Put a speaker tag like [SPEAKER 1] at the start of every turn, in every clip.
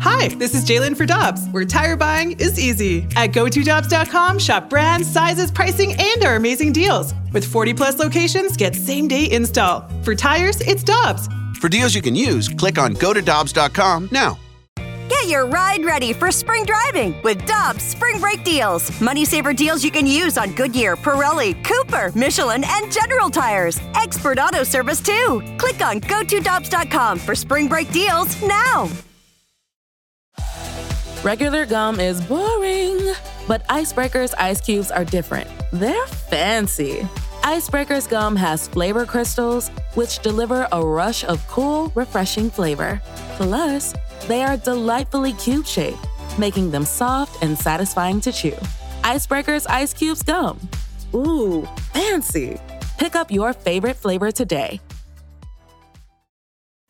[SPEAKER 1] Hi, this is Jalen for Dobbs, where tire buying is easy. At GoToDobbs.com, shop brands, sizes, pricing, and our amazing deals. With 40 plus locations, get same day install. For tires, it's Dobbs.
[SPEAKER 2] For deals you can use, click on go to Dobbs.com now.
[SPEAKER 3] Get your ride ready for spring driving with Dobbs Spring Break Deals. Money saver deals you can use on Goodyear, Pirelli, Cooper, Michelin, and General Tires. Expert auto service too. Click on go to Dobbs.com for spring break deals now.
[SPEAKER 4] Regular gum is boring, but Icebreaker's ice cubes are different. They're fancy. Icebreaker's gum has flavor crystals, which deliver a rush of cool, refreshing flavor. Plus, they are delightfully cube shaped, making them soft and satisfying to chew. Icebreaker's ice cubes gum. Ooh, fancy. Pick up your favorite flavor today.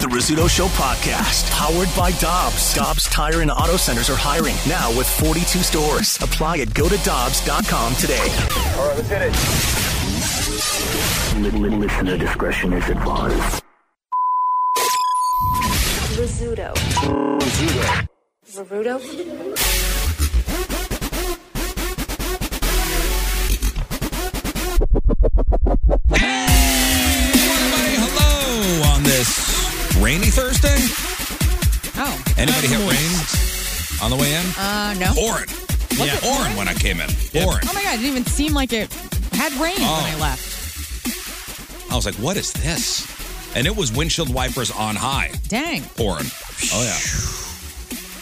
[SPEAKER 5] The Rizzuto Show podcast, powered by Dobbs. Dobbs Tire and Auto Centers are hiring now with 42 stores. Apply at go to Dobbs.com today.
[SPEAKER 6] All right, let's hit it.
[SPEAKER 5] Listener discretion is advised.
[SPEAKER 7] Rizzuto. Rizzuto.
[SPEAKER 8] Hello on this rainy Thursday.
[SPEAKER 9] Oh.
[SPEAKER 8] Anybody hit
[SPEAKER 9] Um,
[SPEAKER 8] rain on the way in?
[SPEAKER 9] Uh, no.
[SPEAKER 8] Orin.
[SPEAKER 9] Was
[SPEAKER 8] yeah,
[SPEAKER 9] it
[SPEAKER 8] Orin when I came in. Orin.
[SPEAKER 9] Oh my god, it didn't even seem like it had rain
[SPEAKER 8] Oh.
[SPEAKER 9] when I left.
[SPEAKER 8] I was like, what is this? And it was windshield wipers on high.
[SPEAKER 9] Dang.
[SPEAKER 8] Pouring. Oh, yeah.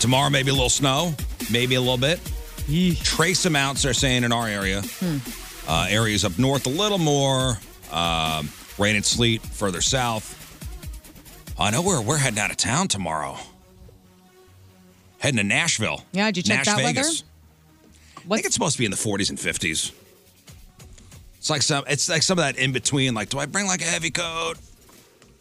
[SPEAKER 8] Tomorrow, maybe a little snow, maybe a little bit. Trace amounts, they're saying, in our area.
[SPEAKER 10] Hmm.
[SPEAKER 8] Uh, areas up north, a little more. Um, rain and sleet further south. I know we're, we're heading out of town tomorrow. Heading to Nashville.
[SPEAKER 9] Yeah, did you check
[SPEAKER 8] Nash
[SPEAKER 9] that
[SPEAKER 8] Vegas.
[SPEAKER 9] weather?
[SPEAKER 8] I think it's supposed to be in the 40s and 50s. It's like some. It's like some of that in between. Like, do I bring like a heavy coat?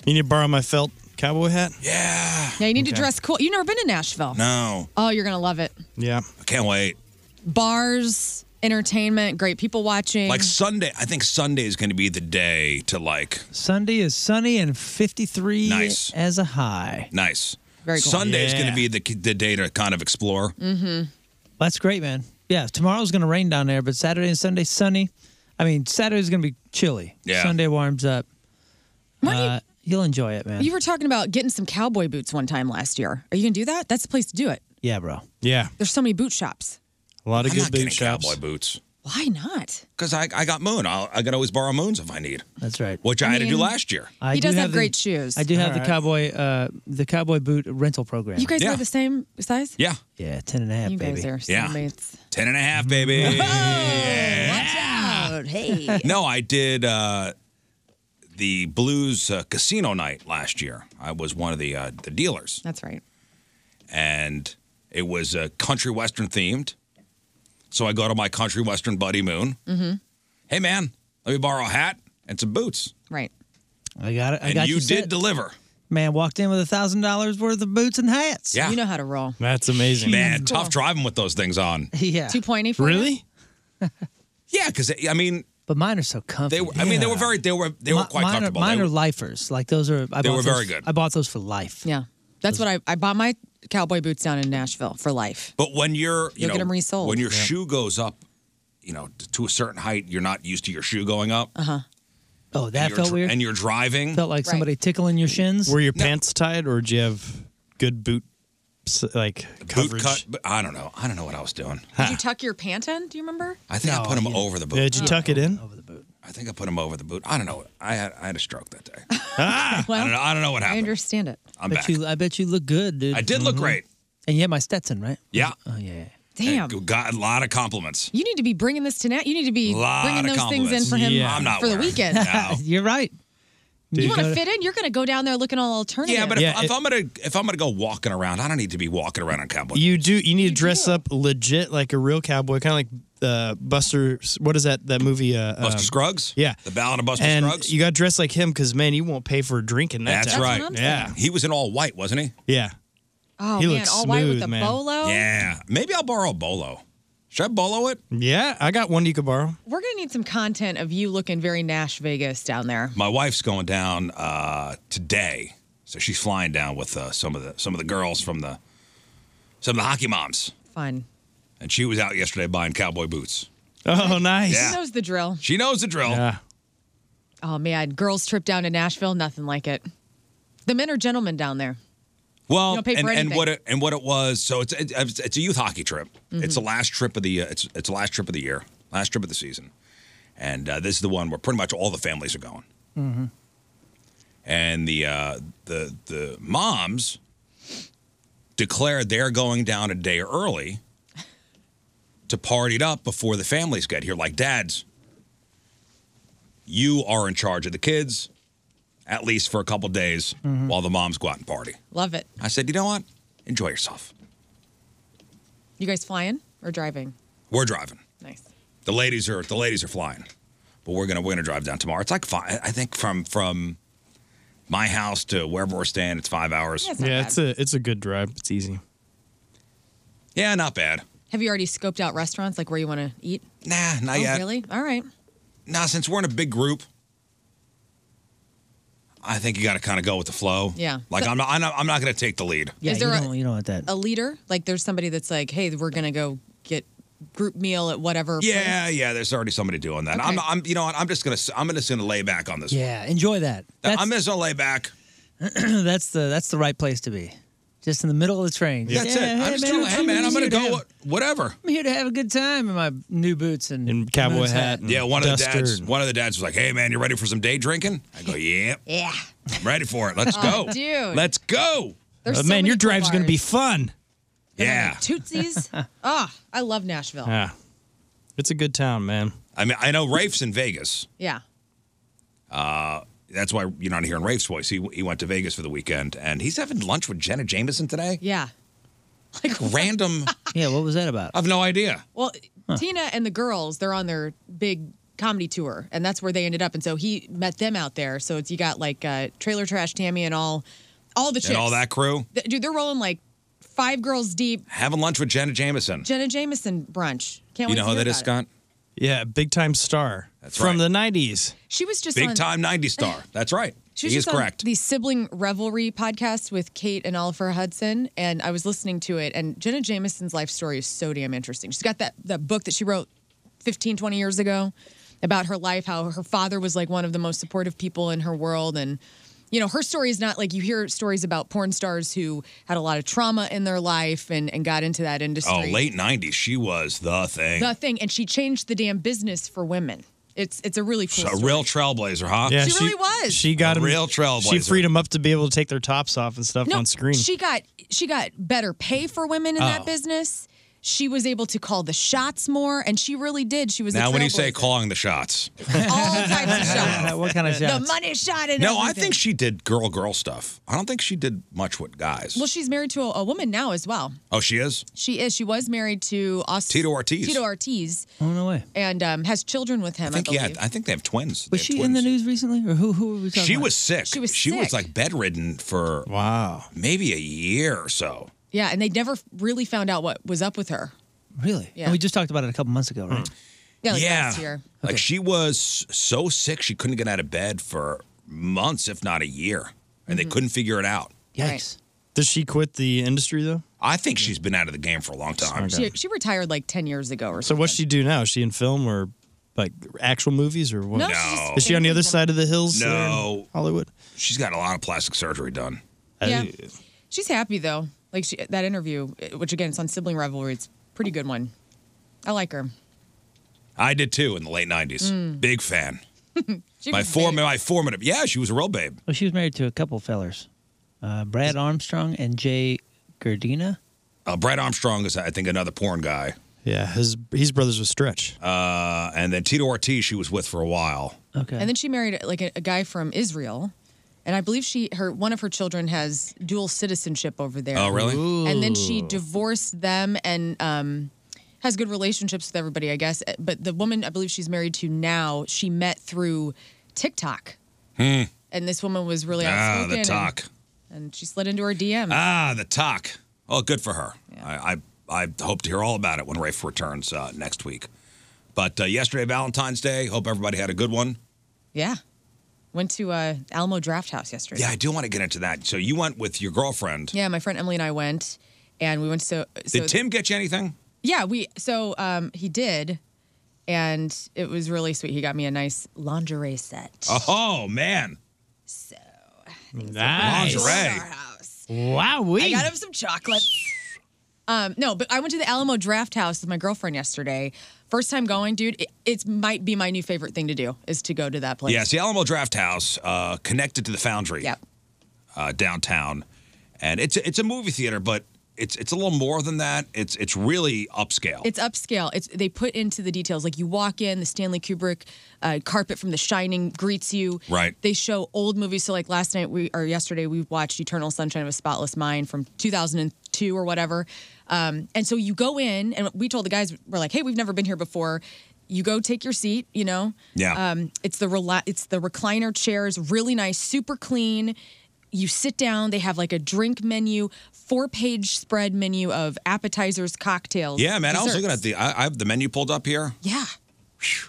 [SPEAKER 11] You need to borrow my felt cowboy hat?
[SPEAKER 8] Yeah.
[SPEAKER 9] Yeah, you need to
[SPEAKER 11] Okay.
[SPEAKER 9] dress cool. You've never been to Nashville.
[SPEAKER 8] No.
[SPEAKER 9] Oh, you're gonna love it.
[SPEAKER 11] Yeah.
[SPEAKER 8] I can't wait.
[SPEAKER 9] Bars, entertainment, great people watching.
[SPEAKER 8] Like Sunday, I think Sunday is going to be the day to like
[SPEAKER 11] Sunday is sunny and 53
[SPEAKER 8] Nice.
[SPEAKER 11] as a high.
[SPEAKER 8] nice.
[SPEAKER 11] Very cool.
[SPEAKER 8] Sunday is going
[SPEAKER 11] Yeah.
[SPEAKER 8] to be the the day to kind of explore.
[SPEAKER 11] Mm-hmm. That's great, man. Yeah, tomorrow's going to rain down there, but Saturday and Sunday, sunny. I mean, Saturday's going to be chilly.
[SPEAKER 8] Yeah.
[SPEAKER 11] Sunday warms up. Uh, you, will enjoy it, man.
[SPEAKER 9] You were talking about getting some cowboy boots one time last year. Are you gonna do that? That's the place to do it.
[SPEAKER 11] yeah, bro. Yeah.
[SPEAKER 9] There's so many boot shops.
[SPEAKER 11] A lot
[SPEAKER 8] of I'm good not boot getting cowboy boots
[SPEAKER 9] Why not?
[SPEAKER 8] because I, I got Moon. I'll, I can always borrow Moons if I need.
[SPEAKER 11] That's right.
[SPEAKER 8] Which I, had to do
[SPEAKER 9] mean,
[SPEAKER 8] last year.
[SPEAKER 11] I
[SPEAKER 9] he
[SPEAKER 11] do
[SPEAKER 9] does have,
[SPEAKER 11] the-
[SPEAKER 9] great shoes.
[SPEAKER 11] I do have the cowboy uh, the cowboy boot rental program.
[SPEAKER 9] You guys are the same size?
[SPEAKER 8] Yeah.
[SPEAKER 11] Yeah, 10 and a half,
[SPEAKER 9] You
[SPEAKER 11] baby.
[SPEAKER 9] guys are
[SPEAKER 8] Yeah.
[SPEAKER 9] soulmates.
[SPEAKER 8] Ten and a half, baby.
[SPEAKER 9] Out. Hey.
[SPEAKER 8] no, I did uh, the Blues uh, Casino Night last year. I was one of the uh, the dealers,
[SPEAKER 9] That's right.
[SPEAKER 8] and it was uh, country western themed. So I go to my country western buddy Moon.
[SPEAKER 9] Mm-hmm.
[SPEAKER 8] Hey man, let me borrow a hat and some boots.
[SPEAKER 9] Right.
[SPEAKER 11] I got it. I
[SPEAKER 8] and
[SPEAKER 11] got
[SPEAKER 8] you,
[SPEAKER 11] you
[SPEAKER 8] did
[SPEAKER 11] set.
[SPEAKER 8] deliver.
[SPEAKER 11] Man, walked in with a thousand dollars worth of boots and hats.
[SPEAKER 8] Yeah. You know
[SPEAKER 9] how to roll.
[SPEAKER 8] That's amazing, man.
[SPEAKER 11] That's
[SPEAKER 8] Tough driving with those things on.
[SPEAKER 11] Yeah.
[SPEAKER 9] Two pointy. For You?
[SPEAKER 8] Yeah, because I mean,
[SPEAKER 11] But mine are so comfy.
[SPEAKER 8] they were. I mean, they were very. They were. They were
[SPEAKER 11] Mi-
[SPEAKER 8] quite
[SPEAKER 11] Uh, mine
[SPEAKER 8] comfortable.
[SPEAKER 11] Are, mine
[SPEAKER 8] They
[SPEAKER 11] are
[SPEAKER 8] were-
[SPEAKER 11] lifers. Like those are. I
[SPEAKER 8] They
[SPEAKER 11] bought
[SPEAKER 8] were
[SPEAKER 11] those-
[SPEAKER 8] very good.
[SPEAKER 11] I bought those for life.
[SPEAKER 9] Yeah. That's what I I bought my cowboy boots down in Nashville for life.
[SPEAKER 8] But when you're, you
[SPEAKER 9] You'll
[SPEAKER 8] know,
[SPEAKER 9] get 'em resold.
[SPEAKER 8] when your
[SPEAKER 9] Yeah.
[SPEAKER 8] shoe goes up, you know, t- to a certain height, you're not used to your shoe going up.
[SPEAKER 9] Uh huh.
[SPEAKER 11] Oh,
[SPEAKER 8] and
[SPEAKER 11] that
[SPEAKER 8] you're
[SPEAKER 11] felt
[SPEAKER 8] dr-
[SPEAKER 11] weird.
[SPEAKER 8] And you're driving.
[SPEAKER 11] felt like somebody tickling your shins.
[SPEAKER 12] Were your pants tied, or did you have good boot, s- like
[SPEAKER 8] boot
[SPEAKER 12] coverage?
[SPEAKER 8] cut. But I don't know. I don't know what I was doing.
[SPEAKER 9] Did you tuck your pant in? Do you remember?
[SPEAKER 8] I think I put them over the boot.
[SPEAKER 12] Did
[SPEAKER 9] Oh.
[SPEAKER 12] you tuck it in?
[SPEAKER 8] I think I put them over the boot. I don't know. I had I had a stroke that day. ah, I don't know. I don't know what
[SPEAKER 9] I
[SPEAKER 8] happened.
[SPEAKER 9] understand it.
[SPEAKER 8] I'm
[SPEAKER 11] bet
[SPEAKER 8] back.
[SPEAKER 11] You, I bet you look good, dude.
[SPEAKER 8] I did look
[SPEAKER 11] Mhm.
[SPEAKER 8] great.
[SPEAKER 11] And you had my Stetson, right?
[SPEAKER 8] Yeah.
[SPEAKER 11] Oh yeah.
[SPEAKER 9] Damn.
[SPEAKER 8] Got a lot of compliments.
[SPEAKER 9] You need to be bringing this tonight. You need to be
[SPEAKER 8] Lot
[SPEAKER 9] bringing
[SPEAKER 8] of
[SPEAKER 9] those things in
[SPEAKER 8] compliments.
[SPEAKER 9] for him
[SPEAKER 8] Yeah. I'm not
[SPEAKER 9] for the
[SPEAKER 8] wearing-
[SPEAKER 9] weekend.
[SPEAKER 8] No.
[SPEAKER 11] You're right.
[SPEAKER 9] you
[SPEAKER 8] Dude,
[SPEAKER 9] want
[SPEAKER 8] go to-
[SPEAKER 9] to fit in? You're going to go down there looking all alternative.
[SPEAKER 8] Yeah, but if, if I'm gonna if I'm gonna go walking around, I don't need to be walking around on cowboy.
[SPEAKER 12] You do. You need to dress up legit like a real cowboy, kind of like uh, Buster. What is that? That movie? Uh,
[SPEAKER 8] Buster
[SPEAKER 12] um,
[SPEAKER 8] Scruggs.
[SPEAKER 12] Yeah.
[SPEAKER 8] the Ballad of Buster
[SPEAKER 12] and
[SPEAKER 8] Scruggs.
[SPEAKER 12] you got to dress like him because man, you won't pay for a drink in that.
[SPEAKER 8] That's
[SPEAKER 12] town.
[SPEAKER 8] right.
[SPEAKER 12] Yeah.
[SPEAKER 8] he was in all white, wasn't he?
[SPEAKER 12] Yeah.
[SPEAKER 9] oh
[SPEAKER 12] He
[SPEAKER 9] man,
[SPEAKER 12] looks
[SPEAKER 9] all white with
[SPEAKER 12] smooth,
[SPEAKER 9] a
[SPEAKER 12] man.
[SPEAKER 9] bolo.
[SPEAKER 8] Yeah, maybe I'll borrow a bolo. Should I bolo it?
[SPEAKER 12] Yeah, I got one you could borrow.
[SPEAKER 9] We're going to need some content of you looking very Nash Vegas down there.
[SPEAKER 8] My wife's going down uh, today, so she's flying down with uh, some of the some of the girls from the some of the hockey moms,
[SPEAKER 9] Fun.
[SPEAKER 8] and she was out yesterday buying cowboy boots.
[SPEAKER 12] Oh, nice.
[SPEAKER 9] He
[SPEAKER 8] Yeah,
[SPEAKER 9] knows the drill.
[SPEAKER 8] she knows the drill.
[SPEAKER 9] Oh man, girls trip down to Nashville, nothing like it. The men are gentlemen down there.
[SPEAKER 8] Well,
[SPEAKER 9] You don't pay for
[SPEAKER 8] and, and
[SPEAKER 9] anything.
[SPEAKER 8] what it, and what it was. So it's it, it's it's a youth hockey trip. It's
[SPEAKER 9] Mm-hmm.
[SPEAKER 8] the last trip of the uh, it's it's the last trip of the year, last trip of the season, and uh, this is the one where pretty much all the families are going.
[SPEAKER 11] Mm-hmm.
[SPEAKER 8] And the uh, the the moms declare they're going down a day early to party it up before the families get here. Like dads, you are in charge of the kids, at least for a couple days,
[SPEAKER 9] Mhm.
[SPEAKER 8] while the moms go out and party.
[SPEAKER 9] Love it.
[SPEAKER 8] I said, you know what? Enjoy yourself.
[SPEAKER 9] You guys flying or driving?
[SPEAKER 8] We're driving.
[SPEAKER 9] Nice.
[SPEAKER 8] The ladies are the ladies are flying, but we're gonna we're gonna drive down tomorrow. It's like five. I think from from my house to wherever we're staying, it's five hours.
[SPEAKER 9] Yeah, it's not
[SPEAKER 12] Yeah,
[SPEAKER 9] bad.
[SPEAKER 12] it's a it's a good drive. It's easy.
[SPEAKER 8] Yeah, not bad.
[SPEAKER 9] Have you already scoped out restaurants like where you want to eat?
[SPEAKER 8] Nah, not
[SPEAKER 9] oh,
[SPEAKER 8] yet.
[SPEAKER 9] Really? All right.
[SPEAKER 8] Now, since we're in a big group, I think you got to kind of go with the flow.
[SPEAKER 9] Yeah.
[SPEAKER 8] Like
[SPEAKER 9] So-
[SPEAKER 8] I'm not I'm not, I'm not gonna take the lead.
[SPEAKER 9] Is there a,
[SPEAKER 11] You don't want that.
[SPEAKER 9] a leader? Like there's somebody that's like, hey, we're gonna go get group meal at whatever.
[SPEAKER 8] Yeah, yeah. There's already somebody doing that. I'm, I'm, you know, what? I'm just gonna, I'm just gonna lay back on this.
[SPEAKER 11] Yeah, enjoy that.
[SPEAKER 8] one. I'm just gonna lay back.
[SPEAKER 11] that's the that's the right place to be. Just in the middle of the train.
[SPEAKER 8] That's it. I'm just gonna, hey man, I'm gonna go wh- whatever.
[SPEAKER 11] I'm here to have a good time in my new boots and, moon's
[SPEAKER 8] Yeah, one of the
[SPEAKER 12] duster
[SPEAKER 8] dads. One of the dads was like, "Hey, man, you ready for some day drinking?" I go, "Yeah,
[SPEAKER 9] Yeah.
[SPEAKER 8] I'm ready for it. Let's
[SPEAKER 9] Oh,
[SPEAKER 8] go,
[SPEAKER 9] dude.
[SPEAKER 8] Let's go."
[SPEAKER 9] There's Uh, so man, your many cool drive's gonna be bars.
[SPEAKER 12] fun.
[SPEAKER 8] Yeah,
[SPEAKER 9] Tootsies. Ah, I love Nashville. Yeah.
[SPEAKER 12] yeah. It's a good town, man.
[SPEAKER 8] I mean, I know Rafe's in Vegas. Uh, that's why you're not hearing Rafe's voice. He he went to Vegas for the weekend, and he's having lunch with Jenna Jameson today.
[SPEAKER 9] Yeah.
[SPEAKER 8] Like random.
[SPEAKER 11] yeah, what was that about?
[SPEAKER 8] I've no idea.
[SPEAKER 9] Well, Tina and the girls, they're on their big comedy tour, and that's where they ended up. And so he met them out there. So it's you got like uh, Trailer Trash Tammy and all, all the chicks.
[SPEAKER 8] and all that crew
[SPEAKER 9] Th- Dude, they're rolling like five girls deep.
[SPEAKER 8] having lunch with Jenna Jameson.
[SPEAKER 9] Jenna Jameson brunch. Can't wait.
[SPEAKER 8] you know
[SPEAKER 9] to
[SPEAKER 8] who
[SPEAKER 9] hear
[SPEAKER 8] that is,
[SPEAKER 9] about it.
[SPEAKER 8] Scott?
[SPEAKER 12] Yeah, big time star. That's from the '90s.
[SPEAKER 9] She was just
[SPEAKER 8] Big
[SPEAKER 9] on,
[SPEAKER 8] time '90s star. That's right.
[SPEAKER 9] She was
[SPEAKER 8] he is
[SPEAKER 9] just on
[SPEAKER 8] correct.
[SPEAKER 9] the sibling revelry podcast with Kate and Oliver Hudson, and I was listening to it. And Jenna Jameson's life story is so damn interesting. She's got that that book that she wrote 15, 20 years ago about her life, how her father was like one of the most supportive people in her world, and you know her story is not like you hear stories about porn stars who had a lot of trauma in their life and and got into that industry.
[SPEAKER 8] Oh, late '90s. She was the thing.
[SPEAKER 9] the thing, and she changed the damn business for women. It's it's a really cool.
[SPEAKER 8] a
[SPEAKER 9] story.
[SPEAKER 8] real trailblazer, huh?
[SPEAKER 12] Yeah,
[SPEAKER 9] She really was.
[SPEAKER 12] She got
[SPEAKER 8] Uh-huh. A
[SPEAKER 12] him
[SPEAKER 8] real trailblazer.
[SPEAKER 12] She freed him up to be able to take their tops off and stuff on screen.
[SPEAKER 9] She got she got better pay for women in
[SPEAKER 12] Oh.
[SPEAKER 9] that business. She was able to call the shots more, and she really did. She was
[SPEAKER 8] now
[SPEAKER 9] a
[SPEAKER 8] when you say
[SPEAKER 9] trailblazer.
[SPEAKER 8] calling the shots,
[SPEAKER 11] what kind of
[SPEAKER 9] the money shot in
[SPEAKER 8] no, I think she did girl girl stuff. I don't think she did much with guys.
[SPEAKER 9] Well, she's married to a, a woman now as well.
[SPEAKER 8] oh, she is.
[SPEAKER 9] She is. She was married to Aus-
[SPEAKER 8] Tito Ortiz.
[SPEAKER 9] Tito Ortiz,
[SPEAKER 11] Oh no way.
[SPEAKER 9] and um, has children with him. I,
[SPEAKER 8] I think yeah.
[SPEAKER 9] believe.
[SPEAKER 8] I think they have twins.
[SPEAKER 11] Was she in the news recently, or who who were we talking
[SPEAKER 8] She
[SPEAKER 11] about?
[SPEAKER 8] was sick. She was. She was
[SPEAKER 9] sick.
[SPEAKER 8] like bedridden for
[SPEAKER 12] wow,
[SPEAKER 8] maybe a year or so.
[SPEAKER 9] yeah, and they never really found out what was up with her.
[SPEAKER 11] really.
[SPEAKER 9] Yeah.
[SPEAKER 11] And we just talked about it a couple months ago,
[SPEAKER 8] Mm.
[SPEAKER 11] right?
[SPEAKER 9] Yeah, like
[SPEAKER 8] yeah,
[SPEAKER 9] last year.
[SPEAKER 8] like she was so sick she couldn't get out of bed for months, if not a year, and
[SPEAKER 9] Mm-hmm.
[SPEAKER 8] they couldn't figure it out.
[SPEAKER 11] Yikes.
[SPEAKER 12] Does she quit the industry though?
[SPEAKER 8] I think she's been out of the game for a long time.
[SPEAKER 9] She, she retired like ten years ago or
[SPEAKER 12] So
[SPEAKER 9] something.
[SPEAKER 12] what's she do now? Is she in film or like actual movies or what?
[SPEAKER 9] No, she's just-
[SPEAKER 12] Is she on the other side of the hills? there in
[SPEAKER 8] No.
[SPEAKER 12] Hollywood.
[SPEAKER 8] She's got a lot of plastic surgery done.
[SPEAKER 9] Yeah. She's happy though. Like she, that interview, which again, it's on sibling rivalry. It's a pretty good one. I like her.
[SPEAKER 8] I did too in the late '90s. Big fan.
[SPEAKER 9] Mm. She
[SPEAKER 8] my
[SPEAKER 9] was
[SPEAKER 8] form,
[SPEAKER 9] big.
[SPEAKER 8] my formative. Yeah, she was a real babe.
[SPEAKER 11] Oh, Well, she was married to a couple fellers, uh, Brad Armstrong and Jay Gardina.
[SPEAKER 8] Uh, Brett Armstrong is, I think, another porn guy.
[SPEAKER 12] Yeah, his his brothers with Stretch.
[SPEAKER 8] Uh, and then Tito Ortiz, she was with for a while.
[SPEAKER 11] Okay.
[SPEAKER 9] And then she married like a, a guy from Israel. And I believe she her one of her children has dual citizenship over there.
[SPEAKER 8] Oh, really? Ooh.
[SPEAKER 9] And then she divorced them and um has good relationships with everybody, I guess. But the woman I believe she's married to now, she met through TikTok.
[SPEAKER 8] Hmm.
[SPEAKER 9] And this woman was really
[SPEAKER 8] Ah,
[SPEAKER 9] outspoken
[SPEAKER 8] the
[SPEAKER 9] and-
[SPEAKER 8] talk.
[SPEAKER 9] And, she slid into her DMs.
[SPEAKER 8] Ah, the talk. Oh, good for her. I, I I hope to hear all about it when Rafe returns uh, next week. But uh, yesterday, Valentine's Day. Hope everybody had a good one.
[SPEAKER 9] yeah. Went to uh, Alamo Draft House yesterday.
[SPEAKER 8] Yeah, I do want to get into that. So you went with your girlfriend.
[SPEAKER 9] Yeah, my friend Emily and I went, and we went so. so
[SPEAKER 8] Did Tim get you anything?
[SPEAKER 9] Yeah, we. So um, he did, and it was really sweet. He got me a nice lingerie set.
[SPEAKER 8] Oh man. So
[SPEAKER 9] Nice.
[SPEAKER 8] lingerie.
[SPEAKER 11] Wow,
[SPEAKER 9] I got him some chocolates. Um, no, but I went to the Alamo Draft House with my girlfriend yesterday. First time going, dude. It, it might be my new favorite thing to do is to go to that place.
[SPEAKER 8] Yes, the Alamo Draft House, uh, connected to the Foundry. Yep. Uh, downtown, and it's a, it's a movie theater, but it's it's a little more than that. It's it's really upscale.
[SPEAKER 9] It's upscale. It's they put into the details. Like you walk in, the Stanley Kubrick uh, carpet from The Shining greets you.
[SPEAKER 8] Right.
[SPEAKER 9] They show old movies. So like last night we or yesterday we watched Eternal Sunshine of a Spotless Mind from 2002 or whatever. Um, and so you go in, and we told the guys we're like, hey, we've never been here before. You go take your seat. You know.
[SPEAKER 6] Yeah.
[SPEAKER 9] Um, it's the rela- it's the recliner chairs, really nice, super clean you sit down they have like a drink menu four page spread menu of appetizers cocktails
[SPEAKER 8] yeah, man. I was
[SPEAKER 9] desserts.
[SPEAKER 8] looking at the I, I have the menu pulled up here.
[SPEAKER 9] yeah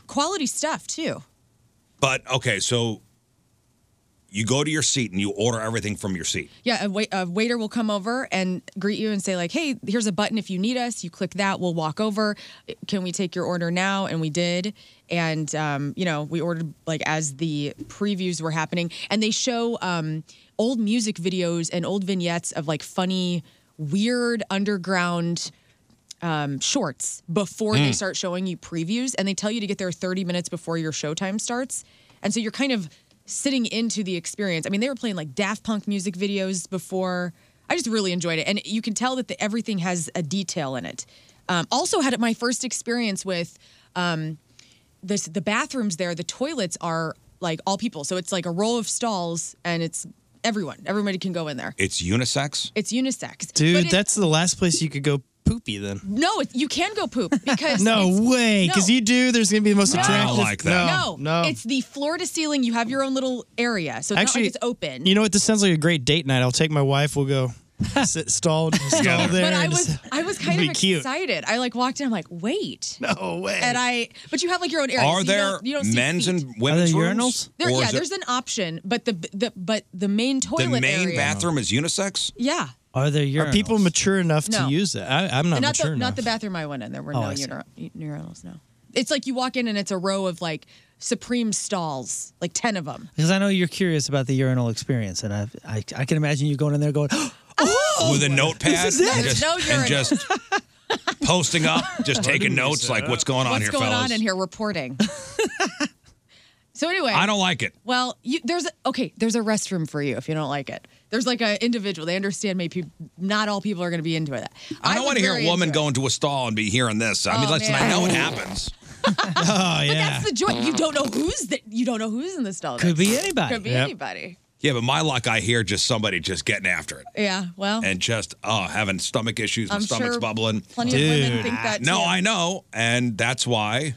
[SPEAKER 9] quality stuff too
[SPEAKER 8] But okay, so you go to your seat and you order everything from your seat.
[SPEAKER 9] yeah a, wait, a waiter will come over and greet you and say like hey here's a button if you need us you click that we'll walk over can we take your order now and we did and um, you know we ordered like as the previews were happening and they show um, old music videos and old vignettes of like funny weird underground um, shorts before they
[SPEAKER 6] Mm.
[SPEAKER 9] start showing you previews, and they tell you to get there 30 minutes before your showtime starts. And so you're kind of sitting into the experience. I mean, they were playing like Daft Punk music videos before. I just really enjoyed it, and you can tell that the, everything has a detail in it. Um, also, had my first experience with um, this the bathrooms there. The toilets are like all people, so it's like a row of stalls, and it's everyone. Everybody can go in there.
[SPEAKER 8] It's unisex.
[SPEAKER 9] It's unisex, But
[SPEAKER 12] Dude,
[SPEAKER 9] it-
[SPEAKER 12] that's the last place you could go poopy then.
[SPEAKER 9] no, it, you can go poop because
[SPEAKER 12] No
[SPEAKER 9] it's-
[SPEAKER 12] way,
[SPEAKER 9] no.
[SPEAKER 12] because you do. There's gonna be the most
[SPEAKER 9] No. I don't
[SPEAKER 12] attractive.
[SPEAKER 8] like
[SPEAKER 9] No,
[SPEAKER 12] no,
[SPEAKER 9] It's the floor to ceiling. You have your own little area, so it's
[SPEAKER 12] Actually,
[SPEAKER 9] not like it's open.
[SPEAKER 12] You know what? This sounds like a great date night. I'll take my wife. We'll go sit stalled, stall there.
[SPEAKER 9] but I
[SPEAKER 12] and
[SPEAKER 9] was
[SPEAKER 12] just-
[SPEAKER 9] I was kind
[SPEAKER 12] Be
[SPEAKER 9] of
[SPEAKER 12] cute.
[SPEAKER 9] excited. I like walked in. I'm like, wait,
[SPEAKER 12] no way.
[SPEAKER 9] And I, but you have like your own area. so
[SPEAKER 8] Are
[SPEAKER 9] you
[SPEAKER 8] there
[SPEAKER 9] don't- you don't see
[SPEAKER 8] men's
[SPEAKER 9] feet.
[SPEAKER 8] and women's rooms?
[SPEAKER 9] There,
[SPEAKER 8] Or is
[SPEAKER 9] yeah,
[SPEAKER 8] it-
[SPEAKER 9] there's an option, but the the but the main toilet
[SPEAKER 8] the main
[SPEAKER 9] area-
[SPEAKER 8] bathroom is unisex.
[SPEAKER 9] Yeah,
[SPEAKER 12] Are there Are people mature enough
[SPEAKER 9] No.
[SPEAKER 12] to use that? I, I'm not,
[SPEAKER 9] And
[SPEAKER 12] mature
[SPEAKER 9] the,
[SPEAKER 12] enough.
[SPEAKER 9] Not the bathroom I went in. There were
[SPEAKER 12] Oh,
[SPEAKER 9] no
[SPEAKER 12] I see.
[SPEAKER 9] urinal- urinals. No, it's like you walk in and it's a row of like supreme stalls, like ten of them.
[SPEAKER 11] Because I know you're curious about the urinal experience, and I've, I I can imagine you going in there going,
[SPEAKER 9] Oh,
[SPEAKER 8] With a notepad
[SPEAKER 11] This is it.
[SPEAKER 8] and just,
[SPEAKER 9] No
[SPEAKER 8] and
[SPEAKER 9] urinal.
[SPEAKER 8] just posting up, just taking notes like what's going on
[SPEAKER 9] What's
[SPEAKER 8] here,
[SPEAKER 9] going
[SPEAKER 8] fellas.
[SPEAKER 9] on in here? Reporting. so anyway,
[SPEAKER 8] I don't like it.
[SPEAKER 9] Well, you, there's a, okay. There's a restroom for you if you don't like it. There's like an individual. They understand maybe peop- not all people are going to be into that.
[SPEAKER 8] I don't
[SPEAKER 9] was
[SPEAKER 8] want to hear
[SPEAKER 9] very
[SPEAKER 8] a woman
[SPEAKER 9] into
[SPEAKER 8] going to a stall and be hearing this. I mean,
[SPEAKER 9] Oh,
[SPEAKER 8] listen, I
[SPEAKER 9] man.
[SPEAKER 8] know it happens.
[SPEAKER 12] oh
[SPEAKER 9] it. That's the joy. You don't know who's that. You don't know who's in this stall.
[SPEAKER 8] Could be anybody.
[SPEAKER 9] Could be
[SPEAKER 8] Yep.
[SPEAKER 9] anybody.
[SPEAKER 8] Yeah, but my luck, I hear just somebody just getting after it.
[SPEAKER 9] Yeah. Well.
[SPEAKER 8] and just oh having stomach issues and
[SPEAKER 9] I'm
[SPEAKER 8] stomach's
[SPEAKER 9] sure
[SPEAKER 8] bubbling.
[SPEAKER 9] plenty of women Dude. think that
[SPEAKER 8] No,
[SPEAKER 9] too.
[SPEAKER 8] I know, and that's why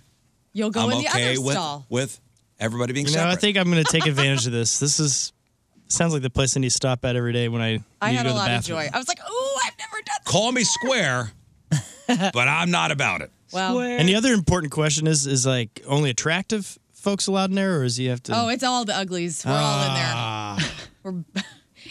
[SPEAKER 9] You'll go
[SPEAKER 8] I'm
[SPEAKER 9] in the
[SPEAKER 8] okay
[SPEAKER 9] other
[SPEAKER 8] with
[SPEAKER 9] stall.
[SPEAKER 8] with everybody being
[SPEAKER 12] You know,
[SPEAKER 8] separate.
[SPEAKER 12] I think I'm going to take advantage of this. This is sounds like the place I need to stop at every day when I
[SPEAKER 9] I
[SPEAKER 12] need to
[SPEAKER 9] had
[SPEAKER 12] go
[SPEAKER 9] a
[SPEAKER 12] to the
[SPEAKER 9] lot of
[SPEAKER 12] bathroom.
[SPEAKER 9] joy. I was like, ooh, I've never done.
[SPEAKER 8] Call me square, but I'm not about it.
[SPEAKER 9] Well.
[SPEAKER 12] and the other important question is: is like only attractive folks allowed in there, or is he have to? Ah.
[SPEAKER 9] Oh, it's all the uglies. We're all in
[SPEAKER 8] Ah.
[SPEAKER 9] there.
[SPEAKER 12] all in there.
[SPEAKER 9] We're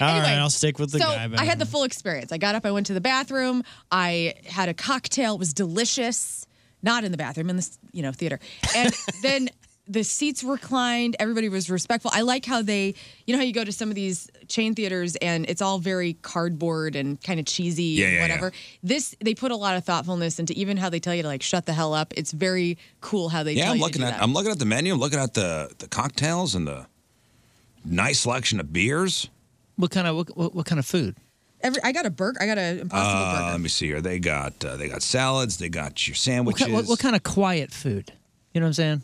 [SPEAKER 12] All right, I'll stick with the
[SPEAKER 9] so
[SPEAKER 12] guy.
[SPEAKER 9] I had the full experience. I got up, I went to the bathroom, I had a cocktail, it was delicious. Not in the bathroom, in the s- you know theater, and then the seats reclined. Everybody was respectful. I like how they, you know, how you go to some of these chain theaters and it's all very cardboard and kind of cheesy,
[SPEAKER 6] Yeah,
[SPEAKER 9] and
[SPEAKER 6] yeah,
[SPEAKER 9] whatever. This they put a lot of thoughtfulness into even how they tell you to like shut the hell up. It's very cool how they.
[SPEAKER 8] yeah,
[SPEAKER 9] tell
[SPEAKER 8] I'm
[SPEAKER 9] you to
[SPEAKER 8] looking
[SPEAKER 9] do
[SPEAKER 8] at
[SPEAKER 9] that.
[SPEAKER 8] I'm looking at the menu. I'm looking at the the cocktails and the nice selection of beers.
[SPEAKER 11] "What kind of what, what, what kind of food?"
[SPEAKER 9] Every I got a burger. I got an impossible
[SPEAKER 8] Uh, let me see here. They got uh, they got salads. They got your
[SPEAKER 11] What,
[SPEAKER 8] sandwiches.
[SPEAKER 11] ki- what, what kind of quiet food? You know what I'm saying?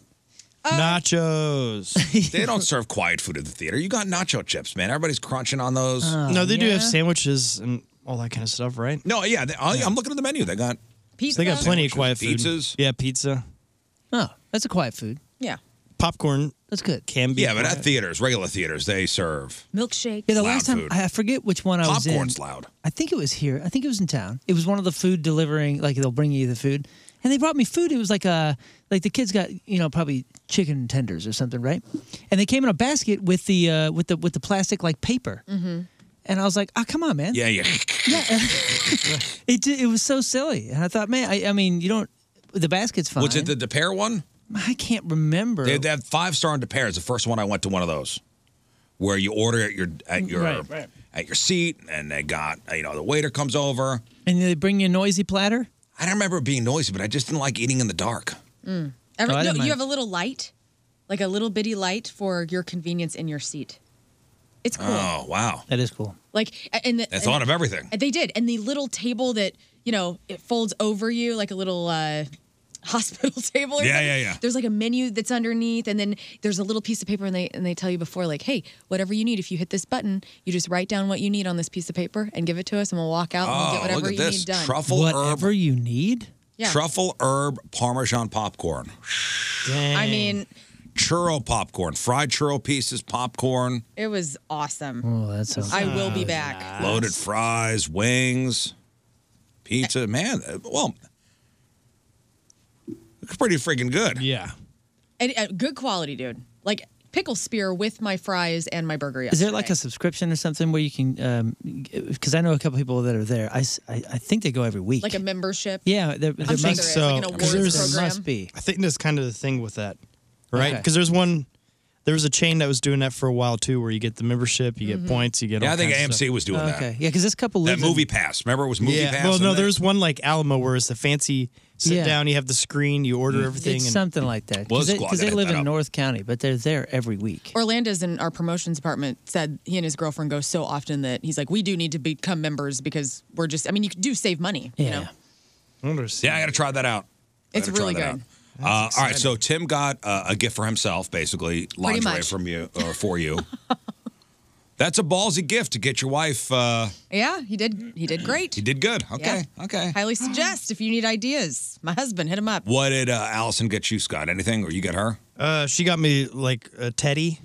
[SPEAKER 9] uh,
[SPEAKER 8] nachos. they don't serve quiet food at the theater. You got nacho chips, man. Everybody's crunching on those.
[SPEAKER 12] no, they do have sandwiches and all that kind of stuff, right?
[SPEAKER 8] No, yeah, they, I, I'm looking at the menu. They got
[SPEAKER 9] Pizza.
[SPEAKER 12] they got plenty of quiet food.
[SPEAKER 8] Pizzas.
[SPEAKER 12] Yeah, pizza.
[SPEAKER 11] Oh, that's a quiet food.
[SPEAKER 9] Yeah.
[SPEAKER 12] Popcorn
[SPEAKER 11] That's good.
[SPEAKER 12] can be.
[SPEAKER 8] Yeah, but at
[SPEAKER 12] quiet.
[SPEAKER 8] theaters, regular theaters, they serve
[SPEAKER 9] Milkshake.
[SPEAKER 11] Yeah, the
[SPEAKER 8] Loud
[SPEAKER 11] last time
[SPEAKER 8] food.
[SPEAKER 11] I I forget which one I was in.
[SPEAKER 8] popcorn's loud.
[SPEAKER 11] I think it was here. I think it was in town. It was one of the food delivering, like they'll bring you the food, and they brought me food. It was like a like the kids got you know probably chicken tenders or something, right? And they came in a basket with the uh, with the with the plastic like paper,
[SPEAKER 9] Mm-hmm.
[SPEAKER 11] and I was like, oh come on, man,
[SPEAKER 8] Yeah, yeah.
[SPEAKER 11] it ju- it was so silly, and I thought, man, I, I mean you don't the basket's fine.
[SPEAKER 8] Was it the DePere one?
[SPEAKER 11] I can't remember.
[SPEAKER 8] They, they have five star in DePere. It's the first one I went to one of those, where you order at your at your
[SPEAKER 11] Right, right.
[SPEAKER 8] at your seat, and they got you know the waiter comes over.
[SPEAKER 11] and they bring you a noisy platter.
[SPEAKER 8] I don't remember it being noisy, but I just didn't like eating in the dark.
[SPEAKER 9] Mm. Every,
[SPEAKER 11] Oh, I
[SPEAKER 9] no,
[SPEAKER 11] didn't mind.
[SPEAKER 9] you have a little light, like a little bitty light for your convenience in your seat. It's cool.
[SPEAKER 8] Oh wow,
[SPEAKER 11] That is cool.
[SPEAKER 9] Like a- and the,
[SPEAKER 8] I
[SPEAKER 9] and-
[SPEAKER 8] thought of everything.
[SPEAKER 9] and they did, and the little table that you know it folds over you like a little. uh Hospital table. Or
[SPEAKER 8] Yeah,
[SPEAKER 9] something.
[SPEAKER 8] yeah, yeah.
[SPEAKER 9] There's like a menu that's underneath, and then there's a little piece of paper, and they and they tell you before, like, hey, whatever you need, if you hit this button, you just write down what you need on this piece of paper and give it to us, and we'll walk out and we'll get
[SPEAKER 8] Oh,
[SPEAKER 9] whatever
[SPEAKER 8] look at
[SPEAKER 9] you
[SPEAKER 8] this
[SPEAKER 9] need done.
[SPEAKER 8] truffle herb,
[SPEAKER 11] Whatever you need.
[SPEAKER 9] Yeah.
[SPEAKER 8] truffle herb Parmesan popcorn,
[SPEAKER 9] I mean,
[SPEAKER 8] churro popcorn, fried churro pieces, popcorn,
[SPEAKER 9] it was awesome.
[SPEAKER 11] Oh, that sounds.
[SPEAKER 9] I will be back.
[SPEAKER 8] loaded fries, wings, pizza. Man, uh, well, it's pretty freaking good.
[SPEAKER 11] Mm-hmm.
[SPEAKER 12] Yeah.
[SPEAKER 9] And uh, good quality, dude. Like pickle spear with my fries and my burger.
[SPEAKER 11] Is
[SPEAKER 9] Yesterday.
[SPEAKER 11] there like a subscription or something where you can? Because I know a couple people that are there. I, s- I- I think they go every week.
[SPEAKER 9] like a membership?
[SPEAKER 11] yeah, there, there
[SPEAKER 9] sure
[SPEAKER 11] must,
[SPEAKER 9] there is,
[SPEAKER 12] so.
[SPEAKER 9] like an awards
[SPEAKER 11] there
[SPEAKER 9] program.
[SPEAKER 11] must be.
[SPEAKER 12] I think that's kind of the thing with that, right?
[SPEAKER 11] Okay.
[SPEAKER 12] Because there's one, there was a chain that was doing that for a while too, where you get the membership, you
[SPEAKER 9] Mm-hmm.
[SPEAKER 12] get points, you get.
[SPEAKER 8] Yeah,
[SPEAKER 12] all
[SPEAKER 8] I think
[SPEAKER 12] kinds of
[SPEAKER 8] AMC
[SPEAKER 12] stuff.
[SPEAKER 8] was doing
[SPEAKER 11] Okay, yeah, because this couple
[SPEAKER 8] that. That
[SPEAKER 11] lives in-
[SPEAKER 8] movie pass. Remember, it was movie
[SPEAKER 12] yeah.
[SPEAKER 8] pass.
[SPEAKER 12] Well,
[SPEAKER 8] and
[SPEAKER 12] no,
[SPEAKER 8] then-
[SPEAKER 12] there's one like Alamo where it's the fancy sit
[SPEAKER 11] Yeah.
[SPEAKER 12] down, you have the screen, you order everything.
[SPEAKER 11] it's
[SPEAKER 12] and-
[SPEAKER 11] something like that.
[SPEAKER 8] Well,
[SPEAKER 11] Because
[SPEAKER 8] it's
[SPEAKER 11] they,
[SPEAKER 8] cool. I
[SPEAKER 11] 'cause
[SPEAKER 8] gotta hit
[SPEAKER 11] they live
[SPEAKER 8] that
[SPEAKER 11] in
[SPEAKER 8] up.
[SPEAKER 11] North County, but they're there every week.
[SPEAKER 9] Orlando's in our promotions department said he and his girlfriend go so often that he's like, we do need to become members because we're just. I mean, you do save money. You know,
[SPEAKER 11] Yeah.
[SPEAKER 12] I wonder if-
[SPEAKER 8] yeah, I got to try that out. I
[SPEAKER 9] It's
[SPEAKER 8] gotta try
[SPEAKER 9] really
[SPEAKER 8] that
[SPEAKER 9] good.
[SPEAKER 8] out. Uh, all right, so Tim got uh, a gift for himself, basically lingerie
[SPEAKER 9] much.
[SPEAKER 8] from you or for you. That's a ballsy gift to get your wife. Uh,
[SPEAKER 9] yeah, he did. He did great.
[SPEAKER 8] he did good. Okay, okay.
[SPEAKER 9] Highly suggest if you need ideas. My husband hit him up.
[SPEAKER 8] What did uh, Allison get you, Scott? Anything, or you got her?
[SPEAKER 12] Uh, she got me like a teddy,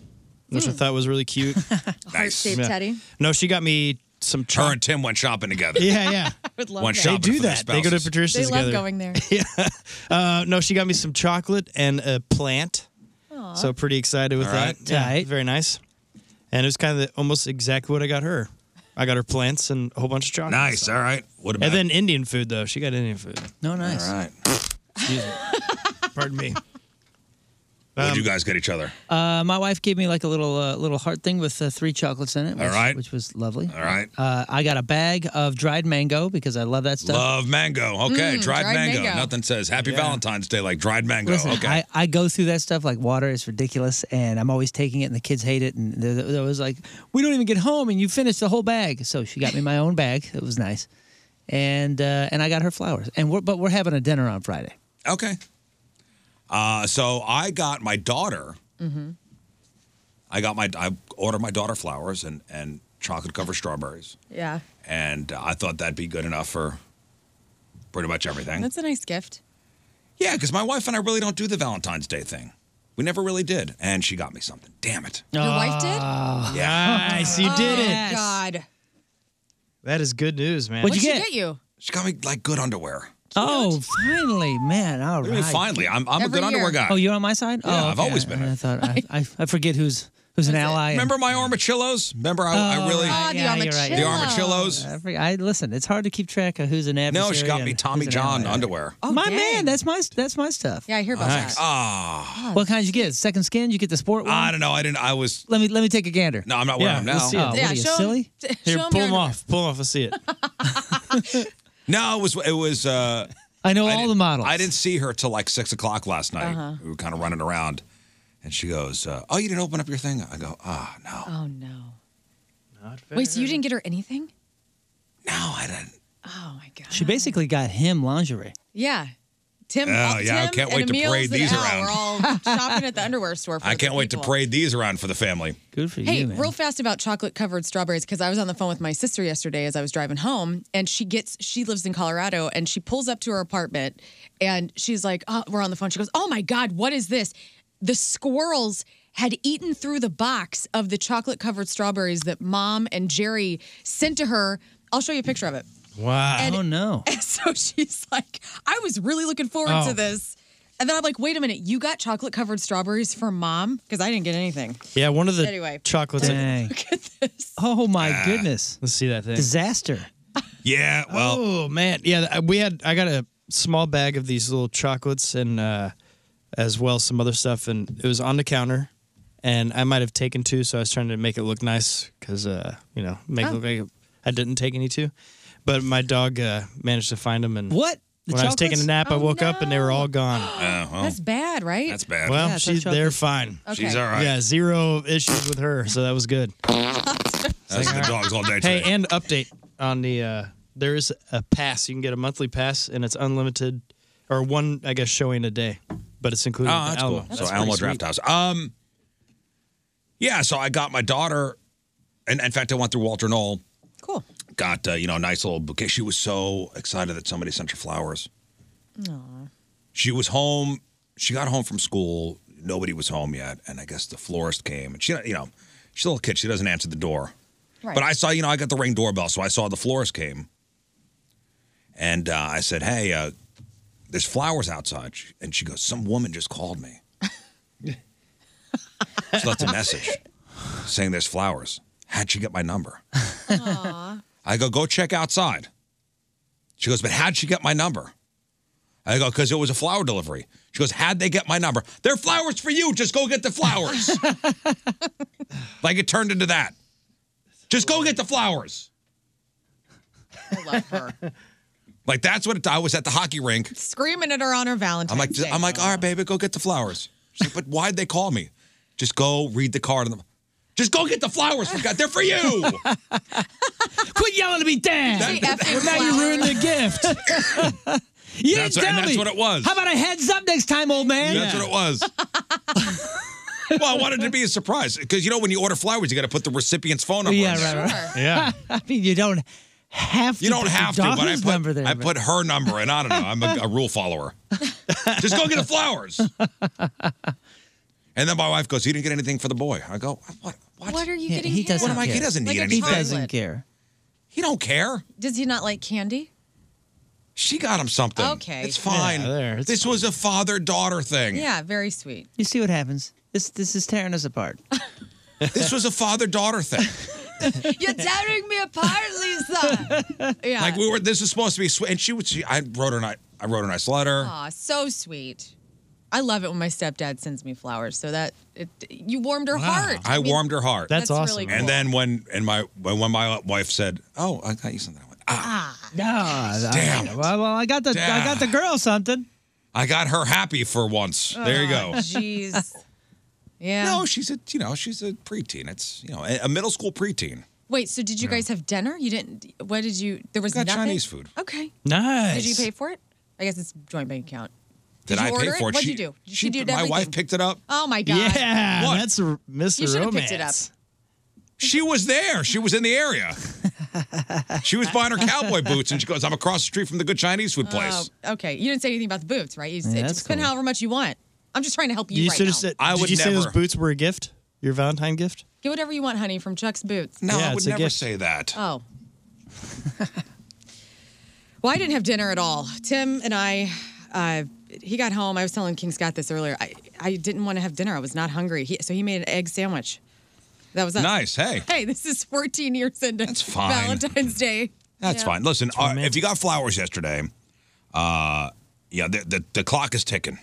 [SPEAKER 12] which
[SPEAKER 11] Hmm.
[SPEAKER 12] I thought was really cute.
[SPEAKER 8] Nice.
[SPEAKER 9] Heart-shaped
[SPEAKER 12] Yeah.
[SPEAKER 9] teddy.
[SPEAKER 12] no, she got me some.
[SPEAKER 8] Her
[SPEAKER 12] Chocolate.
[SPEAKER 8] and Tim went shopping together.
[SPEAKER 12] Yeah, yeah.
[SPEAKER 9] Would love
[SPEAKER 8] Went
[SPEAKER 9] that.
[SPEAKER 12] They
[SPEAKER 8] shopping
[SPEAKER 12] do
[SPEAKER 8] for their
[SPEAKER 12] that. They go to
[SPEAKER 8] spouses.
[SPEAKER 12] Patricia's
[SPEAKER 9] They love
[SPEAKER 12] together.
[SPEAKER 9] going there.
[SPEAKER 12] Uh, no, she got me some chocolate and a plant. So pretty excited with
[SPEAKER 8] All
[SPEAKER 12] that.
[SPEAKER 8] right.
[SPEAKER 12] Yeah,
[SPEAKER 11] Tight.
[SPEAKER 12] very nice. And it was kind of the, almost exactly what I got her. I got her plants and a whole bunch of chocolate.
[SPEAKER 8] Nice.
[SPEAKER 12] So-
[SPEAKER 8] All right. What about?
[SPEAKER 12] And then Indian food though. She got Indian food.
[SPEAKER 11] No, nice.
[SPEAKER 8] all right.
[SPEAKER 12] Pardon me.
[SPEAKER 8] what
[SPEAKER 12] Um,
[SPEAKER 8] did you guys get each other?
[SPEAKER 11] Uh, my wife gave me like a little uh, little heart thing with uh, three chocolates in it. Which,
[SPEAKER 8] All right.
[SPEAKER 11] which was lovely.
[SPEAKER 8] All right.
[SPEAKER 11] Uh, I got a bag of dried mango because I love that stuff.
[SPEAKER 8] Love mango. Okay, dried,
[SPEAKER 9] Mm, dried
[SPEAKER 8] mango.
[SPEAKER 9] mango.
[SPEAKER 8] Nothing says Happy Valentine's Day like dried mango.
[SPEAKER 11] Listen,
[SPEAKER 8] okay.
[SPEAKER 11] I, I go through that stuff like water. It's ridiculous, and I'm always taking it, and the kids hate it. And there, there was like, we don't even get home, and you finish the whole bag. So she got me my own bag. It was nice, and uh, and I got her flowers. And we're, but we're having a dinner on Friday.
[SPEAKER 8] Okay. Uh, so I got my daughter.
[SPEAKER 9] Mm-hmm.
[SPEAKER 8] I got my I ordered my daughter flowers and and chocolate covered strawberries,
[SPEAKER 9] Yeah,
[SPEAKER 8] and uh, I thought that'd be good enough for pretty much everything.
[SPEAKER 9] that's a nice gift.
[SPEAKER 8] yeah, because my wife and I really don't do the Valentine's Day thing. We never really did, and she got me something. Damn it!
[SPEAKER 9] Your wife did.
[SPEAKER 12] Ah. Nice, you did it.
[SPEAKER 9] Oh, God,
[SPEAKER 12] That is good news, man.
[SPEAKER 11] What'd
[SPEAKER 9] what'd
[SPEAKER 11] you
[SPEAKER 9] she
[SPEAKER 11] get?
[SPEAKER 9] get you?
[SPEAKER 8] She got me like good underwear.
[SPEAKER 11] Oh, finally, man! All
[SPEAKER 8] I
[SPEAKER 11] right.
[SPEAKER 8] mean, finally, I'm I'm
[SPEAKER 9] Every
[SPEAKER 8] a good underwear
[SPEAKER 9] year.
[SPEAKER 8] guy.
[SPEAKER 11] Oh, you're on my side.
[SPEAKER 8] Yeah,
[SPEAKER 11] oh,
[SPEAKER 8] I've always been
[SPEAKER 11] I,
[SPEAKER 8] a-
[SPEAKER 11] I thought I, I, I forget who's who's an ally. and-
[SPEAKER 8] Remember my armachillos? Remember I, I really
[SPEAKER 9] Ah, the
[SPEAKER 11] Oh, Yeah, you're right.
[SPEAKER 9] armadillo.
[SPEAKER 8] the armachillos.
[SPEAKER 11] I, forget- I listen. It's hard to keep track of who's an adversary.
[SPEAKER 8] No, she got
[SPEAKER 11] and
[SPEAKER 8] me
[SPEAKER 11] who's
[SPEAKER 8] Tommy
[SPEAKER 11] an
[SPEAKER 8] John
[SPEAKER 11] ally.
[SPEAKER 8] underwear.
[SPEAKER 11] my
[SPEAKER 9] dang.
[SPEAKER 11] man, that's my that's my stuff. Oh,
[SPEAKER 9] Yeah, I hear about that.
[SPEAKER 8] Ah,
[SPEAKER 11] What kinds you get? Second skin? You get the sport one?
[SPEAKER 8] I don't know. I didn't. I was
[SPEAKER 11] let me let me take a gander.
[SPEAKER 8] No, I'm not wearing
[SPEAKER 12] Yeah,
[SPEAKER 8] them
[SPEAKER 12] we'll
[SPEAKER 8] now.
[SPEAKER 12] see
[SPEAKER 11] Oh,
[SPEAKER 12] it.
[SPEAKER 11] what are you,
[SPEAKER 9] show 'em-
[SPEAKER 11] silly?
[SPEAKER 12] Here,
[SPEAKER 9] show 'em
[SPEAKER 12] pull
[SPEAKER 9] your
[SPEAKER 12] them
[SPEAKER 9] underwear.
[SPEAKER 12] off. Pull 'em off. Let's see it.
[SPEAKER 8] No, it was it was. Uh,
[SPEAKER 11] I know
[SPEAKER 8] I
[SPEAKER 11] all
[SPEAKER 8] didn't-
[SPEAKER 11] the models.
[SPEAKER 8] I didn't see her till like six o'clock last night. We were kind of running around, and she goes, uh, "Oh, you didn't open up your thing." I go, "Ah, no."
[SPEAKER 9] Oh no. Wait, so you didn't get her anything? Oh my god.
[SPEAKER 11] She basically got him lingerie.
[SPEAKER 9] Yeah. Tim,
[SPEAKER 8] Oh,
[SPEAKER 9] all-
[SPEAKER 8] yeah, I
[SPEAKER 9] Tim
[SPEAKER 8] can't
[SPEAKER 9] and
[SPEAKER 8] wait to
[SPEAKER 9] Emil's
[SPEAKER 8] parade
[SPEAKER 9] and
[SPEAKER 8] these
[SPEAKER 9] Al
[SPEAKER 8] around.
[SPEAKER 9] We're all shopping at the underwear store. For
[SPEAKER 8] I
[SPEAKER 9] other
[SPEAKER 8] can't wait to
[SPEAKER 9] people.
[SPEAKER 8] parade these around for the family.
[SPEAKER 11] Good for
[SPEAKER 9] Hey, real fast about chocolate covered strawberries because I was on the phone with my sister yesterday as I was driving home, and she gets she lives in Colorado and she pulls up to her apartment, and she's like, oh, "We're on the phone." She goes, "Oh my god, what is this? The squirrels." Had eaten through the box of the chocolate covered strawberries that mom and Jerry sent to her. I'll show you a picture of it.
[SPEAKER 11] Wow.
[SPEAKER 9] And-
[SPEAKER 11] oh no.
[SPEAKER 9] And so she's like, I was really looking forward
[SPEAKER 11] Oh.
[SPEAKER 9] to this. And then I'm like, wait a minute, you got chocolate covered strawberries from mom? Because I didn't get anything.
[SPEAKER 12] Yeah, one of the
[SPEAKER 9] Anyway.
[SPEAKER 12] chocolates.
[SPEAKER 11] Dang.
[SPEAKER 9] Look at this.
[SPEAKER 8] Ah.
[SPEAKER 11] Oh my goodness.
[SPEAKER 12] Let's see that thing.
[SPEAKER 11] Disaster.
[SPEAKER 8] Yeah, well,
[SPEAKER 12] oh man, yeah. th- We had I got a small bag of these little chocolates and uh, as well some other stuff, and it was on the counter, and I might have taken two, so I was trying to make it look nice because uh, you know make it
[SPEAKER 11] Oh.
[SPEAKER 12] look like I didn't take any two, but my dog uh, managed to find them and
[SPEAKER 11] What? The
[SPEAKER 12] When I was taking
[SPEAKER 11] chocolates?
[SPEAKER 12] a nap, I
[SPEAKER 9] Oh,
[SPEAKER 12] woke up and they were all gone.
[SPEAKER 8] uh, well,
[SPEAKER 9] That's bad, right?
[SPEAKER 8] that's bad.
[SPEAKER 12] well,
[SPEAKER 11] Yeah, it's
[SPEAKER 12] she,
[SPEAKER 11] not
[SPEAKER 12] they're fine.
[SPEAKER 9] Okay.
[SPEAKER 8] She's all right.
[SPEAKER 12] Yeah, zero issues with her, so that was good.
[SPEAKER 8] That's the dogs all day
[SPEAKER 12] Hey,
[SPEAKER 8] today.
[SPEAKER 12] and update on the uh, there is a pass. You can get a monthly pass, and it's unlimited, or one I guess showing a day, but it's included.
[SPEAKER 8] Oh,
[SPEAKER 12] with
[SPEAKER 8] that's
[SPEAKER 12] the Alamo.
[SPEAKER 8] cool. so Alamo Draft House. Um, yeah. So I got my daughter, and in fact, I went through Walter Knoll.
[SPEAKER 9] Cool.
[SPEAKER 8] Got uh, you know a nice little bouquet. She was so excited that somebody sent her flowers. She was home. She got home from school. Nobody was home yet, and I guess the florist came. And she, you know, she's a little kid. She doesn't answer the door.
[SPEAKER 9] Right.
[SPEAKER 8] But I saw, you know, I got the ring doorbell, so I saw the florist came, and uh, I said, "Hey, uh, there's flowers outside," She- and she goes, "Some woman just called me." she left a message saying there's flowers. How'd she get my number?
[SPEAKER 11] Oh.
[SPEAKER 8] I go, "Go check outside." She goes, "But how'd she get my number?" I go, "Cause it was a flower delivery." She goes, "How'd they get my number? They're flowers for you. Just go get the flowers." like it turned into that. Just go get the flowers.
[SPEAKER 9] I love her.
[SPEAKER 8] Like that's what it, I was at the hockey rink.
[SPEAKER 9] Screaming at her on her Valentine's
[SPEAKER 8] I'm like,
[SPEAKER 9] Day.
[SPEAKER 8] I'm like, all right, baby, go get the flowers. She's like, but why'd they call me? Just go read the card. on the- Just go get the flowers. For God, they're for you.
[SPEAKER 11] Quit yelling at me, Dan.
[SPEAKER 9] She effing
[SPEAKER 11] now you ruined the gift. you
[SPEAKER 8] That's what- and
[SPEAKER 11] didn't tell
[SPEAKER 8] that's
[SPEAKER 11] me.
[SPEAKER 8] what it was.
[SPEAKER 11] How about a heads up next time, old man?
[SPEAKER 8] That's what it was. well, I wanted it to be a surprise because you know when you order flowers, you got to put the recipient's phone number.
[SPEAKER 11] Yeah,
[SPEAKER 8] in there.
[SPEAKER 11] right, right.
[SPEAKER 9] Sure.
[SPEAKER 12] Yeah,
[SPEAKER 11] I mean, you don't have to.
[SPEAKER 8] You don't
[SPEAKER 11] put
[SPEAKER 8] have to,
[SPEAKER 11] your
[SPEAKER 8] but I
[SPEAKER 11] daughter's
[SPEAKER 8] put,
[SPEAKER 11] number there.
[SPEAKER 8] I
[SPEAKER 11] but-
[SPEAKER 8] put her number, and I don't know. I'm a, a rule follower. Just go get the flowers. And then my wife goes, "You didn't get anything for the boy." I go, "What? What?
[SPEAKER 9] What are you
[SPEAKER 11] Yeah,
[SPEAKER 9] getting?
[SPEAKER 11] he
[SPEAKER 9] him?
[SPEAKER 11] doesn't
[SPEAKER 8] am I- he
[SPEAKER 11] care.
[SPEAKER 8] doesn't
[SPEAKER 9] Like
[SPEAKER 8] need
[SPEAKER 9] a
[SPEAKER 11] He
[SPEAKER 8] anything.
[SPEAKER 9] chocolate.
[SPEAKER 11] doesn't care.
[SPEAKER 8] He don't care."
[SPEAKER 9] Does he not like candy?
[SPEAKER 8] She got him something.
[SPEAKER 9] Okay.
[SPEAKER 8] It's fine.
[SPEAKER 12] Yeah, there, it's
[SPEAKER 8] this was a father daughter thing.
[SPEAKER 9] Yeah, very sweet.
[SPEAKER 11] You see what happens? This this is tearing us apart.
[SPEAKER 8] This was a father daughter thing.
[SPEAKER 9] You're tearing me apart, Lisa. yeah.
[SPEAKER 8] Like we were this was supposed to be sweet and she would she, I wrote her ni- I wrote her a nice letter.
[SPEAKER 9] Aw, so sweet. I love it when my stepdad sends me flowers. So that it, you warmed her heart.
[SPEAKER 8] I warmed her heart.
[SPEAKER 12] that's,
[SPEAKER 9] That's
[SPEAKER 12] awesome.
[SPEAKER 9] really
[SPEAKER 8] and then when and my when, when my wife said, "Oh, I got you something." I went, "Ah,
[SPEAKER 11] No,
[SPEAKER 8] Damn it.
[SPEAKER 11] Well, well, I got the I got the girl something.
[SPEAKER 8] I got her happy for once."
[SPEAKER 9] Oh,
[SPEAKER 8] There you go.
[SPEAKER 9] Jeez. Yeah.
[SPEAKER 8] No, Oh, she's a you know, she's a preteen. It's, you know, a a middle school preteen.
[SPEAKER 9] Wait, so did you guys have dinner? You didn't. What did you? There was
[SPEAKER 8] Got
[SPEAKER 9] nothing?
[SPEAKER 8] Chinese food.
[SPEAKER 9] Okay.
[SPEAKER 12] nice.
[SPEAKER 9] Did you pay for it? I guess it's joint bank account.
[SPEAKER 8] Did,
[SPEAKER 9] you
[SPEAKER 8] I pay
[SPEAKER 9] order it?
[SPEAKER 8] for it?
[SPEAKER 9] What'd
[SPEAKER 8] She-
[SPEAKER 9] you do? Did
[SPEAKER 8] she,
[SPEAKER 9] she do
[SPEAKER 8] my wife
[SPEAKER 9] everything?
[SPEAKER 8] picked it up.
[SPEAKER 9] Oh my god.
[SPEAKER 12] Yeah,
[SPEAKER 8] What?
[SPEAKER 12] that's r- Mr.
[SPEAKER 9] You should have
[SPEAKER 12] Romance.
[SPEAKER 9] picked it up.
[SPEAKER 8] She was there. She was in the area. she was buying her cowboy boots, and she goes, "I'm across the street from the good Chinese food place."
[SPEAKER 9] Oh, okay. You didn't say anything about the boots, right? You said
[SPEAKER 11] that's
[SPEAKER 9] just spend
[SPEAKER 11] cool.
[SPEAKER 9] however much you want. I'm just trying to help you,
[SPEAKER 12] You
[SPEAKER 9] right
[SPEAKER 12] should
[SPEAKER 9] now.
[SPEAKER 12] have said.
[SPEAKER 8] I
[SPEAKER 12] did
[SPEAKER 8] would
[SPEAKER 12] you say those
[SPEAKER 8] never-
[SPEAKER 12] boots were a gift? Your Valentine gift?
[SPEAKER 9] Get whatever you want, honey, from Chuck's boots.
[SPEAKER 8] no,
[SPEAKER 12] Yeah,
[SPEAKER 8] I would
[SPEAKER 12] it's a
[SPEAKER 8] never
[SPEAKER 12] gift.
[SPEAKER 8] say that.
[SPEAKER 9] Oh. well, I didn't have dinner at all. Tim and I, uh, he got home. I was telling King Scott this earlier. I, I didn't want to have dinner. I was not hungry. He, so he made an egg sandwich. That was us.
[SPEAKER 8] Nice. Hey,
[SPEAKER 9] Hey, this is 14 years into
[SPEAKER 8] That's fine.
[SPEAKER 9] Valentine's Day.
[SPEAKER 8] that's fine. Listen, uh, if you got flowers yesterday, uh, yeah, the, the the clock is ticking.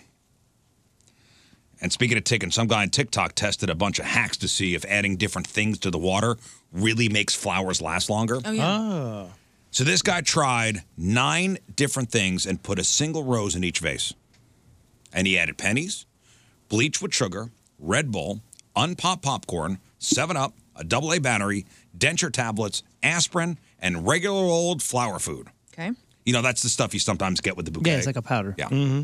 [SPEAKER 8] And speaking of ticking, some guy on TikTok tested a bunch of hacks to see if adding different things to the water really makes flowers last longer. Ah.
[SPEAKER 9] Oh, yeah.
[SPEAKER 8] So this guy tried nine different things and put a single rose in each vase. And he added pennies, bleach with sugar, Red Bull, unpopped popcorn, 7 Up, a double A battery, denture tablets, aspirin, and regular old flour food.
[SPEAKER 9] Okay.
[SPEAKER 8] You know, that's the stuff you sometimes get with the bouquet.
[SPEAKER 11] Yeah, it's like a powder.
[SPEAKER 8] Yeah.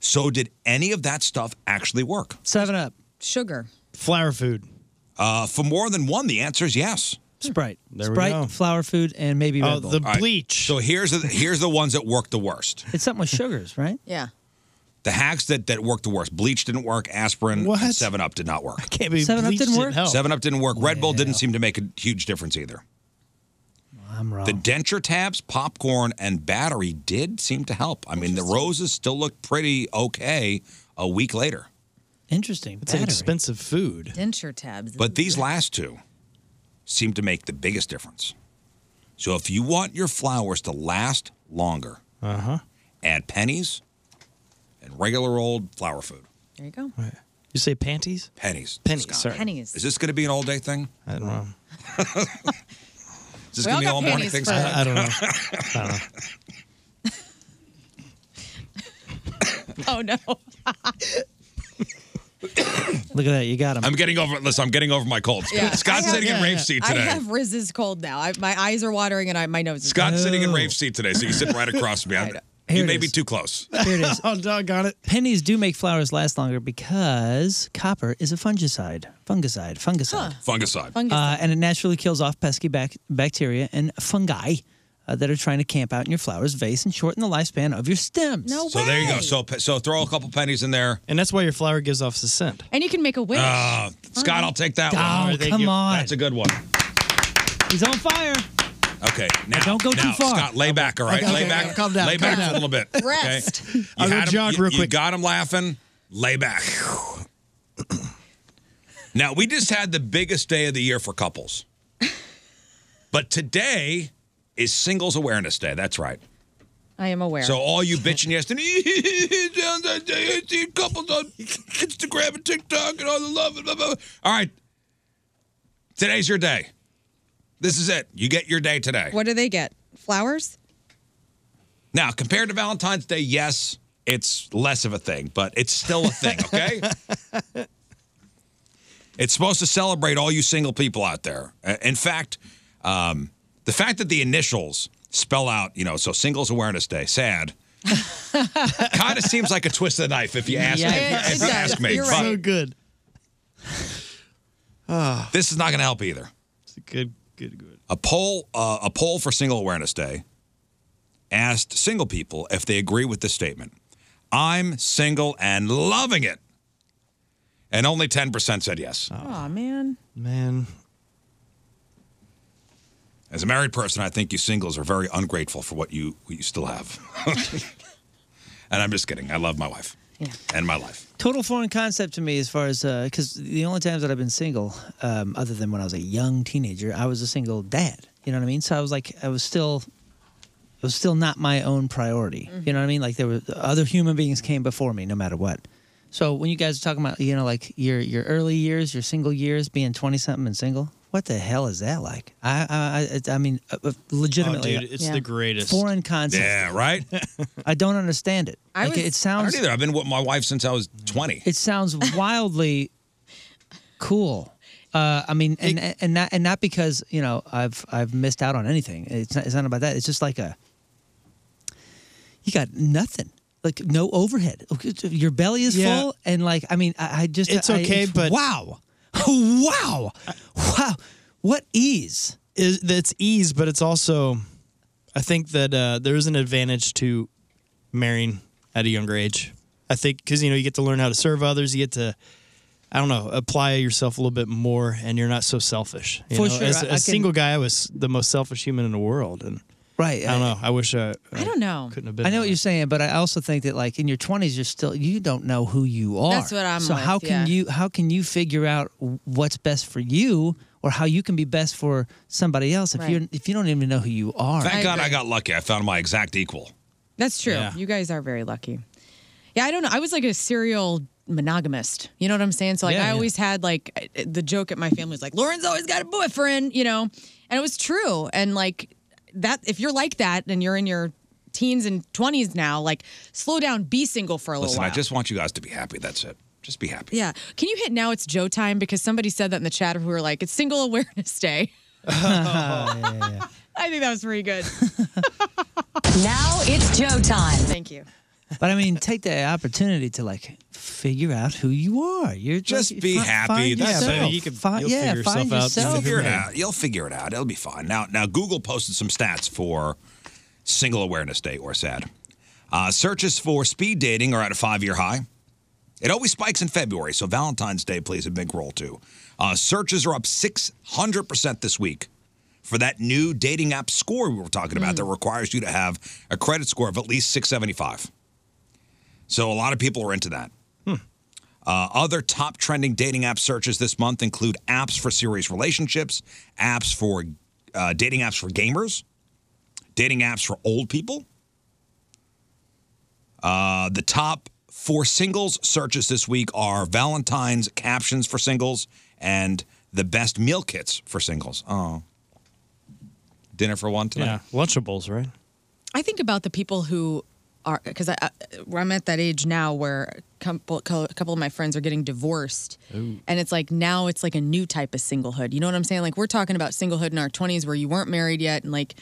[SPEAKER 8] So, did any of that stuff actually work?
[SPEAKER 11] Seven Up.
[SPEAKER 9] Sugar.
[SPEAKER 8] Flour food. Uh, for more than one, the answer is yes.
[SPEAKER 11] Sprite.
[SPEAKER 8] There we
[SPEAKER 11] Sprite,
[SPEAKER 8] go. Oh,
[SPEAKER 11] flour food, and maybe Red Bull.
[SPEAKER 8] All right. So here's the, here's the ones that worked the worst.
[SPEAKER 11] It's something with sugars, right?
[SPEAKER 9] Yeah.
[SPEAKER 8] The hacks that, that worked the worst. Bleach didn't work. Aspirin. And Seven Up did not work.
[SPEAKER 11] can't believe 7-Up bleach didn't didn't work? help.
[SPEAKER 8] Seven Up didn't work. Red Bull didn't seem to make a huge difference either.
[SPEAKER 11] I'm wrong.
[SPEAKER 8] The denture tabs, popcorn, and battery did seem to help. I mean, the roses still looked pretty okay a week later.
[SPEAKER 11] Interesting.
[SPEAKER 8] It's an expensive food.
[SPEAKER 9] Denture tabs.
[SPEAKER 8] But these last two seem to make the biggest difference. So if you want your flowers to last longer,
[SPEAKER 12] Uh-huh.
[SPEAKER 8] add pennies and regular old flower food.
[SPEAKER 9] There you go.
[SPEAKER 12] You say panties?
[SPEAKER 8] Pennies.
[SPEAKER 12] Pennies,
[SPEAKER 8] Scott.
[SPEAKER 12] sorry.
[SPEAKER 9] Pennies.
[SPEAKER 8] Is this going to be an all day thing?
[SPEAKER 12] I don't know.
[SPEAKER 8] Is this
[SPEAKER 9] We
[SPEAKER 8] going to be
[SPEAKER 9] all got
[SPEAKER 8] all morning
[SPEAKER 9] pennies
[SPEAKER 8] thing?
[SPEAKER 9] for-
[SPEAKER 8] Scott?
[SPEAKER 9] I- I don't know.
[SPEAKER 12] I don't
[SPEAKER 9] Oh, no.
[SPEAKER 11] Look at that. You got him.
[SPEAKER 8] I'm getting over. Listen, I'm getting over my cold. Scott's
[SPEAKER 9] I have-
[SPEAKER 8] sitting in rave seat today.
[SPEAKER 9] I have Riz's cold now. I, my eyes are watering and I, my nose is
[SPEAKER 8] Scott's sitting in rave seat today, so you sit right across from me. I'm- you
[SPEAKER 11] it
[SPEAKER 8] may be too close.
[SPEAKER 11] Here it is. oh, doggone it. Pennies do make flowers last longer because copper is a fungicide. Fungicide. Fungicide.
[SPEAKER 8] Fungicide.
[SPEAKER 11] Uh, and it naturally kills off pesky bac- bacteria and fungi uh, that are trying to camp out in your flower's vase and shorten the lifespan of your stems.
[SPEAKER 9] No
[SPEAKER 8] so there you go. So pe- so throw a couple pennies in there.
[SPEAKER 12] And that's why your flower gives off the scent.
[SPEAKER 9] And you can make a wish.
[SPEAKER 8] Uh, Scott, I'll take that
[SPEAKER 12] Oh,
[SPEAKER 8] one.
[SPEAKER 12] thank come you. on.
[SPEAKER 8] That's a good one.
[SPEAKER 11] He's on fire.
[SPEAKER 8] Okay, now don't
[SPEAKER 11] go too far.
[SPEAKER 8] Scott, lay back, all right?
[SPEAKER 11] Okay,
[SPEAKER 8] lay
[SPEAKER 11] okay,
[SPEAKER 8] back,
[SPEAKER 11] okay. Calm down,
[SPEAKER 8] lay
[SPEAKER 11] calm
[SPEAKER 8] back
[SPEAKER 11] down.
[SPEAKER 8] a little bit.
[SPEAKER 11] Rest.
[SPEAKER 8] Okay? You
[SPEAKER 11] I'll go
[SPEAKER 8] had him-
[SPEAKER 11] jog
[SPEAKER 8] you-
[SPEAKER 11] real
[SPEAKER 8] You
[SPEAKER 11] quick.
[SPEAKER 8] got him laughing. Lay back. now we just had the biggest day of the year for couples, but today is Singles Awareness Day. That's right.
[SPEAKER 9] I am aware.
[SPEAKER 8] So all you bitching yesterday, down that day, I see couples on Instagram and TikTok and all the love and blah, blah, blah. All right, today's your day. This is it. You get your day today.
[SPEAKER 9] what do they get? Flowers?
[SPEAKER 8] Now, compared to Valentine's Day, yes, it's less of a thing, but it's still a thing, okay? it's supposed to celebrate all you single people out there. Uh, In fact, um, the fact that the initials spell out, you know, so Singles Awareness Day, sad. kind of seems like a twist of the knife if you ask
[SPEAKER 12] Yeah,
[SPEAKER 8] me.
[SPEAKER 12] it-
[SPEAKER 8] if
[SPEAKER 12] it
[SPEAKER 8] you
[SPEAKER 12] does.
[SPEAKER 8] ask me.
[SPEAKER 12] You're
[SPEAKER 8] but
[SPEAKER 12] so good.
[SPEAKER 8] This is not going to help either.
[SPEAKER 12] Ah. Good, good, good.
[SPEAKER 8] A poll, uh, a poll for Single Awareness Day, asked single people if they agree with this statement: "I'm single and loving it," and only ten percent said yes.
[SPEAKER 9] Oh, man.
[SPEAKER 12] Man,
[SPEAKER 8] As a married person, I think you singles are very ungrateful for what you what you still have. and I'm just kidding. I love my wife and my life.
[SPEAKER 11] Total foreign concept to me as far as because the only times that I've been single, um, other than when I was a young teenager, I was a single dad. You know what I mean? So I was like, I was still, it was still not my own priority.
[SPEAKER 8] Mm-hmm.
[SPEAKER 11] You know what I mean? Like there were other human beings came before me, no matter what. So when you guys are talking about, you know, like your your early years, your single years, being twenty something and single, what the hell is that like? I I I, it- I mean, uh, uh, legitimately,
[SPEAKER 12] Oh, dude, it's the greatest.
[SPEAKER 11] foreign concept.
[SPEAKER 8] Yeah, right.
[SPEAKER 11] I don't understand it.
[SPEAKER 8] I
[SPEAKER 11] like,
[SPEAKER 8] was-
[SPEAKER 11] it
[SPEAKER 8] I
[SPEAKER 11] sounds
[SPEAKER 8] don't either. I've been with my wife since I was 20.
[SPEAKER 11] it sounds wildly cool. Uh, I mean, and, and not and not because you know I've I've missed out on anything. It's not, it's not about that. It's just like a you got nothing, like no overhead. Okay, so Your belly is
[SPEAKER 12] Yeah.
[SPEAKER 11] full, and like I mean, I, I just
[SPEAKER 12] It's
[SPEAKER 11] I-
[SPEAKER 12] okay, but-
[SPEAKER 11] wow, wow, wow, what ease?
[SPEAKER 12] is that's ease, but it's also, I think that uh, there is an advantage to marrying at a younger age. I think because you know you get to learn how to serve others, you get to, I don't know, apply yourself a little bit more, and you're not so selfish. You
[SPEAKER 11] For
[SPEAKER 12] know?
[SPEAKER 11] sure,
[SPEAKER 12] as
[SPEAKER 11] I-
[SPEAKER 12] a
[SPEAKER 11] I can-
[SPEAKER 12] single guy, I was the most selfish human in the world, and
[SPEAKER 11] Right,
[SPEAKER 12] I don't know. I wish uh, I,
[SPEAKER 9] I don't know.
[SPEAKER 12] couldn't have been.
[SPEAKER 11] I know what you're saying, but I also think that like in your 20s, you're still you don't know who you are.
[SPEAKER 9] That's what I'm
[SPEAKER 11] So
[SPEAKER 9] with,
[SPEAKER 11] how can
[SPEAKER 9] yeah.
[SPEAKER 11] you how can you figure out what's best for you, or how you can be best for somebody else if
[SPEAKER 9] Right.
[SPEAKER 11] you if you don't even know who you are?
[SPEAKER 8] Thank
[SPEAKER 9] I
[SPEAKER 8] God I
[SPEAKER 9] agree.
[SPEAKER 8] got lucky. I found my exact equal.
[SPEAKER 9] That's true.
[SPEAKER 8] Yeah.
[SPEAKER 9] You guys are very lucky. Yeah, I don't know. I was like a serial monogamist. You know what I'm saying? So like,
[SPEAKER 11] Yeah,
[SPEAKER 9] I
[SPEAKER 11] yeah.
[SPEAKER 9] always had like I- the joke at my family was like, Lauren's always got a boyfriend. You know, and it was true. And like that, if you're like that and you're in your teens and 20s now, like slow down, be single for a little
[SPEAKER 8] Listen,
[SPEAKER 9] while.
[SPEAKER 8] I just want you guys to be happy. That's it. Just be happy.
[SPEAKER 9] yeah. Can you hit now? It's Joe time because somebody said that in the chat. Who were like, it's Single Awareness Day.
[SPEAKER 8] Oh,
[SPEAKER 9] I think that was pretty good.
[SPEAKER 6] Now it's Joe time.
[SPEAKER 9] Thank you.
[SPEAKER 11] But I mean, take the opportunity to like figure out who you are. You're
[SPEAKER 8] Just
[SPEAKER 11] like,
[SPEAKER 8] be
[SPEAKER 11] fi-
[SPEAKER 8] happy.
[SPEAKER 11] Find
[SPEAKER 8] That's
[SPEAKER 11] yourself.
[SPEAKER 8] it. You can-
[SPEAKER 11] Fi-
[SPEAKER 8] you'll
[SPEAKER 11] yeah,
[SPEAKER 8] figure yourself
[SPEAKER 11] find
[SPEAKER 8] out.
[SPEAKER 11] Yourself.
[SPEAKER 8] You'll figure it out. You'll figure it out. It'll be fine. Now, now Google posted some stats for Single Awareness Day or SAD. Uh, searches for speed dating are at a five-year high. It always spikes in February, so Valentine's Day plays a big role too. Uh, searches are up 600% this week for that new dating app score we were talking
[SPEAKER 11] Hmm.
[SPEAKER 8] about that requires you to have a credit score of at least 675. So a lot of people are into that.
[SPEAKER 12] Hmm.
[SPEAKER 8] Uh, other top trending dating app searches this month include apps for serious relationships, apps for uh, dating apps for gamers, dating apps for old people. Uh, the top four singles searches this week are Valentine's captions for singles and the best meal kits for singles. Oh, dinner for one tonight.
[SPEAKER 12] Yeah, Lunchables, right?
[SPEAKER 9] I think about the people who are because I, I I'm at that age now where a couple, co- a couple of my friends are getting divorced, and it's like now it's like a new type of singlehood. You know what I'm saying? Like we're talking about singlehood in our 20s where you weren't married yet and like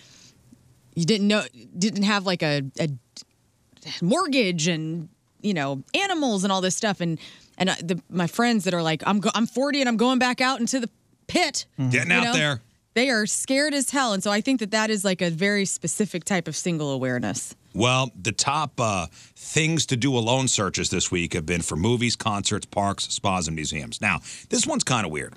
[SPEAKER 9] you didn't know didn't have like a, a mortgage and you know animals and all this stuff and and uh, the, my friends that are like I'm go- I'm 40 and I'm going back out into the pit
[SPEAKER 8] Mm-hmm. Getting
[SPEAKER 9] you
[SPEAKER 8] out
[SPEAKER 9] know?
[SPEAKER 8] there.
[SPEAKER 9] They are scared as hell. And so I think that that is like a very specific type of single awareness.
[SPEAKER 8] Well, the top uh, things to do alone searches this week have been for movies, concerts, parks, spas, and museums. Now, this one's kind of weird.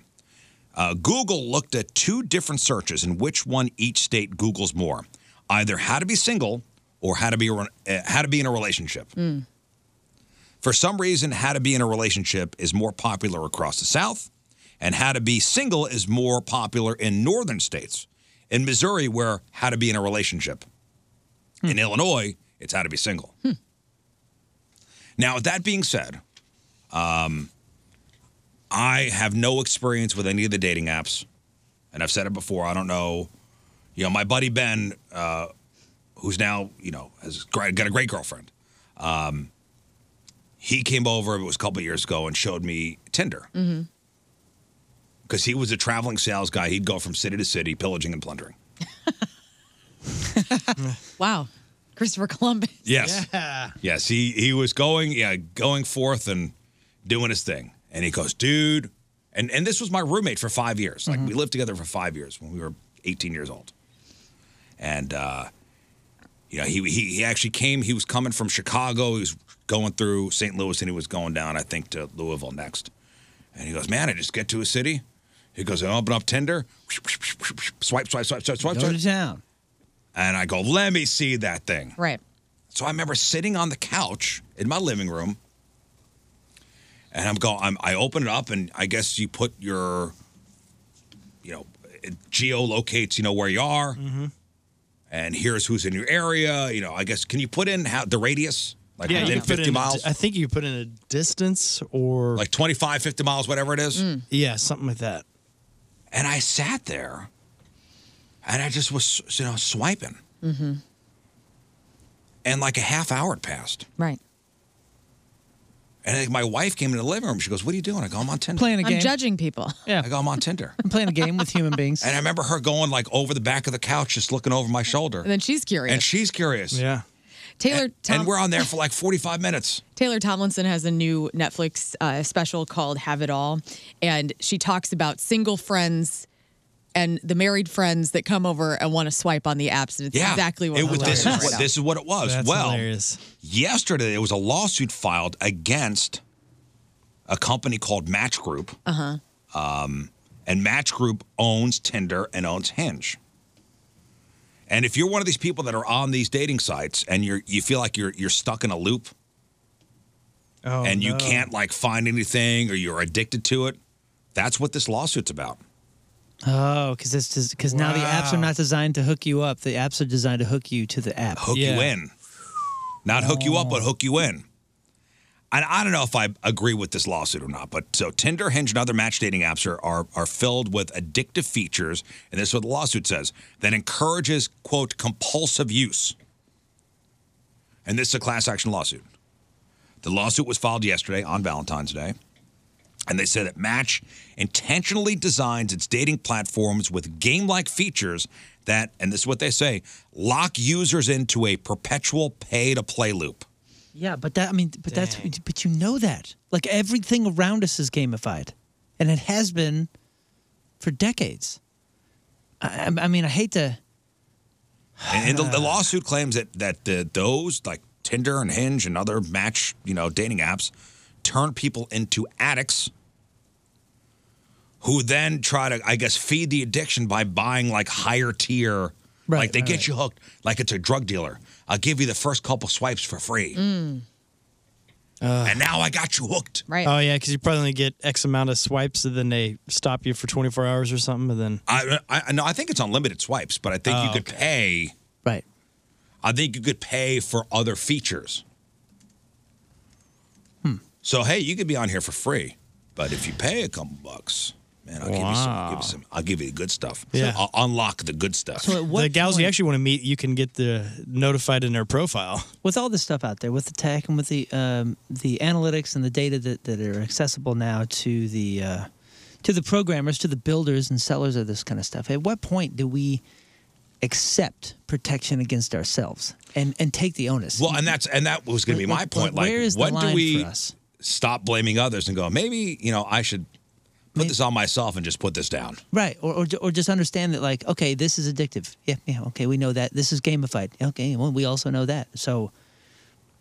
[SPEAKER 8] Uh, Google looked at two different searches and which one each state Googles more either how to be single or how to be, uh, how to be in a relationship. For some reason, how to be in a relationship is more popular across the South, and how to be single is more popular in northern states. In Missouri, where how to be in a relationship. In Illinois, it's how to be single. Now, with that being said, um, I have no experience with any of the dating apps, and I've said it before. I don't know. You know, my buddy Ben, uh, who's now you know has gr- got a great girlfriend. Um, he came over. It was a couple years ago, and showed me Tinder
[SPEAKER 9] Mm-hmm.
[SPEAKER 8] because he was a traveling sales guy. He'd go from city to city, pillaging and plundering.
[SPEAKER 9] Wow. Christopher Columbus.
[SPEAKER 8] Yes. Yes, he he was going, yeah, going forth and doing his thing. And he goes, dude, and and this was my roommate for five years. Like we
[SPEAKER 11] Mm-hmm.
[SPEAKER 8] lived together for five years when we were 18 years old. And uh, you know, he he he actually came. He was coming from Chicago. He was going through St. Louis, and he was going down, I think, to Louisville next. And he goes, man, I just get to a city. He goes, I open up Tinder, swipe, swipe, swipe, swipe, swipe,
[SPEAKER 11] Go to
[SPEAKER 8] swipe,
[SPEAKER 11] town.
[SPEAKER 8] and I go, let me see that thing.
[SPEAKER 9] Right.
[SPEAKER 8] So I remember sitting on the couch in my living room, and I'm going. I'm, I open it up, and I guess you put your, you know, it geolocates. You know where you are, and here's who's in your area. You know, I guess can you put in how, the radius, like
[SPEAKER 12] you
[SPEAKER 8] within
[SPEAKER 12] could put
[SPEAKER 8] 50
[SPEAKER 12] in uh, a di-
[SPEAKER 8] miles,
[SPEAKER 12] I think you put in a distance or
[SPEAKER 8] like 25, 50 miles, whatever it is.
[SPEAKER 11] Mm.
[SPEAKER 12] yeah, something like that.
[SPEAKER 8] And I sat there, and I just was you know swiping,
[SPEAKER 9] Mm-hmm.
[SPEAKER 8] and like a half hour had passed.
[SPEAKER 9] Right.
[SPEAKER 8] And like my wife came into the living room. She goes, "What are you doing?" I go, "I'm on Tinder."
[SPEAKER 11] Playing a I'm game.
[SPEAKER 9] judging people.
[SPEAKER 11] Yeah.
[SPEAKER 8] I go, "I'm on Tinder."
[SPEAKER 11] I'm playing a game with human beings.
[SPEAKER 8] And I remember her going like over the back of the couch, just looking over my shoulder.
[SPEAKER 9] And then she's curious.
[SPEAKER 8] And she's curious. Yeah.
[SPEAKER 9] Taylor Tom-
[SPEAKER 8] And we're on there for like 45 minutes.
[SPEAKER 9] Taylor Tomlinson has a new Netflix uh, special called Have It All. And she talks about single friends and the married friends that come over and want to swipe on the apps. And it's
[SPEAKER 8] yeah.
[SPEAKER 9] exactly what
[SPEAKER 8] it
[SPEAKER 9] we're
[SPEAKER 8] was. This
[SPEAKER 9] talking
[SPEAKER 8] is
[SPEAKER 9] about
[SPEAKER 8] what
[SPEAKER 9] right
[SPEAKER 8] this is what it was.
[SPEAKER 12] That's
[SPEAKER 8] well,
[SPEAKER 12] hilarious.
[SPEAKER 8] yesterday there was a lawsuit filed against a company called Match Group.
[SPEAKER 9] now. Uh-huh.
[SPEAKER 8] Um, and Match Group owns Tinder and owns Hinge. And if you're one of these people that are on these dating sites and you're you feel like you're you're stuck in a loop
[SPEAKER 12] Oh,
[SPEAKER 8] and you
[SPEAKER 12] no.
[SPEAKER 8] can't like find anything or you're addicted to it, that's what this lawsuit's about.
[SPEAKER 11] Oh, because it's because now the apps are
[SPEAKER 8] Wow.
[SPEAKER 11] not designed to hook you up. The apps are designed to hook you to the app.
[SPEAKER 8] hook you in. Not hook you up, but hook you in. And I don't know if I agree with this lawsuit or not, but so Tinder, Hinge, and other match dating apps are, are, are filled with addictive features, and this is what the lawsuit says, that encourages, quote, compulsive use. And this is a class action lawsuit. The lawsuit was filed yesterday on Valentine's Day. And they say that Match intentionally designs its dating platforms with game like features that, and this is what they say, lock users into a perpetual pay to play loop.
[SPEAKER 11] Yeah, but that I mean, but that's but you know that like everything around us is gamified, and it has been for decades. I, I I mean, I hate to.
[SPEAKER 8] And, and the, the lawsuit claims that that the, those like Tinder and Hinge and other match, you know, dating apps turn people into addicts who then try to I guess feed the addiction by buying like higher tier
[SPEAKER 7] Right,
[SPEAKER 8] like they
[SPEAKER 7] right,
[SPEAKER 8] get
[SPEAKER 7] right.
[SPEAKER 8] you hooked like it's a drug dealer. I'll give you the first couple swipes for free.
[SPEAKER 9] Mm.
[SPEAKER 12] uh,
[SPEAKER 8] and now I got you hooked.
[SPEAKER 12] Oh yeah, because you probably only get X amount of swipes, and then they stop you for 24 hours or something, and then
[SPEAKER 8] I, I I- no, I think it's unlimited swipes, but I think you
[SPEAKER 12] Oh,
[SPEAKER 8] could pay.
[SPEAKER 11] Right.
[SPEAKER 8] I think you could pay for other features.
[SPEAKER 11] Hmm.
[SPEAKER 8] So hey, you could be on here for free, but if you pay a couple bucks, man, I'll give you some. Give
[SPEAKER 12] Wow.
[SPEAKER 8] you some. I'll give you the good stuff.
[SPEAKER 12] Yeah.
[SPEAKER 8] I'll unlock the good stuff.
[SPEAKER 12] the gals you actually want to meet, you can get the notified in their profile.
[SPEAKER 11] with all this stuff out there, with the tech and with the um, the analytics and the data that, that are accessible now to the uh, to the programmers, to the builders and sellers of this kind of stuff, at what point do we accept protection against ourselves and and take the onus?
[SPEAKER 8] Well, and that's and that was going to be
[SPEAKER 11] Like,
[SPEAKER 8] my
[SPEAKER 11] like,
[SPEAKER 8] point. Like,
[SPEAKER 11] where is the
[SPEAKER 8] what
[SPEAKER 11] line
[SPEAKER 8] do we
[SPEAKER 11] for us?
[SPEAKER 8] stop blaming others and go? Maybe you know I should put this on myself and just put this down.
[SPEAKER 11] Right, or, or ju- or just understand that like, okay, this is addictive. Yeah, yeah, okay, we know that. This is gamified. Okay, well, we also know that. So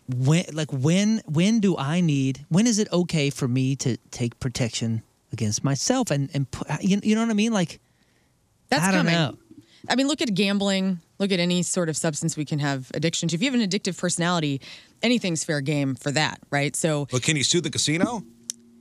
[SPEAKER 11] when like when when do I need when is it okay for me to take protection against myself and and put, you, you know what I mean? Like
[SPEAKER 9] That's
[SPEAKER 11] I don't
[SPEAKER 9] coming.
[SPEAKER 11] know.
[SPEAKER 9] I mean, look at gambling. Look at any sort of substance we can have addiction to. If you have an addictive personality, anything's fair game for that, right? So,
[SPEAKER 8] But can you sue the casino?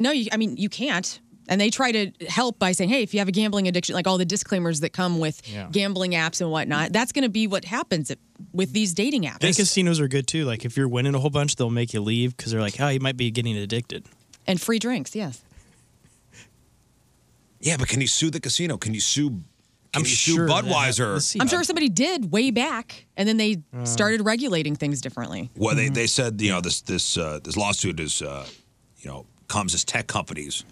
[SPEAKER 9] no, you, I mean, you can't. And they try to help by saying, hey, if you have a gambling addiction, like all the disclaimers that come with
[SPEAKER 12] Yeah.
[SPEAKER 9] gambling apps and whatnot, that's going to be what happens with these dating apps.
[SPEAKER 12] And casinos are good too. Like if you're winning a whole bunch, they'll make you leave because they're like, oh, you might be getting addicted.
[SPEAKER 9] And free drinks, yes.
[SPEAKER 8] Yeah, but can you sue the casino? Can you sue? Can
[SPEAKER 12] I'm
[SPEAKER 8] you sue
[SPEAKER 12] sure that
[SPEAKER 8] Budweiser.
[SPEAKER 9] I'm sure somebody did way back, and then they
[SPEAKER 8] Uh.
[SPEAKER 9] started regulating things differently.
[SPEAKER 8] Well, they,
[SPEAKER 12] Mm-hmm.
[SPEAKER 8] they said you know this this uh, this lawsuit is uh, you know comes as tech companies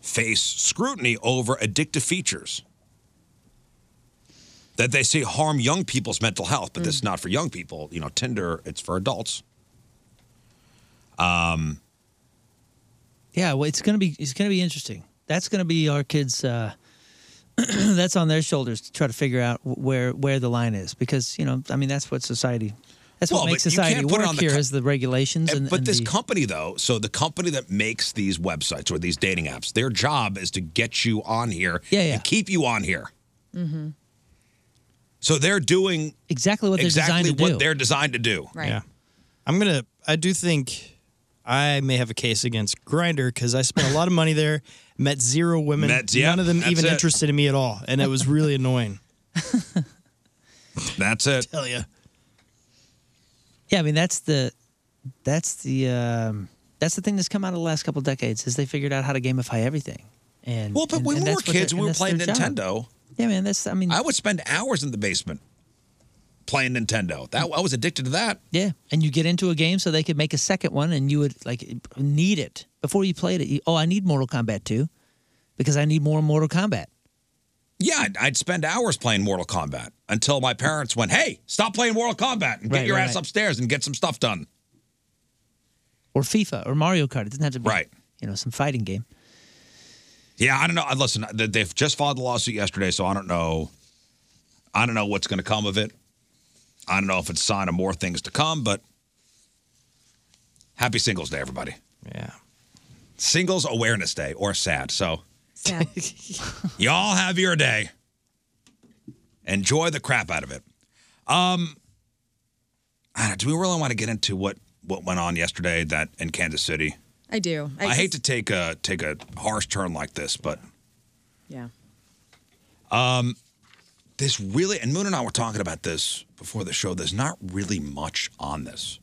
[SPEAKER 8] face scrutiny over addictive features that they say harm young people's mental health, but this
[SPEAKER 12] Mm.
[SPEAKER 8] is not for young people. You know, Tinder it's for adults. Um,
[SPEAKER 11] Yeah, well, it's gonna be it's gonna be interesting. That's gonna be our kids. Uh, that's on their shoulders to try to figure out wh- where where the line is because you know I mean that's what society that's
[SPEAKER 8] Well,
[SPEAKER 11] what makes
[SPEAKER 8] but you
[SPEAKER 11] society
[SPEAKER 8] can't put it
[SPEAKER 11] work
[SPEAKER 8] on the
[SPEAKER 11] here
[SPEAKER 8] co- Eh,
[SPEAKER 11] is the regulations and,
[SPEAKER 8] but
[SPEAKER 11] and
[SPEAKER 8] this
[SPEAKER 11] the,
[SPEAKER 8] company though, so the company that makes these websites or these dating apps, their job is to get you on here
[SPEAKER 11] Yeah, yeah.
[SPEAKER 8] and keep you on here.
[SPEAKER 11] mm-hmm.
[SPEAKER 8] So they're doing
[SPEAKER 11] exactly what they're
[SPEAKER 8] exactly
[SPEAKER 11] designed to
[SPEAKER 8] what
[SPEAKER 11] do.
[SPEAKER 8] they're designed to do.
[SPEAKER 12] Yeah. I'm gonna. I do think I may have a case against Grinder because I spent a lot of money there, met zero women,
[SPEAKER 8] Met- yeah,
[SPEAKER 12] none of them
[SPEAKER 8] that's
[SPEAKER 12] even
[SPEAKER 8] it.
[SPEAKER 12] interested in me at all, and it was really annoying.
[SPEAKER 8] That's it.
[SPEAKER 12] Tell you.
[SPEAKER 11] Yeah, I mean that's the that's the um, that's the thing that's come out of the last couple of decades is they figured out how to gamify everything. And
[SPEAKER 8] Well, but
[SPEAKER 11] and-
[SPEAKER 8] when
[SPEAKER 11] and
[SPEAKER 8] we were
[SPEAKER 11] that's what their-
[SPEAKER 8] kids, we
[SPEAKER 11] and
[SPEAKER 8] were
[SPEAKER 11] that's
[SPEAKER 8] playing
[SPEAKER 11] their job.
[SPEAKER 8] Nintendo.
[SPEAKER 11] Yeah, man, that's I mean
[SPEAKER 8] I would spend hours in the basement playing Nintendo. That I was addicted to that.
[SPEAKER 11] Yeah, and you get into a game so they could make a second one, and you would like need it before you played it. You, oh, I need Mortal Kombat 2 because I need more Mortal Kombat.
[SPEAKER 8] Yeah, I'd, I'd spend hours playing Mortal Kombat until my parents went, "Hey, stop playing Mortal Kombat and get
[SPEAKER 11] Right,
[SPEAKER 8] your
[SPEAKER 11] right,
[SPEAKER 8] ass
[SPEAKER 11] right.
[SPEAKER 8] upstairs and get some stuff done."
[SPEAKER 11] or FIFA or Mario Kart. It doesn't have to be right. You know, some fighting game.
[SPEAKER 8] Yeah, I don't know. I- Listen, they- they've just filed the lawsuit yesterday, so I don't know. I don't know what's going to come of it. I don't know if it's a sign of more things to come, but happy Singles Day, everybody.
[SPEAKER 12] Yeah.
[SPEAKER 8] Singles Awareness Day or SAD. So
[SPEAKER 9] Sad.
[SPEAKER 8] Y'all have your day. Enjoy the crap out of it. Um, I don't- do we really want to get into what what went on yesterday that in Kansas City?
[SPEAKER 9] I do.
[SPEAKER 8] I, hate to take a take a harsh turn like this, but
[SPEAKER 9] Yeah.
[SPEAKER 8] um, this really and Moon and I were talking about this before the show. There's not really much on this.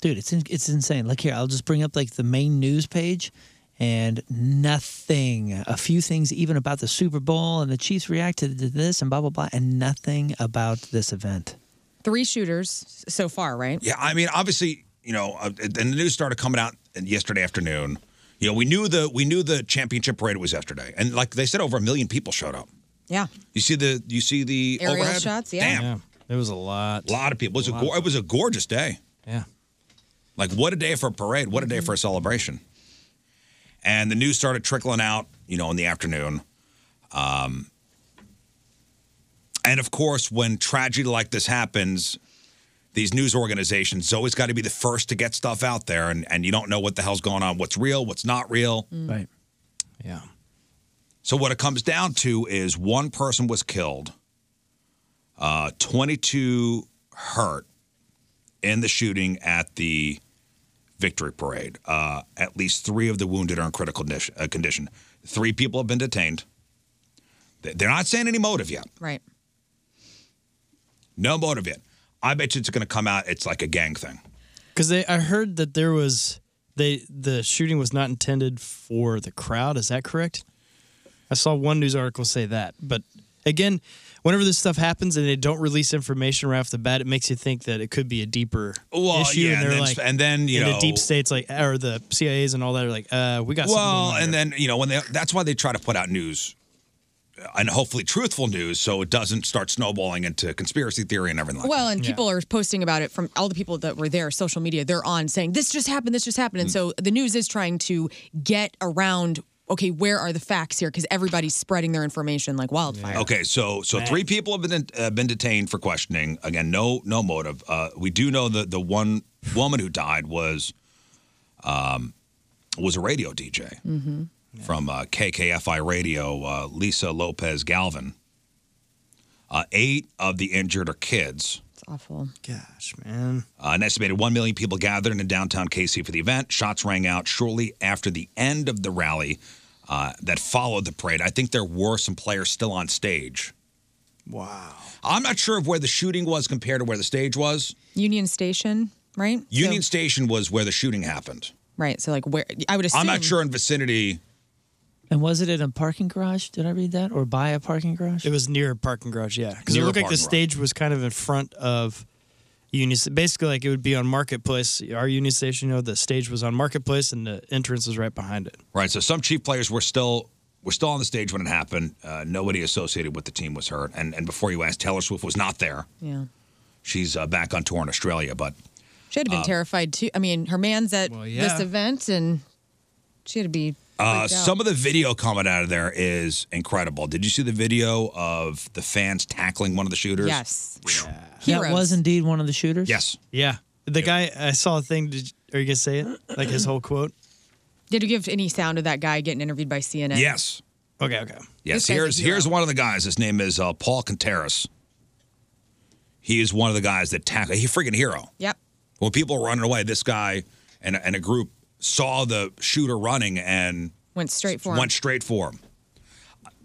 [SPEAKER 11] Dude, it's in, it's insane. Like here, I'll just bring up like the main news page and nothing. A few things even about the Super Bowl and the Chiefs reacted to this and blah blah blah and nothing about this event.
[SPEAKER 9] Three shooters so far, right?
[SPEAKER 8] Yeah, I mean, obviously, you know, uh, and the news started coming out yesterday afternoon. You know, we knew the we knew the championship parade was yesterday, and like they said, over a million people showed up.
[SPEAKER 9] Yeah.
[SPEAKER 8] You see the you see the
[SPEAKER 9] Aerial
[SPEAKER 8] overhead?
[SPEAKER 9] shots, yeah.
[SPEAKER 8] Damn,
[SPEAKER 12] it was a lot.
[SPEAKER 8] A lot of people. It was a,
[SPEAKER 12] lot
[SPEAKER 8] gor it was a gorgeous day.
[SPEAKER 12] Yeah.
[SPEAKER 8] Like what a day for a parade. What a day for a celebration. And the news started trickling out, you know, in the afternoon. Um, and of course, when tragedy like this happens, these news organizations always got to be the first to get stuff out there, and, and you don't know what the hell's going on, what's real, what's not real.
[SPEAKER 11] Mm.
[SPEAKER 12] Right. Yeah.
[SPEAKER 8] So what it comes down to is one person was killed, uh, 22 hurt in the shooting at the victory parade. Uh, at least three of the wounded are in critical condition. Uh, condition. Three people have been detained. They- They're not saying any motive yet.
[SPEAKER 9] Right.
[SPEAKER 8] No motive yet. I bet you it's going to come out. It's like a gang thing.
[SPEAKER 12] Because they, I heard that there was they the shooting was not intended for the crowd. Is that correct? I saw one news article say that, but again, whenever this stuff happens and they don't release information right off the bat, it makes you think that it could be a deeper
[SPEAKER 8] Well,
[SPEAKER 12] issue.
[SPEAKER 8] yeah, and
[SPEAKER 12] they're
[SPEAKER 8] then-
[SPEAKER 12] like,
[SPEAKER 8] and then, you
[SPEAKER 12] and
[SPEAKER 8] know-
[SPEAKER 12] the deep states like or the CIA's and all that are like, uh, we got
[SPEAKER 8] well,
[SPEAKER 12] something
[SPEAKER 8] and then you know when they that's why they try to put out news uh, and hopefully truthful news so it doesn't start snowballing into conspiracy theory and everything like
[SPEAKER 9] Well, and
[SPEAKER 8] Yeah.
[SPEAKER 9] people are posting about it from all the people that were there, social media, they're on saying, this just happened, this just
[SPEAKER 8] Mm.
[SPEAKER 9] happened. And so the news is trying to get around, okay, where are the facts here? Because everybody's spreading their information like wildfire.
[SPEAKER 8] Okay, so so three people have been uh, been detained for questioning. Again, no no motive. Uh, we do know that the one woman who died was um was a radio DJ
[SPEAKER 7] Mm-hmm.
[SPEAKER 8] from uh, KKFI Radio, uh, Lisa Lopez Galvin. Uh, eight of the injured are kids.
[SPEAKER 9] It's awful.
[SPEAKER 12] Gosh, man.
[SPEAKER 8] Uh, an estimated 1 million people gathered in downtown KC for the event. Shots rang out shortly after the end of the rally uh, that followed the parade. I think there were some players still on stage.
[SPEAKER 12] Wow.
[SPEAKER 8] I'm not sure of where the shooting was compared to where the stage was.
[SPEAKER 9] Union Station, right?
[SPEAKER 8] Union Station was where the shooting happened.
[SPEAKER 9] Right. So, like, where I would assume.
[SPEAKER 8] I'm not sure in vicinity.
[SPEAKER 11] And was it in a parking garage? Did I read that? Or by a parking garage?
[SPEAKER 12] It was near a parking garage, yeah. Because it
[SPEAKER 11] Near a
[SPEAKER 12] looked like the
[SPEAKER 11] parking garage.
[SPEAKER 12] stage was kind of in front of Union. Basically, like it would be on Marketplace, our Union Station. You know, the stage was on Marketplace, and the entrance was right behind it.
[SPEAKER 8] Right. So some chief players were still were still on the stage when it happened. Uh, nobody associated with the team was hurt. And and before you ask, Taylor Swift was not there.
[SPEAKER 9] Yeah.
[SPEAKER 8] She's uh, back on tour in Australia, but
[SPEAKER 9] She had to have been
[SPEAKER 8] Um,
[SPEAKER 9] terrified too. I mean, her man's at
[SPEAKER 8] yeah.
[SPEAKER 9] this event, and she had to be.
[SPEAKER 8] Uh,
[SPEAKER 9] freaked out.
[SPEAKER 8] some of the video coming out of there is incredible. Did you see the video of the fans tackling one of the shooters?
[SPEAKER 9] Yes.
[SPEAKER 11] That was indeed one of the shooters.
[SPEAKER 8] Yes.
[SPEAKER 12] Yeah. The guy, I saw a thing. Did, are you gonna say it? Like his whole quote?
[SPEAKER 9] Did you give any sound of that guy getting interviewed by CNN?
[SPEAKER 8] Yes.
[SPEAKER 12] Okay. Okay.
[SPEAKER 8] Yes.
[SPEAKER 9] This guy's a
[SPEAKER 8] Here's
[SPEAKER 9] hero.
[SPEAKER 8] here's one of the guys. His name is uh, Paul Contreras. He is one of the guys that tackle. He's a freaking hero.
[SPEAKER 9] Yep.
[SPEAKER 8] When people were running away, this guy and and a group saw the shooter running and
[SPEAKER 9] Went straight for him.
[SPEAKER 8] went straight for him.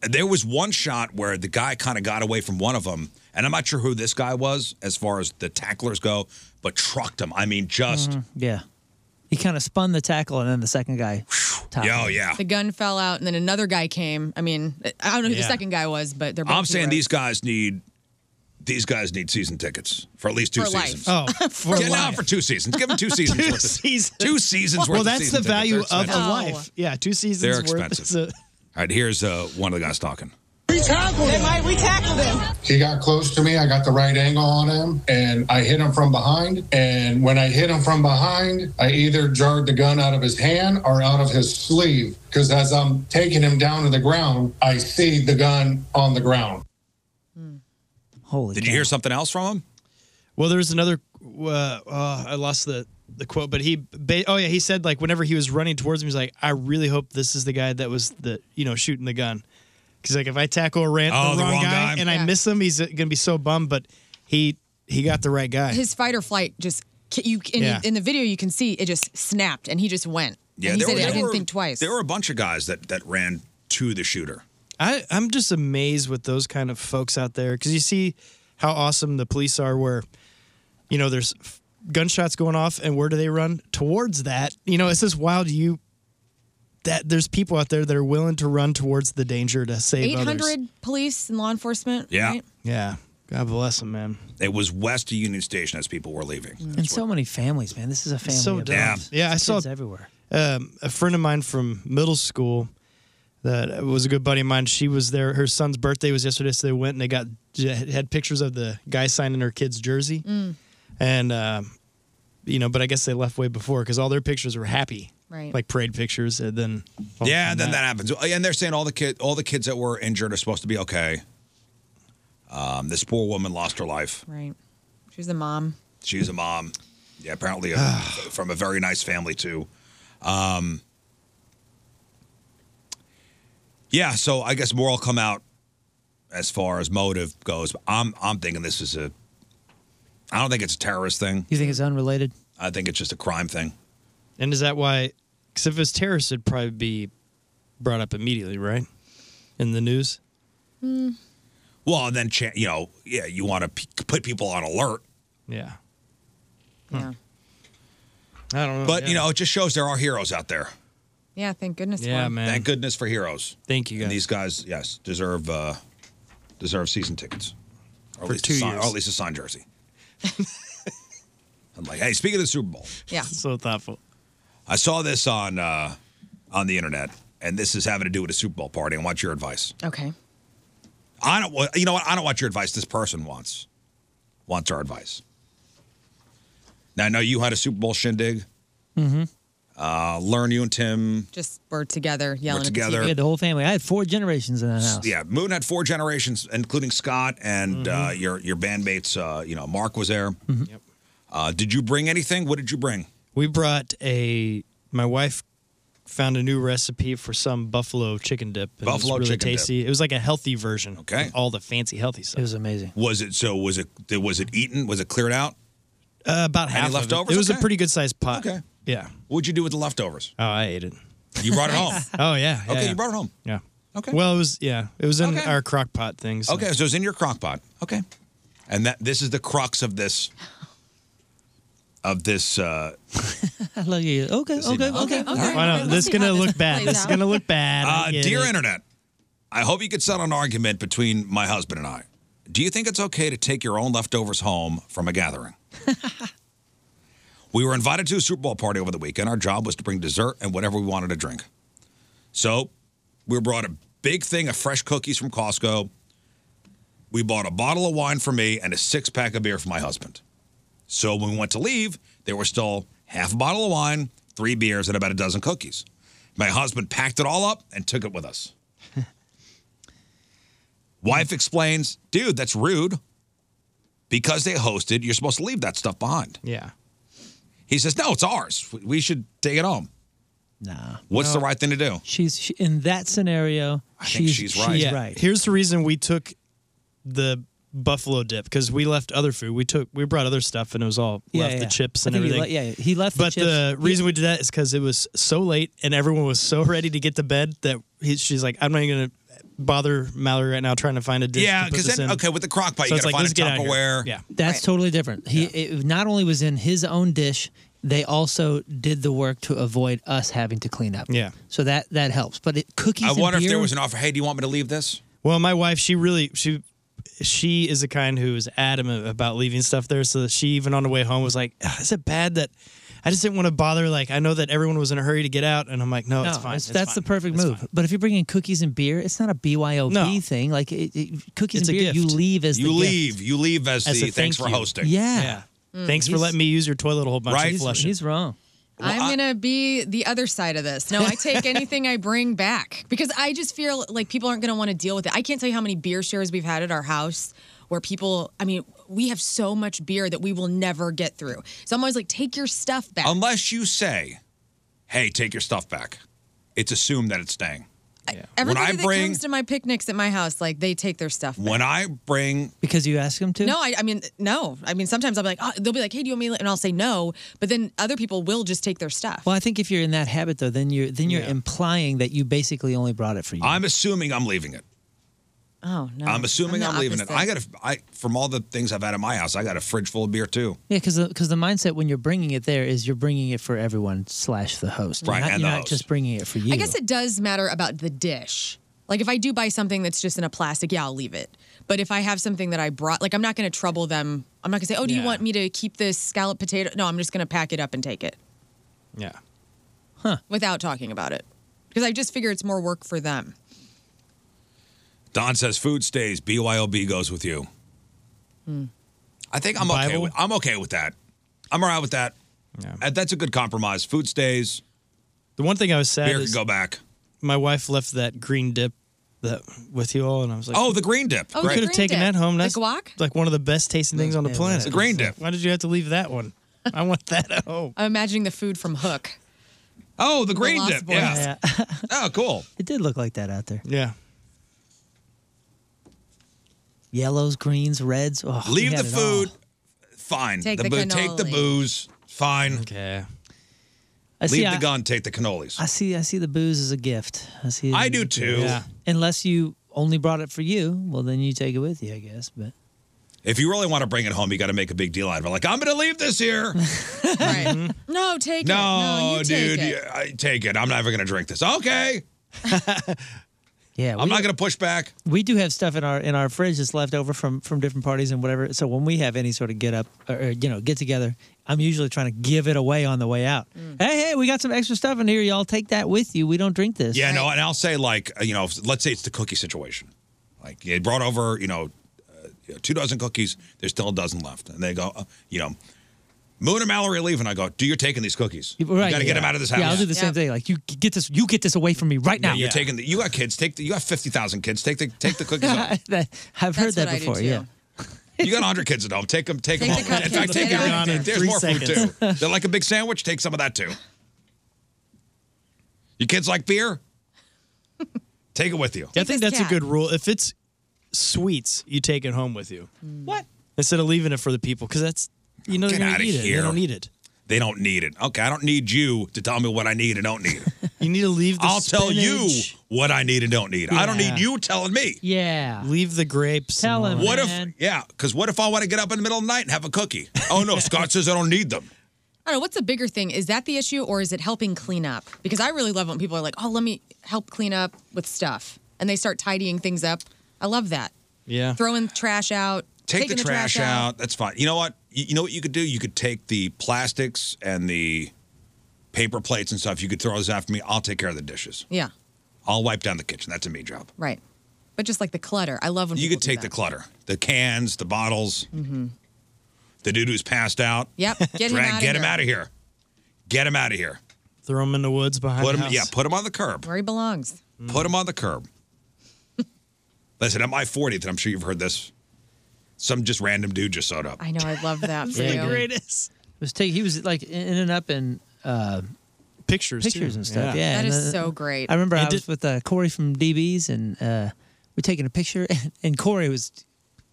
[SPEAKER 8] There was one shot where the guy kind of got away from one of them, and I'm not sure who this guy was as far as the tacklers go, but trucked him. I mean,
[SPEAKER 9] Mm-hmm.
[SPEAKER 8] just
[SPEAKER 11] Mhm, Yeah. He kind of spun the tackle, and then the second guy. tackled
[SPEAKER 8] Yeah, oh,
[SPEAKER 11] him.
[SPEAKER 8] yeah.
[SPEAKER 9] The gun fell out, and then another guy came. I mean, I don't know who the
[SPEAKER 8] Yeah.
[SPEAKER 9] second guy was, but they're. Both
[SPEAKER 8] I'm saying
[SPEAKER 9] heroes.
[SPEAKER 8] these guys need these guys need season tickets for at least two
[SPEAKER 9] For life.
[SPEAKER 8] seasons.
[SPEAKER 9] Oh,
[SPEAKER 12] for
[SPEAKER 8] Get
[SPEAKER 12] life.
[SPEAKER 8] out for two seasons. Give them two seasons.
[SPEAKER 12] Two
[SPEAKER 8] worth of-
[SPEAKER 12] seasons.
[SPEAKER 8] Two seasons.
[SPEAKER 12] Well,
[SPEAKER 8] worth
[SPEAKER 12] that's
[SPEAKER 8] of season
[SPEAKER 12] the value
[SPEAKER 8] tickets. They're
[SPEAKER 12] of a
[SPEAKER 8] expensive.
[SPEAKER 11] Oh.
[SPEAKER 12] life. Yeah, two seasons.
[SPEAKER 8] They're
[SPEAKER 12] worth
[SPEAKER 8] expensive.
[SPEAKER 12] is a-
[SPEAKER 8] All right, here's uh, one of the guys talking.
[SPEAKER 10] We tackled him. we tackled him.
[SPEAKER 13] He got close to me. I got the right angle on him, and I hit him from behind. And when I hit him from behind, I either jarred the gun out of his hand or out of his sleeve. Because as I'm taking him down to the ground, I see the gun on the ground.
[SPEAKER 11] Holy!
[SPEAKER 8] Did you hear something else from him?
[SPEAKER 12] Well, there was another. Uh, uh, I lost the the quote, but he. Ba- oh yeah, he said like whenever he was running towards him, he's like, "I really hope this is the guy that was the you know shooting the gun." Because like if I tackle a ran-
[SPEAKER 8] Oh,
[SPEAKER 12] the, wrong guy, and I miss him, he's gonna be so bummed. But he he got the right guy.
[SPEAKER 9] His fight or flight just ki- you in,
[SPEAKER 8] Yeah.
[SPEAKER 9] in the video you can see it just snapped, and he just went. and he said, I didn't think twice.
[SPEAKER 8] There were a bunch of guys that that ran to the shooter.
[SPEAKER 12] I, I'm just amazed with those kind of folks out there because you see how awesome the police are, where, you know, there's f- gunshots going off, and where do they run? Towards that. You know, it's just wild. You, that there's people out there that are willing to run towards the danger to save
[SPEAKER 9] Eight
[SPEAKER 12] others.
[SPEAKER 9] hundred police and law enforcement.
[SPEAKER 8] Yeah.
[SPEAKER 9] right?
[SPEAKER 12] Yeah. God bless them, man.
[SPEAKER 8] It was west of Union Station as people were leaving.
[SPEAKER 11] And so many families, man. This is a family.
[SPEAKER 12] So
[SPEAKER 11] event.
[SPEAKER 12] dumb. Yeah, I saw
[SPEAKER 11] Kids everywhere.
[SPEAKER 12] um, a friend of mine from middle school that was a good buddy of mine. She was there. Her son's birthday was yesterday, so they went and they got had pictures of the guy signing her kid's jersey,
[SPEAKER 9] Mm.
[SPEAKER 12] and um, you know, but I guess they left way before because all their pictures were happy,
[SPEAKER 9] Right.
[SPEAKER 12] Like parade pictures, and then
[SPEAKER 8] yeah, then that. happens. Oh, And they're saying all the kid, all the kids that were injured are supposed to be okay. Um, this poor woman lost her life.
[SPEAKER 9] Right. She's a mom.
[SPEAKER 8] She's a mom. Yeah, apparently a, from a very nice family too. Um, yeah, so I guess more will come out as far as motive goes. I'm I'm thinking this is a. I don't think it's a terrorist thing.
[SPEAKER 11] You think it's unrelated?
[SPEAKER 8] I think it's just a crime thing.
[SPEAKER 12] And is that why? Because if it's terrorists, it'd probably be brought up immediately, right? In the news.
[SPEAKER 9] Mm.
[SPEAKER 8] Well, and then cha- you know, yeah, you want to p- put people on alert.
[SPEAKER 12] Yeah.
[SPEAKER 9] Yeah.
[SPEAKER 12] I
[SPEAKER 11] Oh,
[SPEAKER 12] don't know.
[SPEAKER 8] But you
[SPEAKER 9] yeah.
[SPEAKER 8] know, it just shows there are heroes out there.
[SPEAKER 9] Yeah, thank goodness. for him.
[SPEAKER 8] Thank goodness for heroes.
[SPEAKER 12] Thank you guys.
[SPEAKER 8] And these guys, yes, deserve uh deserve season tickets. Or
[SPEAKER 12] For
[SPEAKER 8] at least
[SPEAKER 12] two
[SPEAKER 8] a sign,
[SPEAKER 12] years.
[SPEAKER 8] Or at least a signed jersey. I'm like, hey, speaking of the Super Bowl.
[SPEAKER 9] Yeah.
[SPEAKER 12] so thoughtful.
[SPEAKER 8] I saw this on uh on the internet, and this is having to do with a Super Bowl party. I want your advice.
[SPEAKER 9] Okay.
[SPEAKER 8] I don't want you know what? I don't want your advice. This person wants wants our advice. Now I know you had a Super Bowl shindig.
[SPEAKER 11] Mm-hmm.
[SPEAKER 8] Uh, learn you and Tim
[SPEAKER 9] Just we're together yelling
[SPEAKER 8] We're
[SPEAKER 9] at
[SPEAKER 8] together.
[SPEAKER 9] The
[SPEAKER 11] We
[SPEAKER 9] TV.
[SPEAKER 11] had the whole family. I had four generations in that house.
[SPEAKER 8] Yeah, Moon had four generations, including Scott and uh,
[SPEAKER 12] Mm-hmm.
[SPEAKER 8] your your bandmates. Uh, you know, Mark was there.
[SPEAKER 11] Mm-hmm.
[SPEAKER 8] Yep. Uh, did you bring anything? What did you bring?
[SPEAKER 12] We brought a. My wife found a new recipe for some buffalo chicken dip. and
[SPEAKER 8] Buffalo
[SPEAKER 12] it was really
[SPEAKER 8] chicken dip.
[SPEAKER 12] tasty. It was like a healthy version. Okay.
[SPEAKER 8] all
[SPEAKER 12] the fancy healthy stuff. It
[SPEAKER 11] was amazing.
[SPEAKER 8] Was it so? Was it was it eaten? Was it cleared out?
[SPEAKER 12] Uh, about
[SPEAKER 8] Any
[SPEAKER 12] half of
[SPEAKER 8] leftovers?
[SPEAKER 12] It, it was
[SPEAKER 8] Okay.
[SPEAKER 12] a pretty good sized pot.
[SPEAKER 8] Okay.
[SPEAKER 12] Yeah.
[SPEAKER 8] What'd you do with the leftovers?
[SPEAKER 12] Oh, I ate it.
[SPEAKER 8] You brought it home.
[SPEAKER 12] oh yeah. yeah,
[SPEAKER 8] okay,
[SPEAKER 12] yeah.
[SPEAKER 8] you brought it home.
[SPEAKER 12] Yeah.
[SPEAKER 8] Okay.
[SPEAKER 12] Well, it was yeah. It was in
[SPEAKER 8] Okay.
[SPEAKER 12] our crock pot things.
[SPEAKER 8] Okay, so it's in your crock pot. Okay. And that this is the crux of this of this uh
[SPEAKER 11] I love you. Okay, okay, okay. okay.
[SPEAKER 12] Why not? This is gonna look bad. This is gonna look bad. I
[SPEAKER 8] Uh,
[SPEAKER 12] get
[SPEAKER 8] dear
[SPEAKER 12] it.
[SPEAKER 8] internet, I hope you could settle an argument between my husband and I. Do you think it's okay to take your own leftovers home from a gathering? we were invited to a Super Bowl party over the weekend. Our job was to bring dessert and whatever we wanted to drink. So we brought a big thing of fresh cookies from Costco. We bought a bottle of wine for me and a six pack of beer for my husband. So when we went to leave, there were still half a bottle of wine, three beers, and about a dozen cookies. My husband packed it all up and took it with us. Wife explains, dude, that's rude. Because they hosted, you're supposed to leave that stuff behind.
[SPEAKER 12] Yeah.
[SPEAKER 8] He says, no, it's ours. We- We should take it home.
[SPEAKER 11] Nah.
[SPEAKER 8] What's the right thing to do?
[SPEAKER 11] She's she, in that scenario.
[SPEAKER 8] think
[SPEAKER 11] she's
[SPEAKER 8] she's right.
[SPEAKER 12] Yeah. Here's the reason we took the buffalo dip because we left other food. We took we brought other stuff and it was all
[SPEAKER 11] Yeah,
[SPEAKER 12] left
[SPEAKER 11] yeah.
[SPEAKER 12] the chips
[SPEAKER 11] I
[SPEAKER 12] and
[SPEAKER 11] think he
[SPEAKER 12] everything.
[SPEAKER 11] le- yeah, he left the
[SPEAKER 12] But the,
[SPEAKER 11] chips.
[SPEAKER 12] reason we did that is because it was so late and everyone was so ready to get to bed that he, she's like, I'm not even gonna bother Mallory right now trying to find a dish.
[SPEAKER 8] Yeah,
[SPEAKER 12] to put
[SPEAKER 8] because
[SPEAKER 12] this
[SPEAKER 8] then,
[SPEAKER 12] in.
[SPEAKER 8] okay, with the crock pot,
[SPEAKER 12] So
[SPEAKER 8] you
[SPEAKER 12] it's
[SPEAKER 8] got to
[SPEAKER 12] like,
[SPEAKER 8] find a
[SPEAKER 12] let's get out of here.
[SPEAKER 8] Tupperware.
[SPEAKER 12] Yeah.
[SPEAKER 11] That's totally different. He it not only was in his own dish, they also did the work to avoid us having to clean up.
[SPEAKER 12] Yeah.
[SPEAKER 11] So that that helps. But it, cookies.
[SPEAKER 8] I
[SPEAKER 11] and
[SPEAKER 8] wonder if there
[SPEAKER 11] beer-
[SPEAKER 8] was an offer. Hey, do you want me to leave this?
[SPEAKER 12] Well, my wife, she really she she is the kind who is adamant about leaving stuff there. So she even on the way home was like, "Ugh, "Is it bad that I just didn't want to bother? Like I know that everyone was in a hurry to get out, and I'm like, no, it's fine.
[SPEAKER 11] that's-
[SPEAKER 12] it's
[SPEAKER 11] that's
[SPEAKER 12] fine.
[SPEAKER 11] the perfect
[SPEAKER 12] It's
[SPEAKER 11] move.
[SPEAKER 12] fine."
[SPEAKER 11] But if you're bringing cookies and beer, it's not a BYOB
[SPEAKER 12] No.
[SPEAKER 11] thing. Like it, it- cookies
[SPEAKER 12] It's
[SPEAKER 11] and
[SPEAKER 12] a
[SPEAKER 11] beer, you
[SPEAKER 12] gift.
[SPEAKER 11] leave as
[SPEAKER 8] you
[SPEAKER 11] the gift.
[SPEAKER 8] leave. You leave as,
[SPEAKER 12] As
[SPEAKER 8] the
[SPEAKER 12] a
[SPEAKER 8] thanks for
[SPEAKER 12] thank you.
[SPEAKER 8] hosting.
[SPEAKER 11] Yeah.
[SPEAKER 9] Mm.
[SPEAKER 12] Thanks for
[SPEAKER 9] He's-
[SPEAKER 12] letting me use your toilet a whole bunch.
[SPEAKER 8] Right?
[SPEAKER 12] and flush it.
[SPEAKER 8] He's
[SPEAKER 11] wrong.
[SPEAKER 9] I'm gonna be the other side of this. No, I take anything I bring back because I just feel like people aren't gonna want to deal with it. I can't tell you how many beer shares we've had at our house where people. I mean, we have so much beer that we will never get through. So I'm always like, take your stuff back.
[SPEAKER 8] Unless you say, hey, take your stuff back, it's assumed that it's staying. When
[SPEAKER 9] Everybody
[SPEAKER 8] I
[SPEAKER 9] that
[SPEAKER 8] bring
[SPEAKER 9] comes to my picnics at my house, like they take their stuff. back.
[SPEAKER 8] when I bring
[SPEAKER 11] because you ask them to.
[SPEAKER 9] No, I, I mean, no. I mean, sometimes I'll be like, oh, they'll be like, hey, do you want me? to-" And I'll say no, but then other people will just take their stuff.
[SPEAKER 11] Well, I think if you're in that habit though, then you're then you're
[SPEAKER 8] Yeah.
[SPEAKER 11] implying that you basically only brought it for you.
[SPEAKER 8] I'm assuming I'm leaving it.
[SPEAKER 9] Oh no.
[SPEAKER 8] I'm assuming
[SPEAKER 11] the
[SPEAKER 8] I'm, leaving it.
[SPEAKER 11] opposite.
[SPEAKER 8] I got a, I from all the things I've had at my house, I got a fridge full of beer too.
[SPEAKER 11] Yeah, because because the, mindset when you're bringing it there is you're bringing it for everyone slash the host. You're
[SPEAKER 8] Right,
[SPEAKER 11] not,
[SPEAKER 8] and
[SPEAKER 11] you're
[SPEAKER 8] the
[SPEAKER 11] not
[SPEAKER 8] host.
[SPEAKER 11] just bringing it for you.
[SPEAKER 9] I guess it does matter about the dish. Like if I do buy something that's just in a plastic, yeah, I'll leave it. But if I have something that I brought, like I'm not going to trouble them. I'm not going to say, oh, do you want me to keep this scallop potato? No, I'm just going to pack it up and take it.
[SPEAKER 12] Yeah.
[SPEAKER 9] without talking about it because I just figure it's more work for them.
[SPEAKER 8] Don says food stays, BYOB goes with you.
[SPEAKER 9] Hmm.
[SPEAKER 8] I think I'm okay.
[SPEAKER 9] Bible?
[SPEAKER 8] With, I'm okay with that. I'm all right with that. Uh, That's a good compromise. Food stays.
[SPEAKER 12] The one thing I was sad
[SPEAKER 8] Beer
[SPEAKER 12] is-
[SPEAKER 8] can go back.
[SPEAKER 12] My wife left that green dip that with you all, and I was like,
[SPEAKER 8] oh, the green dip.
[SPEAKER 12] you could have taken that home. That's
[SPEAKER 9] guac?
[SPEAKER 12] like one of the best tasting things on the planet.
[SPEAKER 8] It's a green
[SPEAKER 12] It's like,
[SPEAKER 8] dip.
[SPEAKER 12] Why did you have to leave that one? I want that at home.
[SPEAKER 9] I'm imagining the food from Hook.
[SPEAKER 8] Oh, the
[SPEAKER 9] green Lost dip, Boys. yeah.
[SPEAKER 8] oh, cool.
[SPEAKER 11] It did look like that out there.
[SPEAKER 12] Yeah.
[SPEAKER 11] Yellows, greens, reds. Oh, we
[SPEAKER 8] Leave
[SPEAKER 11] had
[SPEAKER 8] the
[SPEAKER 11] it all.
[SPEAKER 8] food. Fine.
[SPEAKER 11] Take the
[SPEAKER 8] boo- take the
[SPEAKER 11] cannoli.
[SPEAKER 8] booze. Fine.
[SPEAKER 12] Okay.
[SPEAKER 11] I
[SPEAKER 8] Leave
[SPEAKER 11] see,
[SPEAKER 8] the
[SPEAKER 11] I-
[SPEAKER 8] gun. Take the cannolis.
[SPEAKER 11] I see. I see the booze as a gift. I see. it
[SPEAKER 8] I
[SPEAKER 11] as
[SPEAKER 8] do
[SPEAKER 11] a gift.
[SPEAKER 8] too. Yeah.
[SPEAKER 11] Unless you only brought it for you, well then you take it with you, I guess. But
[SPEAKER 8] If you really want to bring it home, you got to make a big deal out of it. Like I'm going to leave this here.
[SPEAKER 9] No, take it.
[SPEAKER 8] no,
[SPEAKER 9] you
[SPEAKER 8] dude,
[SPEAKER 9] take it.
[SPEAKER 8] yeah, I- take it. I'm never going to drink this. Okay.
[SPEAKER 11] yeah,
[SPEAKER 8] I'm not going to push back.
[SPEAKER 11] we do have stuff in our in our fridge that's left over from from different parties and whatever. So when we have any sort of get up or, or, you know get together, I'm usually trying to give it away on the way out. Hey, hey, we got some extra stuff in here. Y'all take that with you. We don't drink this.
[SPEAKER 8] Yeah, no, and I'll say like uh, you know, if- let's say it's the cookie situation. Like they brought over you know, uh, two dozen cookies. There's still a dozen left, and they go, uh, you know, Moon and Mallory are leaving. I go, do you're taking these cookies?
[SPEAKER 11] Right,
[SPEAKER 8] you got to
[SPEAKER 11] yeah.
[SPEAKER 8] get them out of this house.
[SPEAKER 11] Yeah, I'll do the same thing. Like you get this, you get this away from me right
[SPEAKER 8] No,
[SPEAKER 11] now.
[SPEAKER 8] you're taking the. You got kids. Take the. You got fifty thousand kids. Take the. Take the cookies. home.
[SPEAKER 11] That- I've heard that before. Yeah.
[SPEAKER 8] You got hundred kids at home. Take them. Take,
[SPEAKER 11] Take
[SPEAKER 8] them
[SPEAKER 11] the
[SPEAKER 8] home. In fact,
[SPEAKER 11] cupcakes.
[SPEAKER 8] take
[SPEAKER 11] Get
[SPEAKER 8] everything.
[SPEAKER 11] out in
[SPEAKER 8] There's
[SPEAKER 11] three
[SPEAKER 8] more
[SPEAKER 11] seconds.
[SPEAKER 8] food too. They like a big sandwich. Take some of that too. You kids like beer? Take it with you.
[SPEAKER 12] I think that's a good rule. If it's sweets, you take it home with you.
[SPEAKER 11] What?
[SPEAKER 12] Instead of leaving it for the people, because that's you know they're
[SPEAKER 8] Get
[SPEAKER 12] gonna
[SPEAKER 8] out of
[SPEAKER 12] eat it.
[SPEAKER 8] here.
[SPEAKER 12] They don't eat it.
[SPEAKER 8] They don't need it. Okay, I don't need you to tell me what I need and don't need.
[SPEAKER 12] You need to leave. the
[SPEAKER 8] I'll tell you
[SPEAKER 12] spinach.
[SPEAKER 8] what I need and don't need. I don't
[SPEAKER 12] Yeah.
[SPEAKER 8] need you telling me.
[SPEAKER 11] Yeah.
[SPEAKER 12] Leave the grapes. Tell
[SPEAKER 11] him.
[SPEAKER 8] What
[SPEAKER 11] man.
[SPEAKER 8] if? Yeah, because what if I want to get up in the middle of the night and have a cookie? Oh no, Scott says I don't need them.
[SPEAKER 9] I don't know. What's the bigger thing? Is that the issue or is it helping clean up? Because I really love when people are like, oh, let me help clean up with stuff. And they start tidying things up. I love that.
[SPEAKER 12] Yeah.
[SPEAKER 9] Throwing trash out.
[SPEAKER 8] Take the
[SPEAKER 9] taking
[SPEAKER 8] trash, out. That's fine. You know what? You, you know what you could do? You could take the plastics and the paper plates and stuff. You could throw those after me. I'll take care of the dishes.
[SPEAKER 9] Yeah,
[SPEAKER 8] I'll wipe down the kitchen. That's a me job.
[SPEAKER 9] right. But just like the clutter. I love when
[SPEAKER 8] You
[SPEAKER 9] people
[SPEAKER 8] could take the clutter, the cans, the bottles,
[SPEAKER 9] Mm-hmm.
[SPEAKER 8] the dude who's passed out.
[SPEAKER 9] Yep. Get him
[SPEAKER 8] Drag-
[SPEAKER 9] out of
[SPEAKER 8] get
[SPEAKER 9] here.
[SPEAKER 8] him out of here. Get him out of here.
[SPEAKER 12] Throw them in the woods behind
[SPEAKER 8] Put
[SPEAKER 12] the
[SPEAKER 8] him.
[SPEAKER 12] house. Mm.
[SPEAKER 8] Yeah. Put him on the curb.
[SPEAKER 9] Where he belongs.
[SPEAKER 8] Put him on the curb. Listen, at my 40th, and I'm sure you've heard this. Some just random dude just showed up.
[SPEAKER 9] I know. I love that for
[SPEAKER 11] Yeah,
[SPEAKER 9] you.
[SPEAKER 11] dude.
[SPEAKER 12] Greatest.
[SPEAKER 11] was take, he was like in and up in uh,
[SPEAKER 12] pictures,
[SPEAKER 11] pictures
[SPEAKER 12] too.
[SPEAKER 11] and stuff.
[SPEAKER 12] Yeah.
[SPEAKER 11] Yeah,
[SPEAKER 12] That
[SPEAKER 11] and,
[SPEAKER 12] is
[SPEAKER 11] uh,
[SPEAKER 12] so great.
[SPEAKER 11] I remember
[SPEAKER 12] It
[SPEAKER 11] I was
[SPEAKER 12] did-
[SPEAKER 11] with uh, Corey from DBs, and uh, we're taking a picture, and, and Corey was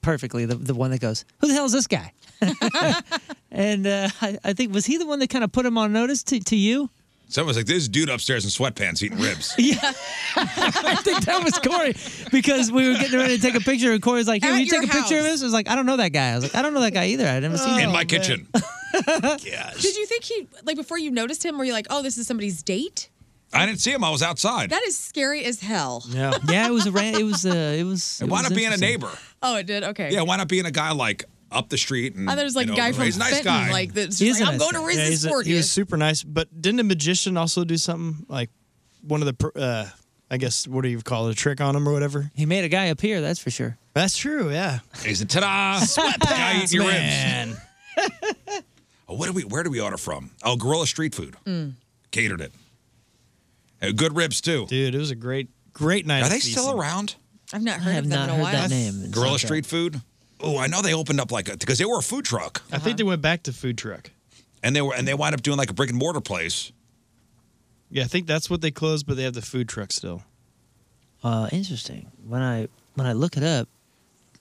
[SPEAKER 11] perfectly the, the one that goes, "Who the hell is this guy?" and uh, I, I think was he the one that kind of put him on notice to, to you?
[SPEAKER 8] Someone was like, "This dude upstairs in sweatpants eating ribs."
[SPEAKER 11] Yeah, I think that was Corey because we were getting ready to take a picture, and Corey's like, "Hey, will you take a picture of us?" I was like, "I don't know that guy." I was like, "I don't know that guy either. I never seen him
[SPEAKER 8] in my kitchen.
[SPEAKER 9] Did you think he, like, before you noticed him, were you like, oh, this is somebody's date?
[SPEAKER 8] I didn't see him. I was outside.
[SPEAKER 9] That is scary as hell.
[SPEAKER 12] Yeah,
[SPEAKER 11] yeah. It was a ran- it was uh, it was.
[SPEAKER 8] And
[SPEAKER 11] it
[SPEAKER 8] why
[SPEAKER 11] was
[SPEAKER 8] not being a
[SPEAKER 11] interesting.
[SPEAKER 8] neighbor?
[SPEAKER 9] Oh, it did? Okay.
[SPEAKER 8] Yeah, why not being a guy like up the street? And,
[SPEAKER 9] I thought it was Oh, like
[SPEAKER 8] you
[SPEAKER 9] a
[SPEAKER 8] know,
[SPEAKER 9] guy from
[SPEAKER 8] he's a nice
[SPEAKER 9] Fenton,
[SPEAKER 8] guy.
[SPEAKER 9] like that's just like, I'm going to raise
[SPEAKER 12] Yeah,
[SPEAKER 9] this
[SPEAKER 12] he's a-
[SPEAKER 9] sport.
[SPEAKER 12] He was super nice, but didn't a magician also do something like one of the, pr- uh, I guess, what do you call it, a trick on him or whatever?
[SPEAKER 11] He made a guy appear. That's for sure.
[SPEAKER 12] That's true. Yeah.
[SPEAKER 8] He's a ta-da guy eating your
[SPEAKER 12] man.
[SPEAKER 8] ribs. oh, what do we? Where do we order from? Oh, Gorilla Street Food
[SPEAKER 12] Mm.
[SPEAKER 8] catered it. Uh, good ribs too,
[SPEAKER 12] dude. It was a great, great night.
[SPEAKER 8] Are
[SPEAKER 12] of
[SPEAKER 8] they still
[SPEAKER 12] feasting.
[SPEAKER 8] around?
[SPEAKER 9] I've not
[SPEAKER 11] heard have of them not in a heard while. that name. It's
[SPEAKER 8] Gorilla
[SPEAKER 11] not that-
[SPEAKER 8] Street Food. Oh, I know they opened up like a because they were a food truck.
[SPEAKER 12] I think they went back to food truck.
[SPEAKER 8] and they were and they wind up doing like a brick and mortar place.
[SPEAKER 12] Yeah, I think that's what they closed, but they have the food truck still.
[SPEAKER 11] Uh, interesting. When I when I look it up,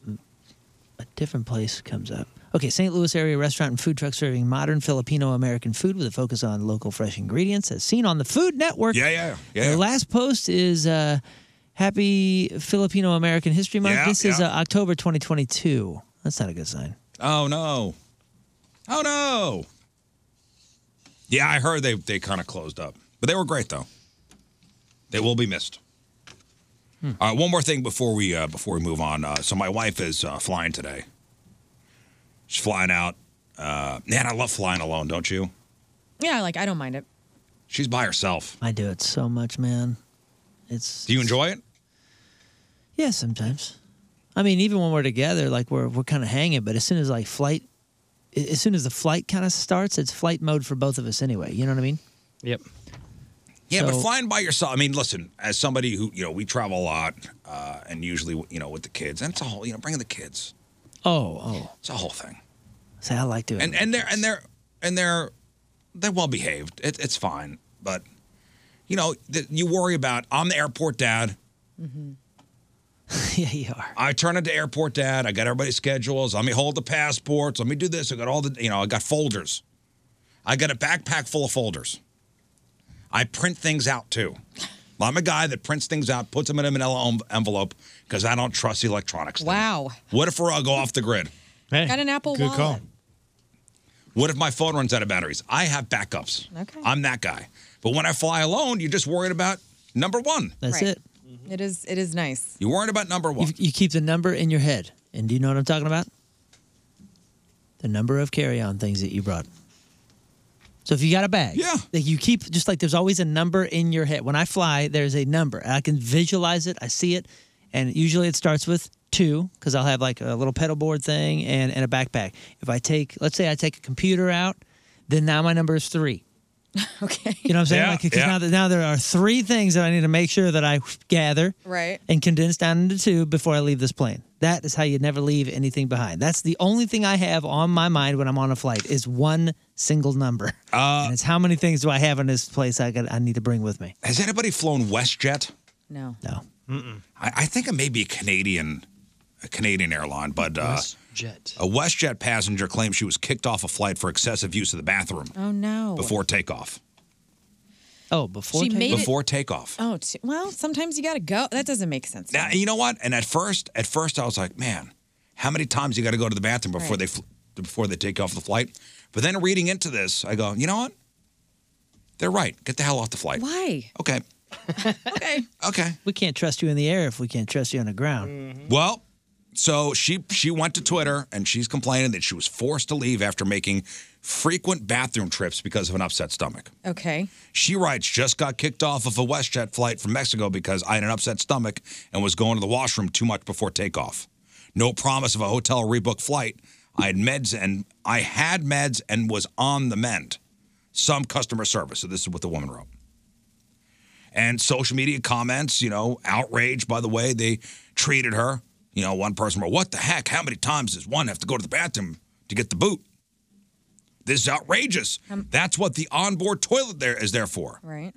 [SPEAKER 11] a different place comes up. Okay, St. Louis area restaurant and food truck serving modern Filipino American food with a focus on local fresh ingredients, as seen on the Food Network.
[SPEAKER 8] Yeah, yeah, yeah.
[SPEAKER 11] The last post is uh, Happy Filipino American History Month.
[SPEAKER 8] Yeah,
[SPEAKER 11] this is uh,
[SPEAKER 8] yeah.
[SPEAKER 11] October 2022. That's not a good sign.
[SPEAKER 8] Oh no. Oh no. Yeah, I heard they they kind of closed up. But they were great though. They will be missed. All right, one more thing before we uh, before we move on. Uh, so my wife is uh, flying today. She's flying out. Uh, man, I love flying alone, don't you?
[SPEAKER 9] Yeah, like I don't mind it.
[SPEAKER 8] She's by herself.
[SPEAKER 11] I do it so much, man. It's
[SPEAKER 8] Do you enjoy it?
[SPEAKER 11] yeah, sometimes. I mean, even when we're together, like we're we're kind of hanging, but as soon as like flight, a- as soon as the flight kind of starts, it's flight mode for both of us anyway. You know what I mean?
[SPEAKER 12] Yep.
[SPEAKER 8] Yeah, but
[SPEAKER 11] So-
[SPEAKER 8] flying by yourself. I mean, listen, as somebody who you know, we travel a lot, uh, and usually you know with the kids, and it's a whole you know bringing the kids.
[SPEAKER 11] Oh, oh.
[SPEAKER 8] It's a whole thing.
[SPEAKER 11] See, I like doing.
[SPEAKER 8] and and they're and they're and they're they're well behaved. It, it's fine, but you know th- you worry about. I'm the airport dad.
[SPEAKER 11] yeah, you are.
[SPEAKER 8] I turn into airport dad. I got everybody's schedules. Let me hold the passports. Let me do this. I got all the you know. I got folders. I got a backpack full of folders. I print things out too. I'm a guy that prints things out, puts them in a manila en- envelope because I don't trust the electronics. thing.
[SPEAKER 9] Wow.
[SPEAKER 8] What if we're all go off the grid?
[SPEAKER 9] Got an Apple Wallet.
[SPEAKER 8] What if my phone runs out of batteries? I have backups.
[SPEAKER 9] Okay.
[SPEAKER 8] I'm that guy. But when I fly alone, you're just worried about number one.
[SPEAKER 9] Right. It is. It is nice.
[SPEAKER 8] You're worried about number one.
[SPEAKER 11] You keep the number in your head, and do you know what I'm talking about? The number of carry-on things that you brought. So if you got a bag, yeah, like you keep just like there's always a number in your head. When I fly, there's a number, and I can visualize it. I see it, and usually it starts with two because I'll have like a little pedal board thing and and a backpack. If I take, let's say I take a computer out, then now my number is three. okay, you know what I'm saying?
[SPEAKER 7] Yeah,
[SPEAKER 11] like because
[SPEAKER 7] yeah.
[SPEAKER 11] now that now there are three things that I need to make sure that I gather
[SPEAKER 9] Right.
[SPEAKER 11] and condense down into two before I leave this plane. That is how you never leave anything behind. That's the only thing I have on my mind when I'm on a flight is one single number.
[SPEAKER 8] Uh,
[SPEAKER 11] and it's how many things do I have in this place I got I need to bring with me.
[SPEAKER 8] Has anybody flown WestJet?
[SPEAKER 9] No.
[SPEAKER 11] No.
[SPEAKER 8] Mm-mm. I, I think it may be a Canadian, a Canadian airline, but uh,
[SPEAKER 12] Jet.
[SPEAKER 8] a WestJet passenger claimed she was kicked off a flight for excessive use of the bathroom
[SPEAKER 9] Oh no.
[SPEAKER 8] before takeoff.
[SPEAKER 11] Oh, before
[SPEAKER 9] She takeoff? made it-
[SPEAKER 8] before takeoff.
[SPEAKER 9] Oh t- well, sometimes you gotta go. That doesn't make sense.
[SPEAKER 8] Now you know what? And at first, at first I was like, man, how many times you got to go to the bathroom before
[SPEAKER 9] Right.
[SPEAKER 8] they fl- before they take off the flight? But then reading into this, I go, you know what? They're right. Get the hell off the flight.
[SPEAKER 9] Why?
[SPEAKER 8] Okay.
[SPEAKER 9] okay.
[SPEAKER 8] Okay. Mm-hmm.
[SPEAKER 11] We can't trust you in the air if we can't trust you on the ground.
[SPEAKER 8] Well, so she she went to Twitter and she's complaining that she was forced to leave after making frequent bathroom trips because of an upset stomach.
[SPEAKER 9] Okay.
[SPEAKER 8] She writes, just got kicked off of a WestJet flight from Mexico because I had an upset stomach and was going to the washroom too much before takeoff. No promise of a hotel rebook flight. I had meds and I had meds and was on the mend. Some customer service. So this is what the woman wrote. And social media comments, you know, outraged by the way they treated her. You know, one person wrote, What the heck? How many times does one have to go to the bathroom to get the boot? This is outrageous. That's what the onboard toilet there is there for.
[SPEAKER 9] Right.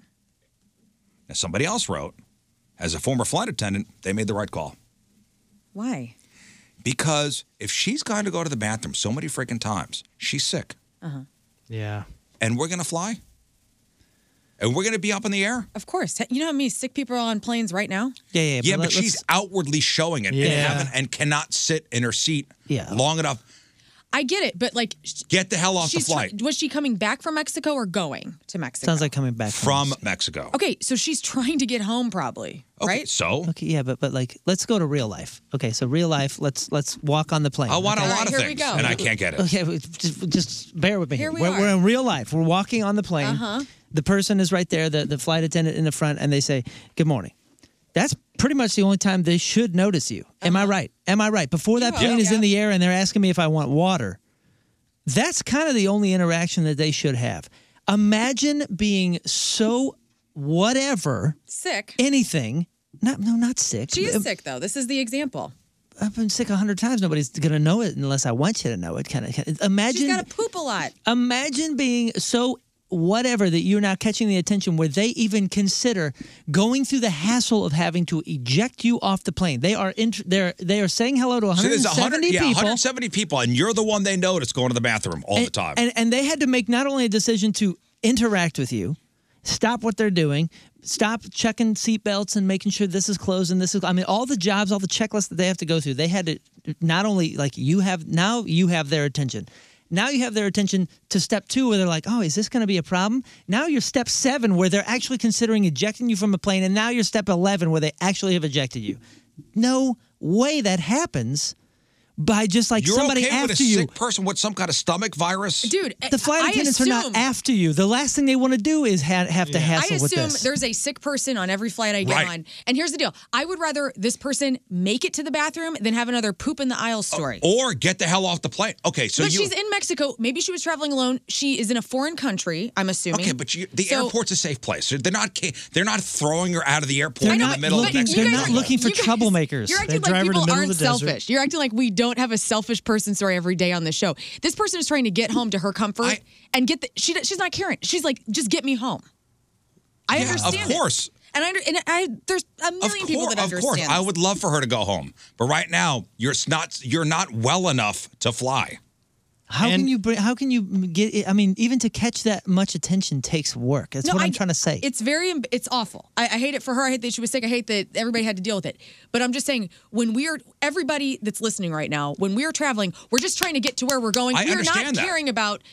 [SPEAKER 8] As somebody else wrote, as a former flight attendant, they made the right call.
[SPEAKER 9] Why?
[SPEAKER 8] Because if she's going to go to the bathroom so many freaking times, she's sick.
[SPEAKER 9] Uh
[SPEAKER 11] Uh-huh.
[SPEAKER 9] huh.
[SPEAKER 12] Yeah.
[SPEAKER 8] And we're going to fly? And we're going to be up in the air?
[SPEAKER 9] Of course. You know how many sick people are on planes right now?
[SPEAKER 11] Yeah, yeah.
[SPEAKER 8] but, she's outwardly showing it and,
[SPEAKER 9] Yeah.
[SPEAKER 8] haven't- and cannot sit in her seat
[SPEAKER 11] yeah.
[SPEAKER 8] long enough.
[SPEAKER 9] I get it, but like, sh-
[SPEAKER 8] Get the hell off
[SPEAKER 9] she's
[SPEAKER 8] the flight.
[SPEAKER 9] try- was she coming back from Mexico or going to Mexico?
[SPEAKER 11] Sounds like coming back
[SPEAKER 8] from Mexico.
[SPEAKER 9] okay, so she's trying to get home, probably. right?
[SPEAKER 8] So
[SPEAKER 11] okay, yeah, but but like let's go to real life. Okay, so real life. Let's let's walk on the plane.
[SPEAKER 8] I want
[SPEAKER 11] okay?
[SPEAKER 8] a lot of things, and I can't get it.
[SPEAKER 11] Okay, but just, just bear with me.
[SPEAKER 8] Here we
[SPEAKER 11] are
[SPEAKER 8] are.
[SPEAKER 11] we're in real life. We're walking on the plane.
[SPEAKER 8] Uh-huh.
[SPEAKER 11] The person is right there, the, the flight attendant in the front, and they say, Good morning. That's pretty much the only time they should notice you. Am
[SPEAKER 9] Uh-huh.
[SPEAKER 11] I right? Am I right? Before that
[SPEAKER 7] are.
[SPEAKER 11] plane is in the air and they're asking me if I want water, that's kind of the only interaction that they should have. Imagine being so whatever,
[SPEAKER 9] Sick.
[SPEAKER 11] anything. Not no, not sick.
[SPEAKER 9] She
[SPEAKER 11] Uh,
[SPEAKER 9] is sick, though. This is the example.
[SPEAKER 11] I've been sick a hundred times. Nobody's gonna know it unless I want you to know it. Kind of imagine.
[SPEAKER 9] She's got to poop a lot.
[SPEAKER 11] Imagine being so whatever that you're now catching the attention where they even consider going through the hassle of having to eject you off the plane. They are int- they're they are saying hello to
[SPEAKER 8] So
[SPEAKER 11] 170
[SPEAKER 8] there's 100, yeah,
[SPEAKER 11] people.
[SPEAKER 8] 170 people, and you're the one they notice going to the bathroom all the time.
[SPEAKER 11] And and they had to make not only a decision to interact with you, stop what they're doing, stop checking seatbelts and making sure this is closed and this is I mean all the jobs, all the checklists that they have to go through. They had to not only like you have now you have their attention. Now you have their attention to step two where they're like, oh, is this going to be a problem? Now you're step seven where they're actually considering ejecting you from a plane. And now you're step 11 where they actually have ejected you. No way that happens by just like
[SPEAKER 8] You're
[SPEAKER 11] somebody
[SPEAKER 8] okay with
[SPEAKER 11] after
[SPEAKER 8] a
[SPEAKER 11] you.
[SPEAKER 8] sick person with some kind of stomach virus,
[SPEAKER 9] dude.
[SPEAKER 11] The flight
[SPEAKER 9] Eh, I
[SPEAKER 11] attendants are
[SPEAKER 9] assume-
[SPEAKER 11] not after you. The last thing they want to do is ha- have to
[SPEAKER 9] I
[SPEAKER 11] hassle with
[SPEAKER 9] assume
[SPEAKER 11] this.
[SPEAKER 9] there's a sick person on every flight I get
[SPEAKER 11] Right.
[SPEAKER 9] on. And here's the deal I would rather this person make it to the bathroom than have another poop in the aisle
[SPEAKER 8] Oh,
[SPEAKER 9] story.
[SPEAKER 8] or get the hell off the plane. Okay, so
[SPEAKER 9] but
[SPEAKER 8] you.
[SPEAKER 9] she's in Mexico. Maybe she was traveling alone. She is in a foreign country, I'm assuming.
[SPEAKER 8] Okay, but you, the
[SPEAKER 9] So-
[SPEAKER 8] airport's a safe place. They're not ca- they're not throwing her out of the airport
[SPEAKER 9] They're
[SPEAKER 8] in the
[SPEAKER 9] not
[SPEAKER 8] middle
[SPEAKER 9] looking-
[SPEAKER 8] of Mexico.
[SPEAKER 9] they're not
[SPEAKER 11] looking for troublemakers.
[SPEAKER 9] You're acting like people aren't selfish. You're acting like we don't have a selfish person story every day on this show. This person is trying to get home to her comfort and get the. She, she's not caring. She's like, just get me home. I
[SPEAKER 8] Yeah, of
[SPEAKER 9] understand. it.
[SPEAKER 8] course.
[SPEAKER 9] And I under- and I there's a million people that
[SPEAKER 8] of
[SPEAKER 9] understand.
[SPEAKER 8] course,
[SPEAKER 9] this.
[SPEAKER 8] I would love for her to go home, but right now you're s- not you're not well enough to fly.
[SPEAKER 11] how can you bring, how can you get? it- I mean, even to catch that much attention takes work. That's
[SPEAKER 9] No,
[SPEAKER 11] what
[SPEAKER 9] I-
[SPEAKER 11] I'm trying to say.
[SPEAKER 9] It's very, em- it's awful. I, I hate it for her. I hate that she was sick. I hate that everybody had to deal with it. But I'm just saying, when we are, everybody that's listening right now, when we are traveling, we're just trying to get to where we're going.
[SPEAKER 8] I
[SPEAKER 9] we are not
[SPEAKER 8] understand that.
[SPEAKER 9] caring about,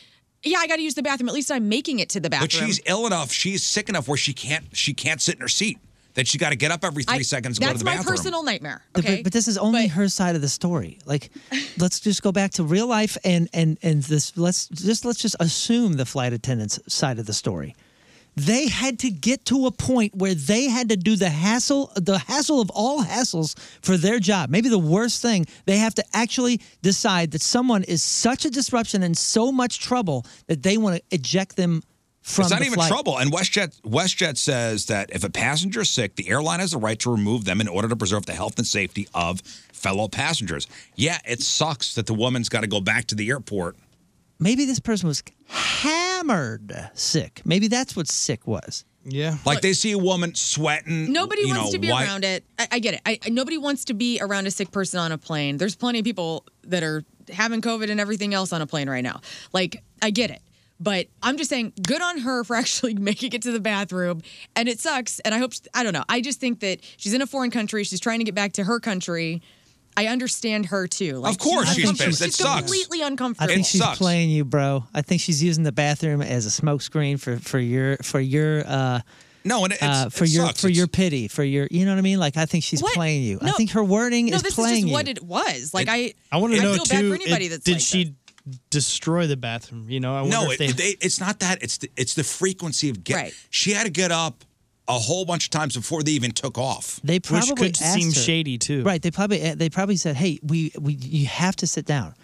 [SPEAKER 9] yeah, I got to use the bathroom. At least I'm making it to the bathroom.
[SPEAKER 8] But she's ill enough, she's sick enough where she can't she can't sit in her seat. That she got to get up every three
[SPEAKER 9] I-
[SPEAKER 8] seconds and
[SPEAKER 9] That's
[SPEAKER 8] go to the
[SPEAKER 9] my
[SPEAKER 8] bathroom.
[SPEAKER 9] personal nightmare.
[SPEAKER 11] But- But, but this is only her side of the story. Like, let's just go back to real life and and and this. Let's just let's just assume the flight attendants' side of the story. They had to get to a point where they had to do the hassle, the hassle of all hassles for their job. Maybe the worst thing they have to actually decide that someone is such a disruption and so much trouble that they want to eject them from.
[SPEAKER 8] it's not
[SPEAKER 11] the
[SPEAKER 8] even
[SPEAKER 11] flight.
[SPEAKER 8] trouble. And WestJet WestJet says that if a passenger is sick, the airline has the right to remove them in order to preserve the health and safety of fellow passengers. Yeah, it sucks that the woman's got to go back to the airport.
[SPEAKER 11] Maybe this person was hammered sick. Maybe that's what sick was.
[SPEAKER 12] Yeah.
[SPEAKER 8] Like they see a woman sweating.
[SPEAKER 9] Nobody
[SPEAKER 8] you
[SPEAKER 9] wants
[SPEAKER 8] know,
[SPEAKER 9] to be
[SPEAKER 8] white-
[SPEAKER 9] around it. I, I get it. I, I- nobody wants to be around a sick person on a plane. There's plenty of people that are having COVID and everything else on a plane right now. Like, I get it. But I'm just saying, good on her for actually making it to the bathroom. And it sucks. And I hope, I don't know. I just think that she's in a foreign country. She's trying to get back to her country. I understand her too. Like,
[SPEAKER 8] Of course she's
[SPEAKER 9] uncomfortable.
[SPEAKER 8] pissed. It
[SPEAKER 9] She's
[SPEAKER 8] sucks.
[SPEAKER 9] completely
[SPEAKER 11] I
[SPEAKER 9] uncomfortable.
[SPEAKER 11] think she's playing you, bro. I think she's using the bathroom as a smokescreen for for your for your uh
[SPEAKER 8] no, and it's,
[SPEAKER 11] uh, for
[SPEAKER 8] it
[SPEAKER 11] your
[SPEAKER 8] sucks.
[SPEAKER 11] for your pity for your you know what I mean. Like I think she's
[SPEAKER 9] What?
[SPEAKER 11] playing you. I
[SPEAKER 9] No.
[SPEAKER 11] think her wording
[SPEAKER 9] No,
[SPEAKER 11] is
[SPEAKER 9] this is
[SPEAKER 11] playing
[SPEAKER 9] just
[SPEAKER 11] you.
[SPEAKER 9] what it was. Like, I,
[SPEAKER 12] I want to know
[SPEAKER 9] feel
[SPEAKER 12] too.
[SPEAKER 9] bad for anybody
[SPEAKER 12] it-
[SPEAKER 9] that's
[SPEAKER 12] did
[SPEAKER 9] like
[SPEAKER 12] she destroy the bathroom? You know, I wonder
[SPEAKER 8] No,
[SPEAKER 12] if
[SPEAKER 8] it,
[SPEAKER 12] they.
[SPEAKER 8] they, it's not that. It's the, it's the frequency of get. She had to get up a whole bunch of times before they even took off.
[SPEAKER 11] They probably asked her- Right? They probably eh, they probably said, "Hey, we we you have to sit down."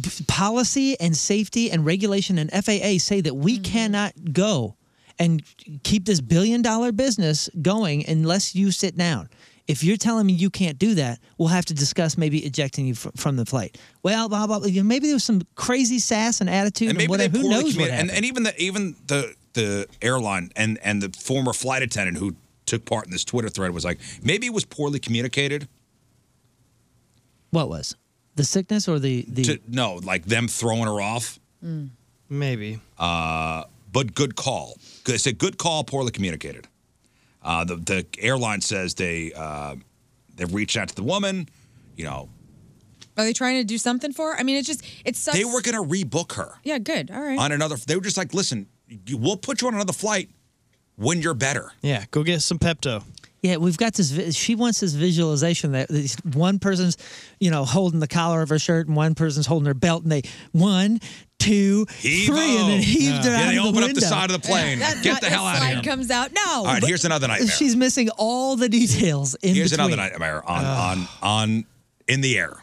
[SPEAKER 11] B- policy and safety and regulation and FAA say that
[SPEAKER 8] Mm-hmm.
[SPEAKER 11] we cannot go and keep this billion dollar business going unless you sit down. If you're telling me you can't do that, we'll have to discuss maybe ejecting you fr- from the flight. Well, blah, blah, blah. You know, maybe there was some crazy sass and attitude and,
[SPEAKER 8] maybe
[SPEAKER 11] whatever.
[SPEAKER 8] they
[SPEAKER 11] Who
[SPEAKER 8] poorly
[SPEAKER 11] knows what
[SPEAKER 8] communi- and,
[SPEAKER 11] happened?
[SPEAKER 8] and even the even the the airline and and the former flight attendant who took part in this Twitter thread was like, maybe it was poorly communicated.
[SPEAKER 11] what was the sickness or the the?
[SPEAKER 8] to, no, like them throwing her off.
[SPEAKER 12] Maybe.
[SPEAKER 8] Uh, but good call. Good- It's a good call, poorly communicated. Uh, the the airline says they uh, they reached out to the woman. You know,
[SPEAKER 9] Are they trying to do something for her? I mean, it's just, it sucks.
[SPEAKER 8] they were going to rebook her
[SPEAKER 9] Yeah, good. All right.
[SPEAKER 8] on another. They were just like, listen, you- we'll put you on another flight when you're better.
[SPEAKER 12] Yeah, go get some Pepto.
[SPEAKER 11] Yeah, we've got this. vi- She wants this visualization that this one person's, you know, holding the collar of her shirt and one person's holding her belt, and they one, two, three, and then heaved her
[SPEAKER 8] oh. Yeah,
[SPEAKER 11] out
[SPEAKER 8] they
[SPEAKER 11] of the
[SPEAKER 8] open
[SPEAKER 11] window.
[SPEAKER 8] up the side of the plane.
[SPEAKER 9] That-
[SPEAKER 8] Get
[SPEAKER 9] that-
[SPEAKER 8] the hell
[SPEAKER 9] that
[SPEAKER 8] out of
[SPEAKER 9] slide
[SPEAKER 8] here.
[SPEAKER 9] comes out. No.
[SPEAKER 8] All right, here's another nightmare.
[SPEAKER 11] She's missing all the details. In
[SPEAKER 8] Here's
[SPEAKER 11] between.
[SPEAKER 8] another nightmare on, on on in the air.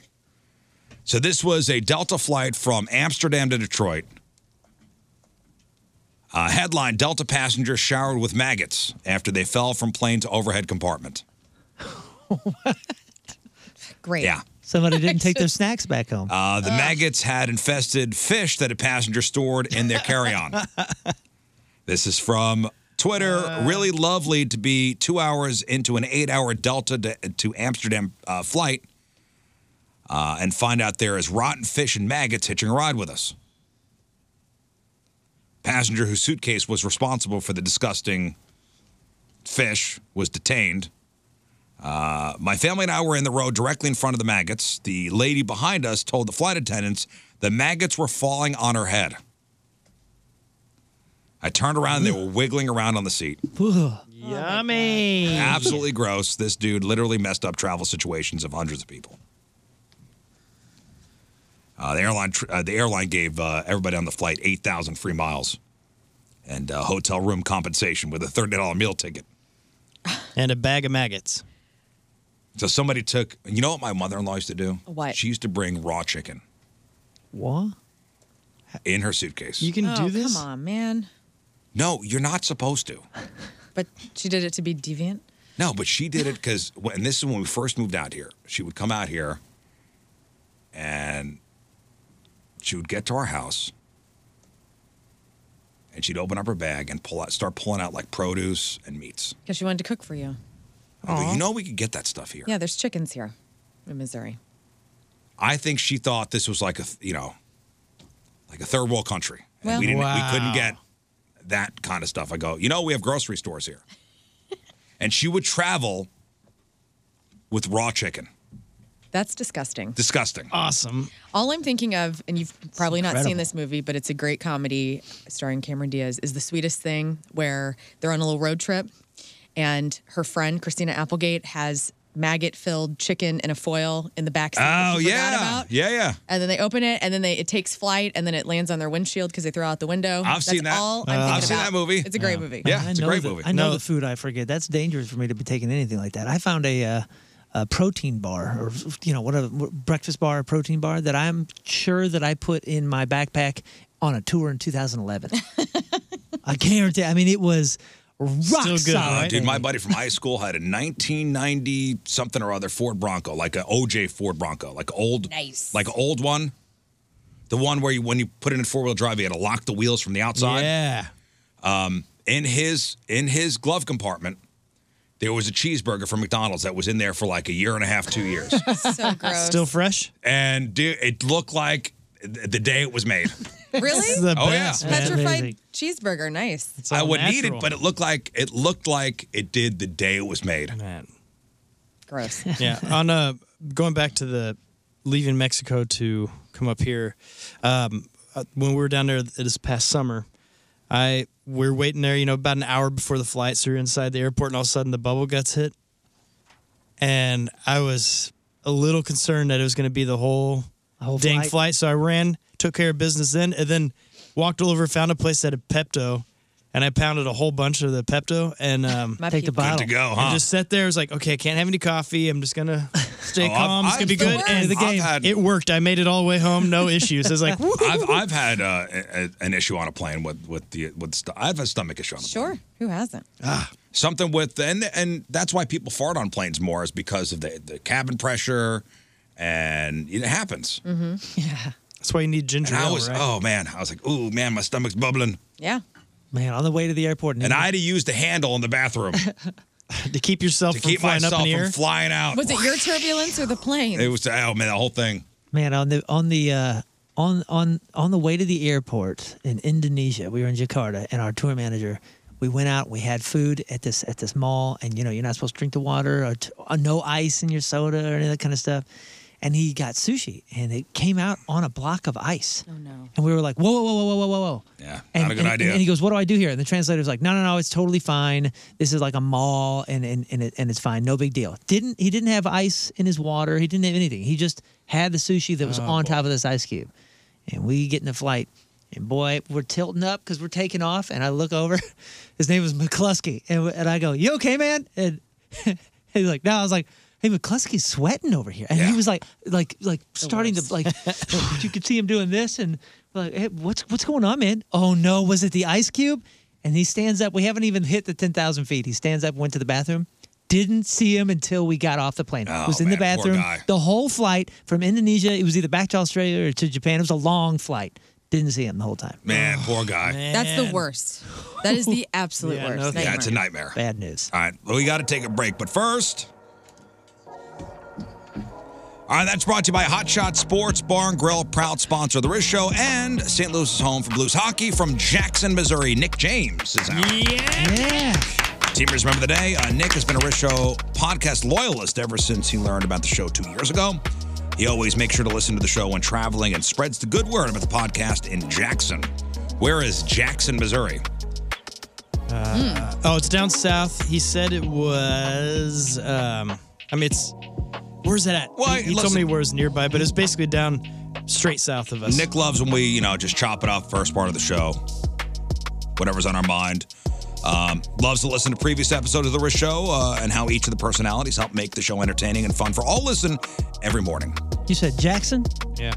[SPEAKER 8] So this was a Delta flight from Amsterdam to Detroit. Uh, headline: Delta passengers showered with maggots after they fell from plane's overhead compartment.
[SPEAKER 9] Great.
[SPEAKER 8] Yeah.
[SPEAKER 11] Somebody didn't take their snacks back home.
[SPEAKER 8] Uh, the maggots had infested fish that a passenger stored in their carry-on. this is from Twitter. really lovely to be two hours into an eight-hour Delta to, to Amsterdam uh, flight, uh, and find out there is rotten fish and maggots hitching a ride with us. Passenger whose suitcase was responsible for the disgusting fish was detained. Uh, my family and I were in the row directly in front of the maggots. The lady behind us told the flight attendants the maggots were falling on her head. I turned around and they were wiggling around on the seat.
[SPEAKER 9] Oh
[SPEAKER 12] Yummy.
[SPEAKER 8] Absolutely gross. This dude literally messed up travel situations of hundreds of people. Uh, the airline tr- uh, the airline gave uh, everybody on the flight eight thousand free miles, and uh, hotel room compensation with a thirty dollar meal ticket.
[SPEAKER 12] and a bag of maggots.
[SPEAKER 8] So somebody took. You know what my mother in law used to do?
[SPEAKER 9] What?
[SPEAKER 8] She used to bring raw chicken
[SPEAKER 12] What?
[SPEAKER 8] in her suitcase.
[SPEAKER 9] Oh, Come on, man.
[SPEAKER 8] No, you're not supposed to.
[SPEAKER 9] But she did it to be deviant.
[SPEAKER 8] No, but she did it because, and this is when we first moved out here. She would come out here and she would get to our house and she'd open up her bag and pull out, start pulling out like produce and meats.
[SPEAKER 9] Because she wanted to cook for you.
[SPEAKER 8] I go,
[SPEAKER 9] Aw.
[SPEAKER 8] you know, we could get that stuff here.
[SPEAKER 9] Yeah, there's chickens here in Missouri.
[SPEAKER 8] I think she thought this was like a, th- you know, like a third world country. And
[SPEAKER 9] Well-
[SPEAKER 8] we, didn't, we couldn't
[SPEAKER 9] Wow.
[SPEAKER 8] get that kind of stuff. I go, you know, we have grocery stores here. and she would travel with raw chicken.
[SPEAKER 9] That's disgusting.
[SPEAKER 8] Disgusting.
[SPEAKER 12] Awesome.
[SPEAKER 9] All I'm thinking of, and you've probably not seen
[SPEAKER 8] incredible.
[SPEAKER 9] this movie, but it's a great comedy starring Cameron Diaz, is The Sweetest Thing, where they're on a little road trip and her friend, Christina Applegate, has maggot filled chicken in a foil in the back seat. that
[SPEAKER 8] Oh
[SPEAKER 9] she forgot
[SPEAKER 8] yeah,
[SPEAKER 9] About.
[SPEAKER 8] yeah, yeah.
[SPEAKER 9] And then they open it, and then they, it takes flight, and then it lands on their windshield because they throw out the window.
[SPEAKER 8] I've
[SPEAKER 9] That's
[SPEAKER 8] seen that.
[SPEAKER 9] All I'm
[SPEAKER 8] Uh,
[SPEAKER 9] thinking
[SPEAKER 8] I've seen
[SPEAKER 9] about.
[SPEAKER 8] that movie.
[SPEAKER 9] It's a great movie.
[SPEAKER 8] Yeah,
[SPEAKER 11] I
[SPEAKER 8] it's a
[SPEAKER 11] know
[SPEAKER 8] great
[SPEAKER 11] the-
[SPEAKER 8] movie.
[SPEAKER 11] I know
[SPEAKER 8] No.
[SPEAKER 11] the food I forget. That's dangerous for me to be taking anything like that. I found a, uh, a protein bar or you know whatever breakfast bar, or protein bar that I'm sure that I put in my backpack on a tour in 2011. I guarantee. I mean, it was rock solid.
[SPEAKER 8] Uh, dude, my buddy from high school had a 1990 something or other Ford Bronco, like an OJ Ford Bronco, like old,
[SPEAKER 7] Nice.
[SPEAKER 8] like an old one. The one where you, when you put it in four wheel drive, you had to lock the wheels from the outside.
[SPEAKER 12] Yeah.
[SPEAKER 8] Um, in his in his glove compartment, there was a cheeseburger from McDonald's that was in there for like a year and a half, two years,
[SPEAKER 9] so gross.
[SPEAKER 12] Still fresh?
[SPEAKER 8] and dude, it looked like th- the day it was made.
[SPEAKER 9] Really?
[SPEAKER 8] It's the Oh, yeah. best, man.
[SPEAKER 9] Petrified
[SPEAKER 8] Amazing.
[SPEAKER 9] cheeseburger. Nice.
[SPEAKER 8] I would need it, but it looked like it looked like it did the day it was made.
[SPEAKER 12] Man.
[SPEAKER 9] Gross.
[SPEAKER 12] yeah. On uh, going back to the leaving Mexico to come up here, um, uh, when we were down there this past summer, I we are waiting there, you know, about an hour before the flight, so we are inside the airport, and all of a sudden the bubble guts hit, and I was a little concerned that it was going to be the whole, dang
[SPEAKER 11] flight.
[SPEAKER 12] flight. So I ran, took care of business then, and then walked over, found a place that had Pepto. And I pounded a whole bunch of the Pepto and um,
[SPEAKER 8] My Take the people. Good to bottle. go,
[SPEAKER 12] And
[SPEAKER 8] huh?
[SPEAKER 12] just sat there. I was like, okay, I can't have any coffee. I'm just gonna stay
[SPEAKER 8] Oh, I've-
[SPEAKER 12] calm. it's
[SPEAKER 8] I've
[SPEAKER 12] gonna be
[SPEAKER 8] done
[SPEAKER 12] good.
[SPEAKER 8] that.
[SPEAKER 12] And the
[SPEAKER 8] I've
[SPEAKER 12] game,
[SPEAKER 8] had-
[SPEAKER 12] it worked. I made it all the way home, no issues. I was like, woo.
[SPEAKER 8] I've, I've had uh, a, a- an issue on a plane with with the with st- I've had stomach issue on a plane. Ah.
[SPEAKER 9] Sure. Who hasn't?
[SPEAKER 8] something with and and that's why people fart on planes more is because of the, the cabin pressure and it happens.
[SPEAKER 9] Mm-hmm. Yeah.
[SPEAKER 12] That's why you need ginger
[SPEAKER 8] And I
[SPEAKER 12] ale,
[SPEAKER 8] was
[SPEAKER 12] right?
[SPEAKER 8] oh man, I was like ooh man, my stomach's bubbling,
[SPEAKER 9] Yeah.
[SPEAKER 11] Man, on the way to the airport,
[SPEAKER 8] and I had to use the handle in the bathroom to
[SPEAKER 12] to keep yourself from
[SPEAKER 8] keep
[SPEAKER 12] flying
[SPEAKER 8] myself
[SPEAKER 12] up in the air.
[SPEAKER 8] from flying out.
[SPEAKER 9] Was it your turbulence or the plane?
[SPEAKER 8] It was oh man, the whole thing.
[SPEAKER 11] Man, on the on the uh, on on on the way to the airport in Indonesia, we were in Jakarta, and our tour manager, we went out, we had food at this at this mall, and you know you're not supposed to drink the water or, t- or no ice in your soda or any of that kind of stuff. And he got sushi, and it came out on a block of ice. Oh no! And we were like, whoa, whoa, whoa, whoa, whoa, whoa, whoa.
[SPEAKER 8] Yeah,
[SPEAKER 11] and,
[SPEAKER 8] not a good
[SPEAKER 11] and-
[SPEAKER 8] idea.
[SPEAKER 11] And he goes, "What do I do here?" And the translator was like, "No, no, no, it's totally fine. This is like a mall, and and and, it, and it's fine. No big deal." Didn't he didn't have ice in his water? He didn't have anything. He just had the sushi that was
[SPEAKER 12] Oh,
[SPEAKER 11] on top of this ice cube. And we get in the flight, and boy, we're tilting up because we're taking off. And I look over, his name was McCluskey, and, and I go, "You okay, man?" And he's like, "No." I was like. Hey, McCluskey's sweating over here, and he was like, like, like starting to like. you could see him doing this, and we're like, hey, what's what's going on, man? Oh no, was it the ice cube? And he stands up. We haven't even hit the ten thousand feet. He stands up, went to the bathroom. Didn't see him until we got off the plane.
[SPEAKER 8] Oh,
[SPEAKER 11] was in the
[SPEAKER 8] man, poor
[SPEAKER 11] bathroom
[SPEAKER 8] guy.
[SPEAKER 11] the whole flight from Indonesia. It was either back to Australia or to Japan. It was a long flight. Didn't see him the whole time.
[SPEAKER 12] Oh,
[SPEAKER 8] Man, poor guy.
[SPEAKER 9] That's the worst. That is the absolute worst.
[SPEAKER 8] yeah, it's a nightmare.
[SPEAKER 11] Bad news.
[SPEAKER 8] All right, well, we got to take a break, but first. All right, that's brought to you by Hot Shot Sports Bar and Grill, proud sponsor of the Riz Show, and St. Louis's home for blues hockey from Jackson, Missouri. Nick James is out.
[SPEAKER 11] Yeah.
[SPEAKER 8] Teamers, remember the day. Uh, Nick has been a Riz Show podcast loyalist ever since he learned about the show two years ago. He always makes sure to listen to the show when traveling and spreads the good word about the podcast in Jackson. Where is Jackson, Missouri?
[SPEAKER 12] Uh, Oh, it's down south. He said it was. Um, I mean, it's. Where's it at?
[SPEAKER 8] Why,
[SPEAKER 12] He, he told
[SPEAKER 8] listen.
[SPEAKER 12] me where it's nearby, but it's basically down straight south of us.
[SPEAKER 8] Nick loves when we, you know, just chop it up first part of the show, whatever's on our mind. Um, loves to listen to previous episodes of the Rish Show uh, and how each of the personalities help make the show entertaining and fun for all. Listen every morning.
[SPEAKER 11] You said Jackson?
[SPEAKER 12] Yeah.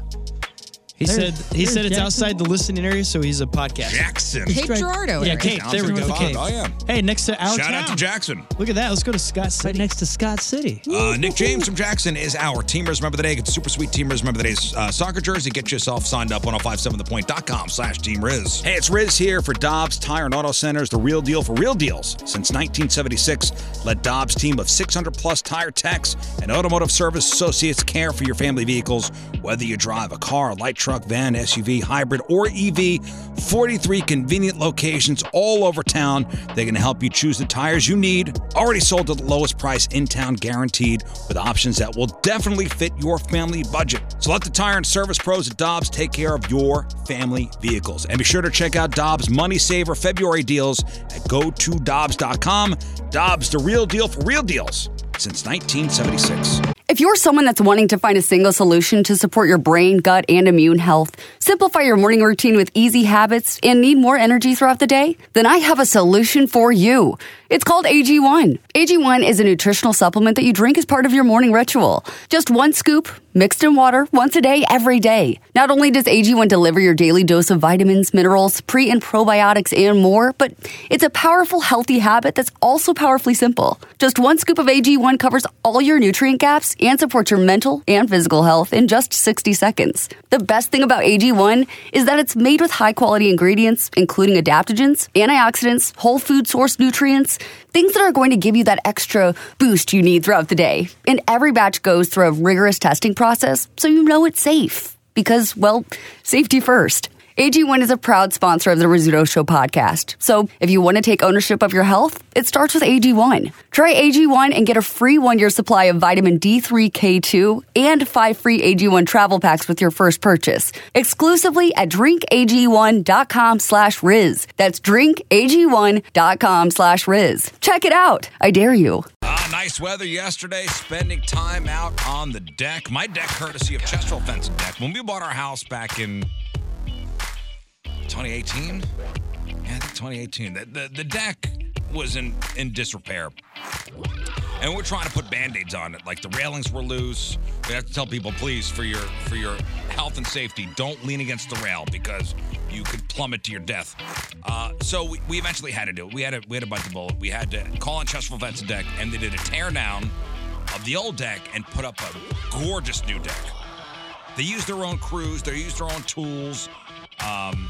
[SPEAKER 12] He
[SPEAKER 11] There's-
[SPEAKER 12] said he
[SPEAKER 11] there's
[SPEAKER 12] said it's
[SPEAKER 11] Jackson.
[SPEAKER 12] outside the listening area, so he's a podcast.
[SPEAKER 8] Jackson.
[SPEAKER 11] Cape Girardeau
[SPEAKER 12] Yeah,
[SPEAKER 11] area.
[SPEAKER 12] Cape. There we
[SPEAKER 8] Sounds
[SPEAKER 12] go.
[SPEAKER 8] like
[SPEAKER 12] Cape.
[SPEAKER 8] fun. Oh, yeah.
[SPEAKER 12] Hey, next to our
[SPEAKER 8] Shout out to
[SPEAKER 12] town.
[SPEAKER 8] Jackson.
[SPEAKER 12] Look at that. Let's go to Scott City. Right
[SPEAKER 11] next to Scott City.
[SPEAKER 8] Uh, Nick James from Jackson is our Teamers Remember the Day. Get the super sweet Teamers Remember the Day's uh, soccer jersey. Get yourself signed up 1057thepoint.com slash Team Riz. Hey, it's Riz here for Dobbs Tire and Auto Centers, the real deal for real deals. Since 1976, let Dobbs' team of 600 plus tire techs and automotive service associates care for your family vehicles, whether you drive a car, light truck, van, SUV, hybrid, or E EV. 43 convenient locations all over town. They can help you choose the tires you need, already sold at the lowest price in town guaranteed, with options that will definitely fit your family budget. So let the tire and service pros at Dobbs take care of your family vehicles. And be sure to check out Dobbs Money Saver February deals at gotodobbs.com. Dobbs, the real deal for real deals since 1976.
[SPEAKER 7] If you're someone that's wanting to find a single solution to support your brain, gut, and immune health, simplify your morning routine with easy habits, and need more energy throughout the day, then I have a solution for you. It's called AG1. AG1 is a nutritional supplement that you drink as part of your morning ritual. Just one scoop, mixed in water, once a day, every day. Not only does AG1 deliver your daily dose of vitamins, minerals, pre and probiotics, and more, but it's a powerful, healthy habit that's also powerfully simple. Just one scoop of AG1 covers all your nutrient gaps and supports your mental and physical health in just 60 seconds. The best thing about AG1 is that it's made with high quality ingredients, including adaptogens, antioxidants, whole food source nutrients, things that are going to give you that extra boost you need throughout the day. And every batch goes through a rigorous testing process so you know it's safe because, well, safety first. AG1 is a proud sponsor of the Rizzuto Show podcast. So if you want to take ownership of your health, it starts with AG1. Try AG1 and get a free one year supply of vitamin D3K2 and five free AG1 travel packs with your first purchase. Exclusively at drinkag1.com slash Riz. That's drinkag1.com slash Riz. Check it out. I dare you.
[SPEAKER 8] Ah, nice weather yesterday. Spending time out on the deck. My deck, courtesy of Chesterfield Fence and Deck. When we bought our house back in 2018, yeah, I think 2018. The, the, the deck was in in disrepair, and we're trying to put band-aids on it. Like the railings were loose. We have to tell people, please, for your for your health and safety, don't lean against the rail because you could plummet to your death. Uh, so we, we eventually had to do it. We had to we had to bite the bullet. We had to call on Chesterfield Vets Deck, and they did a tear down of the old deck and put up a gorgeous new deck. They used their own crews. They used their own tools. Um,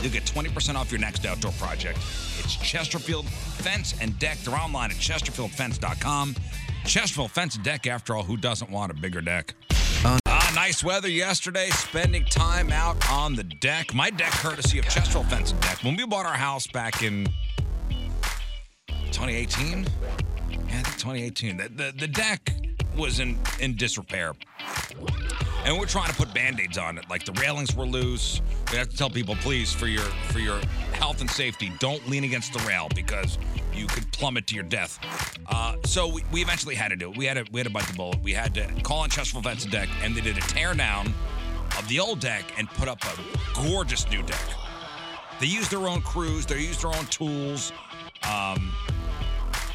[SPEAKER 8] you'll get 20% off your next outdoor project. It's Chesterfield Fence and Deck. They're online at chesterfieldfence.com. Chesterfield Fence and Deck, after all, who doesn't want a bigger deck? Ah, nice weather yesterday. Spending time out on the deck. My deck, courtesy of Chesterfield Fence and Deck. When we bought our house back in 2018, yeah, I think 2018. The, the, the deck was in, in disrepair. And we're trying to put band-aids on it. Like the railings were loose. We have to tell people, please, for your for your health and safety, don't lean against the rail because you could plummet to your death. Uh, so we, we eventually had to do it. We had to we had to bite the bullet. We had to call on Chesterfield Vets Deck, and they did a tear down of the old deck and put up a gorgeous new deck. They used their own crews. They used their own tools. Um,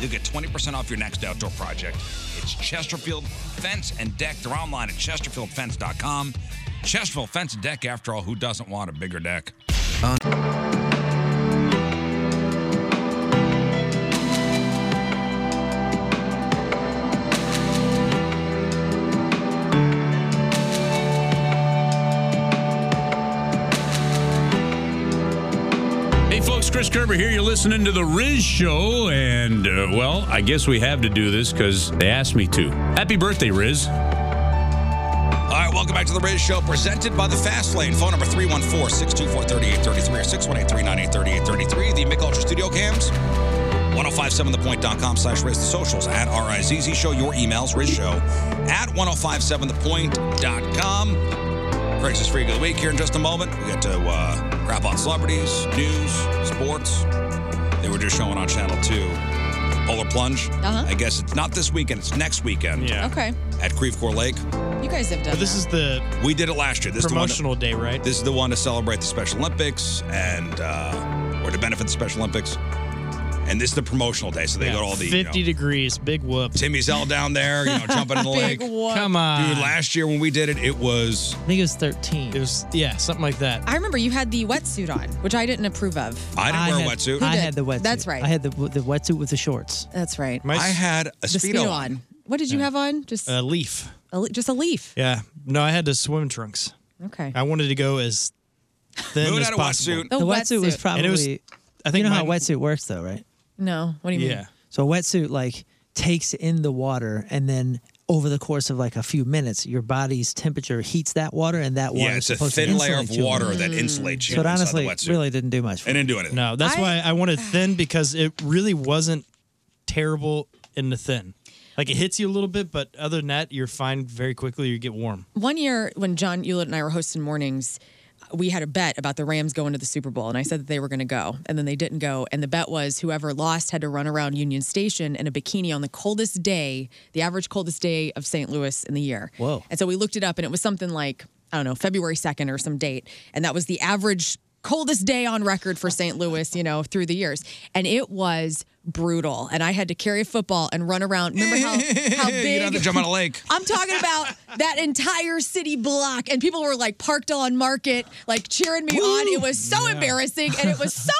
[SPEAKER 8] you'll get 20% off your next outdoor project. It's Chesterfield Fence and Deck. They're online at chesterfieldfence.com. Chesterfield Fence and Deck, after all, who doesn't want a bigger deck?
[SPEAKER 14] Chris Kerber here. You're listening to The Riz Show. And, uh, well, I guess we have to do this because they asked me to. Happy birthday, Riz.
[SPEAKER 8] All right, welcome back to the Riz Show, presented by the Fast Lane. Phone number 314 624 3833 or 618 398 3833. The Mick Ultra Studio Cams, 1057thepoint.com slash Riz, the socials at RIZZ Show, your emails, Riz Show at 1057thepoint.com. Craigslist Freak of the Week here in just a moment. We got to uh, wrap on celebrities, news, sports. They were just showing on Channel 2. Polar Plunge.
[SPEAKER 9] Uh-huh.
[SPEAKER 8] I guess it's not this weekend, it's next weekend.
[SPEAKER 9] Okay.
[SPEAKER 8] At Creve Coeur Lake.
[SPEAKER 9] You guys have done
[SPEAKER 8] But this
[SPEAKER 9] that.
[SPEAKER 8] is the we did it last year. This
[SPEAKER 12] promotional
[SPEAKER 8] is the one day, right? This is the one to celebrate the Special Olympics and uh, or to benefit the Special Olympics. And this is the promotional day, so they got all the you know,
[SPEAKER 12] fifty degrees, big whoop.
[SPEAKER 8] Timmy Zell down there, you know, jumping in the lake.
[SPEAKER 12] Big whoop. Come on.
[SPEAKER 8] dude! Last year when we did it, it was
[SPEAKER 12] I think it was thirteen. It was yeah, something like that.
[SPEAKER 9] I remember you had the wetsuit on, which I didn't approve of.
[SPEAKER 8] I didn't wear a
[SPEAKER 11] had-
[SPEAKER 8] wetsuit.
[SPEAKER 11] I
[SPEAKER 9] Who did?
[SPEAKER 11] had the wetsuit.
[SPEAKER 9] That's right.
[SPEAKER 11] I had the the wetsuit with the shorts.
[SPEAKER 9] That's right.
[SPEAKER 8] I had
[SPEAKER 9] the speedo, on. What did you have on? Just
[SPEAKER 11] Uh,
[SPEAKER 12] A leaf.
[SPEAKER 9] a le- just a leaf.
[SPEAKER 12] Yeah. No, I had the swim trunks.
[SPEAKER 9] Okay.
[SPEAKER 12] I wanted to go as thin
[SPEAKER 8] Moon
[SPEAKER 12] as
[SPEAKER 8] had a
[SPEAKER 12] possible.
[SPEAKER 8] wetsuit.
[SPEAKER 11] The, wetsuit, was probably.
[SPEAKER 12] And it was- I think
[SPEAKER 11] you know how
[SPEAKER 12] mine-
[SPEAKER 11] a wetsuit works, though, right?
[SPEAKER 9] No. What do you mean?
[SPEAKER 11] So a wetsuit like takes in the water and then. Over the course of like a few minutes, your body's temperature heats that water, and that water
[SPEAKER 8] yeah,
[SPEAKER 11] is
[SPEAKER 8] it's a
[SPEAKER 11] supposed to
[SPEAKER 8] thin layer of
[SPEAKER 11] insulate you.
[SPEAKER 8] water that
[SPEAKER 9] Mm.
[SPEAKER 8] insulates you.
[SPEAKER 11] So it
[SPEAKER 8] inside
[SPEAKER 11] honestly
[SPEAKER 8] the wetsuit.
[SPEAKER 11] really didn't do much.
[SPEAKER 8] it didn't do anything.
[SPEAKER 12] No, that's why I wanted thin because it really wasn't terrible in the thin. Like it hits you a little bit, but other than that, you're fine very quickly. You get warm.
[SPEAKER 9] One year when John Hewlett and I were hosting mornings, we had a bet about the Rams going to the Super Bowl, and I said that they were going to go, and then they didn't go. And the bet was whoever lost had to run around Union Station in a bikini on the coldest day, the average coldest day of St. Louis in the year. Whoa. And so we looked it up, and it was something like, I don't know, February 2nd or some date. And that was the average coldest day on record for St. Louis, you know, through the years. And it was brutal. And I had to carry a football and run around. Remember how, how
[SPEAKER 8] You
[SPEAKER 9] big.
[SPEAKER 8] don't have to jump on a lake.
[SPEAKER 9] I'm talking about that entire city block, and people were like parked on Market, like cheering me on. It was so
[SPEAKER 8] Yeah.
[SPEAKER 9] embarrassing, and it was so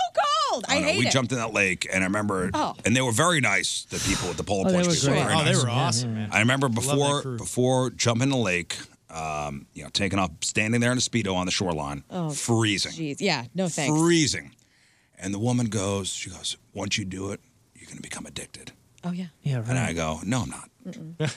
[SPEAKER 9] cold. I
[SPEAKER 8] Oh, no,
[SPEAKER 9] hate
[SPEAKER 8] we
[SPEAKER 9] it.
[SPEAKER 8] jumped in that lake, and I remember,
[SPEAKER 9] Oh.
[SPEAKER 8] and they were very nice. The people at the Polar
[SPEAKER 12] Oh, they
[SPEAKER 8] Plunge
[SPEAKER 12] were
[SPEAKER 8] people
[SPEAKER 12] great.
[SPEAKER 8] very
[SPEAKER 12] Oh, they
[SPEAKER 8] nice.
[SPEAKER 12] were awesome, man.
[SPEAKER 8] I remember
[SPEAKER 12] Love that
[SPEAKER 8] before
[SPEAKER 12] crew.
[SPEAKER 8] before jumping in the lake, um, you know, taking off, standing there in a speedo on the shoreline,
[SPEAKER 9] Oh,
[SPEAKER 8] freezing,
[SPEAKER 9] Jeez, yeah, no thanks.
[SPEAKER 8] freezing, and the woman goes, she goes, once you do it, you're gonna become addicted.
[SPEAKER 9] Oh yeah.
[SPEAKER 11] Yeah,
[SPEAKER 8] And I go, no, I'm not.
[SPEAKER 9] Mm-mm.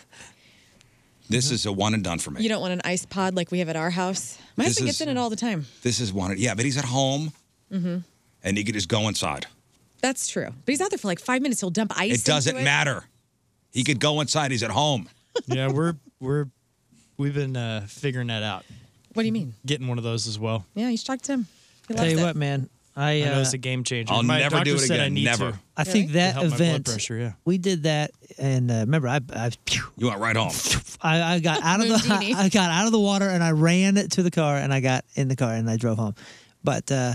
[SPEAKER 8] This is a one and done for me.
[SPEAKER 9] You don't want an ice pod like we have at our house. My
[SPEAKER 8] This
[SPEAKER 9] husband gets
[SPEAKER 8] is- uh,
[SPEAKER 9] in it all the time.
[SPEAKER 8] This is one. Yeah, but he's at home,
[SPEAKER 9] hmm
[SPEAKER 8] and he could just go inside.
[SPEAKER 9] That's true. But he's out there for like five minutes. He'll dump ice.
[SPEAKER 8] it doesn't
[SPEAKER 9] into
[SPEAKER 8] matter. He could go inside. He's at home.
[SPEAKER 12] yeah, we're we're we've been uh, figuring that out.
[SPEAKER 9] What do you mean?
[SPEAKER 12] Getting one of those as well.
[SPEAKER 9] Yeah, you should talk to him. He
[SPEAKER 11] Tell
[SPEAKER 9] loves
[SPEAKER 11] you
[SPEAKER 9] it.
[SPEAKER 11] what, man, I,
[SPEAKER 12] I
[SPEAKER 11] uh,
[SPEAKER 12] know it's a game changer.
[SPEAKER 8] I'll
[SPEAKER 12] My
[SPEAKER 8] never
[SPEAKER 12] doctor
[SPEAKER 8] do it
[SPEAKER 12] said I
[SPEAKER 8] again,
[SPEAKER 12] need
[SPEAKER 8] never.
[SPEAKER 12] To.
[SPEAKER 11] I think
[SPEAKER 12] To
[SPEAKER 11] that
[SPEAKER 12] help my blood
[SPEAKER 11] event.
[SPEAKER 12] pressure, yeah.
[SPEAKER 11] We did that, and uh, remember, I, I,
[SPEAKER 8] You went right home.
[SPEAKER 11] I, I got out of the,
[SPEAKER 8] Houdini.
[SPEAKER 11] I got out of the water, and I ran to the car, and I got in the car, and I drove home. But uh,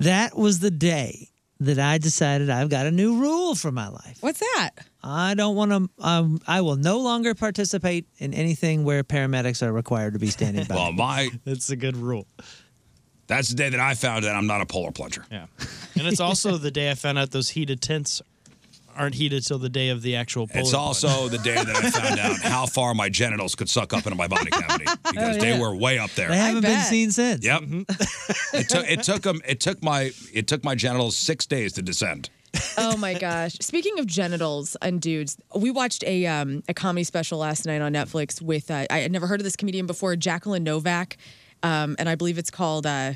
[SPEAKER 11] that was the day that I decided I've got a new rule for my life.
[SPEAKER 9] What's that?
[SPEAKER 11] I don't want to. Um, I will no longer participate in anything where paramedics are required to be standing by.
[SPEAKER 8] Well, my
[SPEAKER 12] that's a good rule.
[SPEAKER 8] That's the day that I found that I'm not a polar plunger.
[SPEAKER 12] Yeah, and it's also the day I found out those heated tents aren't heated till the day of the actual. Polar
[SPEAKER 8] It's
[SPEAKER 12] plunge.
[SPEAKER 8] also the day that I found out how far my genitals could suck up into my body cavity because
[SPEAKER 12] Oh,
[SPEAKER 8] they
[SPEAKER 12] yeah.
[SPEAKER 8] were way up there.
[SPEAKER 11] They haven't been seen since.
[SPEAKER 8] Yep.
[SPEAKER 11] Mm-hmm.
[SPEAKER 8] it took it took 'em- it took my it took my genitals six days to descend.
[SPEAKER 9] oh my gosh. Speaking of genitals and dudes, we watched a um, a comedy special last night on Netflix with uh, I had never heard of this comedian before, Jacqueline Novak, um, and I believe it's called. Uh,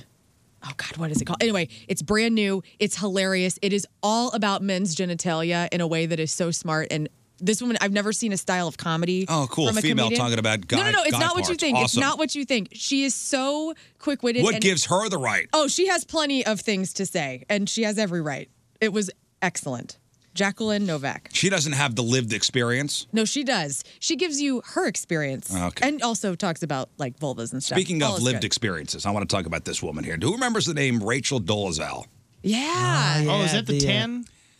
[SPEAKER 9] Oh God, what is it called? Anyway, it's brand new. It's hilarious. It is all about men's genitalia in a way that is so smart. And this woman, I've never seen a style of comedy.
[SPEAKER 8] Oh, cool.
[SPEAKER 9] from a
[SPEAKER 8] Female
[SPEAKER 9] comedian.
[SPEAKER 8] talking about
[SPEAKER 9] No,
[SPEAKER 8] guy-
[SPEAKER 9] no, no. It's
[SPEAKER 8] guy
[SPEAKER 9] not what you
[SPEAKER 8] parts.
[SPEAKER 9] think. It's
[SPEAKER 8] Awesome.
[SPEAKER 9] not what you think. She is so quick witted.
[SPEAKER 8] What gives her the right?
[SPEAKER 9] Oh, she has plenty of things to say, and she has every right. It was excellent. Jacqueline Novak.
[SPEAKER 8] She doesn't have the lived experience.
[SPEAKER 9] No, she does. She gives you her experience,
[SPEAKER 8] Ah, Okay.
[SPEAKER 9] and also talks about like vulvas and stuff.
[SPEAKER 8] Speaking
[SPEAKER 11] Oh,
[SPEAKER 9] All
[SPEAKER 8] of
[SPEAKER 9] is
[SPEAKER 8] lived
[SPEAKER 9] good.
[SPEAKER 8] experiences, I want to talk about this woman here. Who remembers the name Rachel Dolezal?
[SPEAKER 9] yeah.
[SPEAKER 11] Yeah, uh,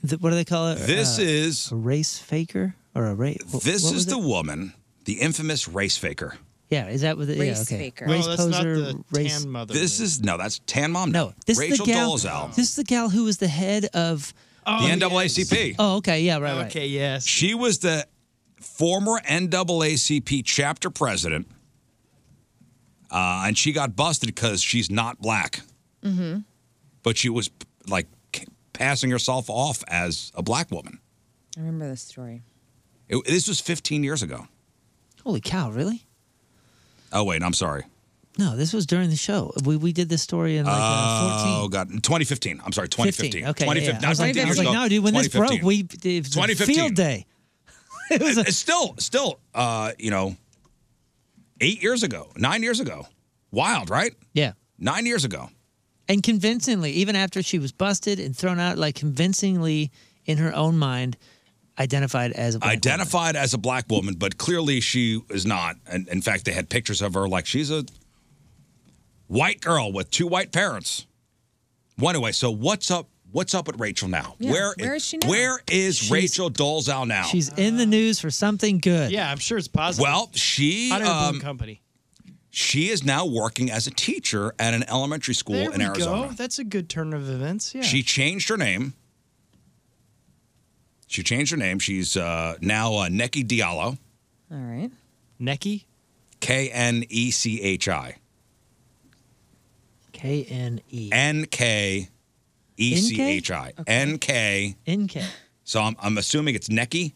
[SPEAKER 11] the- what do they call it?
[SPEAKER 8] This
[SPEAKER 11] Uh,
[SPEAKER 8] is
[SPEAKER 11] a race faker or a race.
[SPEAKER 8] This is the woman, the infamous race faker.
[SPEAKER 11] Yeah, is that what the
[SPEAKER 8] Race
[SPEAKER 11] yeah, okay.
[SPEAKER 8] faker.
[SPEAKER 11] Race
[SPEAKER 8] Oh, that's not
[SPEAKER 11] poser, race
[SPEAKER 8] This is no, that's Tan Mom.
[SPEAKER 11] No, this
[SPEAKER 8] Rachel
[SPEAKER 11] is the gal.
[SPEAKER 8] Dolezal.
[SPEAKER 11] This is the gal who was the head of
[SPEAKER 8] the E. NAACP.
[SPEAKER 11] Oh, okay, yeah, right, right. Okay,
[SPEAKER 12] yes.
[SPEAKER 8] She was the former NAACP chapter president, uh, and she got busted because she's not black,
[SPEAKER 9] Mm-hmm.
[SPEAKER 8] but she was like passing herself off as a black woman.
[SPEAKER 9] I remember this story.
[SPEAKER 8] It- this was 15 years ago.
[SPEAKER 11] Holy cow! Really?
[SPEAKER 8] Oh wait, I'm sorry.
[SPEAKER 11] No, this was during the show. We we did this story in like uh, 14.
[SPEAKER 8] Oh god, 2015. I'm sorry, 2015.
[SPEAKER 11] 15, Okay. yeah,
[SPEAKER 8] 2015.
[SPEAKER 11] yeah. I was like, I was like, no, dude. When this broke, we it was a
[SPEAKER 8] 2015.
[SPEAKER 11] field day.
[SPEAKER 8] it was still, still, uh, you know, eight years ago, nine years ago. Wild, right?
[SPEAKER 11] Yeah.
[SPEAKER 8] Nine years ago.
[SPEAKER 11] And convincingly, even after she was busted and thrown out, like convincingly in her own mind, identified as a black
[SPEAKER 8] identified as a black woman, but clearly she is not. And in fact, they had pictures of her like she's a white girl with two white parents. Well, anyway, so what's up? What's up with Rachel now?
[SPEAKER 11] Yeah,
[SPEAKER 9] where is she now?
[SPEAKER 8] Where is Rachel Dolezal now?
[SPEAKER 11] She's in the news for something good.
[SPEAKER 12] Uh. Yeah, I'm sure it's positive.
[SPEAKER 8] well, she
[SPEAKER 12] I don't know,
[SPEAKER 8] um,
[SPEAKER 12] company.
[SPEAKER 8] she is now working as a teacher at an elementary school
[SPEAKER 12] there
[SPEAKER 8] in
[SPEAKER 12] we
[SPEAKER 8] Arizona.
[SPEAKER 12] go. That's a good turn of events. Yeah.
[SPEAKER 8] She changed her name. She changed her name. She's uh, now uh, Neki Diallo.
[SPEAKER 9] All right.
[SPEAKER 12] Neki?
[SPEAKER 8] K N E C H I.
[SPEAKER 11] K N E.
[SPEAKER 8] N K E C H I.
[SPEAKER 11] NK?
[SPEAKER 8] N K.
[SPEAKER 11] NK.
[SPEAKER 8] So I'm, I'm assuming it's Neki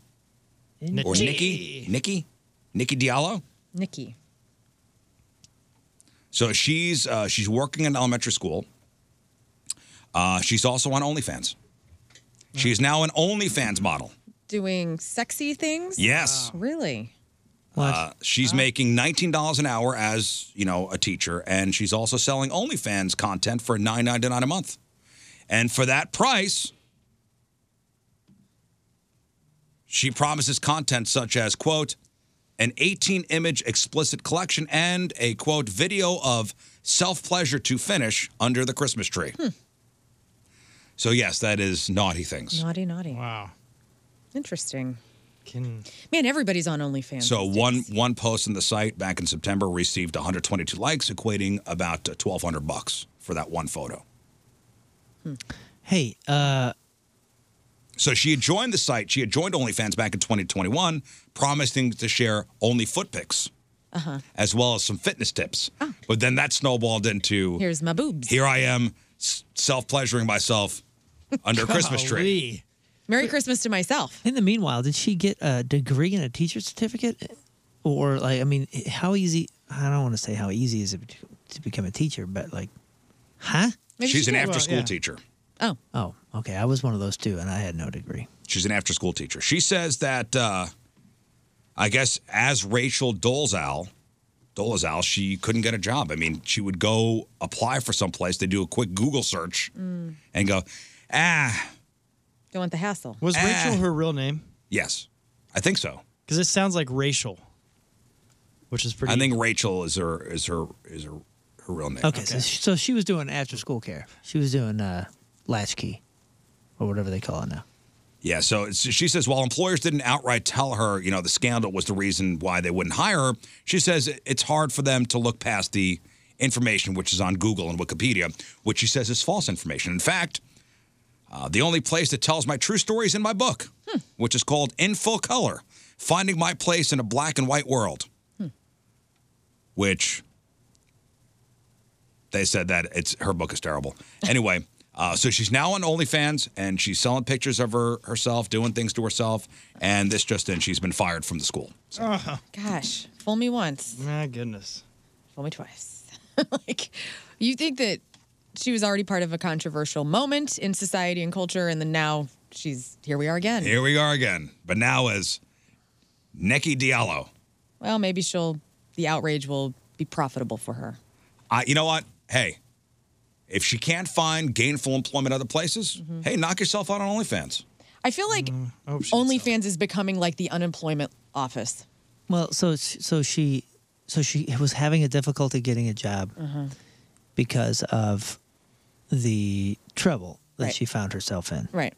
[SPEAKER 8] or
[SPEAKER 9] Nikki.
[SPEAKER 8] Nikki. Nikki? Nikki Diallo?
[SPEAKER 9] Nikki.
[SPEAKER 8] So she's uh, she's working in elementary school. Uh, she's also on OnlyFans. She is now an OnlyFans model.
[SPEAKER 9] Doing sexy things?
[SPEAKER 8] Yes.
[SPEAKER 9] Really?
[SPEAKER 8] Uh, she's making nineteen dollars an hour as you know a teacher, and she's also selling OnlyFans content for nine ninety nine a month. And for that price, she promises content such as quote an eighteen image explicit collection and a quote video of self pleasure to finish under the Christmas tree. So yes, that is naughty things.
[SPEAKER 9] Naughty, naughty.
[SPEAKER 12] Wow.
[SPEAKER 9] Interesting. Man, everybody's on OnlyFans.
[SPEAKER 8] So one one post on the site back in September received 122 likes, equating about uh, 1,200 bucks for that one photo.
[SPEAKER 11] Hey, uh,
[SPEAKER 8] So she had joined the site. She had joined OnlyFans back in 2021, promising to share only foot pics
[SPEAKER 9] Uh huh.
[SPEAKER 8] as well as some fitness tips. But then that snowballed into
[SPEAKER 9] Here's my boobs.
[SPEAKER 8] here I am self pleasuring myself under a Christmas tree.
[SPEAKER 11] Golly.
[SPEAKER 9] Merry Christmas to myself.
[SPEAKER 11] In the meanwhile, did she get a degree and a teacher's certificate? Or, like, I mean, how easy? I don't want to say how easy is it to become a teacher, but, like, huh?
[SPEAKER 8] Maybe She's she an did. after-school teacher.
[SPEAKER 9] Oh.
[SPEAKER 11] Oh, okay. I was one of those too, and I had no degree.
[SPEAKER 8] She's an after school teacher. She says that uh, I guess as Rachel Dolezal, Dolezal, she couldn't get a job. I mean, she would go apply for someplace. They do a quick Google search
[SPEAKER 9] Mm.
[SPEAKER 8] and go, ah,
[SPEAKER 9] Don't want the hassle.
[SPEAKER 12] Was
[SPEAKER 8] Ah.
[SPEAKER 12] Rachel her real name?
[SPEAKER 8] yes, I think so.
[SPEAKER 12] Because it sounds like racial, which is pretty.
[SPEAKER 8] I think Rachel is her is her is her, her real name.
[SPEAKER 11] Okay, So, she, so she was doing after school care. She was doing uh, latchkey or whatever they call it now.
[SPEAKER 8] Yeah, so it's- she says while employers didn't outright tell her, you know, the scandal was the reason why they wouldn't hire her, she says it- it's hard for them to look past the information which is on Google and Wikipedia, which she says is false information. In fact, uh, the only place that tells my true story is in my book, which is called In Full Color Finding My Place in a Black and White World,
[SPEAKER 15] Hmm.
[SPEAKER 8] which they said that it's her book is terrible. Anyway, uh, so she's now on OnlyFans and she's selling pictures of her herself, doing things to herself, and this just in, she's been fired from the school.
[SPEAKER 9] Gosh, fool me once.
[SPEAKER 12] My goodness.
[SPEAKER 9] Fool me twice. like, you think that she was already part of a controversial moment in society and culture, and then now she's here we are again.
[SPEAKER 8] Here we are again, but now as Neki Diallo.
[SPEAKER 9] Well, maybe she'll, the outrage will be profitable for her.
[SPEAKER 8] I, you know what? Hey, if she can't find gainful employment other places,
[SPEAKER 11] Mm-hmm.
[SPEAKER 8] hey, knock yourself out on OnlyFans.
[SPEAKER 9] I feel like OnlyFans is becoming like the unemployment office.
[SPEAKER 11] Well, so s- so she so she was having a difficulty getting a job because of the trouble that
[SPEAKER 9] Right.
[SPEAKER 11] she found herself in.
[SPEAKER 9] Right.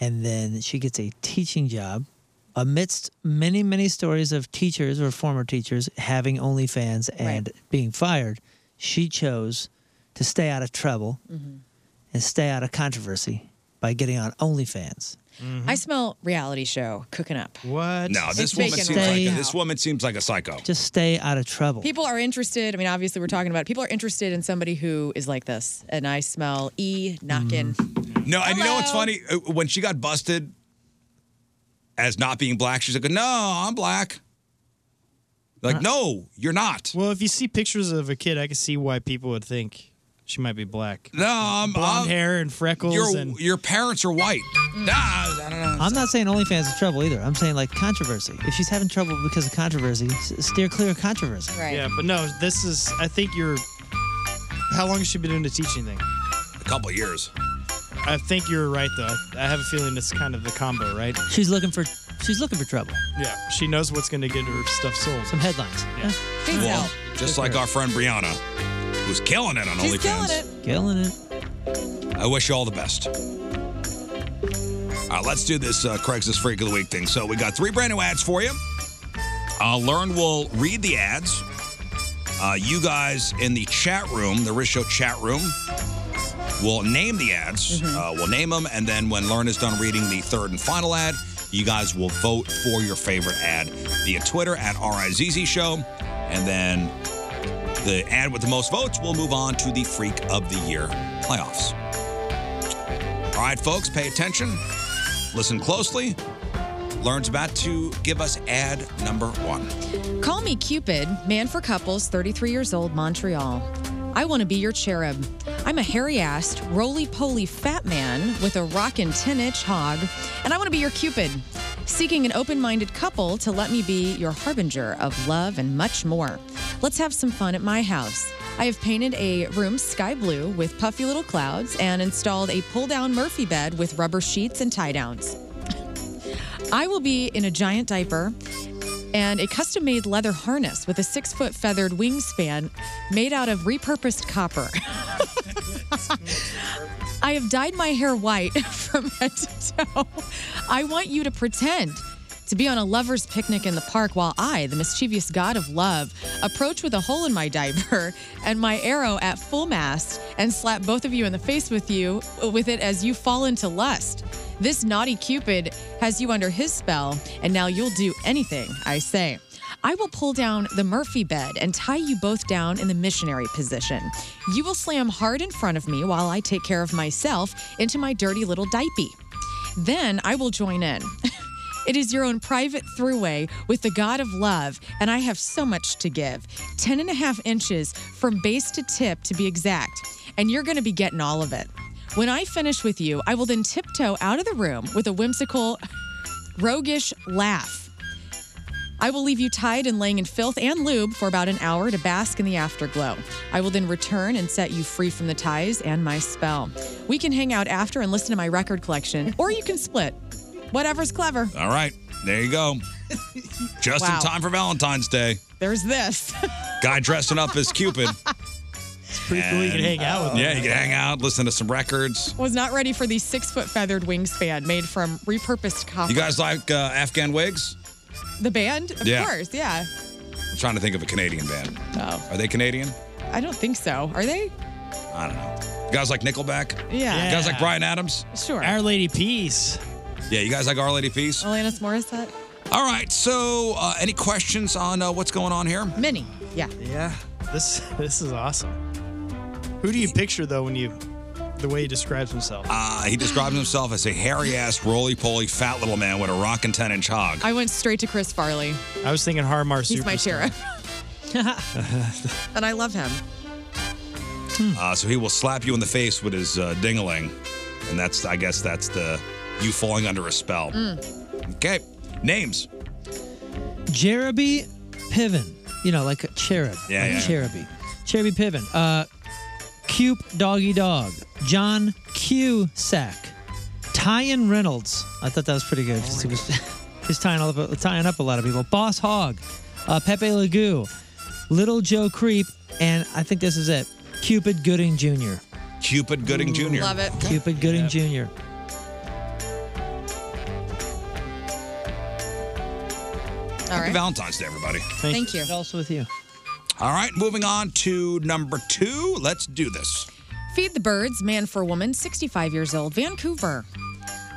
[SPEAKER 11] And then she gets a teaching job amidst many many stories of teachers or former teachers having OnlyFans and being fired. She chose to stay out of trouble
[SPEAKER 9] Mm-hmm.
[SPEAKER 11] and stay out of controversy by getting on OnlyFans.
[SPEAKER 9] I smell reality show cooking up.
[SPEAKER 12] What?
[SPEAKER 8] No,
[SPEAKER 9] It's
[SPEAKER 8] this woman
[SPEAKER 9] bacon
[SPEAKER 8] seems
[SPEAKER 9] all
[SPEAKER 8] like
[SPEAKER 9] over
[SPEAKER 8] a,
[SPEAKER 9] now.
[SPEAKER 8] this woman seems like a psycho.
[SPEAKER 11] Just stay out of trouble.
[SPEAKER 9] People are interested. I mean, obviously, we're talking about it. people are interested in somebody who is like this, and I smell E knocking
[SPEAKER 8] No, and you know what's funny? Uh, When she got busted as not being black, she's like, "No, I'm black."
[SPEAKER 12] Uh,
[SPEAKER 8] Like, no, you're not.
[SPEAKER 12] Well, if you see pictures of a kid, I can see why people would think she might be black.
[SPEAKER 8] No, I'm
[SPEAKER 12] Blonde
[SPEAKER 8] I'm-
[SPEAKER 12] hair and freckles.
[SPEAKER 8] Your
[SPEAKER 12] and
[SPEAKER 8] your parents are white.
[SPEAKER 11] Mm.
[SPEAKER 8] Nah, I don't know.
[SPEAKER 11] I'm not saying OnlyFans is trouble either. I'm saying like controversy. If she's having trouble because of controversy, s- steer clear of controversy.
[SPEAKER 9] Right.
[SPEAKER 12] Yeah, but no, this is. I think you're. How long has she been doing the teaching thing?
[SPEAKER 8] A couple years.
[SPEAKER 12] I think you're right though. I have a feeling it's kind of the combo, right?
[SPEAKER 11] She's looking for she's looking for trouble.
[SPEAKER 12] Yeah, she knows what's going to get her stuff sold.
[SPEAKER 11] Some headlines.
[SPEAKER 12] Yeah.
[SPEAKER 8] Well, just like our friend Brianna, who's killing it on
[SPEAKER 12] She's
[SPEAKER 8] OnlyFans.
[SPEAKER 11] Killing it.
[SPEAKER 8] I wish you all the best. All right, let's do this uh, Craigslist Freak of the Week thing. So we got three brand new ads for you. Uh, Learn will read the ads. Uh, you guys in the chat room, the Riz Show chat room, will name the ads. Uh, we'll name them, and then when Learn is done reading the third and final ad, you guys will vote for your favorite ad via Twitter at RIZZ Show, and then the ad with the most votes will move on to the Freak of the Year playoffs. All right, folks, pay attention, listen closely. Learn's about to give us ad number one.
[SPEAKER 9] Call me Cupid, man for couples, 33 years old, Montreal. I want to be your cherub. I'm a hairy assed, roly poly fat man with a rockin' 10 inch hog, and I want to be your Cupid, seeking an open minded couple to let me be your harbinger of love and much more. Let's have some fun at my house. I have painted a room sky blue with puffy little clouds and installed a pull down Murphy bed with rubber sheets and tie downs. I will be in a giant diaper and a custom made leather harness with a six foot feathered wingspan made out of repurposed copper. I have dyed my hair white from head to toe. I want you to pretend to be on a lover's picnic in the park while I, the mischievous god of love, approach with a hole in my diaper and my arrow at full mast and slap both of you in the face with you with it as you fall into lust. This naughty Cupid has you under his spell, and now you'll do anything I say. I will pull down the Murphy bed and tie you both down in the missionary position. You will slam hard in front of me while I take care of myself into my dirty little diaper. Then I will join in. It is your own private throughway with the God of love, and I have so much to give. Ten and a half inches from base to tip, to be exact, and you're going to be getting all of it. When I finish with you, I will then tiptoe out of the room with a whimsical, roguish laugh. I will leave you tied and laying in filth and lube for about an hour to bask in the afterglow. I will then return and set you free from the ties and my spell. We can hang out after and listen to my record collection, or you can split. Whatever's clever.
[SPEAKER 8] All right, there you go. Just
[SPEAKER 9] Wow.
[SPEAKER 8] in time for Valentine's Day.
[SPEAKER 9] There's this.
[SPEAKER 8] Guy dressing up as Cupid. It's
[SPEAKER 12] pretty cool. You can hang out with him.
[SPEAKER 8] Yeah, you can hang out, listen to some records.
[SPEAKER 9] Was not ready for the six foot feathered wingspan made from repurposed copper.
[SPEAKER 8] You guys like uh, Afghan wigs?
[SPEAKER 9] The band? Of
[SPEAKER 8] Yeah.
[SPEAKER 9] course, yeah.
[SPEAKER 8] I'm trying to think of a Canadian band.
[SPEAKER 9] Oh.
[SPEAKER 8] Are they Canadian?
[SPEAKER 9] I don't think so. Are they?
[SPEAKER 8] I don't know. You guys like Nickelback?
[SPEAKER 9] Yeah.
[SPEAKER 8] You guys like
[SPEAKER 9] Yeah.
[SPEAKER 8] Brian Adams?
[SPEAKER 9] Sure.
[SPEAKER 8] Our Lady Peace. Yeah, you guys like Our Lady Peace?
[SPEAKER 12] Oh.
[SPEAKER 9] Alanis Morissette?
[SPEAKER 8] All right, so uh, any questions on uh, what's going on here?
[SPEAKER 9] Minnie. Yeah.
[SPEAKER 12] Yeah. This this is awesome. Who do you picture though when you the way he describes himself?
[SPEAKER 8] Uh, he described himself as a hairy ass, roly poly, fat little man with a rockin' 10 inch hog.
[SPEAKER 9] I went straight to Chris Farley.
[SPEAKER 12] I was thinking Harmar
[SPEAKER 9] He's my
[SPEAKER 12] Superstar.
[SPEAKER 9] sheriff. and I love him.
[SPEAKER 8] Uh, so he will slap you in the face with his uh, dingaling, and that's I guess that's the you falling under a spell. Okay, names.
[SPEAKER 11] Jeremy Piven. You know, like a cherub.
[SPEAKER 8] Yeah,
[SPEAKER 11] like
[SPEAKER 8] yeah.
[SPEAKER 11] Cheruby. Cheruby Piven. Uh, Cube Doggy Dog. John Q Sack. Tyan Reynolds. I thought that was pretty good.
[SPEAKER 8] Oh
[SPEAKER 11] 'cause he was he's tying, all of, tying up a lot of people. Boss Hog. Uh, Pepe Lagoo. Little Joe Creep. And I think this is it. Cupid Gooding Jr.
[SPEAKER 8] Cupid Gooding Jr.
[SPEAKER 11] Cupid Gooding Jr.
[SPEAKER 8] Happy Valentine's Day, everybody.
[SPEAKER 9] Thank you.
[SPEAKER 11] Also with you.
[SPEAKER 8] All right, moving on to number two. Let's do this.
[SPEAKER 9] Feed the Birds, man for woman, 65 years old, Vancouver.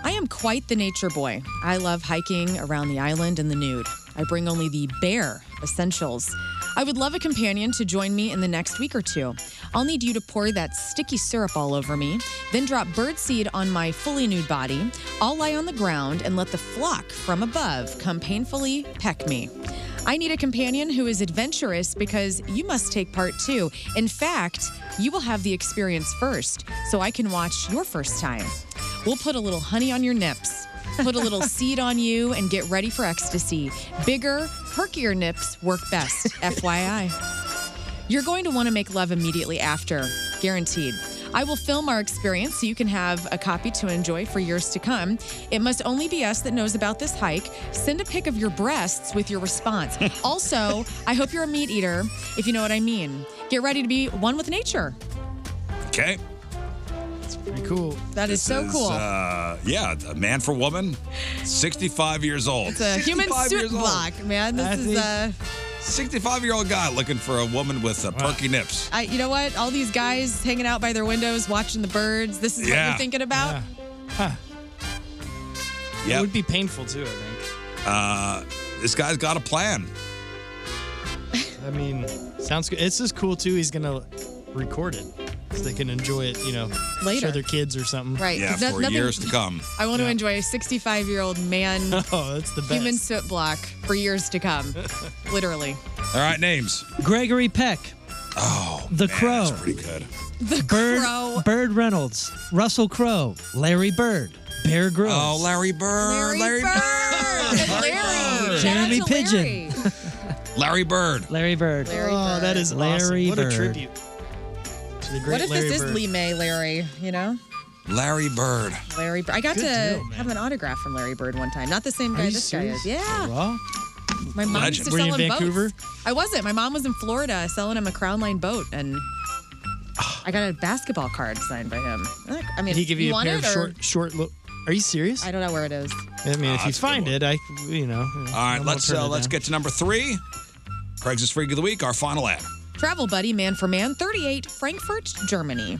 [SPEAKER 9] I am quite the nature boy. I love hiking around the island in the nude. I bring only the bare essentials. I would love a companion to join me in the next week or two. I'll need you to pour that sticky syrup all over me, then drop birdseed on my fully nude body. I'll lie on the ground and let the flock from above come painfully peck me. I need a companion who is adventurous because you must take part too. In fact, you will have the experience first, so I can watch your first time. We'll put a little honey on your nips, put a little seed on you, and get ready for ecstasy. Bigger, perkier nips work best, FYI. You're going to want to make love immediately after, guaranteed. I will film our experience so you can have a copy to enjoy for years to come. It must only be us that knows about this hike. Send a pic of your breasts with your response. also, I hope you're a meat eater, if you know what I mean. Get ready to be one with nature.
[SPEAKER 8] Okay.
[SPEAKER 9] It's
[SPEAKER 11] pretty cool. That
[SPEAKER 9] That
[SPEAKER 11] is
[SPEAKER 9] is so cool.
[SPEAKER 8] Uh, yeah, a man for woman, 65 years old.
[SPEAKER 9] It's a human
[SPEAKER 8] 65
[SPEAKER 9] suit
[SPEAKER 8] years old.
[SPEAKER 9] block, man. This
[SPEAKER 8] I
[SPEAKER 9] is
[SPEAKER 8] think-
[SPEAKER 9] uh
[SPEAKER 8] 65 year old guy looking for a woman with uh, perky nips.
[SPEAKER 9] I, you know what? All these guys hanging out by their windows, watching the birds. This is what
[SPEAKER 8] Yeah.
[SPEAKER 9] you're thinking about.
[SPEAKER 8] Yeah.
[SPEAKER 12] It would be painful too, I think.
[SPEAKER 8] Uh, this guy's got a plan.
[SPEAKER 12] I mean, sounds good. It's just cool too. He's gonna record it so they can enjoy it, you know,
[SPEAKER 9] Later.
[SPEAKER 12] show their kids or something.
[SPEAKER 9] Right, 'cause no- nothing-
[SPEAKER 8] come.
[SPEAKER 9] I want to enjoy a 65 year old man
[SPEAKER 12] Oh, that's the best.
[SPEAKER 9] human soot block for years to come. Literally.
[SPEAKER 8] All right, names.
[SPEAKER 11] Gregory Peck.
[SPEAKER 8] Oh,
[SPEAKER 11] The
[SPEAKER 8] man,
[SPEAKER 11] Crow.
[SPEAKER 8] That's pretty good.
[SPEAKER 9] The
[SPEAKER 11] Bird,
[SPEAKER 9] Crow.
[SPEAKER 11] Bird Reynolds, Russell Crowe, Larry Bird, Bear Grylls. Oh,
[SPEAKER 8] Larry Bird.
[SPEAKER 9] Larry, Larry.
[SPEAKER 11] Jeremy
[SPEAKER 9] Shout out to
[SPEAKER 11] Pigeon.
[SPEAKER 9] Larry.
[SPEAKER 8] Larry Bird.
[SPEAKER 11] Larry Bird.
[SPEAKER 9] Larry
[SPEAKER 11] oh,
[SPEAKER 9] Bird.
[SPEAKER 11] that is Larry
[SPEAKER 12] Awesome. What
[SPEAKER 11] Bird.
[SPEAKER 12] a tribute to the great
[SPEAKER 9] What if
[SPEAKER 12] Larry
[SPEAKER 9] this
[SPEAKER 12] Bird.
[SPEAKER 9] is Lee May Larry, you know?
[SPEAKER 8] Larry Bird.
[SPEAKER 9] Larry Bird. I got
[SPEAKER 8] Good
[SPEAKER 9] to
[SPEAKER 8] deal, man.
[SPEAKER 9] have an autograph from Larry Bird one time. Not the same
[SPEAKER 8] Are
[SPEAKER 9] guy
[SPEAKER 8] you
[SPEAKER 9] this
[SPEAKER 8] serious?
[SPEAKER 9] guy is. Yeah.
[SPEAKER 11] Wow.
[SPEAKER 9] My mom
[SPEAKER 8] Legend.
[SPEAKER 9] used to
[SPEAKER 8] Were you
[SPEAKER 9] sell
[SPEAKER 8] in
[SPEAKER 9] him boats.
[SPEAKER 8] Vancouver?
[SPEAKER 9] I wasn't. My mom was in Florida selling him a Crown Line boat, and I got a basketball card signed by him. I mean,
[SPEAKER 12] Ah. Did he give you, a
[SPEAKER 9] want
[SPEAKER 12] pair
[SPEAKER 9] it
[SPEAKER 12] of
[SPEAKER 9] or-
[SPEAKER 12] short, short. Lo- Are you serious?
[SPEAKER 9] I don't know where it is.
[SPEAKER 12] I mean,
[SPEAKER 8] Ah,
[SPEAKER 12] if you
[SPEAKER 8] that's a good
[SPEAKER 12] find it, I, you know. All
[SPEAKER 8] All right, let's uh, let's get to number three. Craigslist Freak of the Week, our final ad.
[SPEAKER 9] Travel buddy, man for man, 38, Frankfurt, Germany.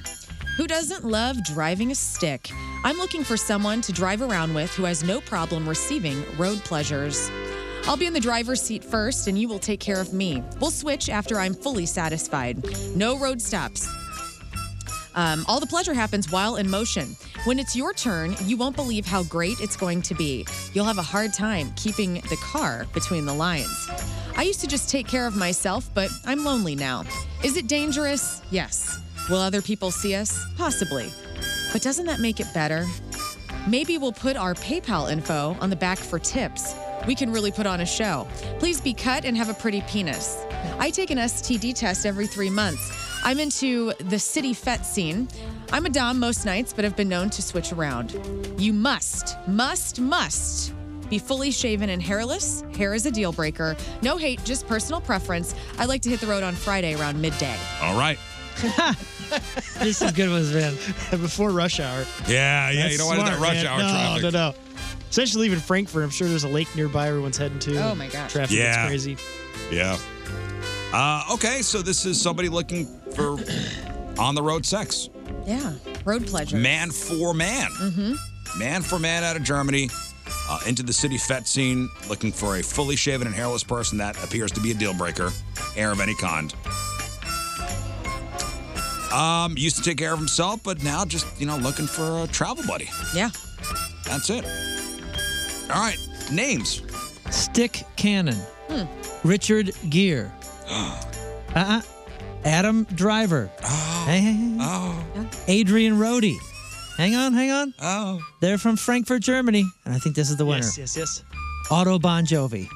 [SPEAKER 9] Who doesn't love driving a stick? I'm looking for someone to drive around with who has no problem receiving road pleasures. I'll be in the driver's seat first, and you will take care of me. We'll switch after I'm fully satisfied. No road stops. Um, all the pleasure happens while in motion. When it's your turn, you won't believe how great it's going to be. You'll have a hard time keeping the car between the lines. I used to just take care of myself, but I'm lonely now. Is it dangerous? Yes. Will other people see us? Possibly. But doesn't that make it better? Maybe we'll put our PayPal info on the back for tips. We can really put on a show. Please be cut and have a pretty penis. I take an STD test every three months. I'm into the city fet scene. I'm a Dom most nights, but have been known to switch around. You must, must, must be fully shaven and hairless. Hair is a deal breaker. No hate, just personal preference. I like to hit the road on Friday around midday.
[SPEAKER 8] All right.
[SPEAKER 11] this is good ones, man. Before rush hour.
[SPEAKER 8] Yeah, yeah. you don't want that
[SPEAKER 11] smart,
[SPEAKER 8] rush
[SPEAKER 11] man.
[SPEAKER 8] hour
[SPEAKER 11] No,
[SPEAKER 8] traffic.
[SPEAKER 11] no, no.
[SPEAKER 12] Especially leaving Frankfurt, I'm sure there's a lake nearby everyone's heading to.
[SPEAKER 9] Oh, my gosh.
[SPEAKER 12] Traffic is
[SPEAKER 8] Yeah.
[SPEAKER 12] crazy.
[SPEAKER 8] Yeah. Uh, okay, so this is somebody looking for on the road sex.
[SPEAKER 9] Yeah, road pleasure.
[SPEAKER 8] Man for man.
[SPEAKER 9] Mm-hmm.
[SPEAKER 8] Man for man out of Germany. Uh, into the city fet scene, looking for a fully shaven and hairless person that appears to be a deal breaker, hair of any kind. Um, used to take care of himself, but now just you know looking for a travel buddy.
[SPEAKER 9] Yeah,
[SPEAKER 8] that's it. All right, names.
[SPEAKER 11] Stick Cannon.
[SPEAKER 12] Hmm.
[SPEAKER 11] Richard Gere. uh-uh. Adam Driver. Oh. Adrian Rohde. Hang on, hang on.
[SPEAKER 8] Oh.
[SPEAKER 11] They're from Frankfurt, Germany. And I think this is the winner.
[SPEAKER 12] Yes, yes, yes.
[SPEAKER 11] Otto Bon Jovi.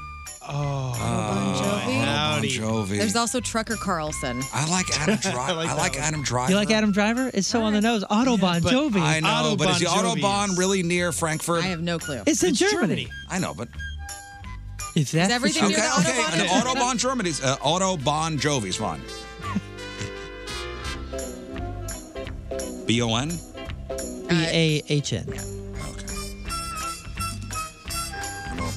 [SPEAKER 8] Uh,
[SPEAKER 12] Oh,
[SPEAKER 8] Howdy.
[SPEAKER 9] There's also Trucker Carlson.
[SPEAKER 8] I like Adam Driver. I like, Adam Driver.
[SPEAKER 11] You like Adam Driver? It's so on the nose. Otto Bon Jovi.
[SPEAKER 8] I know, but is the Autobahn really near Frankfurt? I have
[SPEAKER 9] no clue.
[SPEAKER 11] It's in It's Germany. Germany.
[SPEAKER 8] I know, but
[SPEAKER 11] If that
[SPEAKER 9] everything
[SPEAKER 8] okay,
[SPEAKER 9] near the
[SPEAKER 8] okay,
[SPEAKER 9] Autobahn
[SPEAKER 8] an
[SPEAKER 9] is-
[SPEAKER 8] Autobahn Germany's uh, Autobahn Jovi's fine. B O N.
[SPEAKER 11] B A H N.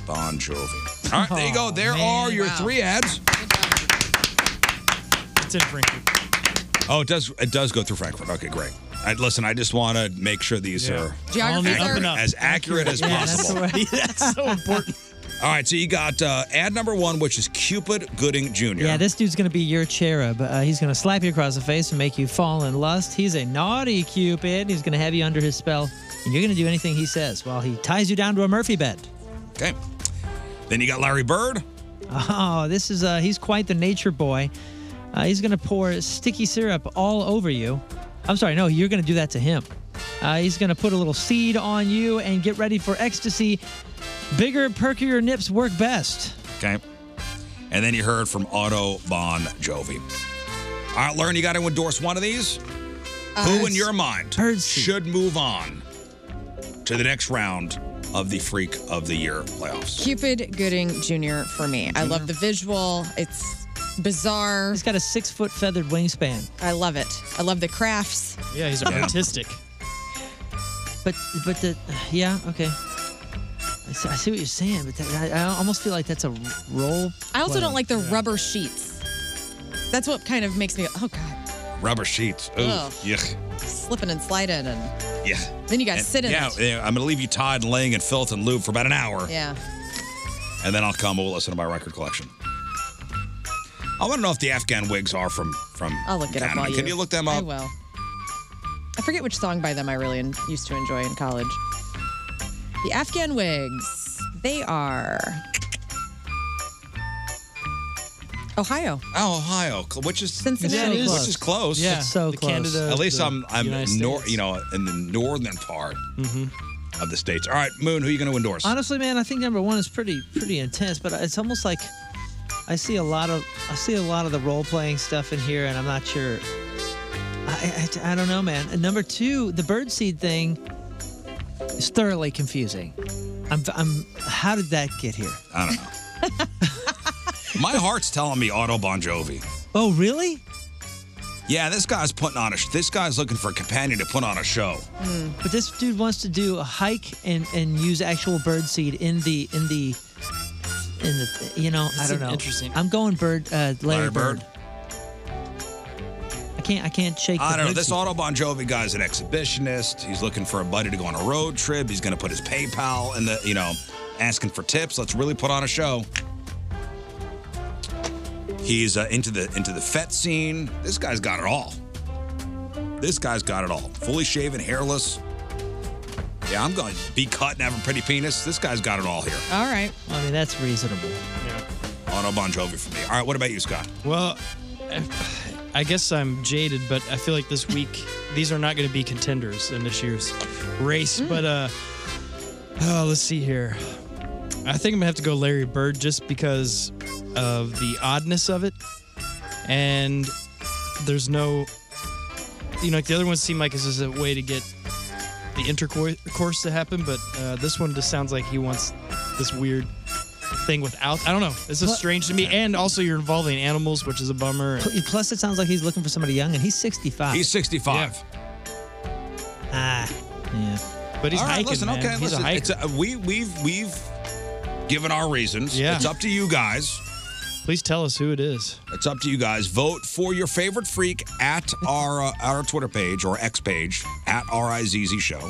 [SPEAKER 8] Bon Jovi. All right, there you go.
[SPEAKER 12] Oh,
[SPEAKER 8] There
[SPEAKER 12] man.
[SPEAKER 8] are your
[SPEAKER 12] Wow.
[SPEAKER 8] three ads.
[SPEAKER 12] It's in Frankfurt.
[SPEAKER 8] Oh, it does. It does go through Frankfurt. Okay, great. I, listen, I just want to make sure these
[SPEAKER 12] Yeah.
[SPEAKER 8] are
[SPEAKER 12] Geographies
[SPEAKER 8] accurate-
[SPEAKER 12] are-
[SPEAKER 8] as accurate as
[SPEAKER 12] Yeah, that's
[SPEAKER 8] possible.
[SPEAKER 12] right. That's so important.
[SPEAKER 8] All right, so you got uh, ad number one, which is Cupid Gooding Jr.
[SPEAKER 11] Yeah, this dude's gonna be your cherub. Uh, he's gonna slap you across the face and make you fall in lust. He's a naughty cupid. He's gonna have you under his spell, and you're gonna do anything he says while he ties you down to a Murphy bed.
[SPEAKER 8] Okay. Then you got Larry Bird.
[SPEAKER 11] Oh, this is uh, he's quite the nature boy. Uh, he's gonna pour sticky syrup all over you. I'm sorry, no, you're gonna do that to him. Uh, he's gonna put a little seed on you and get ready for ecstasy. Bigger, perkier nips work best.
[SPEAKER 8] Okay. And then you heard from Otto Bon Jovi. All right, Lauren, you got to endorse one of these.
[SPEAKER 9] Uh,
[SPEAKER 8] Who in your mind should move on to the next round of the Freak of the Year playoffs?
[SPEAKER 9] Cupid Gooding Jr. for me. I love the visual. It's bizarre. He's
[SPEAKER 11] Mm-hmm. got a six foot feathered wingspan.
[SPEAKER 9] I love it. I love the crafts.
[SPEAKER 12] Yeah, he's
[SPEAKER 9] Yeah.
[SPEAKER 12] artistic.
[SPEAKER 11] But but the yeah okay. I see, I see what you're saying, but that, I, I almost feel like that's a role.
[SPEAKER 9] I also
[SPEAKER 11] play.
[SPEAKER 9] don't like the rubber sheets. That's what kind of makes me, oh God,
[SPEAKER 8] Rubber sheets. Ooh,
[SPEAKER 9] Ugh.
[SPEAKER 8] yuck.
[SPEAKER 9] slipping and sliding. And
[SPEAKER 8] Yeah.
[SPEAKER 9] then you got to
[SPEAKER 8] And-
[SPEAKER 9] sit in
[SPEAKER 8] yeah,
[SPEAKER 9] it.
[SPEAKER 8] yeah, I'm going to leave you tied and laying in filth and lube for about an hour,
[SPEAKER 9] Yeah.
[SPEAKER 8] and then I'll come. and We'll listen to my record collection. I want to know if the Afghan wigs are from from.
[SPEAKER 9] I'll look it up
[SPEAKER 8] Canada.
[SPEAKER 9] while you.
[SPEAKER 8] Can you look them up?
[SPEAKER 9] I will. I forget which song by them I really en- used to enjoy in college. The Afghan Wigs. They are Ohio.
[SPEAKER 8] Oh, Ohio, cl- which is
[SPEAKER 9] Cincinnati.
[SPEAKER 8] yeah, it is.
[SPEAKER 9] Close.
[SPEAKER 8] which is close.
[SPEAKER 9] Yeah, It's so the close. Canada
[SPEAKER 8] At least
[SPEAKER 9] to
[SPEAKER 8] I'm I'm
[SPEAKER 9] United
[SPEAKER 8] nor,
[SPEAKER 9] States. Mm-hmm.
[SPEAKER 8] you know in the northern part of the states. All right, Moon, who are you going to endorse?
[SPEAKER 11] Honestly, man, I think number one is pretty pretty intense, but it's almost like I see a lot of I see a lot of the role playing stuff in here, and I'm not sure. I, I, I don't know, man. And number two, the birdseed thing is thoroughly confusing. I'm I'm how did that get here?
[SPEAKER 8] I don't know. My heart's telling me Otto Bon Jovi.
[SPEAKER 11] Oh really?
[SPEAKER 8] Yeah, this guy's putting on a. sh- This guy's looking for a companion to put on a show.
[SPEAKER 11] But this dude wants to do a hike and and use actual birdseed in the in the in the you know I
[SPEAKER 12] That's
[SPEAKER 11] don't know.
[SPEAKER 12] interesting.
[SPEAKER 11] I'm going bird uh,
[SPEAKER 8] Larry
[SPEAKER 11] Larry, Bird. I can't I can't shake.
[SPEAKER 8] I
[SPEAKER 11] the
[SPEAKER 8] don't know. This
[SPEAKER 11] birdseed.
[SPEAKER 8] Otto Bon Jovi guy's an exhibitionist. He's looking for a buddy to go on a road trip. He's going to put his PayPal in the, you know, asking for tips. Let's really put on a show. He's uh, into the into the fet scene. This guy's got it all. This guy's got it all. Fully shaven, hairless. Yeah, I'm going to be cut and have a pretty penis. This guy's got it all here.
[SPEAKER 9] All right.
[SPEAKER 11] I mean that's reasonable.
[SPEAKER 8] Otto Bon Jovi for me. All right, what about you, Scott?
[SPEAKER 12] Well, I- I guess I'm jaded, but I feel like this week these are not going to be contenders in this year's race. But uh, oh, let's see here. I think I'm gonna have to go Larry Bird just because of the oddness of it, and there's no, you know, like the other ones seem like this is a way to get the intercourse to happen, but uh, this one just sounds like he wants this weird thing without. I don't know. This is
[SPEAKER 11] Pl-
[SPEAKER 12] strange to me, and also you're involving animals, which is a bummer.
[SPEAKER 11] Pl- Plus, it sounds like he's looking for somebody young, and he's 65.
[SPEAKER 8] He's 65.
[SPEAKER 11] ah, yeah.
[SPEAKER 12] But he's
[SPEAKER 8] All right,
[SPEAKER 12] hiking,
[SPEAKER 8] listen,
[SPEAKER 12] man.
[SPEAKER 8] okay,
[SPEAKER 12] He's
[SPEAKER 8] listen.
[SPEAKER 12] a hiker.
[SPEAKER 8] it's a, we we've we've given our reasons.
[SPEAKER 12] Yeah.
[SPEAKER 8] It's up to you guys.
[SPEAKER 12] Please tell us who it is.
[SPEAKER 8] It's up to you guys. Vote for your favorite freak at our uh, our Twitter page or X page at RIZZ Show.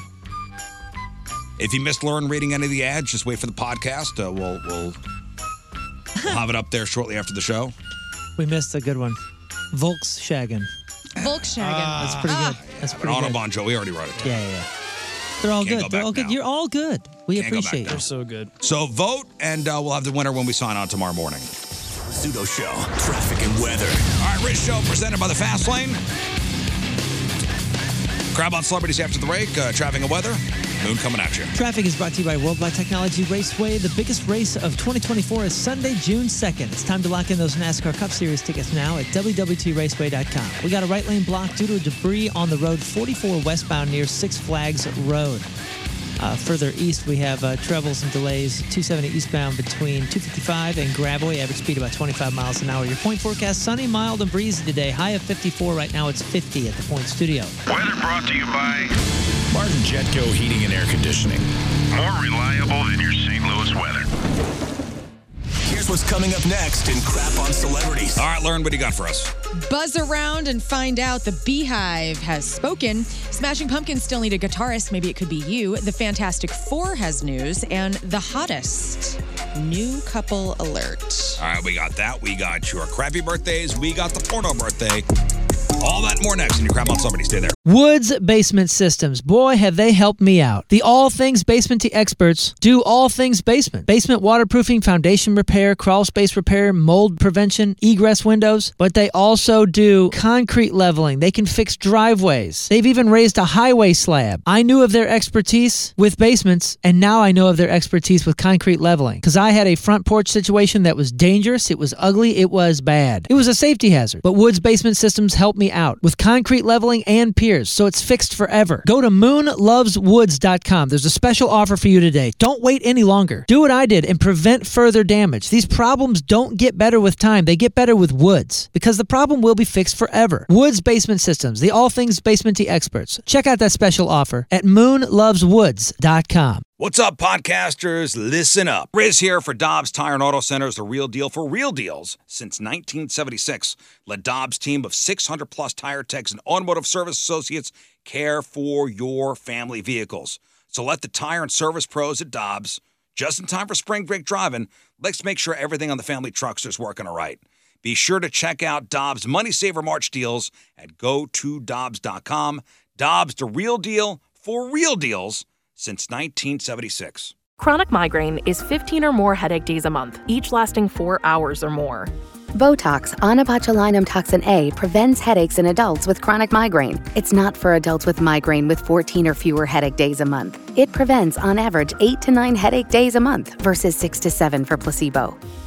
[SPEAKER 8] If you missed Lauren reading any of the ads, just wait for the podcast. Uh, we'll we'll we'll have it up there shortly after the show.
[SPEAKER 11] We missed a good one. Volkswagen.
[SPEAKER 9] Volkswagen.
[SPEAKER 8] Ah.
[SPEAKER 12] Ah.
[SPEAKER 11] That's pretty good. That's
[SPEAKER 8] But
[SPEAKER 11] pretty good.
[SPEAKER 8] Autobahn Joe, we already wrote it.
[SPEAKER 11] Yeah, yeah. They're all
[SPEAKER 8] Can't go
[SPEAKER 11] good. They're
[SPEAKER 8] back
[SPEAKER 11] all good.
[SPEAKER 8] now.
[SPEAKER 11] You're all good. We
[SPEAKER 8] Can't go back
[SPEAKER 11] appreciate
[SPEAKER 8] now.
[SPEAKER 11] you.
[SPEAKER 12] So good.
[SPEAKER 8] So vote, and uh, we'll have the winner when we sign out tomorrow morning.
[SPEAKER 5] Pseudo Show, traffic and weather.
[SPEAKER 8] All right, Rich Show presented by the Fast Lane. Crab on celebrities after the break. Uh, traveling and weather. Moon coming at you.
[SPEAKER 11] Traffic is brought to you by Worldwide Technology Raceway. The biggest race of 2024 is Sunday, June 2nd. It's time to lock in those NASCAR Cup Series tickets now at www.raceway.com. We got a right lane block due to debris on the road 44 westbound near Six Flags Road. Uh, further east, we have uh, troubles and delays 270 eastbound between 255 and Gravoy. Average speed about 25 miles an hour. Your point forecast sunny, mild, and breezy today. High of 54. Right now, it's 50 at the point studio.
[SPEAKER 15] Weather brought to you by
[SPEAKER 5] Martin Jetco Heating and Air Conditioning.
[SPEAKER 15] more reliable than your St. Louis weather.
[SPEAKER 5] Here's what's coming up next in Crap on Celebrities.
[SPEAKER 8] All right, Lauren, what do you got for us?
[SPEAKER 9] Buzz around and find out the Beehive has spoken. Smashing Pumpkins still need a guitarist. Maybe it could be you. The Fantastic Four has news and the hottest. New couple alert.
[SPEAKER 8] All right, we got that. We got your crappy birthdays. We got the porno birthday. All that and more next. And you crap on somebody. Stay there.
[SPEAKER 11] Woods Basement Systems. Boy, have they helped me out. The All Things Basement Tea experts do all things basement. Basement waterproofing, foundation repair, crawl space repair, mold prevention, egress windows, but they also do concrete leveling. They can fix driveways. They've even raised a highway slab. I knew of their expertise with basements, and now I know of their expertise with concrete leveling because I had a front porch situation that was dangerous, it was ugly, it was bad. It was a safety hazard, but Woods Basement Systems helped me out with concrete leveling and piers, so it's fixed forever. Go to moonloveswoods.com. There's a special offer for you today. Don't wait any longer. Do what I did and prevent further damage. These problems don't get better with time, they get better with Woods because the problem will be fixed forever. Woods Basement Systems, the all things basement experts. Check out that special offer at moonloveswoods.com.
[SPEAKER 8] What's up, podcasters? Listen up. Riz here for Dobbs Tire and Auto Centers, the real deal for real deals since 1976. Let Dobbs' team of 600 plus tire techs and automotive service associates care for your family vehicles. So let the tire and service pros at Dobbs, just in time for spring break driving, let's make sure everything on the family truckster's working all right. Be sure to check out Dobbs' Money Saver March deals at go2dobbs.com. Dobbs, the real deal for real deals since 1976.
[SPEAKER 16] Chronic migraine is 15 or more headache days a month, each lasting four hours or more.
[SPEAKER 17] Botox, onabotulinum toxin A prevents headaches in adults with chronic migraine. It's not for adults with migraine with 14 or fewer headache days a month. It prevents, on average, 8 to 9 headache days a month versus 6 to 7 for placebo.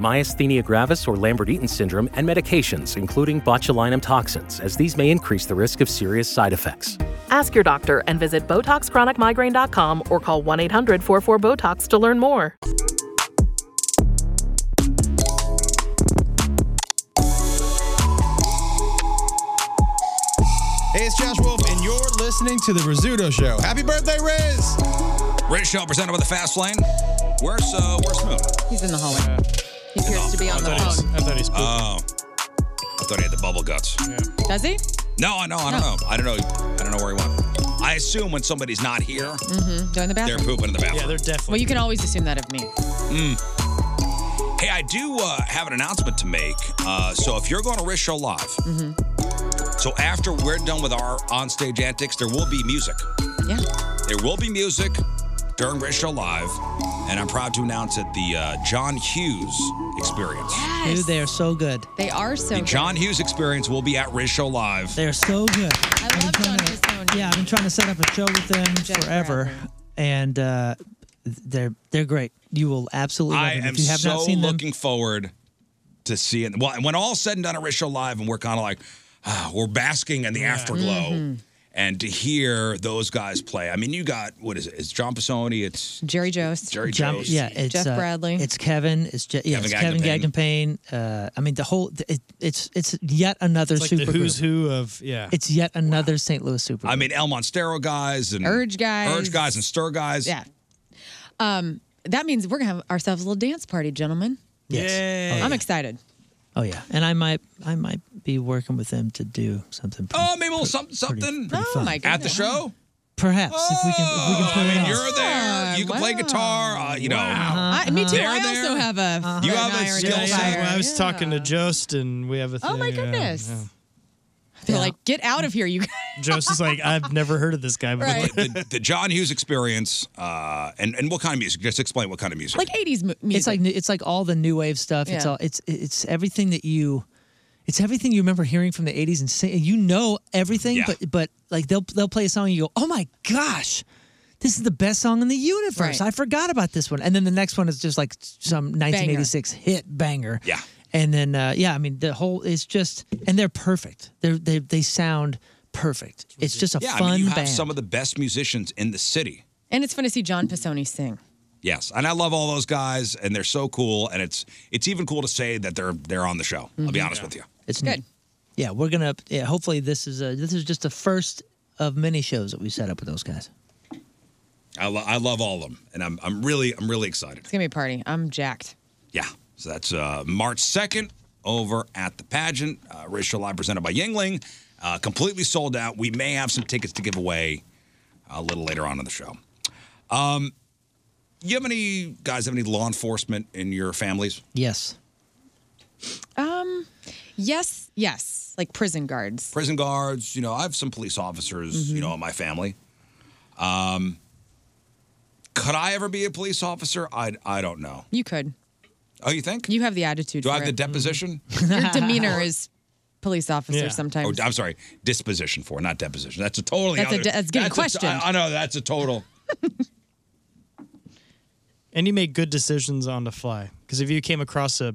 [SPEAKER 18] myasthenia gravis or Lambert-Eaton syndrome, and medications, including botulinum toxins, as these may increase the risk of serious side effects.
[SPEAKER 16] Ask your doctor and visit BotoxChronicMigraine.com or call 1 800 44 Botox to learn more.
[SPEAKER 19] Hey, it's Josh Wolf, and you're listening to The Rizzuto Show. Happy birthday, Riz!
[SPEAKER 8] Riz Show presented by the Fast Lane. Where's uh, where's Moon?
[SPEAKER 9] He's in the hallway. He appears to
[SPEAKER 19] Oh,
[SPEAKER 9] be on the phone.
[SPEAKER 8] I thought he's Oh, I thought he had the bubble guts.
[SPEAKER 9] Does he?
[SPEAKER 8] No, I know. I don't know.
[SPEAKER 9] No.
[SPEAKER 8] I don't know. I don't know where he went. I assume when somebody's not here,
[SPEAKER 9] Mm-hmm. They're in the
[SPEAKER 8] they're
[SPEAKER 9] bathroom.
[SPEAKER 8] pooping in the bathroom.
[SPEAKER 9] they're definitely. Well, you can always assume that of me.
[SPEAKER 8] Mm. Hey, I do uh, have an announcement to make. Uh, so if you're going to Risk Show Live,
[SPEAKER 9] Mm-hmm.
[SPEAKER 8] so after we're done with our onstage antics, there will be music.
[SPEAKER 9] Yeah.
[SPEAKER 8] There will be music during Risk Show Live, and I'm proud to announce it the uh, John Hughes Experience.
[SPEAKER 11] Dude, they are so good.
[SPEAKER 9] They are so.
[SPEAKER 8] the John Hughes Experience will be at Riz Show Live.
[SPEAKER 11] They're so good. I love John Yeah, I've been trying to set up a show with them forever, and uh, they're they're great. You will absolutely. Love
[SPEAKER 8] I
[SPEAKER 11] them.
[SPEAKER 8] am
[SPEAKER 11] if you have
[SPEAKER 8] so
[SPEAKER 11] not seen them,
[SPEAKER 8] looking forward to seeing. Well, when all said and done at Riz Show Live, and we're kind of like, ah, we're basking in the afterglow.
[SPEAKER 11] Mm-hmm.
[SPEAKER 9] Mhm.
[SPEAKER 8] And to hear those guys play, I mean, you got what is it? It's John Pisoni, it's
[SPEAKER 9] Jerry Jost.
[SPEAKER 8] Jerry
[SPEAKER 11] Jump-
[SPEAKER 8] Jost.
[SPEAKER 11] yeah, it's
[SPEAKER 9] Jeff
[SPEAKER 11] uh,
[SPEAKER 9] Bradley.
[SPEAKER 11] It's Kevin. It's Je- yeah,
[SPEAKER 8] Kevin
[SPEAKER 11] it's Kevin Gagnon Payne. Uh, I mean, the whole it, it's it's yet another
[SPEAKER 12] It's like
[SPEAKER 11] super
[SPEAKER 12] the who's
[SPEAKER 11] group.
[SPEAKER 12] who of yeah.
[SPEAKER 11] It's yet another St. Louis super.
[SPEAKER 8] I mean, El Monstero guys and
[SPEAKER 9] Urge guys.
[SPEAKER 8] Urge guys and Stir guys.
[SPEAKER 9] Yeah. Um, that means we're gonna have ourselves a little dance party, gentlemen.
[SPEAKER 11] Yes. Yay. Oh,
[SPEAKER 9] I'm
[SPEAKER 11] yeah.
[SPEAKER 9] excited.
[SPEAKER 11] Oh yeah, and I might I might be working with them to do something. Pretty,
[SPEAKER 8] Oh, maybe a little something, something.
[SPEAKER 11] Oh, fun. my
[SPEAKER 8] At the show?
[SPEAKER 11] perhaps if we can if we can
[SPEAKER 8] I
[SPEAKER 11] put it
[SPEAKER 8] mean,
[SPEAKER 11] off.
[SPEAKER 8] you're there. You can play guitar. Uh, you know.
[SPEAKER 11] Uh-huh,
[SPEAKER 9] I, me too.
[SPEAKER 8] They're
[SPEAKER 9] I
[SPEAKER 8] there.
[SPEAKER 9] also have a.
[SPEAKER 8] You
[SPEAKER 9] an
[SPEAKER 8] have a
[SPEAKER 9] iron
[SPEAKER 8] skill
[SPEAKER 9] in the
[SPEAKER 8] set.
[SPEAKER 9] fire.
[SPEAKER 12] I was talking to Jost, and we have a. Thing,
[SPEAKER 9] Oh, my
[SPEAKER 12] yeah,
[SPEAKER 9] goodness.
[SPEAKER 12] yeah.
[SPEAKER 9] They're like, get out of here, you guys.
[SPEAKER 12] Jost is like, uh, I've never heard of this guy. before.
[SPEAKER 9] Right.
[SPEAKER 8] the, the John Hughes experience, uh, and and what kind of music? Just explain what kind of music.
[SPEAKER 9] Like 80s mu- music.
[SPEAKER 11] It's like it's like all the new wave stuff. It's
[SPEAKER 9] Yeah.
[SPEAKER 11] all it's it's everything that you, it's everything you remember hearing from the '80s and sing, you know everything.
[SPEAKER 8] Yeah.
[SPEAKER 11] But but like they'll they'll play a song and you go, oh my gosh, this is the best song in the universe.
[SPEAKER 9] Right.
[SPEAKER 11] I forgot about this one. And then the next one is just like some 1986 hit banger.
[SPEAKER 8] Yeah.
[SPEAKER 11] And then uh, yeah, I mean the whole it's just and they're perfect. They're they they sound perfect. It's just a
[SPEAKER 8] yeah, I
[SPEAKER 11] fun
[SPEAKER 8] mean, you have
[SPEAKER 11] band.
[SPEAKER 8] some of the best musicians in the city.
[SPEAKER 9] and it's fun to see John Pisoni sing.
[SPEAKER 8] Yes, and I love all those guys, and they're so cool, and it's it's even cool to say that they're they're on the show. I'll be
[SPEAKER 11] Mhm.
[SPEAKER 8] honest with you.
[SPEAKER 11] It's good. Yeah, we're gonna. Yeah, hopefully this is a, this is just the first of many shows that we set up with those guys.
[SPEAKER 8] I, lo- I love all of them, and I'm I'm really I'm really excited.
[SPEAKER 9] It's gonna be a party. I'm jacked.
[SPEAKER 8] Yeah, so that's uh, March second over at the pageant. Uh, Racial Live presented by Yingling, uh, completely sold out. We may have some tickets to give away a little later on in the show. Um, you have any guys have any law enforcement in your families?
[SPEAKER 11] Yes.
[SPEAKER 9] Um, yes, yes, like prison guards.
[SPEAKER 8] prison guards. You know, I have some police officers.
[SPEAKER 9] Mm-hmm.
[SPEAKER 8] You know, in my family. Um, could I ever be a police officer? I I don't know.
[SPEAKER 9] You could.
[SPEAKER 8] Oh, you think?
[SPEAKER 9] You have the attitude.
[SPEAKER 8] Do I
[SPEAKER 9] for
[SPEAKER 8] have the
[SPEAKER 9] it. Mm-hmm.
[SPEAKER 8] deposition?
[SPEAKER 9] Your demeanor is police officer sometimes.
[SPEAKER 8] Oh, I'm sorry, disposition for not deposition. That's a totally.
[SPEAKER 9] That's a
[SPEAKER 8] other-
[SPEAKER 9] de- that's getting
[SPEAKER 8] a to-
[SPEAKER 9] questioned.
[SPEAKER 8] I I know that's a total.
[SPEAKER 12] and you make good decisions on the fly. Because if you came across a,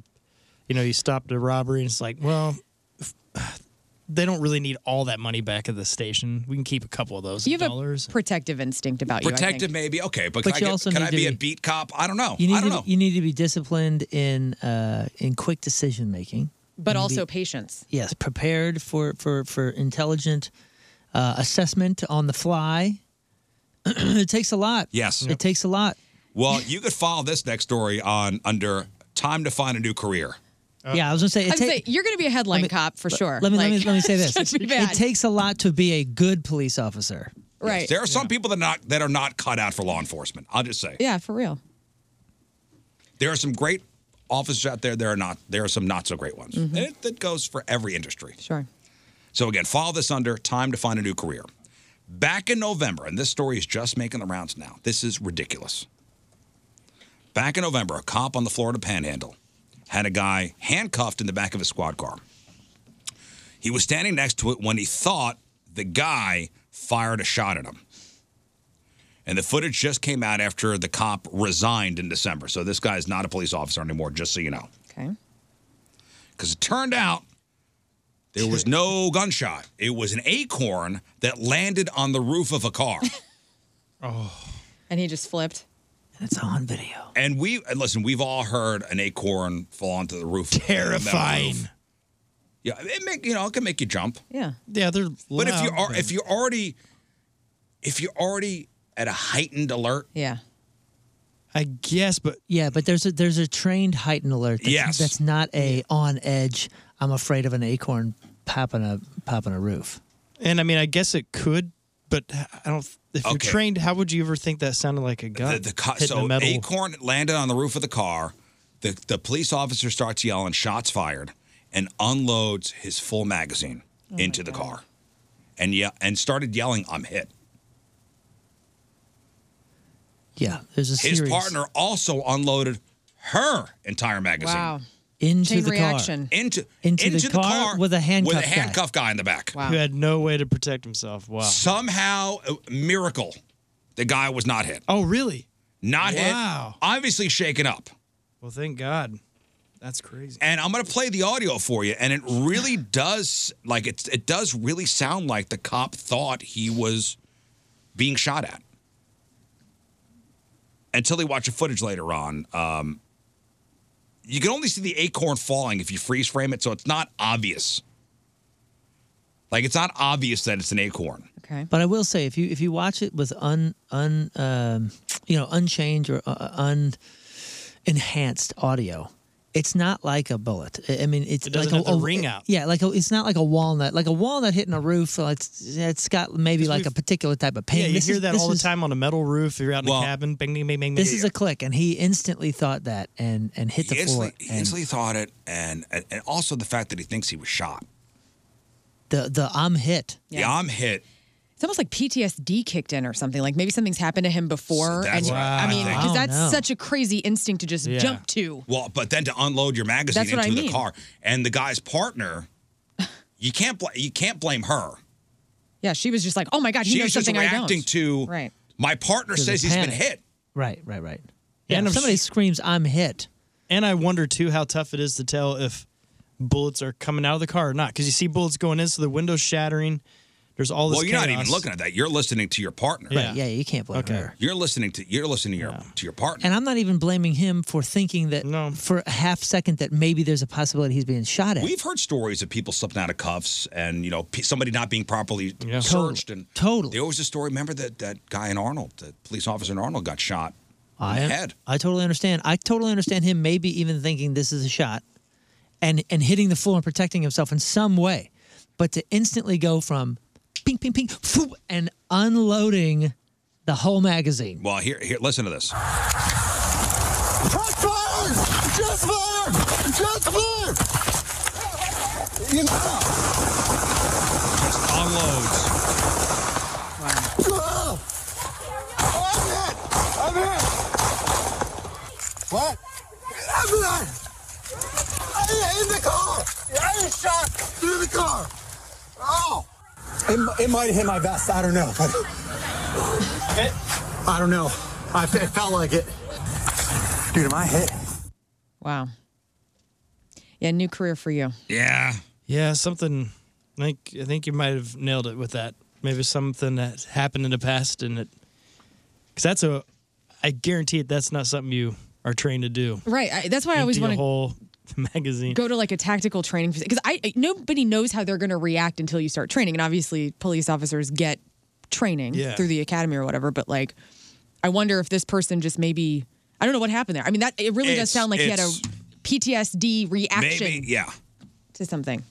[SPEAKER 12] you know, you stopped a robbery and it's like, well, if- they don't really need all that money back at the station. We can keep a couple of those
[SPEAKER 9] you have
[SPEAKER 12] dollars.
[SPEAKER 9] a protective instinct about you. I think.
[SPEAKER 8] Protective, maybe okay, but, can,
[SPEAKER 11] But
[SPEAKER 8] I,
[SPEAKER 11] you
[SPEAKER 8] get-
[SPEAKER 11] also
[SPEAKER 8] can
[SPEAKER 11] need
[SPEAKER 8] I
[SPEAKER 11] to
[SPEAKER 8] be a
[SPEAKER 11] be-
[SPEAKER 8] beat cop? I don't know.
[SPEAKER 11] You need
[SPEAKER 8] I don't
[SPEAKER 11] to,
[SPEAKER 8] know.
[SPEAKER 11] You need to be disciplined in uh, in quick decision making,
[SPEAKER 9] But
[SPEAKER 11] You need to
[SPEAKER 9] also
[SPEAKER 11] be-
[SPEAKER 9] patience.
[SPEAKER 11] yes, prepared for for for intelligent uh, assessment on the fly. it takes a lot.
[SPEAKER 8] Yes.
[SPEAKER 11] it takes a lot.
[SPEAKER 8] Well, you could file this next story on under time to find a new career.
[SPEAKER 11] yeah, I was gonna say.
[SPEAKER 9] I'd
[SPEAKER 11] It ta-
[SPEAKER 9] say you're going to be a headline cop for
[SPEAKER 11] let-
[SPEAKER 9] sure.
[SPEAKER 11] Let me, let me
[SPEAKER 9] Like,
[SPEAKER 11] let me say
[SPEAKER 9] it's
[SPEAKER 11] this.
[SPEAKER 9] gonna be
[SPEAKER 11] It
[SPEAKER 9] bad.
[SPEAKER 11] takes a lot to be a good police officer.
[SPEAKER 9] Right.
[SPEAKER 8] There are some people that not that are not cut out for law enforcement. I'll just say
[SPEAKER 9] Yeah, for real.
[SPEAKER 8] there are some great officers out there. There are not. There are some not so great ones. And it, that goes for every industry.
[SPEAKER 9] Sure.
[SPEAKER 8] So again, follow this under time to find a new career. Back in November, and this story is just making the rounds now. This is ridiculous. Back in November, a cop on the Florida Panhandle had a guy handcuffed in the back of his squad car. He was standing next to it when he thought the guy fired a shot at him. And the footage just came out after the cop resigned in December. So this guy is not a police officer anymore, just so you know.
[SPEAKER 9] Okay.
[SPEAKER 8] Because it turned out there was no gunshot. It was an acorn that landed on the roof of a car.
[SPEAKER 9] Oh. And he just flipped.
[SPEAKER 11] It's on video.
[SPEAKER 8] And we and listen. We've all heard an acorn fall onto the roof.
[SPEAKER 12] Terrifying.
[SPEAKER 8] Roof. Yeah, it make you know it can make you jump.
[SPEAKER 9] Yeah.
[SPEAKER 12] Yeah, they're.
[SPEAKER 8] But if you
[SPEAKER 12] loud,
[SPEAKER 8] are
[SPEAKER 12] but-
[SPEAKER 8] if you're already if you're already at a heightened alert,
[SPEAKER 9] Yeah.
[SPEAKER 12] I guess, but
[SPEAKER 11] yeah, but there's a there's a trained heightened alert. That's,
[SPEAKER 8] Yes.
[SPEAKER 11] that's not a on edge. I'm afraid of an acorn popping a popping a roof.
[SPEAKER 12] And I mean, I guess it could, but I don't. If you're
[SPEAKER 8] Okay.
[SPEAKER 12] trained, how would you ever think that sounded like a gun?
[SPEAKER 8] the, the co-
[SPEAKER 12] hitting
[SPEAKER 8] so
[SPEAKER 12] a metal-
[SPEAKER 8] acorn landed on the roof of the car. The the police officer starts yelling, "Shots fired!" and unloads his full magazine into the car, and yeah, and started yelling, "I'm hit."
[SPEAKER 11] Yeah, there's a
[SPEAKER 8] His
[SPEAKER 11] series
[SPEAKER 8] partner also unloaded her entire magazine.
[SPEAKER 11] Wow. into the car.
[SPEAKER 8] Into,
[SPEAKER 11] Into the car with a handcuff
[SPEAKER 8] With a
[SPEAKER 11] guy.
[SPEAKER 8] handcuff guy. in the back.
[SPEAKER 12] Who had no way to protect himself. Wow.
[SPEAKER 8] Somehow, a miracle, the guy was not hit.
[SPEAKER 12] Oh, really?
[SPEAKER 8] Not hit.
[SPEAKER 12] Wow.
[SPEAKER 8] Obviously shaken up.
[SPEAKER 12] Well, thank God. That's crazy.
[SPEAKER 8] And I'm going to play the audio for you. And it really does, like, it, it does really sound like the cop thought he was being shot at. Until they watch the footage later on. Um, you can only see the acorn falling if you freeze frame it, so it's not obvious. Like, it's not obvious that it's an acorn.
[SPEAKER 9] Okay.
[SPEAKER 11] But I will say, if you if you watch it with un un um, you know unchanged or uh, un enhanced audio, it's not like a bullet. I I mean, it's
[SPEAKER 12] It doesn't
[SPEAKER 11] like a,
[SPEAKER 12] have the
[SPEAKER 11] a-
[SPEAKER 12] ring out.
[SPEAKER 11] Yeah, like a, it's not like a walnut. Like a walnut hitting a roof. so it's it's got maybe like a particular type of pain.
[SPEAKER 12] Yeah, you
[SPEAKER 11] This
[SPEAKER 12] hear
[SPEAKER 11] is-
[SPEAKER 12] that
[SPEAKER 11] this
[SPEAKER 12] all the
[SPEAKER 11] is-
[SPEAKER 12] time on a metal roof. You're out in
[SPEAKER 11] Well,
[SPEAKER 12] a cabin. Bing, bing, bing, bing.
[SPEAKER 11] This
[SPEAKER 12] bing.
[SPEAKER 11] is a click, and he instantly thought that and and hit the
[SPEAKER 8] he
[SPEAKER 11] floor.
[SPEAKER 8] instantly, he instantly thought it, and, and and also the fact that he thinks he was shot.
[SPEAKER 11] The the I'm hit.
[SPEAKER 8] Yeah, I'm hit.
[SPEAKER 9] It's almost like PTSD kicked in or something. Like maybe something's happened to him before.
[SPEAKER 8] that's
[SPEAKER 9] and
[SPEAKER 8] what
[SPEAKER 9] I
[SPEAKER 8] I
[SPEAKER 9] mean,
[SPEAKER 8] think.
[SPEAKER 9] because that's
[SPEAKER 11] Oh,
[SPEAKER 8] Wow.
[SPEAKER 9] such a crazy instinct to just
[SPEAKER 8] Yeah.
[SPEAKER 9] jump to.
[SPEAKER 8] Well, but then to unload your magazine
[SPEAKER 9] That's
[SPEAKER 8] into
[SPEAKER 9] what I
[SPEAKER 8] the
[SPEAKER 9] mean.
[SPEAKER 8] car, and the guy's partner, you can't bl- you can't blame her.
[SPEAKER 9] Yeah, she was just like, oh my God, he
[SPEAKER 8] She
[SPEAKER 9] knows
[SPEAKER 8] was just
[SPEAKER 9] something I don't.
[SPEAKER 8] reacting to
[SPEAKER 9] Right.
[SPEAKER 8] my partner
[SPEAKER 11] There's a
[SPEAKER 8] says he's been
[SPEAKER 11] panic.
[SPEAKER 8] hit.
[SPEAKER 11] Right, right, right.
[SPEAKER 12] Yeah,
[SPEAKER 11] Yeah,
[SPEAKER 12] and
[SPEAKER 11] if
[SPEAKER 12] I'm
[SPEAKER 11] somebody screams, "I'm hit,"
[SPEAKER 12] And I wonder too how tough it is to tell if bullets are coming out of the car or not, because you see bullets going in, so the window's shattering.
[SPEAKER 11] There's all this.
[SPEAKER 8] well, you're not
[SPEAKER 11] chaos.
[SPEAKER 8] even looking at that. You're listening to your partner.
[SPEAKER 11] Right, yeah, you can't blame her.
[SPEAKER 8] You're listening to you're listening to your to your partner.
[SPEAKER 11] And I'm not even blaming him for thinking that for a half second that maybe there's a possibility he's being shot at.
[SPEAKER 8] We've heard stories of people slipping out of cuffs and you know pe- somebody not being properly searched and
[SPEAKER 11] totally.
[SPEAKER 8] There was a story. Remember that that guy in Arnold, the police officer in Arnold, got shot.
[SPEAKER 11] I
[SPEAKER 8] in the head.
[SPEAKER 11] I totally understand. I totally understand him maybe even thinking this is a shot and and hitting the floor and protecting himself in some way. But to instantly go from ping ping ping phew, and unloading the whole magazine.
[SPEAKER 8] Well, here here listen to this.
[SPEAKER 10] Shots fired! Shots fired! Shots fired! You know.
[SPEAKER 8] Just unloads.
[SPEAKER 10] Oh, I'm hit! I'm hit! What? I'm hit! I'm in the car! I'm shot through the car! Oh!
[SPEAKER 20] It, it might have hit my vest. I don't know. But I don't know. I fe- it felt like it. Dude, am I hit?
[SPEAKER 9] Wow. Yeah, new career for you.
[SPEAKER 8] Yeah.
[SPEAKER 12] Yeah, something. I think I think you might have nailed it with that. Maybe something that happened in the past, and it because that's a. I guarantee it. That's not something you are trained to do.
[SPEAKER 9] Right. I, that's why I always
[SPEAKER 12] Empty a
[SPEAKER 9] want to
[SPEAKER 12] whole magazine.
[SPEAKER 9] go to like a tactical training because I I- nobody knows how they're going to react until you start training, and obviously police officers get training
[SPEAKER 21] Yeah.
[SPEAKER 9] through the academy or whatever. But like, I wonder if this person just maybe I don't know what happened there. I mean, that it really does
[SPEAKER 8] It's-
[SPEAKER 9] sound like he had a
[SPEAKER 8] it's-
[SPEAKER 9] PTSD reaction
[SPEAKER 8] Maybe yeah.
[SPEAKER 9] to something.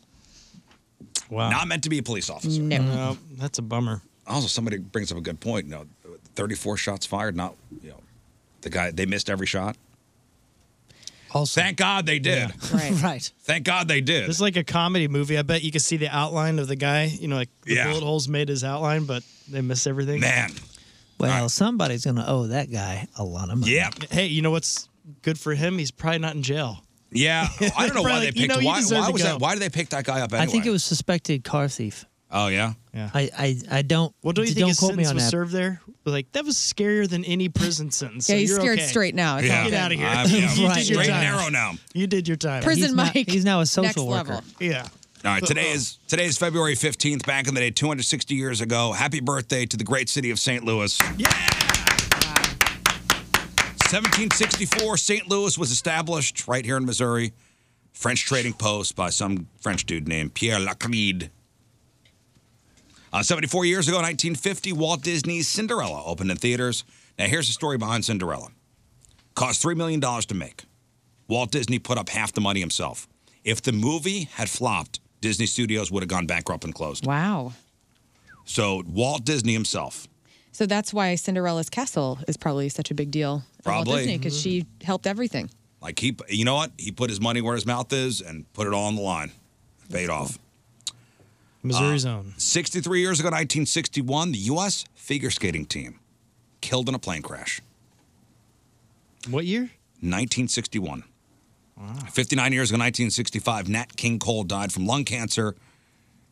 [SPEAKER 12] Wow.
[SPEAKER 8] Not meant to be a police officer.
[SPEAKER 9] No.
[SPEAKER 12] No, that's a bummer.
[SPEAKER 8] Also, somebody brings up a good point. You know, 34 shots fired. Not you know, the guy they missed every shot.
[SPEAKER 11] Also,
[SPEAKER 8] thank God they did.
[SPEAKER 9] Right.
[SPEAKER 11] right.
[SPEAKER 8] Thank God they did.
[SPEAKER 12] This is like a comedy movie. I bet you can see the outline of the guy. You know, like the
[SPEAKER 8] Yeah.
[SPEAKER 12] bullet holes made his outline, but they miss everything.
[SPEAKER 8] Man.
[SPEAKER 11] Well, somebody's gonna owe that guy a lot of money.
[SPEAKER 8] Yeah.
[SPEAKER 12] Hey, you know what's good for him? He's probably not in jail.
[SPEAKER 8] Yeah, oh, I don't know why
[SPEAKER 12] Probably
[SPEAKER 8] they
[SPEAKER 12] like,
[SPEAKER 8] picked.
[SPEAKER 12] you know, you
[SPEAKER 8] why
[SPEAKER 12] deserve
[SPEAKER 8] why
[SPEAKER 12] to
[SPEAKER 8] was
[SPEAKER 12] go.
[SPEAKER 8] that? Why did they pick that guy up anyway?
[SPEAKER 11] I think it was suspected car thief.
[SPEAKER 8] oh yeah.
[SPEAKER 12] Yeah.
[SPEAKER 11] I I, I don't.
[SPEAKER 12] Well, don't you think
[SPEAKER 11] don't
[SPEAKER 12] his
[SPEAKER 11] quote me
[SPEAKER 12] sentence
[SPEAKER 11] on
[SPEAKER 12] was
[SPEAKER 11] that.
[SPEAKER 12] served there? Like that was scarier than any prison sentence.
[SPEAKER 9] Yeah,
[SPEAKER 12] so
[SPEAKER 9] he's
[SPEAKER 12] you're
[SPEAKER 9] scared
[SPEAKER 12] okay.
[SPEAKER 9] straight now. It's all
[SPEAKER 12] get
[SPEAKER 9] good.
[SPEAKER 12] out of here.
[SPEAKER 9] I'm- yeah,
[SPEAKER 12] You did
[SPEAKER 9] right.
[SPEAKER 12] your
[SPEAKER 9] Straight
[SPEAKER 12] time.
[SPEAKER 9] and
[SPEAKER 8] narrow now.
[SPEAKER 12] You did your time.
[SPEAKER 9] Prison
[SPEAKER 12] He's
[SPEAKER 9] Mike.
[SPEAKER 12] not- he's now a social
[SPEAKER 9] next
[SPEAKER 12] worker.
[SPEAKER 9] Level.
[SPEAKER 12] Yeah.
[SPEAKER 8] All right, today is today is February 15th, back in the day 260 years ago. Happy birthday to the great city of St. Louis. Yeah. 1764, St. Louis was established right here in Missouri. French trading post by some French dude named Pierre Lacrede. Uh, 74 years ago, 1950, Walt Disney's Cinderella opened in theaters. Now, here's the story behind Cinderella. Cost $3 million to make. Walt Disney put up half the money himself. If the movie had flopped, Disney Studios would have gone bankrupt and closed.
[SPEAKER 9] Wow.
[SPEAKER 8] So Walt Disney himself.
[SPEAKER 9] So that's why Cinderella's castle is probably such a big deal.
[SPEAKER 8] Probably. Mm-hmm.
[SPEAKER 9] because she helped everything.
[SPEAKER 8] Like he, you know what? He put his money where his mouth is and put it all on the line. Paid off.
[SPEAKER 12] Missouri's
[SPEAKER 8] Uh,
[SPEAKER 12] own.
[SPEAKER 8] 63 years ago, 1961, the U.S. figure skating team killed in a plane crash.
[SPEAKER 12] What year?
[SPEAKER 8] 1961. 59 years ago, 1965, Nat King Cole died from lung cancer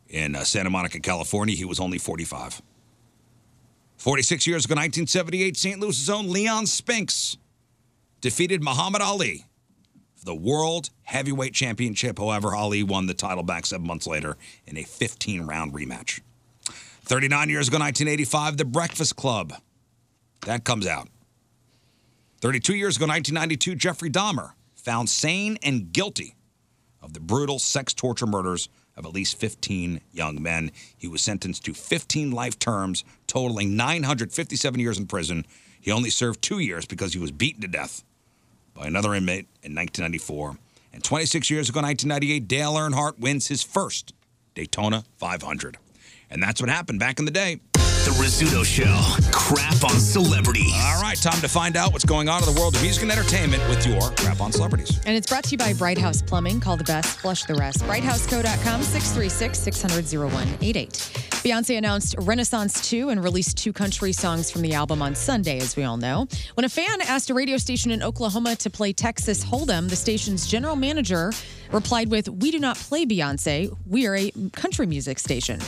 [SPEAKER 8] in uh, Santa Monica, California. He was only 45. 46 years ago, 1978, St. Louis's own Leon Spinks defeated Muhammad Ali for the World Heavyweight Championship. However, Ali won the title back seven months later in a 15 round rematch. 39 years ago, 1985, The Breakfast Club. That comes out. 32 years ago, 1992, Jeffrey Dahmer found sane and guilty of the brutal sex torture murders of at least 15 young men. He was sentenced to 15 life terms, totaling 957 years in prison. He only served two years because he was beaten to death by another inmate in 1994. And 26 years ago, 1998, Dale Earnhardt wins his first Daytona 500. And that's what happened back in the day.
[SPEAKER 5] The Rizzuto Show. Crap on celebrities.
[SPEAKER 8] All right, time to find out what's going on in the world of music and entertainment with your Crap on Celebrities.
[SPEAKER 9] And it's brought to you by Bright House Plumbing. Call the best, flush the rest. BrightHouseCo.com, 636 600 0188. Beyonce announced Renaissance 2 and released two country songs from the album on Sunday, as we all know. When a fan asked a radio station in Oklahoma to play Texas Hold'em, the station's general manager replied with, We do not play Beyonce. We are a country music station.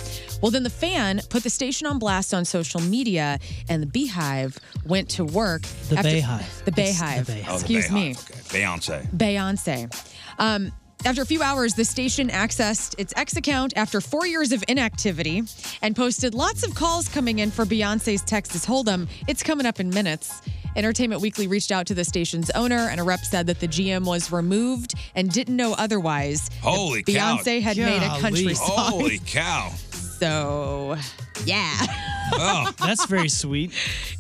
[SPEAKER 9] Well, then the fan put the station on blast on social media, and the Beehive went to work.
[SPEAKER 11] The Bayhive.
[SPEAKER 9] The
[SPEAKER 11] It's the
[SPEAKER 9] Bayhive.
[SPEAKER 11] Bayhive.
[SPEAKER 8] Oh, the
[SPEAKER 9] Excuse
[SPEAKER 8] Bayhive.
[SPEAKER 9] me.
[SPEAKER 8] Okay, Beyonce.
[SPEAKER 9] Beyonce. Um, After a few hours, the station accessed its X account after four years of inactivity and posted lots of calls coming in for Beyonce's Texas Hold'em. It's coming up in minutes. Entertainment Weekly reached out to the station's owner, and a rep said that the GM was removed and didn't know otherwise.
[SPEAKER 8] Holy
[SPEAKER 9] Beyonce
[SPEAKER 8] cow.
[SPEAKER 9] Beyonce had made a country
[SPEAKER 8] Golly.
[SPEAKER 9] song.
[SPEAKER 8] Holy cow.
[SPEAKER 9] So, yeah.
[SPEAKER 8] Oh,
[SPEAKER 11] that's very sweet.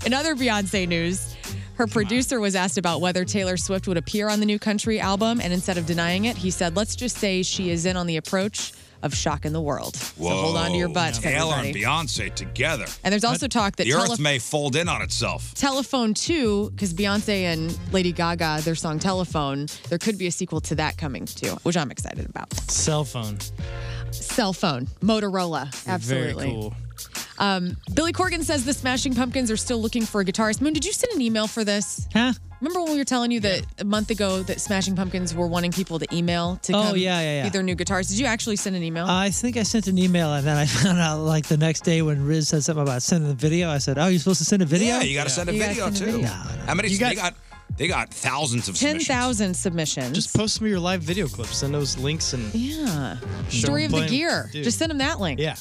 [SPEAKER 9] In other Beyonce news, her producer was asked about whether Taylor Swift would appear on the new country album, and instead of denying it, he said, Let's just say she is in on the approach of shocking the world.
[SPEAKER 8] Whoa.
[SPEAKER 9] So hold on to your butts,
[SPEAKER 8] Taylor
[SPEAKER 9] everybody.
[SPEAKER 8] and Beyonce together.
[SPEAKER 9] And there's also talk that
[SPEAKER 8] the
[SPEAKER 9] tele-
[SPEAKER 8] earth may fold in on itself.
[SPEAKER 9] Telephone 2, because Beyonce and Lady Gaga, their song Telephone, there could be a sequel to that coming too, which I'm excited about.
[SPEAKER 11] Cell phone.
[SPEAKER 9] Cell phone, Motorola, absolutely.
[SPEAKER 11] Very cool.
[SPEAKER 9] Um, Billy Corgan says the Smashing Pumpkins are still looking for a guitarist. Moon, did you send an email for this?
[SPEAKER 11] Huh?
[SPEAKER 9] Remember when we were telling you that a month ago that Smashing Pumpkins were wanting people to email to
[SPEAKER 11] Oh,
[SPEAKER 9] come
[SPEAKER 11] yeah, yeah, yeah.
[SPEAKER 9] be their new guitarist? Did you actually send an email?
[SPEAKER 11] I think I sent an email and then I found out like the next day when Riz said something about sending the video. I said, "Oh, you're supposed to send a video?
[SPEAKER 8] Yeah, you got to send a video too. How many? they got they got thousands of submissions.
[SPEAKER 9] 10,000 submissions.
[SPEAKER 12] Just post some of your live video clips. Send those links and
[SPEAKER 9] yeah.
[SPEAKER 12] Show
[SPEAKER 9] Story of the
[SPEAKER 12] blame-
[SPEAKER 9] gear.
[SPEAKER 12] Dude.
[SPEAKER 9] Just send them that link.
[SPEAKER 12] Yeah.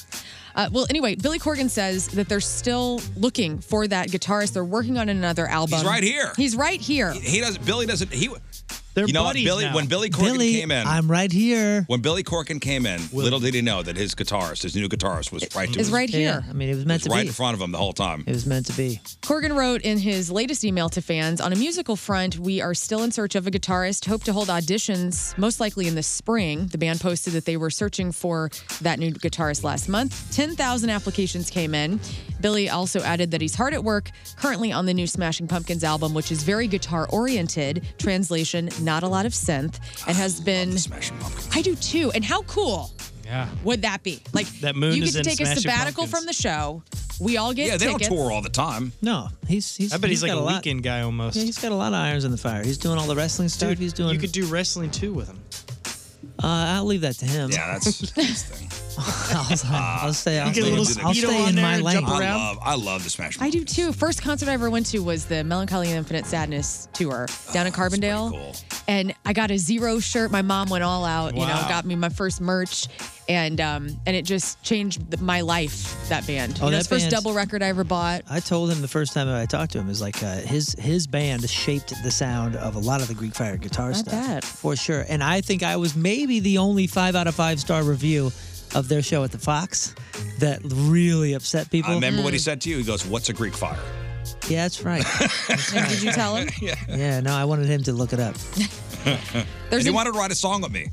[SPEAKER 9] Uh, well, anyway, Billy Corgan says that they're still looking for that guitarist. They're working on another album.
[SPEAKER 8] right here.
[SPEAKER 9] He's right here.
[SPEAKER 8] He doesn't. Billy doesn't. He.
[SPEAKER 11] They're
[SPEAKER 8] you know what?
[SPEAKER 11] buddies
[SPEAKER 8] Billy.
[SPEAKER 11] now.
[SPEAKER 8] When Billy Corgan
[SPEAKER 11] Billy,
[SPEAKER 8] came in.
[SPEAKER 11] I'm right here.
[SPEAKER 8] when Billy Corkin came in, little did he know that his guitarist, his new guitarist, was right to
[SPEAKER 9] is
[SPEAKER 8] his,
[SPEAKER 9] right here.
[SPEAKER 11] I mean, it was meant
[SPEAKER 8] was
[SPEAKER 11] to
[SPEAKER 8] right
[SPEAKER 11] be.
[SPEAKER 8] in front of him the whole time.
[SPEAKER 11] It was meant to be.
[SPEAKER 9] Corgan wrote in his latest email to fans on a musical front, we are still in search of a guitarist, hope to hold auditions most likely in the spring. The band posted that they were searching for that new guitarist last month. 10,000 applications came in. Billy also added that he's hard at work currently on the new Smashing Pumpkins album, which is very guitar oriented, translation, not a lot of synth, and has been. I do too. And how cool
[SPEAKER 12] Yeah.
[SPEAKER 9] would that be? Like,
[SPEAKER 12] That moon
[SPEAKER 9] you
[SPEAKER 12] is
[SPEAKER 9] get to
[SPEAKER 12] in
[SPEAKER 9] take a
[SPEAKER 12] Smashing
[SPEAKER 9] sabbatical
[SPEAKER 12] Pumpkins.
[SPEAKER 9] from the show. We all get
[SPEAKER 8] yeah, they
[SPEAKER 9] tickets.
[SPEAKER 8] don't tour all the time.
[SPEAKER 11] No, he's he's.
[SPEAKER 12] I bet he's, like
[SPEAKER 11] got
[SPEAKER 12] a,
[SPEAKER 11] lot-
[SPEAKER 12] weekend guy almost.
[SPEAKER 11] Yeah, he's got a lot of irons in the fire. He's doing all the wrestling stuff. he's doing.
[SPEAKER 12] You could do wrestling too with him.
[SPEAKER 11] Uh, I'll leave that to him.
[SPEAKER 8] Yeah, that's his
[SPEAKER 11] thing. I'll, I'll stay. I'll
[SPEAKER 8] They
[SPEAKER 11] stay,
[SPEAKER 8] do
[SPEAKER 11] I'll
[SPEAKER 8] that.
[SPEAKER 11] stay in my lane.
[SPEAKER 8] Uh, I love, I love the Smash.
[SPEAKER 9] I do too. First concert I ever went to was the Melancholy and Infinite Sadness tour down in Carbondale. And I got a zero shirt. My mom went all out, you know,
[SPEAKER 11] Wow.
[SPEAKER 9] got me my first merch. And um, and it just changed th- my life, that band.
[SPEAKER 11] Oh,
[SPEAKER 9] you know,
[SPEAKER 11] that
[SPEAKER 9] it's the first
[SPEAKER 11] band's-
[SPEAKER 9] double record I ever bought.
[SPEAKER 11] I told him the first time I talked to him is like uh, his his band shaped the sound of a lot of the Greek Fire guitar stuff for sure. And I think I was maybe the only five out of five star review of their show at the Fox that really upset people.
[SPEAKER 8] I remember
[SPEAKER 9] Mm. Hmm.
[SPEAKER 8] what he said to you. He goes, "What's a Greek fire?"
[SPEAKER 11] Yeah, that's right.
[SPEAKER 9] Did you tell him?
[SPEAKER 8] yeah.
[SPEAKER 11] yeah, no, I wanted him to look it up.
[SPEAKER 8] and he
[SPEAKER 9] a-
[SPEAKER 8] wanted to write a song with me.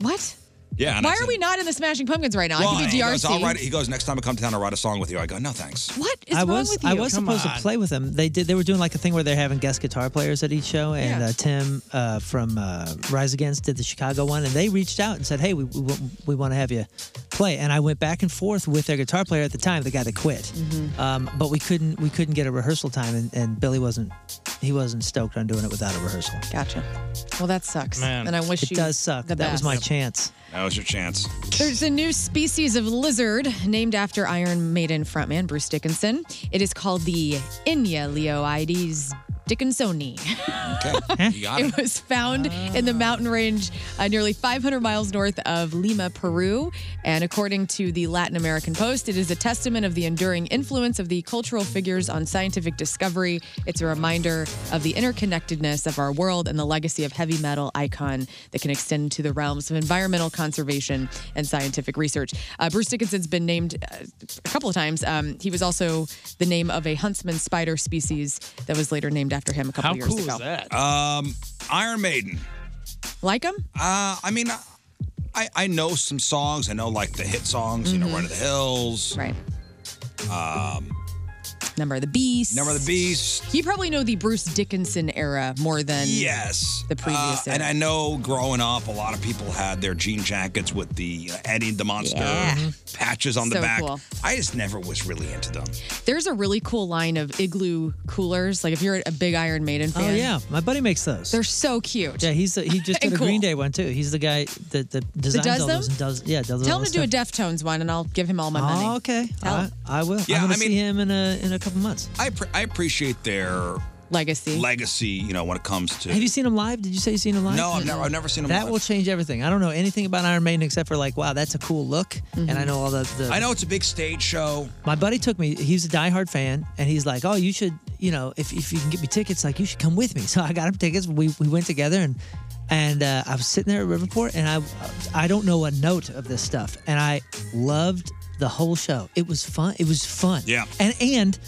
[SPEAKER 9] What?
[SPEAKER 8] Yeah. and I
[SPEAKER 9] Why
[SPEAKER 8] said,
[SPEAKER 9] are we not in the Smashing Pumpkins right now?
[SPEAKER 8] "Why?"
[SPEAKER 9] I could be
[SPEAKER 8] he
[SPEAKER 9] DRC.
[SPEAKER 8] goes, "I'll write it." He goes, "Next time I come to town, I'll write a song with you." I go, "No, thanks."
[SPEAKER 9] What is
[SPEAKER 11] I
[SPEAKER 9] wrong
[SPEAKER 11] was
[SPEAKER 9] with you?
[SPEAKER 11] I was supposed to play with them. They did. They were doing like a thing where they're having guest guitar players at each show, and uh, Tim uh, from uh, Rise Against did the Chicago one, and they reached out and said, "Hey, we we, wa- we want to have you play." And I went back and forth with their guitar player at the time, the guy that quit.
[SPEAKER 9] Mm-hmm.
[SPEAKER 11] Um, but we couldn't we couldn't get a rehearsal time, and, and Billy wasn't he wasn't stoked on doing it without a rehearsal.
[SPEAKER 9] Gotcha. Well, that sucks.
[SPEAKER 11] Man.
[SPEAKER 9] And I wish
[SPEAKER 11] It
[SPEAKER 9] you
[SPEAKER 11] does suck.
[SPEAKER 9] The
[SPEAKER 11] That was
[SPEAKER 9] best.
[SPEAKER 11] my chance.
[SPEAKER 8] That was your chance.
[SPEAKER 9] There's a new species of lizard named after Iron Maiden frontman Bruce Dickinson. It is called the Inya Leoides Dickinsoni.
[SPEAKER 8] Okay. You got it.
[SPEAKER 9] It was found in the mountain range uh, nearly 500 miles north of Lima, Peru. And according to the Latin American Post, it is a testament of the enduring influence of the cultural figures on scientific discovery. It's a reminder of the interconnectedness of our world and the legacy of heavy metal icon that can extend to the realms of environmental conservation and scientific research. Uh, Bruce Dickinson's been named uh, a couple of times. Um, he was also the name of a huntsman spider species that was later named after him a couple years ago.
[SPEAKER 8] Um, Iron Maiden.
[SPEAKER 9] Like him?
[SPEAKER 8] Uh, I mean, I I know some songs. I know like the hit songs. You know, Run to the Hills.
[SPEAKER 9] Mm-hmm. Right.
[SPEAKER 8] Um,
[SPEAKER 9] Number of the Beast.
[SPEAKER 8] Number of the Beast.
[SPEAKER 9] You probably know the Bruce Dickinson era more than
[SPEAKER 8] Yes.
[SPEAKER 9] the previous
[SPEAKER 8] Uh,
[SPEAKER 9] era.
[SPEAKER 8] and I know growing up, a lot of people had their jean jackets with the uh, Eddie the Monster
[SPEAKER 9] Yeah.
[SPEAKER 8] patches on the
[SPEAKER 9] So
[SPEAKER 8] back.
[SPEAKER 9] cool.
[SPEAKER 8] I just never was really into them.
[SPEAKER 9] There's a really cool line of igloo coolers. Like if you're a big Iron Maiden
[SPEAKER 11] Oh
[SPEAKER 9] fan.
[SPEAKER 11] yeah, my buddy makes those.
[SPEAKER 9] They're so cute.
[SPEAKER 11] Yeah, he's the, he just did
[SPEAKER 9] And
[SPEAKER 11] a
[SPEAKER 9] cool.
[SPEAKER 11] Green Day one too. He's the guy that, that designs
[SPEAKER 9] does
[SPEAKER 11] all
[SPEAKER 9] them?
[SPEAKER 11] those and does yeah does
[SPEAKER 9] Tell
[SPEAKER 11] all
[SPEAKER 9] him to
[SPEAKER 11] this
[SPEAKER 9] do a
[SPEAKER 11] stuff.
[SPEAKER 9] Deftones one, and I'll give him all my money.
[SPEAKER 11] Oh, okay.
[SPEAKER 9] Tell
[SPEAKER 11] I,
[SPEAKER 9] him.
[SPEAKER 11] I will.
[SPEAKER 8] Yeah,
[SPEAKER 11] I'm gonna
[SPEAKER 8] I mean-
[SPEAKER 11] see him in a in a couple months.
[SPEAKER 8] I pre- I appreciate their
[SPEAKER 9] Legacy.
[SPEAKER 8] legacy, you know, when it comes to.
[SPEAKER 11] Have you seen him live? Did you say you seen him live?
[SPEAKER 8] No, I've never- I've never seen him
[SPEAKER 11] That
[SPEAKER 8] live.
[SPEAKER 11] will change everything. I don't know anything about Iron Maiden except for like, wow, that's a cool look,
[SPEAKER 8] Mm-hmm.
[SPEAKER 11] and I know all the, the.
[SPEAKER 8] I know it's a big stage show.
[SPEAKER 11] My buddy took me. He was a diehard fan, and he's like, "Oh, you should, you know, if, if you can get me tickets, like you should come with me." So I got him tickets. We we went together, and and uh, I was sitting there at Riverport, and I I don't know a note of this stuff, and I loved the whole show. It was fun. It was fun.
[SPEAKER 8] Yeah.
[SPEAKER 11] And and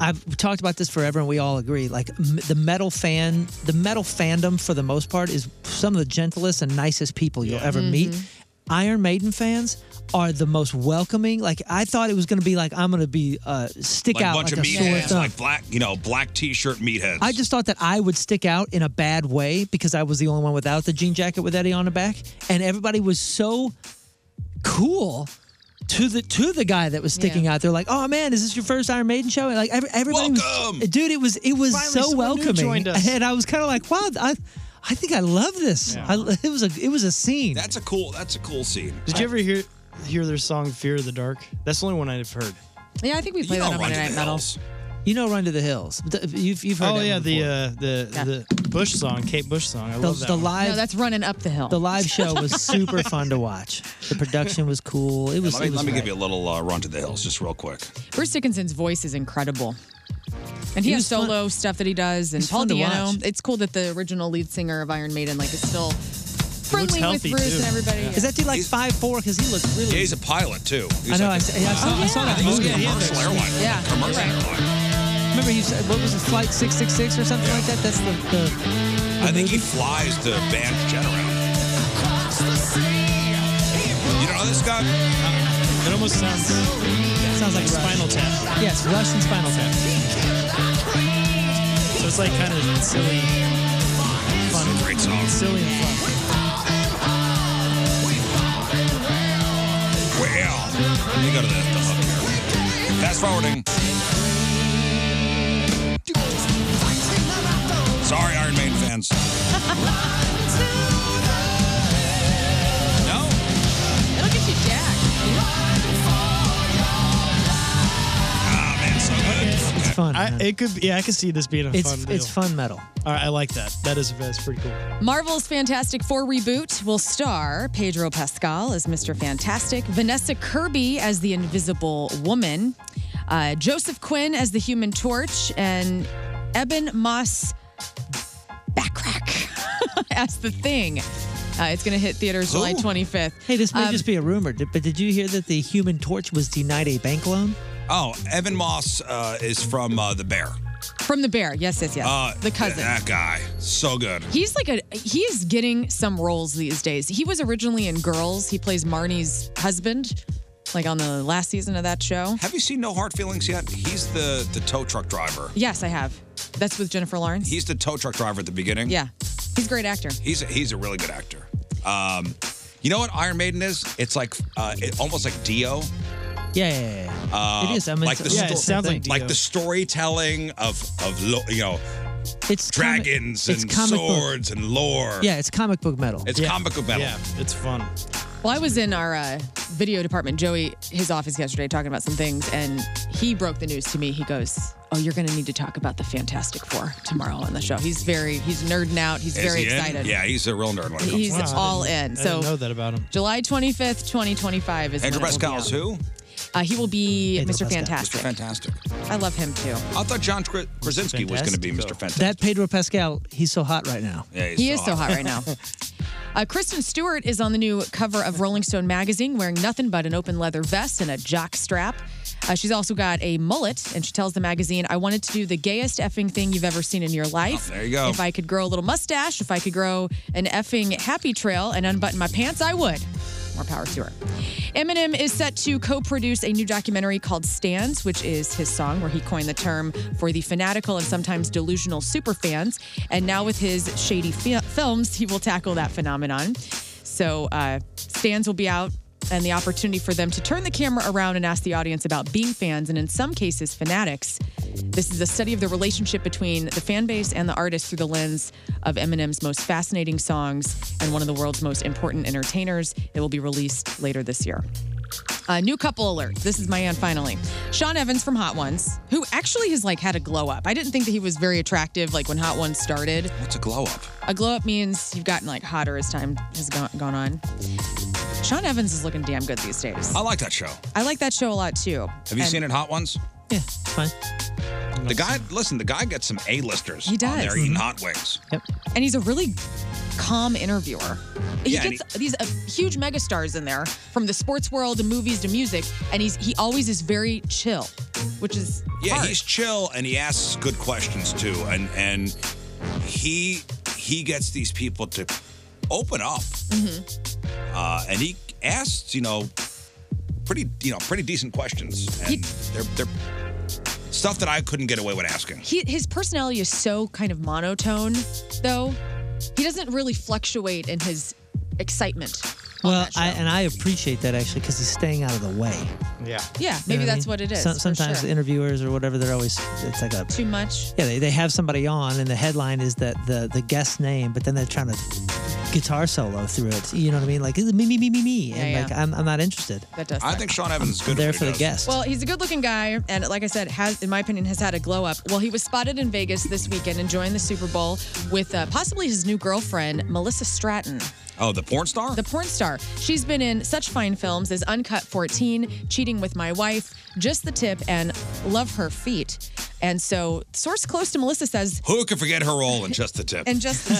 [SPEAKER 11] I've talked about this forever, and we all agree. Like m- the metal fan, the metal fandom for the most part is some of the gentlest and nicest people you'll ever
[SPEAKER 1] Mhm.
[SPEAKER 11] meet. Iron Maiden fans are the most welcoming. Like I thought it was going to be like I'm going to be uh, stick
[SPEAKER 8] like
[SPEAKER 11] out
[SPEAKER 8] a bunch
[SPEAKER 11] like
[SPEAKER 8] of
[SPEAKER 11] a sore
[SPEAKER 8] meatheads,
[SPEAKER 11] thumb.
[SPEAKER 8] like black, you know, black T-shirt meatheads.
[SPEAKER 11] I just thought that I would stick out in a bad way because I was the only one without the jean jacket with Eddie on the back, and everybody was so cool to the to the guy that was sticking out there. Like, oh man, is this your first Iron Maiden show? And like every, everybody, was, dude, it was it was
[SPEAKER 12] Finally,
[SPEAKER 11] so
[SPEAKER 12] someone new
[SPEAKER 11] welcoming,
[SPEAKER 12] joined us.
[SPEAKER 11] and I was kind of like, wow, I I think I love this. I, it was a it was a scene.
[SPEAKER 8] That's a cool. That's a cool scene.
[SPEAKER 12] Did you ever hear hear their song "Fear of the Dark"? That's the only one I've heard.
[SPEAKER 9] Yeah, I think we play that on Monday Night Metal.
[SPEAKER 11] You know, Run to the Hills. Th- You've, you've heard
[SPEAKER 12] Oh
[SPEAKER 11] that
[SPEAKER 12] yeah,
[SPEAKER 11] one
[SPEAKER 12] the
[SPEAKER 11] before.
[SPEAKER 12] uh, the the Bush song, Kate Bush song. I
[SPEAKER 11] The-
[SPEAKER 12] love that.
[SPEAKER 11] the
[SPEAKER 12] one.
[SPEAKER 11] live-
[SPEAKER 9] No, that's running up the hill.
[SPEAKER 11] The live show was super fun to watch. The production was cool. It was.
[SPEAKER 8] let me,
[SPEAKER 11] it was
[SPEAKER 8] let me
[SPEAKER 11] great.
[SPEAKER 8] give you a little uh, run to the hills, just real quick.
[SPEAKER 9] Bruce Dickinson's voice is incredible. And he,
[SPEAKER 11] He was
[SPEAKER 9] has
[SPEAKER 11] fun-
[SPEAKER 9] solo stuff that he does, and
[SPEAKER 11] He's
[SPEAKER 9] Paul
[SPEAKER 11] fun to
[SPEAKER 9] Diano.
[SPEAKER 11] watch.
[SPEAKER 9] It's cool that the original lead singer of Iron Maiden, like, is still friendly with
[SPEAKER 11] healthy,
[SPEAKER 9] Bruce
[SPEAKER 11] too.
[SPEAKER 9] and everybody.
[SPEAKER 11] Is that dude like five four? Because he looked really.
[SPEAKER 8] Yeah, he's a pilot too. He's
[SPEAKER 11] I know.
[SPEAKER 8] Like
[SPEAKER 11] I, s- Oh, yeah, I saw, I saw that.
[SPEAKER 8] He's
[SPEAKER 11] movie.
[SPEAKER 8] a commercial airline.
[SPEAKER 11] Yeah.
[SPEAKER 8] Commercial
[SPEAKER 11] Right.
[SPEAKER 8] airline.
[SPEAKER 11] Remember, he said, what was it, Flight 666 or something like that? That's the. the
[SPEAKER 8] I think he flies the band's jet around. You don't know this guy?
[SPEAKER 12] It almost sounds
[SPEAKER 11] sounds like
[SPEAKER 12] Spinal Tap.
[SPEAKER 11] yes, Russian Spinal Tap.
[SPEAKER 12] So it's like kind of silly, fun,
[SPEAKER 8] great song,
[SPEAKER 12] silly and fun.
[SPEAKER 8] Well, let me go to the, the hook here. Fast forwarding. Sorry, Iron Maiden fans. No?
[SPEAKER 9] It'll get you
[SPEAKER 8] Ah, man, so good.
[SPEAKER 11] It's fun.
[SPEAKER 12] I, it could. Be, yeah, I could see this being a
[SPEAKER 11] It's-
[SPEAKER 12] fun. Deal.
[SPEAKER 11] it's fun metal.
[SPEAKER 12] All right, I like that. That is that's pretty cool.
[SPEAKER 9] Marvel's Fantastic Four reboot will star Pedro Pascal as Mr. Fantastic, Vanessa Kirby as the Invisible Woman, uh, Joseph Quinn as the Human Torch, and Eben Moss Backrack as the Thing. Uh, it's going to hit theaters July 25th.
[SPEAKER 11] Hey, this may
[SPEAKER 9] Um,
[SPEAKER 11] just be a rumor, di- but did you hear that the Human Torch was denied a bank loan?
[SPEAKER 8] Oh, Evan Moss uh, is from uh, The Bear.
[SPEAKER 9] from the Bear. Yes, yes, yes.
[SPEAKER 8] Uh,
[SPEAKER 9] the cousin.
[SPEAKER 8] That guy. So good.
[SPEAKER 9] He's like a he is getting some roles these days. He was originally in Girls. He plays Marnie's husband, like on the last season of that show.
[SPEAKER 8] Have you seen No Hard Feelings yet? He's the, the tow truck driver.
[SPEAKER 9] Yes, I have. That's with Jennifer Lawrence.
[SPEAKER 8] He's the tow truck driver at the beginning.
[SPEAKER 9] Yeah, he's a great actor.
[SPEAKER 8] He's a, he's a really good actor. Um, you know what Iron Maiden is? It's like uh, it, almost like Dio.
[SPEAKER 11] Yeah, yeah, yeah.
[SPEAKER 8] Uh,
[SPEAKER 11] It is, I mean,
[SPEAKER 8] like
[SPEAKER 11] it's-
[SPEAKER 8] the
[SPEAKER 11] yeah, it sounds like Dio.
[SPEAKER 8] the storytelling of of lo- you know,
[SPEAKER 11] it's comic-
[SPEAKER 8] dragons
[SPEAKER 11] it's
[SPEAKER 8] and
[SPEAKER 11] comic book.
[SPEAKER 8] swords and lore.
[SPEAKER 11] Yeah, it's comic book metal.
[SPEAKER 8] It's comic book metal.
[SPEAKER 12] it's fun.
[SPEAKER 9] Well, I was in our uh, video department, Joey, his office yesterday, talking about some things, and he broke the news to me. He goes, "Oh, you're going to need to talk about the Fantastic Four tomorrow on the show." He's very he's nerding out. He's
[SPEAKER 8] Is
[SPEAKER 9] very
[SPEAKER 8] he in?
[SPEAKER 9] excited.
[SPEAKER 8] Yeah, he's a real nerd. When it comes
[SPEAKER 9] He's
[SPEAKER 8] to that.
[SPEAKER 9] all in.
[SPEAKER 12] I didn't
[SPEAKER 9] So
[SPEAKER 12] know that about him.
[SPEAKER 9] July 25th, 2025 is
[SPEAKER 8] Andrew
[SPEAKER 9] when it will be
[SPEAKER 8] Pascal is
[SPEAKER 9] out.
[SPEAKER 8] who?
[SPEAKER 9] Uh, he will be Mr.
[SPEAKER 8] Mr.
[SPEAKER 9] Fantastic.
[SPEAKER 8] Fantastic.
[SPEAKER 9] I love him too.
[SPEAKER 8] I thought John Kra- Krasinski was going to be Mr. Fantastic.
[SPEAKER 11] That Pedro Pascal, he's so hot right now.
[SPEAKER 8] Yeah,
[SPEAKER 9] He is so hot right now. Uh, Kristen Stewart is on the new cover of Rolling Stone magazine wearing nothing but an open leather vest and a jock strap. Uh, she's also got a mullet, and she tells the magazine, I wanted to do the gayest effing thing you've ever seen in your life.
[SPEAKER 8] Oh, there you go.
[SPEAKER 9] If I could grow a little mustache, if I could grow an effing happy trail and unbutton my pants, I would. More power to her. Eminem is set to co produce a new documentary called Stands, which is his song where he coined the term for the fanatical and sometimes delusional superfans. And now, with his shady fi- films, he will tackle that phenomenon. So, uh, Stands will be out, and the opportunity for them to turn the camera around and ask the audience about being fans and, in some cases, fanatics. This is a study of the relationship between the fan base and the artist through the lens of Eminem's most fascinating songs and one of the world's most important entertainers. It will be released later this year. Uh, new couple alert. This is my aunt finally. Sean Evans from Hot Ones, who actually has like had a glow up. I didn't think that he was very attractive like when Hot Ones started.
[SPEAKER 8] What's a glow up?
[SPEAKER 9] A glow up means you've gotten like hotter as time has gone, gone on. Sean Evans is looking damn good these days.
[SPEAKER 8] I like that show. Have
[SPEAKER 9] I like that show a lot too.
[SPEAKER 8] you seen it, Hot Ones?
[SPEAKER 9] Yeah,
[SPEAKER 8] The guy, listen, the guy gets some A-listers.
[SPEAKER 9] He
[SPEAKER 8] On
[SPEAKER 9] does. Mm-hmm.
[SPEAKER 8] there eating hot wings. Yep.
[SPEAKER 9] And he's a really calm interviewer. He
[SPEAKER 8] Yeah, and
[SPEAKER 9] gets these uh, huge megastars in there from the sports world to movies to music, and he's he always is very chill, which is
[SPEAKER 8] Yeah, he's chill and he asks good questions too, and and he he gets these people to open up,
[SPEAKER 9] Mm-hmm.
[SPEAKER 8] uh, and he asks you know pretty you know pretty decent questions, and they're they're stuff that I couldn't get away with asking.
[SPEAKER 9] he his personality is so kind of monotone though. He doesn't really fluctuate in his excitement.
[SPEAKER 11] Well, I, and I appreciate that actually because he's staying out of the way.
[SPEAKER 12] Yeah.
[SPEAKER 9] Yeah,
[SPEAKER 11] You know
[SPEAKER 9] maybe
[SPEAKER 11] I
[SPEAKER 9] that's
[SPEAKER 11] mean?
[SPEAKER 9] what it is.
[SPEAKER 11] Some-
[SPEAKER 9] for
[SPEAKER 11] sometimes
[SPEAKER 9] sure.
[SPEAKER 11] the interviewers or whatever, they're always it's like a
[SPEAKER 9] too much.
[SPEAKER 11] Yeah, they, they have somebody on and the headline is that the the guest name, but then they're trying to guitar solo through it. You know what I mean? Like me me me me me, and
[SPEAKER 9] Yeah,
[SPEAKER 11] like
[SPEAKER 9] yeah.
[SPEAKER 11] I'm, I'm not interested.
[SPEAKER 9] That does.
[SPEAKER 8] I think Sean Evans is
[SPEAKER 11] I'm
[SPEAKER 8] good. at
[SPEAKER 11] there
[SPEAKER 8] what he
[SPEAKER 11] for the
[SPEAKER 8] does.
[SPEAKER 11] guest.
[SPEAKER 9] Well, he's a good-looking guy, and like I said, has, in my opinion, has had a glow-up. Well, he was spotted in Vegas this weekend enjoying the Super Bowl with uh, possibly his new girlfriend, Melissa Stratton.
[SPEAKER 8] Oh, the porn star.
[SPEAKER 9] The porn star. She's been in such fine films as Uncut 14, Cheating with My Wife, Just the Tip, and Love Her Feet. And so, source close to Melissa says,
[SPEAKER 8] Who could forget her role in Just the Tip?
[SPEAKER 9] and just the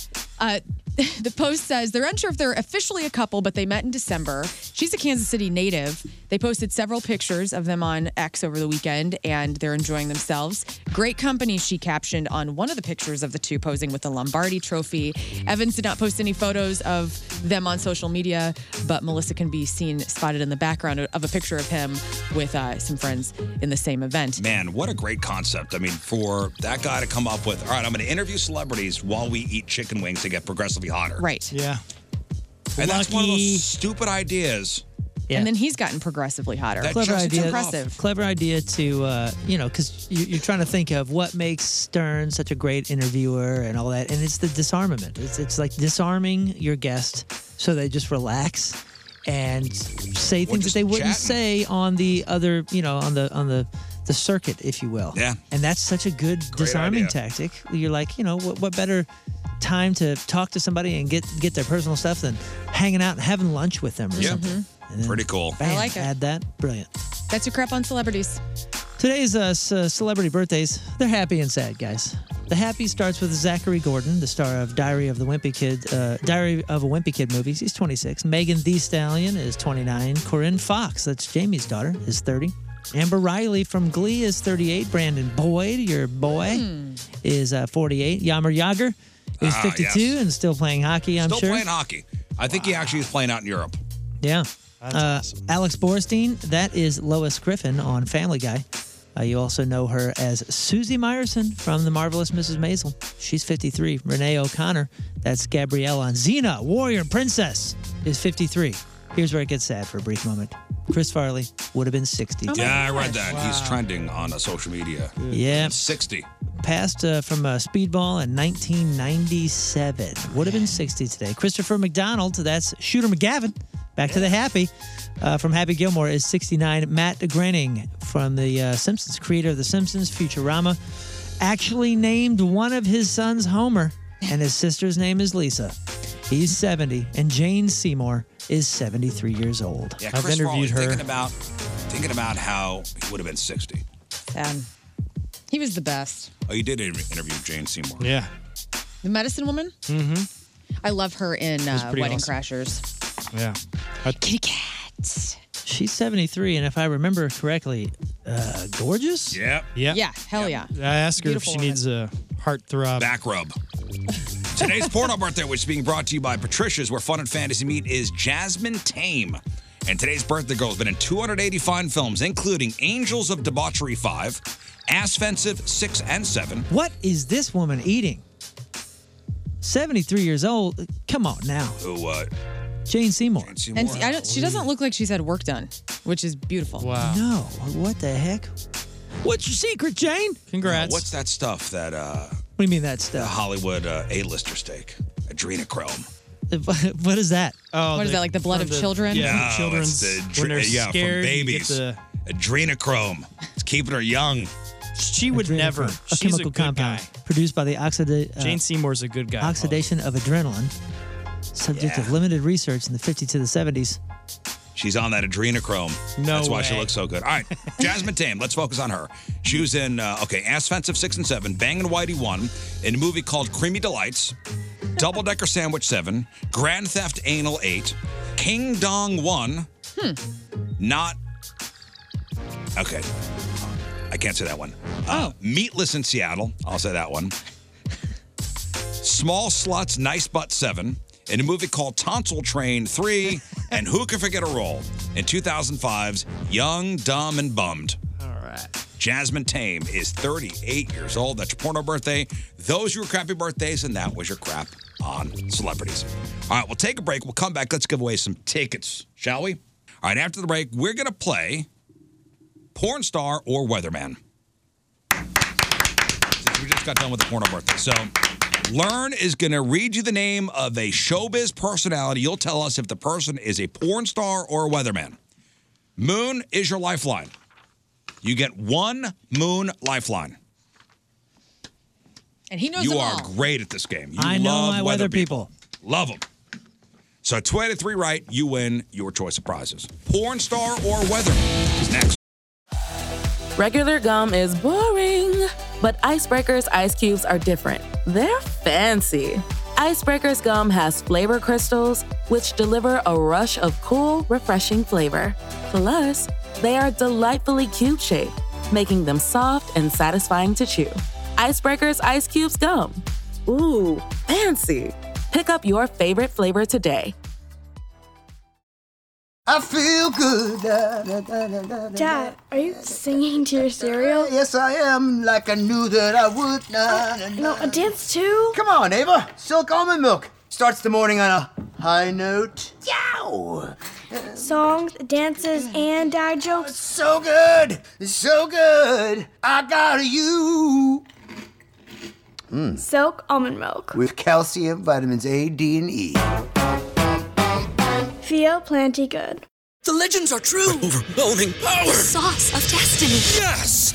[SPEAKER 9] tip. uh, the post says they're unsure if they're officially a couple, but they met in December. She's a Kansas City native. They posted several pictures of them on X over the weekend, and they're enjoying themselves. Great company, she captioned on one of the pictures of the two posing with the Lombardi trophy. Evans did not post any photos of them on social media, but Melissa can be seen spotted in the background of a picture of him with uh, some friends in the same event.
[SPEAKER 8] Man, what a great concept. I mean, for that guy to come up with, all right, I'm going to interview celebrities while we eat chicken wings to get progressively hotter.
[SPEAKER 9] Right.
[SPEAKER 12] Yeah.
[SPEAKER 8] And that's one of those stupid ideas.
[SPEAKER 9] And then he's gotten progressively hotter.
[SPEAKER 8] That
[SPEAKER 11] clever
[SPEAKER 9] It's
[SPEAKER 11] idea.
[SPEAKER 9] impressive.
[SPEAKER 11] Clever idea to uh, you know because you, you're trying to think of what makes Stern such a great interviewer and all that, and it's the disarmament. It's it's like disarming your guest so they just relax and say
[SPEAKER 8] Or
[SPEAKER 11] things that
[SPEAKER 8] just
[SPEAKER 11] they wouldn't
[SPEAKER 8] chatting.
[SPEAKER 11] say on the other you know on the on the the circuit, if you will.
[SPEAKER 8] Yeah.
[SPEAKER 11] And that's such a good disarming
[SPEAKER 8] idea.
[SPEAKER 11] tactic. You're like, you know, what, what better time to talk to somebody and get get their personal stuff than hanging out and having lunch with them or
[SPEAKER 8] Yeah.
[SPEAKER 11] something.
[SPEAKER 8] Pretty cool.
[SPEAKER 11] Bam,
[SPEAKER 9] Mm-hmm. like it.
[SPEAKER 11] Add that. Brilliant.
[SPEAKER 9] That's your crap on celebrities.
[SPEAKER 11] Today's uh, ce- celebrity birthdays. They're happy and sad, guys. The happy starts with Zachary Gordon, the star of Diary of the Wimpy Kid, uh, Diary of a Wimpy Kid movies. He's 26. Megan Thee Stallion is 29. Corinne Fox, that's Jamie's daughter, is 30. Amber Riley from Glee is 38. Brandon Boyd, your boy, is uh, 48. Yammer Yager is
[SPEAKER 8] Ah,
[SPEAKER 11] 52 and still playing hockey. I'm
[SPEAKER 8] Still
[SPEAKER 11] sure.
[SPEAKER 8] playing hockey. I think he actually is playing out in Europe.
[SPEAKER 11] Yeah. uh, Alex Borstein, that is Lois Griffin on Family Guy. Uh, you also know her as Susie Meyerson from The Marvelous Mrs. Maisel. She's 53. Renee O'Connor, that's Gabrielle on Xena, Warrior Princess, is 53. Here's where it gets sad for a brief moment. Chris Farley would have been 60.
[SPEAKER 8] yeah, I read that. He's trending on uh, social media.
[SPEAKER 11] Yeah.
[SPEAKER 8] 60.
[SPEAKER 11] Passed uh, from uh, Speedball in 1997. Would have been 60 today. Christopher McDonald, that's Shooter McGavin. Back to the happy. Uh, from Happy Gilmore is 69. Matt Groening from The uh, Simpsons, creator of The Simpsons, Futurama, actually named one of his sons Homer, and his sister's name is Lisa. He's 70, and Jane Seymour is 73 years old.
[SPEAKER 8] Yeah, Chris Farley, Thinking about, thinking about how he would have been 60.
[SPEAKER 9] Um, he was the best.
[SPEAKER 8] Oh, you did inter- interview Jane Seymour.
[SPEAKER 12] Yeah.
[SPEAKER 9] The medicine woman.
[SPEAKER 12] Mm-hmm.
[SPEAKER 9] I love her in
[SPEAKER 11] was
[SPEAKER 9] uh,
[SPEAKER 11] pretty
[SPEAKER 9] Wedding
[SPEAKER 11] awesome.
[SPEAKER 9] Crashers.
[SPEAKER 12] Yeah.
[SPEAKER 9] Kitty cat.
[SPEAKER 11] She's 73, and if I remember correctly, uh, gorgeous?
[SPEAKER 8] Yep.
[SPEAKER 12] Yep.
[SPEAKER 9] Yeah. Hell yeah.
[SPEAKER 12] I asked her
[SPEAKER 9] Beautiful
[SPEAKER 12] if she needs a heart throb.
[SPEAKER 8] Back rub. Today's Porno Birthday, which is being brought to you by Patricia's, where fun and fantasy meet, is Jasmine Tame. And today's birthday girl has been in 280 fine films, including Angels of Debauchery 5, Ass Fensive 6 and 7.
[SPEAKER 11] What is this woman eating? 73 years old. Come on now.
[SPEAKER 12] Oh,
[SPEAKER 8] Who, uh,
[SPEAKER 11] Jane Seymour.
[SPEAKER 9] And see, I don't, she doesn't look like she's had work done, which is beautiful.
[SPEAKER 12] Wow.
[SPEAKER 11] No. What the heck? What's your secret, Jane?
[SPEAKER 8] Congrats. what's that stuff that, uh,
[SPEAKER 11] What do you mean that
[SPEAKER 8] the
[SPEAKER 11] stuff?
[SPEAKER 8] Hollywood uh, A-lister steak? Adrenochrome.
[SPEAKER 11] what is that?
[SPEAKER 12] Oh,
[SPEAKER 9] What is that, like the blood
[SPEAKER 11] Oh, from
[SPEAKER 9] of children?
[SPEAKER 8] Yeah,
[SPEAKER 9] From children's-
[SPEAKER 8] it's the,
[SPEAKER 11] when they're
[SPEAKER 8] yeah,
[SPEAKER 11] scared,
[SPEAKER 8] from
[SPEAKER 11] you get
[SPEAKER 8] babies.
[SPEAKER 11] the-
[SPEAKER 8] Adrenochrome. It's keeping her young.
[SPEAKER 12] She would never.
[SPEAKER 11] A
[SPEAKER 12] She's a
[SPEAKER 11] chemical
[SPEAKER 12] good
[SPEAKER 11] compound produced by the oxida- uh,
[SPEAKER 12] Jane Seymour's a good guy.
[SPEAKER 11] oxidation of adrenaline, subject of
[SPEAKER 8] Yeah.
[SPEAKER 11] limited research in the 50s to the 70s.
[SPEAKER 8] She's on that adrenochrome.
[SPEAKER 11] No
[SPEAKER 8] That's why she
[SPEAKER 11] way.
[SPEAKER 8] looks so good. All right, Jasmine Tame, let's focus on her. She was in, uh, okay, Ass Fence of 6 and 7, Bang and Whitey 1, in a movie called Creamy Delights, Double Decker Sandwich 7, Grand Theft Anal 8, King Dong 1,
[SPEAKER 10] Hmm.
[SPEAKER 8] not. Okay, I can't say that one.
[SPEAKER 11] Oh.
[SPEAKER 8] Uh, Meatless in Seattle, I'll say that one. Small Sluts, Nice Butt 7, in a movie called Tonsil Train 3, and Who Can Forget a Role in 2005's Young, Dumb, and Bummed. All right. Jasmine Tame is 38 years old. That's your porno birthday. Those were your crappy birthdays, and that was your crap on celebrities. All right, we'll take a break. We'll come back. Let's give away some tickets, shall we? All right, after the break, we're going to play Porn Star or Weatherman. Since we just got done with the porno birthday. So Learn is going to read you the name of a showbiz personality. You'll tell us if the person is a porn star or a weatherman. Moon is your lifeline. You get one moon lifeline.
[SPEAKER 9] And he knows
[SPEAKER 8] you
[SPEAKER 9] them
[SPEAKER 8] are
[SPEAKER 9] all.
[SPEAKER 8] great at this game. You
[SPEAKER 11] I know
[SPEAKER 8] love
[SPEAKER 11] my weather people.
[SPEAKER 8] Love them. So 2 to 3 right, you win your choice of prizes. Porn star or weather is next.
[SPEAKER 4] Regular gum is boring, but Icebreaker's ice cubes are different. They're fancy. Icebreaker's gum has flavor crystals, which deliver a rush of cool, refreshing flavor. Plus, they are delightfully cube shaped, making them soft and satisfying to chew. Icebreaker's ice cubes gum. Ooh, fancy. Pick up your favorite flavor today.
[SPEAKER 10] I feel good.
[SPEAKER 1] Dad, are you singing to your cereal? Oh,
[SPEAKER 10] Yes, I am. Like I knew that I would. no, a dance too. Come on, Ava. Silk almond milk starts the morning on a high note. Yow! Oh,
[SPEAKER 1] Songs, dances, and dad jokes.
[SPEAKER 10] So good, so good. I got you. Hmm.
[SPEAKER 1] Silk almond milk.
[SPEAKER 10] With calcium, vitamins A, D, and E.
[SPEAKER 1] Feel plenty good.
[SPEAKER 21] The legends are true. overwhelming power. sauce of destiny. Yes.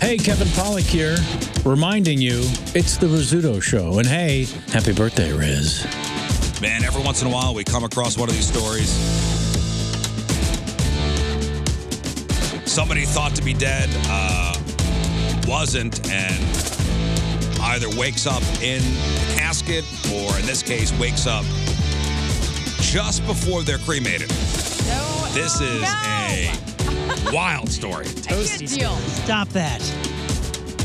[SPEAKER 22] Hey, Kevin Pollock here, reminding you it's the Rizzuto Show. And hey, happy birthday, Riz.
[SPEAKER 8] Man, every once in a while we come across one of these stories. Somebody thought to be dead, uh, wasn't, and either wakes up in a casket or, in this case, wakes up just before they're cremated. this is a wild story.
[SPEAKER 9] Toasty deal.
[SPEAKER 11] Stop that.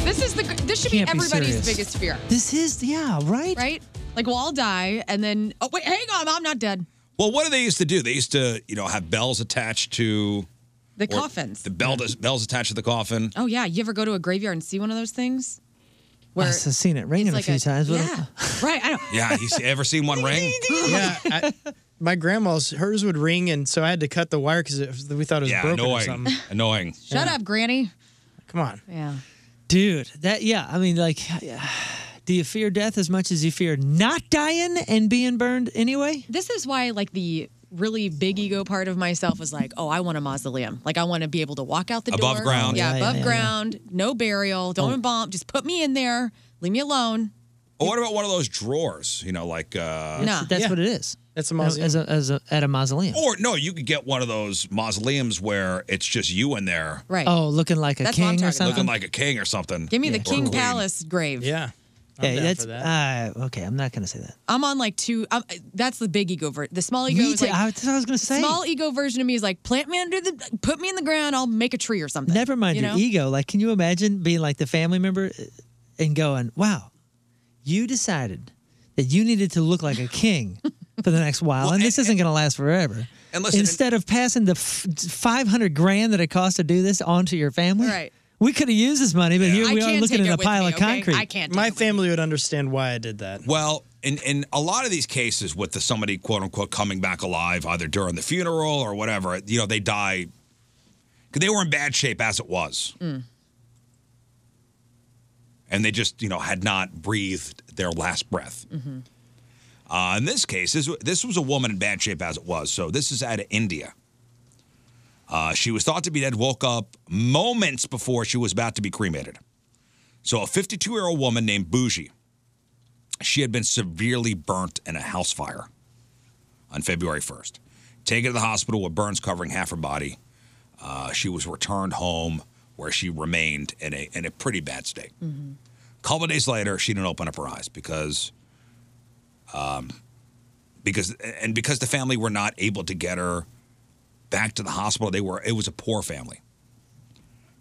[SPEAKER 9] This is the. This should be
[SPEAKER 11] Can't be
[SPEAKER 9] everybody's
[SPEAKER 11] serious.
[SPEAKER 9] biggest fear.
[SPEAKER 11] This is, yeah, right?
[SPEAKER 9] Right? Like we'll all die, and then oh wait, hang on, I'm not dead.
[SPEAKER 8] Well, what do they used to do? They used to, you know, have bells attached to
[SPEAKER 9] The
[SPEAKER 8] or
[SPEAKER 9] coffins.
[SPEAKER 8] The bell, bells attached to the coffin.
[SPEAKER 9] Oh yeah, you ever go to a graveyard and see one of those things?
[SPEAKER 11] I've seen it raining
[SPEAKER 9] like
[SPEAKER 11] a few
[SPEAKER 9] a-
[SPEAKER 11] times. What a-
[SPEAKER 9] yeah. right. I don't.
[SPEAKER 8] Yeah, you see- ever seen one ring?
[SPEAKER 12] yeah, I, my grandma's hers would ring, and so I had to cut the wire because we thought it was
[SPEAKER 8] Yeah,
[SPEAKER 12] broken or
[SPEAKER 8] annoying.
[SPEAKER 12] something.
[SPEAKER 8] Annoying.
[SPEAKER 9] Shut up, Granny.
[SPEAKER 12] Come on.
[SPEAKER 9] Yeah.
[SPEAKER 11] Dude, that, yeah, I mean, like, do you fear death as much as you fear not dying and being burned anyway?
[SPEAKER 9] This is why, like the really big ego part of myself was like, oh, I want a mausoleum. Like I want to be able to walk out the
[SPEAKER 8] Above
[SPEAKER 9] door.
[SPEAKER 8] ground.
[SPEAKER 9] Yeah,
[SPEAKER 8] Yeah,
[SPEAKER 9] above
[SPEAKER 8] yeah, yeah.
[SPEAKER 9] ground. No burial.
[SPEAKER 11] Oh.
[SPEAKER 9] Don't embalm. Just put me in there. Leave me alone.
[SPEAKER 8] Or what about one of those drawers? You know, like uh,
[SPEAKER 9] Nah.
[SPEAKER 11] That's what it is.
[SPEAKER 12] That's
[SPEAKER 8] a mausoleum.
[SPEAKER 11] As a, as a, at a mausoleum.
[SPEAKER 8] Or no, you could get one of those mausoleums where it's just you in there,
[SPEAKER 9] Right.
[SPEAKER 11] Oh, looking like a
[SPEAKER 9] That's what
[SPEAKER 11] king or
[SPEAKER 9] I'm talking about.
[SPEAKER 11] something.
[SPEAKER 8] looking like a king or something.
[SPEAKER 9] Give me the
[SPEAKER 8] Or
[SPEAKER 9] King
[SPEAKER 8] queen.
[SPEAKER 9] Palace grave.
[SPEAKER 12] Yeah.
[SPEAKER 11] Hey,
[SPEAKER 9] down
[SPEAKER 11] that's
[SPEAKER 9] for
[SPEAKER 11] Uh, okay. I'm not gonna say that.
[SPEAKER 9] I'm on like two. I'm, that's the big ego version. The small ego
[SPEAKER 11] Me
[SPEAKER 9] is
[SPEAKER 11] too.
[SPEAKER 9] like
[SPEAKER 11] I, that's what I was gonna say.
[SPEAKER 9] small ego version of me is like plant me under the put me in the ground. I'll make a tree or something.
[SPEAKER 11] Never mind
[SPEAKER 9] you
[SPEAKER 11] your
[SPEAKER 9] know?
[SPEAKER 11] ego. Like, can you imagine being like the family member uh, and going, "Wow, you decided that you needed to look like a king for the next while, and this isn't going to last forever.
[SPEAKER 8] and listen-
[SPEAKER 11] Instead of passing the f- 500 grand that it costs to do this onto your family,
[SPEAKER 9] Right.
[SPEAKER 11] we could have used this money, but here
[SPEAKER 9] I
[SPEAKER 11] we are
[SPEAKER 9] can't
[SPEAKER 11] looking
[SPEAKER 9] take
[SPEAKER 11] at
[SPEAKER 9] it
[SPEAKER 11] a
[SPEAKER 9] with
[SPEAKER 11] pile
[SPEAKER 9] me,
[SPEAKER 11] of
[SPEAKER 9] okay?
[SPEAKER 11] concrete.
[SPEAKER 9] I can't
[SPEAKER 12] My family would understand why I did that.
[SPEAKER 8] Well, in, in a lot of these cases with the somebody quote unquote coming back alive, either during the funeral or whatever, you know, they die 'cause they were in bad shape as it was.
[SPEAKER 9] Mm.
[SPEAKER 8] And they just, you know, had not breathed their last breath.
[SPEAKER 9] Mm-hmm.
[SPEAKER 8] Uh, in this case, this, this was a woman in bad shape as it was. So this is out of India. Uh, she was thought to be dead, woke up moments before she was about to be cremated. So a 52 year old woman named Bougie, she had been severely burnt in a house fire on February 1st. Taken to the hospital with burns covering half her body. Uh, she was returned home where she remained in a, in a pretty bad state.
[SPEAKER 11] Mm-hmm.
[SPEAKER 8] A couple of days later, she didn't open up her eyes because um, because and because the family were not able to get her back to the hospital. They were it was a poor family.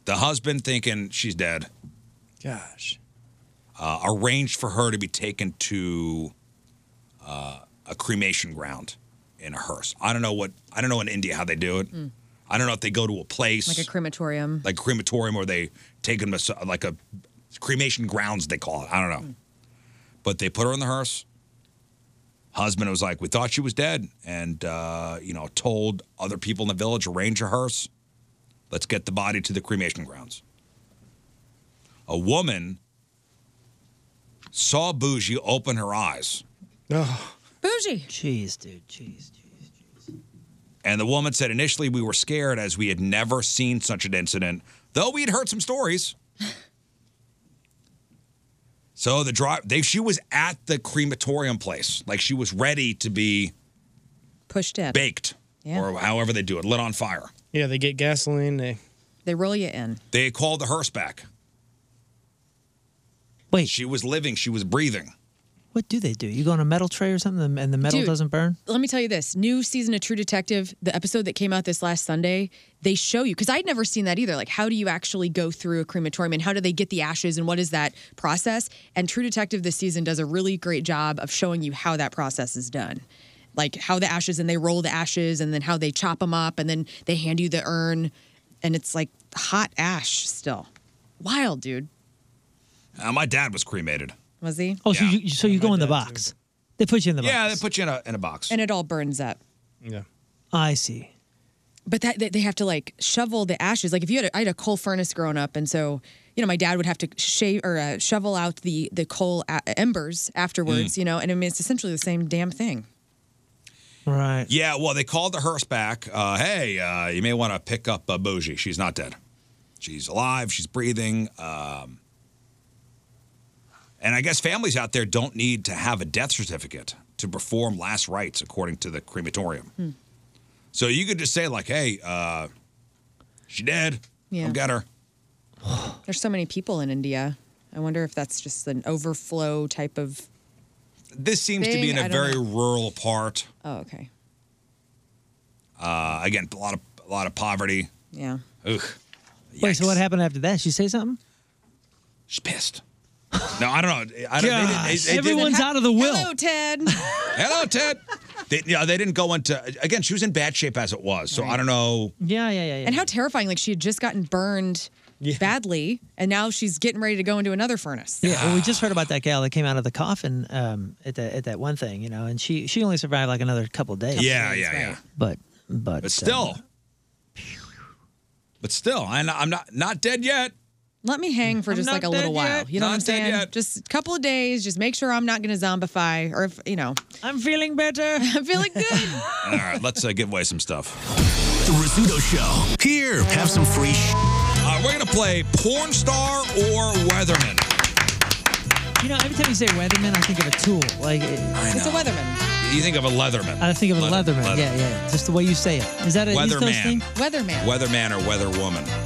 [SPEAKER 8] The husband thinking she's dead. Gosh. Uh, arranged for her to be taken to uh, a cremation ground in a hearse. I don't know what I don't know in India how they do it.
[SPEAKER 9] Mm.
[SPEAKER 8] I don't know if they go to a place
[SPEAKER 9] Like a crematorium.
[SPEAKER 8] like crematorium or they take them to so- like a cremation grounds they call it i don't know but they put her in the hearse husband was like we thought she was dead and uh, you know told other people in the village arrange a hearse let's get the body to the cremation grounds a woman saw bougie open her eyes
[SPEAKER 9] Bougie.
[SPEAKER 11] Jeez, dude. Jeez.
[SPEAKER 8] And the woman said, initially, we were scared as we had never seen such an incident, though we had heard some stories. so the drive, they, she was at the crematorium place. Like she was ready to be
[SPEAKER 9] Pushed dead.
[SPEAKER 8] baked
[SPEAKER 9] Yeah.
[SPEAKER 8] or however they do it, lit on fire.
[SPEAKER 12] Yeah, they get gasoline. They
[SPEAKER 9] They roll you in.
[SPEAKER 8] They called the hearse back.
[SPEAKER 11] Wait.
[SPEAKER 8] She was living, she was breathing.
[SPEAKER 11] What do they do? You go on a metal tray or something, and the metal
[SPEAKER 9] Dude.
[SPEAKER 11] doesn't burn?
[SPEAKER 9] Let me tell you this new season of True Detective, the episode that came out this last Sunday, they show you, because I'd never seen that either. Like, how do you actually go through a crematorium and how do they get the ashes and what is that process? And True Detective this season does a really great job of showing you how that process is done. Like, how the ashes and they roll the ashes and then how they chop them up and then they hand you the urn and it's like hot ash still. Wild, dude.
[SPEAKER 8] Uh, my dad was cremated.
[SPEAKER 9] Was he?
[SPEAKER 11] Oh, so you, so you go in the box. They put you in the box.
[SPEAKER 8] Yeah, they put you in a, in a box.
[SPEAKER 9] And it all burns up.
[SPEAKER 12] Yeah.
[SPEAKER 11] I see.
[SPEAKER 9] But that they- they have to like shovel the ashes. Like if you had, a, I had a coal furnace growing up, and so you know my dad would have to shave or uh, shovel out the the coal a- embers afterwards.
[SPEAKER 8] Mm.
[SPEAKER 9] You know, and I mean it's essentially the same damn thing.
[SPEAKER 11] Right.
[SPEAKER 8] Yeah, well, they called the hearse back. Uh, hey, uh, you may want to pick up uh, Bougie. She's not dead. She's alive. She's breathing. Um, and I guess families out there don't need to have a death certificate to perform last rites, according to the crematorium.
[SPEAKER 9] Hmm.
[SPEAKER 8] So you could just say, like, hey, uh, she dead.
[SPEAKER 9] Yeah.
[SPEAKER 8] Come get her.
[SPEAKER 9] There's so many people in India. I wonder if that's just an overflow type of.
[SPEAKER 8] This seems to be
[SPEAKER 9] Thing,
[SPEAKER 8] in a
[SPEAKER 9] I don't
[SPEAKER 8] very
[SPEAKER 9] know.
[SPEAKER 8] rural part.
[SPEAKER 9] Oh, okay.
[SPEAKER 8] Uh, again, a lot of a lot of poverty.
[SPEAKER 9] Yeah.
[SPEAKER 8] Ugh.
[SPEAKER 11] Wait, so what happened after that? She say something?
[SPEAKER 8] She's pissed. No, I don't know. I don't, they didn't- they-
[SPEAKER 11] Gosh,
[SPEAKER 8] they didn't-
[SPEAKER 11] everyone's out of the will.
[SPEAKER 9] Hello, Ted.
[SPEAKER 8] Hello, Ted. They, you know, they didn't go into again. She was in bad shape as it was, so I don't know.
[SPEAKER 11] yeah, yeah, yeah,
[SPEAKER 9] And how terrifying! Like she had just gotten burned badly, and now she's getting ready to go into another furnace.
[SPEAKER 11] Yeah,
[SPEAKER 8] Ah.
[SPEAKER 11] well, we just heard about that gal that came out of the coffin um, at that at that one thing, you know, and she she only survived like another couple days.
[SPEAKER 8] Yeah, yeah, yeah.
[SPEAKER 11] But but
[SPEAKER 8] But still, but still, I'm not, I'm not not dead yet.
[SPEAKER 9] Let me hang for
[SPEAKER 8] I'm
[SPEAKER 9] just
[SPEAKER 8] not
[SPEAKER 9] like a
[SPEAKER 8] dead
[SPEAKER 9] little while.
[SPEAKER 8] yet.
[SPEAKER 9] You know
[SPEAKER 8] Not
[SPEAKER 9] what I'm
[SPEAKER 8] dead
[SPEAKER 9] saying?
[SPEAKER 8] yet.
[SPEAKER 9] Just a couple of days. Just make sure I'm not going to zombify, or if you know,
[SPEAKER 11] I'm feeling better.
[SPEAKER 9] I'm feeling good.
[SPEAKER 8] All right, let's uh, give away some stuff.
[SPEAKER 5] The Rizzuto Show. Here, have some free sh-
[SPEAKER 8] All right, we're gonna play porn star or weatherman.
[SPEAKER 11] You know, every time you say weatherman, I think of a tool. Like it,
[SPEAKER 9] it's a weatherman.
[SPEAKER 8] You think of a leatherman?
[SPEAKER 11] I think of a
[SPEAKER 8] Leather-
[SPEAKER 11] leatherman.
[SPEAKER 8] leather-
[SPEAKER 11] Yeah, yeah. Just the way you say it. Is that a East Coast
[SPEAKER 8] Weatherman.
[SPEAKER 11] thing?
[SPEAKER 9] Weatherman.
[SPEAKER 8] Weatherman or weatherwoman?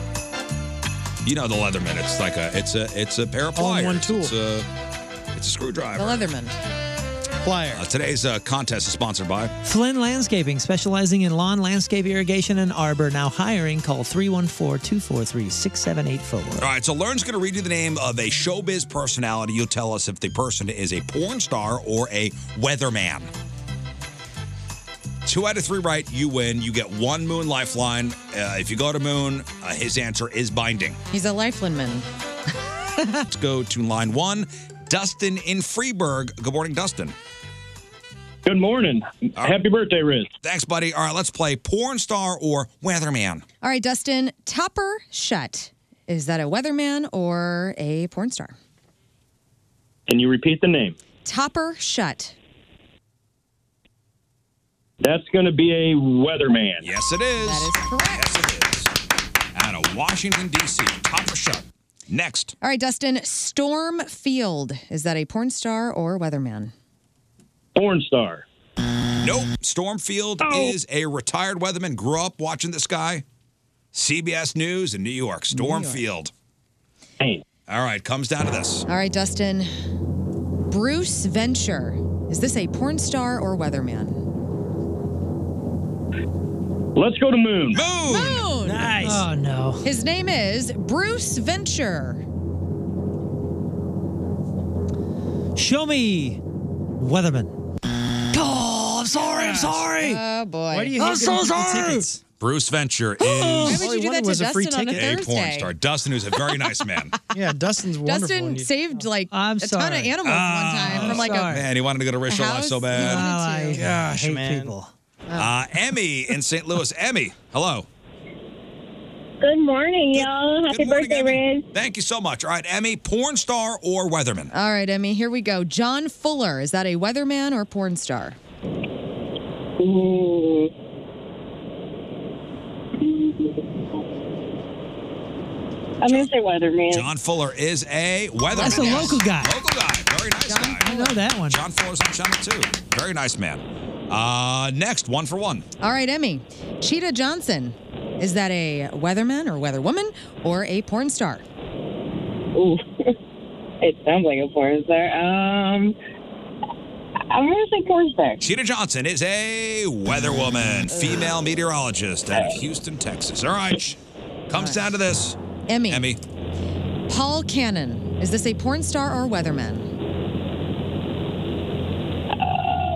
[SPEAKER 8] You know the leatherman. It's like a it's a it's a pair of pliers.
[SPEAKER 11] All-in-one
[SPEAKER 8] tool. It's a, it's a screwdriver.
[SPEAKER 9] The Leatherman.
[SPEAKER 8] Flyer. today's uh, contest is sponsored by.
[SPEAKER 11] Flynn Landscaping, specializing in lawn, landscape, irrigation, and arbor, now hiring. Call 314 243 6784.
[SPEAKER 8] All right, so Learn's going to read you the name of a showbiz personality. You'll tell us if the person is a porn star or a weatherman. Two out of three right, you win. You get one Moon lifeline. Uh, if you go to Moon, uh, his answer is binding.
[SPEAKER 9] He's a lifelinman.
[SPEAKER 8] Let's go to line one. Dustin in Freeburg. Good morning, Dustin.
[SPEAKER 2] Good morning. Happy birthday, Riz.
[SPEAKER 8] Thanks, buddy. All right, let's play porn star or weatherman.
[SPEAKER 9] All right, Dustin, topper shut. Is that a weatherman or a porn star?
[SPEAKER 2] Can you repeat the name?
[SPEAKER 9] Topper shut.
[SPEAKER 2] That's going to be a weatherman.
[SPEAKER 8] Yes, it is. That is correct. Yes, it is. Out of Washington, D.C. Topper shut. Next.
[SPEAKER 9] All right, Dustin, Storm Field. Is that a porn star or weatherman?
[SPEAKER 2] Porn star. Oh.
[SPEAKER 8] Nope. Stormfield is a retired weatherman, grew up watching the sky. CBS News in New York. Stormfield. All right, comes down to this.
[SPEAKER 9] All right, Dustin, Bruce Venture. Is this a porn star or weatherman?
[SPEAKER 2] Let's go to Moon.
[SPEAKER 8] Moon.
[SPEAKER 9] Moon. Nice.
[SPEAKER 11] Oh, no.
[SPEAKER 9] His name is Bruce Venture.
[SPEAKER 11] Show me Weatherman.
[SPEAKER 8] Oh, I'm sorry. I'm sorry.
[SPEAKER 9] Oh boy.
[SPEAKER 11] Why do you I'm hate so giving people sorry. tickets?
[SPEAKER 8] Bruce Venture is
[SPEAKER 9] Why would you All he do that wanted to was a free Dustin on a
[SPEAKER 8] a
[SPEAKER 9] ticket.
[SPEAKER 8] porn
[SPEAKER 9] Thursday?
[SPEAKER 8] star. Dustin, who's a very nice man.
[SPEAKER 11] Yeah, Dustin's wonderful.
[SPEAKER 9] Dustin
[SPEAKER 11] and you- Oh. Ah,
[SPEAKER 9] saved like a ton of
[SPEAKER 11] sorry.
[SPEAKER 9] animals one time from like a.
[SPEAKER 8] man, he wanted to go to Racial Life
[SPEAKER 9] house?
[SPEAKER 8] so
[SPEAKER 9] He wanted
[SPEAKER 8] bad.
[SPEAKER 9] to. Oh, I
[SPEAKER 8] gosh,
[SPEAKER 9] hate
[SPEAKER 8] man.
[SPEAKER 9] people.
[SPEAKER 8] Uh, Emmy in St. Louis. Emmy, hello.
[SPEAKER 3] Good morning, y'all. Happy birthday, Riz.
[SPEAKER 8] Thank you so much. All right, Emmy, porn star or weatherman?
[SPEAKER 9] All right, Emmy, here we go. John Fuller. Is that a weatherman or porn star?
[SPEAKER 3] Mm. I'm going to say weatherman.
[SPEAKER 8] John Fuller is a weatherman.
[SPEAKER 11] That's a local guy.
[SPEAKER 8] Local guy. Very nice guy. I know
[SPEAKER 11] that one.
[SPEAKER 8] John Fuller's on Channel 2. Very nice man. Uh, next, one for one.
[SPEAKER 9] All right, Emmy. Cheetah Johnson. Is that a weatherman or weatherwoman or a porn star?
[SPEAKER 3] Ooh. it sounds like a porn star. Um, I'm going to say porn star.
[SPEAKER 8] Sheeta Johnson is a weatherwoman, female meteorologist out of Houston, Texas. All right. sh- Comes down to this.
[SPEAKER 9] Emmy.
[SPEAKER 8] Emmy.
[SPEAKER 9] Paul Cannon. Is this a porn star or weatherman?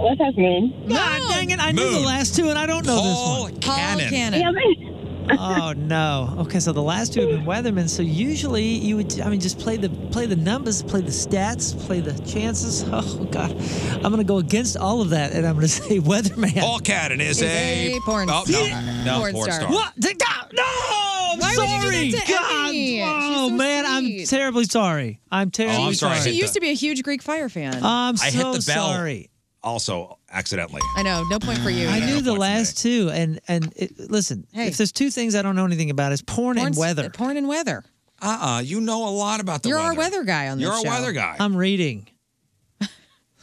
[SPEAKER 3] Let's have Moon.
[SPEAKER 11] God dang it. I knew the
[SPEAKER 3] Moon.
[SPEAKER 11] last two, and I don't know this one.
[SPEAKER 9] Cannon. Cannon.
[SPEAKER 11] oh no. Okay, so the last two have been Weathermen. So usually you would, I mean, just play the play the numbers, play the stats, play the chances. Oh God, I'm gonna go against all of that, and I'm gonna say Weatherman.
[SPEAKER 8] Paul Cannon is a,
[SPEAKER 9] porn
[SPEAKER 8] oh,
[SPEAKER 11] star.
[SPEAKER 8] No, no
[SPEAKER 11] Porn
[SPEAKER 8] porn,
[SPEAKER 11] star.
[SPEAKER 8] star.
[SPEAKER 11] What? Dig- ah, No, I'm
[SPEAKER 9] Why would
[SPEAKER 11] sorry.
[SPEAKER 9] you do that to
[SPEAKER 11] God,
[SPEAKER 9] Emmy? She's
[SPEAKER 11] oh
[SPEAKER 9] so
[SPEAKER 11] man, I'm
[SPEAKER 9] sweet.
[SPEAKER 11] terribly sorry. I'm terribly
[SPEAKER 8] Oh, I'm sorry.
[SPEAKER 11] sorry.
[SPEAKER 8] I
[SPEAKER 9] She
[SPEAKER 8] hit
[SPEAKER 9] used
[SPEAKER 8] the-
[SPEAKER 9] to be a huge Greek fire fan.
[SPEAKER 11] I'm
[SPEAKER 8] I
[SPEAKER 11] so
[SPEAKER 8] hit the bell.
[SPEAKER 11] sorry.
[SPEAKER 8] Also, accidentally.
[SPEAKER 9] I know. No point for you.
[SPEAKER 11] I
[SPEAKER 9] either.
[SPEAKER 11] knew the last two, and and it, listen,
[SPEAKER 9] Hey.
[SPEAKER 11] if there's two things I don't know anything about, it's porn and
[SPEAKER 9] Porn's-
[SPEAKER 11] weather.
[SPEAKER 9] Porn and weather.
[SPEAKER 8] Uh uh You know a lot about
[SPEAKER 9] You're our weather guy on this
[SPEAKER 8] You're
[SPEAKER 9] show.
[SPEAKER 8] a weather guy.
[SPEAKER 11] I'm reading.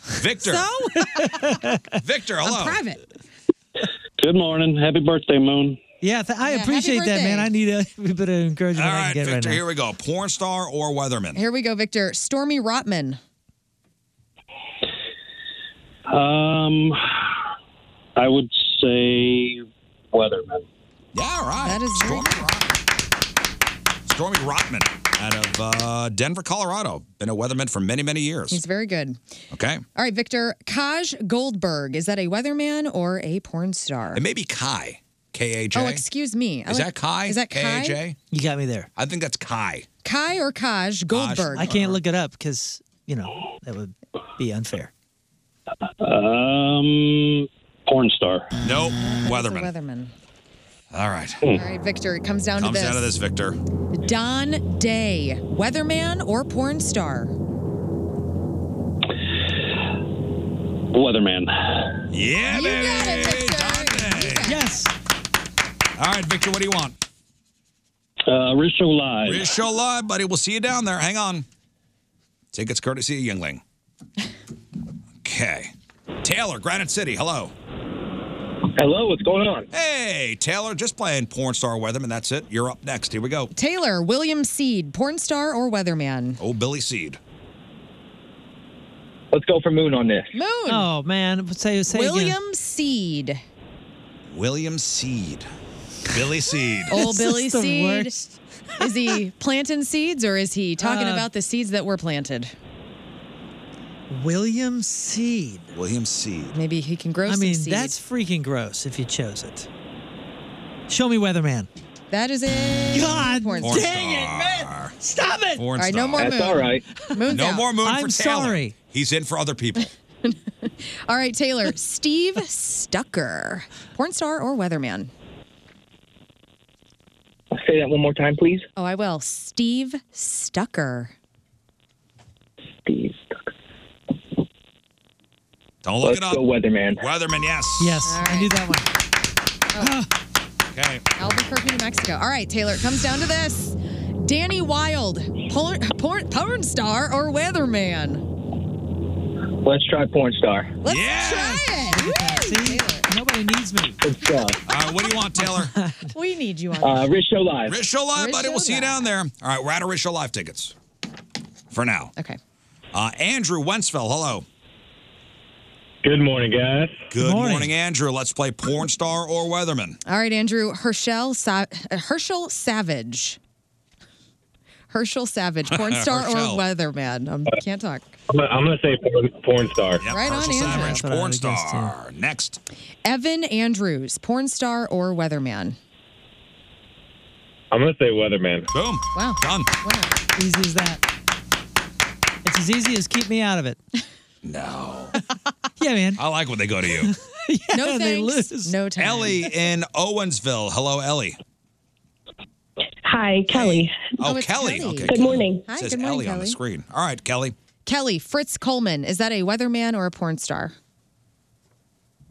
[SPEAKER 8] Victor. Victor, hello.
[SPEAKER 9] private.
[SPEAKER 2] Good morning. Happy birthday, Moon.
[SPEAKER 11] Yeah, th- I appreciate that, man. I need a bit of encouragement.
[SPEAKER 8] All
[SPEAKER 11] I
[SPEAKER 8] right,
[SPEAKER 11] can get
[SPEAKER 8] Victor,
[SPEAKER 11] right now.
[SPEAKER 8] here we go. Porn star or weatherman?
[SPEAKER 9] Here we go, Victor. Stormy Rotman.
[SPEAKER 2] Um, I would say weatherman.
[SPEAKER 8] Yeah, all right. That is Stormy Rotman. Stormy Rotman out of uh, Denver, Colorado. Been a weatherman for many, many years.
[SPEAKER 9] He's very good.
[SPEAKER 8] Okay.
[SPEAKER 9] All right, Victor. Kaj Goldberg. Is that a weatherman or a porn star?
[SPEAKER 8] It may be Kai. K A J.
[SPEAKER 9] Oh, excuse me. I
[SPEAKER 8] Is
[SPEAKER 9] like-
[SPEAKER 8] that Kai?
[SPEAKER 9] Is that Kai?
[SPEAKER 8] K-A-J?
[SPEAKER 11] You got me there.
[SPEAKER 8] I think that's Kai.
[SPEAKER 9] Kai or Kaj Goldberg?
[SPEAKER 11] I can't look it up because you know that would be unfair.
[SPEAKER 2] Um, porn star.
[SPEAKER 8] Nope.
[SPEAKER 9] It's a
[SPEAKER 8] Weatherman.
[SPEAKER 9] weatherman.
[SPEAKER 8] All right.
[SPEAKER 9] All right, Victor. It comes down
[SPEAKER 8] Comes
[SPEAKER 9] to this.
[SPEAKER 8] out of this, Victor.
[SPEAKER 9] Don Day. Weatherman or porn star?
[SPEAKER 2] Weatherman.
[SPEAKER 8] Yeah,
[SPEAKER 2] You
[SPEAKER 8] baby.
[SPEAKER 2] got it,
[SPEAKER 11] Yes.
[SPEAKER 8] All right, Victor, what do you want?
[SPEAKER 2] Uh, Risho Live.
[SPEAKER 8] Real show live, buddy. We'll see you down there. Hang on. Tickets courtesy of Yingling. Okay. Taylor, Granite City. Hello.
[SPEAKER 2] Hello, what's going on?
[SPEAKER 8] Hey, Taylor, just playing porn star Weatherman. That's it. You're up next. Here we go.
[SPEAKER 9] Taylor William Seed. Porn star or weatherman?
[SPEAKER 8] Oh, Billy Seed.
[SPEAKER 2] Let's go for Moon on this.
[SPEAKER 9] Moon.
[SPEAKER 11] Oh man, say say again.
[SPEAKER 9] William Seed.
[SPEAKER 8] William Seed. Billy Seed.
[SPEAKER 9] Old Billy Seed. Is he planting seeds or is he talking
[SPEAKER 11] Uh,
[SPEAKER 9] about the seeds that were planted?
[SPEAKER 11] William Seed.
[SPEAKER 8] William Seed.
[SPEAKER 9] Maybe he can grow
[SPEAKER 11] I
[SPEAKER 9] some
[SPEAKER 11] mean,
[SPEAKER 9] seed.
[SPEAKER 11] that's freaking gross if you chose it. Show me Weatherman.
[SPEAKER 9] That is it.
[SPEAKER 11] God
[SPEAKER 9] Porn
[SPEAKER 11] dang it, man! Stop it!
[SPEAKER 8] Porn
[SPEAKER 9] All right, no
[SPEAKER 8] star.
[SPEAKER 9] more That's Moon. all right. Moon's
[SPEAKER 8] no
[SPEAKER 9] out.
[SPEAKER 8] more moon
[SPEAKER 9] I'm
[SPEAKER 8] for Taylor.
[SPEAKER 9] sorry.
[SPEAKER 8] He's in for other people.
[SPEAKER 9] All right, Taylor. Steve Stucker, porn star or weatherman?
[SPEAKER 3] Say that one more time, please.
[SPEAKER 9] Oh, I will. Steve Stucker.
[SPEAKER 8] Don't look
[SPEAKER 2] Let's
[SPEAKER 8] it up.
[SPEAKER 2] go Weatherman.
[SPEAKER 8] Weatherman, yes.
[SPEAKER 11] Yes, I knew that one.
[SPEAKER 8] Okay.
[SPEAKER 9] Uh, oh, Albuquerque, New Mexico. All right, Taylor. It comes down to this: Danny Wild, porn, porn, porn star or weatherman?
[SPEAKER 2] Let's try porn star.
[SPEAKER 9] Let's try it. Woo! Taylor,
[SPEAKER 11] Nobody needs me.
[SPEAKER 2] Let's go.
[SPEAKER 8] All right, Uh, what do you want, Taylor?
[SPEAKER 9] we need you on.
[SPEAKER 2] Uh, Rich Show Live.
[SPEAKER 8] Rich Show Live, buddy. We'll see you down there. All right, we're out of Rich Show Live tickets for now.
[SPEAKER 9] Okay.
[SPEAKER 8] Uh, Andrew Wentzfeld, hello.
[SPEAKER 2] Good morning, guys.
[SPEAKER 8] Good morning. Andrew. Let's play porn star or weatherman.
[SPEAKER 9] All right, Andrew. Herschel, Sa- uh, Herschel Savage. Herschel Savage, porn star
[SPEAKER 2] Herschel.
[SPEAKER 9] or weatherman? Um, can't talk.
[SPEAKER 2] I'm gonna, I'm gonna say porn, porn star.
[SPEAKER 9] Right on, Herschel Andrew. Savage,
[SPEAKER 2] porn
[SPEAKER 8] star. Next.
[SPEAKER 9] Evan Andrews, porn star or weatherman?
[SPEAKER 2] I'm gonna say weatherman.
[SPEAKER 8] Boom.
[SPEAKER 9] Wow.
[SPEAKER 8] Done.
[SPEAKER 11] Easy as that. It's as easy as keep me out of it.
[SPEAKER 8] No.
[SPEAKER 11] yeah, man.
[SPEAKER 8] I like when they go to you.
[SPEAKER 9] no
[SPEAKER 11] they
[SPEAKER 9] thanks. No time.
[SPEAKER 8] Ellie in Owensville. Hello, Ellie.
[SPEAKER 23] Hi, Kelly.
[SPEAKER 8] Oh, Kelly. Okay.
[SPEAKER 23] Good
[SPEAKER 8] Kelly.
[SPEAKER 23] morning.
[SPEAKER 8] It says Ellie on the screen. All right, Kelly.
[SPEAKER 9] Kelly, Fritz Coleman, is that a weatherman or a porn star?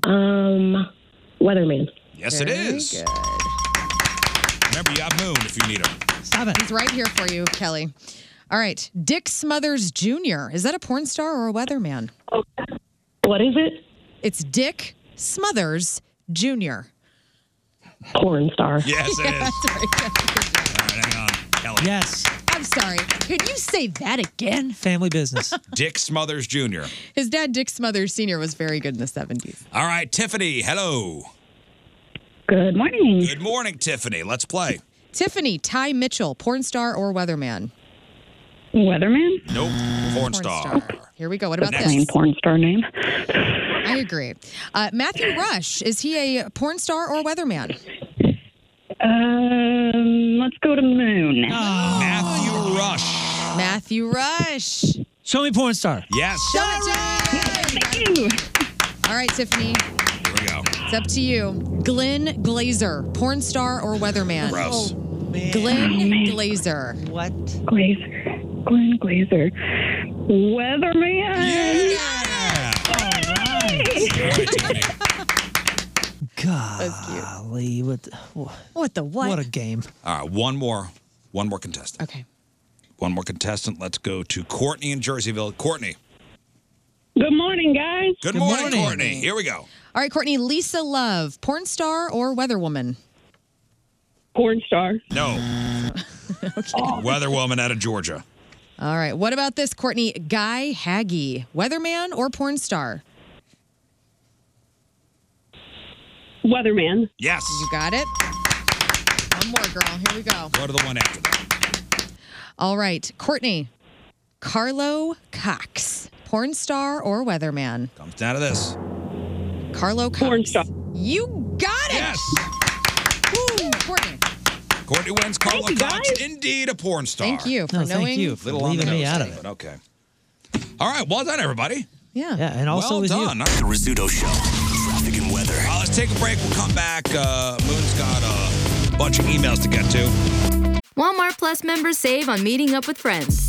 [SPEAKER 23] Um, weatherman.
[SPEAKER 8] Yes, it
[SPEAKER 9] Very
[SPEAKER 8] is. Remember, you have Moon if you need her.
[SPEAKER 11] Stop it.
[SPEAKER 9] He's right here for you, Kelly. All right. Dick Smothers Jr., is that a porn star or a weatherman?
[SPEAKER 23] Oh, What is it?
[SPEAKER 9] It's Dick Smothers Jr.
[SPEAKER 23] Porn star.
[SPEAKER 8] Yes, it is.
[SPEAKER 9] That's right.
[SPEAKER 8] All right, hang on. Kelly.
[SPEAKER 11] Yes.
[SPEAKER 9] I'm sorry. Could you say that again?
[SPEAKER 11] Family business.
[SPEAKER 8] Dick Smothers Jr.
[SPEAKER 9] His dad, Dick Smothers Sr., was very good in the 70s.
[SPEAKER 8] All right, Tiffany. Hello.
[SPEAKER 23] Good morning.
[SPEAKER 8] Good morning, Tiffany. Let's play.
[SPEAKER 9] Tiffany, Ty Mitchell, porn star or weatherman?
[SPEAKER 23] Weatherman.
[SPEAKER 8] Nope. Porn, star.
[SPEAKER 9] Here we go. What about
[SPEAKER 23] Plain
[SPEAKER 9] this?
[SPEAKER 23] porn star name.
[SPEAKER 9] I agree. Uh, Matthew Rush, is he a porn star or weatherman?
[SPEAKER 23] Um, let's go to Moon.
[SPEAKER 12] Ah.
[SPEAKER 8] Matthew Rush.
[SPEAKER 23] Uh.
[SPEAKER 9] Matthew Rush.
[SPEAKER 11] Show me porn star.
[SPEAKER 8] Yes.
[SPEAKER 9] Show Thank
[SPEAKER 23] you.
[SPEAKER 9] All right, Tiffany,
[SPEAKER 8] Here we go.
[SPEAKER 9] it's up to you. Glenn Glazer, porn star or weatherman?
[SPEAKER 8] Gross.
[SPEAKER 9] Glenn Glazer.
[SPEAKER 11] What?
[SPEAKER 23] Oh, Glazer. Glenn Glazer. Weatherman.
[SPEAKER 11] Golly, what? the-
[SPEAKER 9] What the what?
[SPEAKER 11] What a game.
[SPEAKER 8] All right, one more, one more contestant.
[SPEAKER 9] Okay.
[SPEAKER 8] One more contestant. Let's go to Courtney in Jerseyville. Courtney.
[SPEAKER 23] Good morning, guys.
[SPEAKER 8] Good, morning, Courtney. Here we go.
[SPEAKER 9] All right, Courtney, Lisa Love, porn star or weatherwoman?
[SPEAKER 23] Porn star.
[SPEAKER 8] No. Weather woman out of Georgia.
[SPEAKER 9] All right, what about this, Courtney? Guy Haggy, weatherman or porn star?
[SPEAKER 23] Weatherman.
[SPEAKER 8] Yes.
[SPEAKER 9] You got it. One more, girl. Oh, Here we go.
[SPEAKER 8] Go to the one after that.
[SPEAKER 9] All right, Courtney, Carlo Cox, porn star or weatherman?
[SPEAKER 8] Comes down to this.
[SPEAKER 9] Carlo Cox. Porn star. You got it. Yes. Woo, Courtney.
[SPEAKER 8] Courtney wins. Carla
[SPEAKER 9] you,
[SPEAKER 8] Cox,
[SPEAKER 9] guys.
[SPEAKER 8] indeed a porn star.
[SPEAKER 9] Thank you for No, thank knowing- you for
[SPEAKER 8] Little on the
[SPEAKER 11] leaving me
[SPEAKER 8] nose
[SPEAKER 11] out of
[SPEAKER 8] thing, but Okay. All right. Well done, everybody.
[SPEAKER 9] Yeah.
[SPEAKER 11] Yeah, and also
[SPEAKER 8] well
[SPEAKER 11] with
[SPEAKER 8] done.
[SPEAKER 11] you.
[SPEAKER 8] The Rizzuto Show. Traffic and weather. Uh, let's take a break. We'll come back. Uh, Moon's got a bunch of emails to get to.
[SPEAKER 6] Walmart Plus members save on meeting up with friends.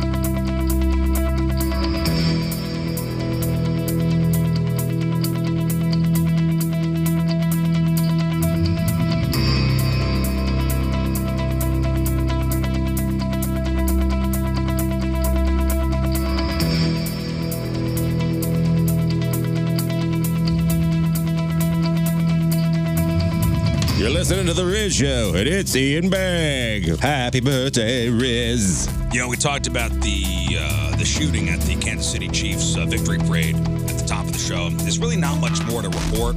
[SPEAKER 24] You're listening to The Riz Show, and it's Ian Bag. Happy birthday, Riz.
[SPEAKER 8] You know, we talked about the uh, the shooting at the Kansas City Chiefs uh, victory parade at the top of the show. There's really not much more to report.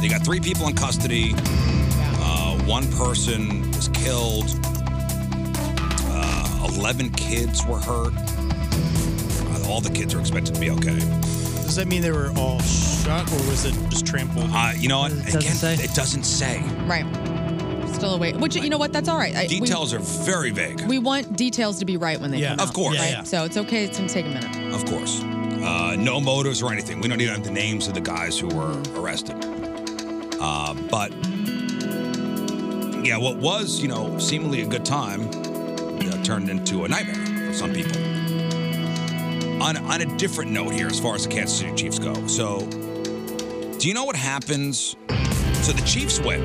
[SPEAKER 8] They got three people in custody. Uh, one person was killed. Uh, Eleven kids were hurt. Uh, all the kids are expected to be okay.
[SPEAKER 12] Does that mean they were all shot or was it just trampled?
[SPEAKER 8] Uh, you know what? Again, it doesn't say.
[SPEAKER 9] Right. Still away. Which you know what? That's all right. I- we-
[SPEAKER 8] Details are very vague.
[SPEAKER 9] We want details to be right when they
[SPEAKER 8] Yeah.
[SPEAKER 9] come
[SPEAKER 8] Of
[SPEAKER 9] out,
[SPEAKER 8] course.
[SPEAKER 9] right?
[SPEAKER 8] Yeah, yeah.
[SPEAKER 9] So it's okay. It's gonna take a minute.
[SPEAKER 8] Of course. Uh, no motives or anything. We don't even have the names of the guys who were arrested. Uh, but yeah, what was, you know, seemingly a good time you know, turned into a nightmare for some people. On, on a different note here, as far as the Kansas City Chiefs go. So, do you know what happens? So, the Chiefs win.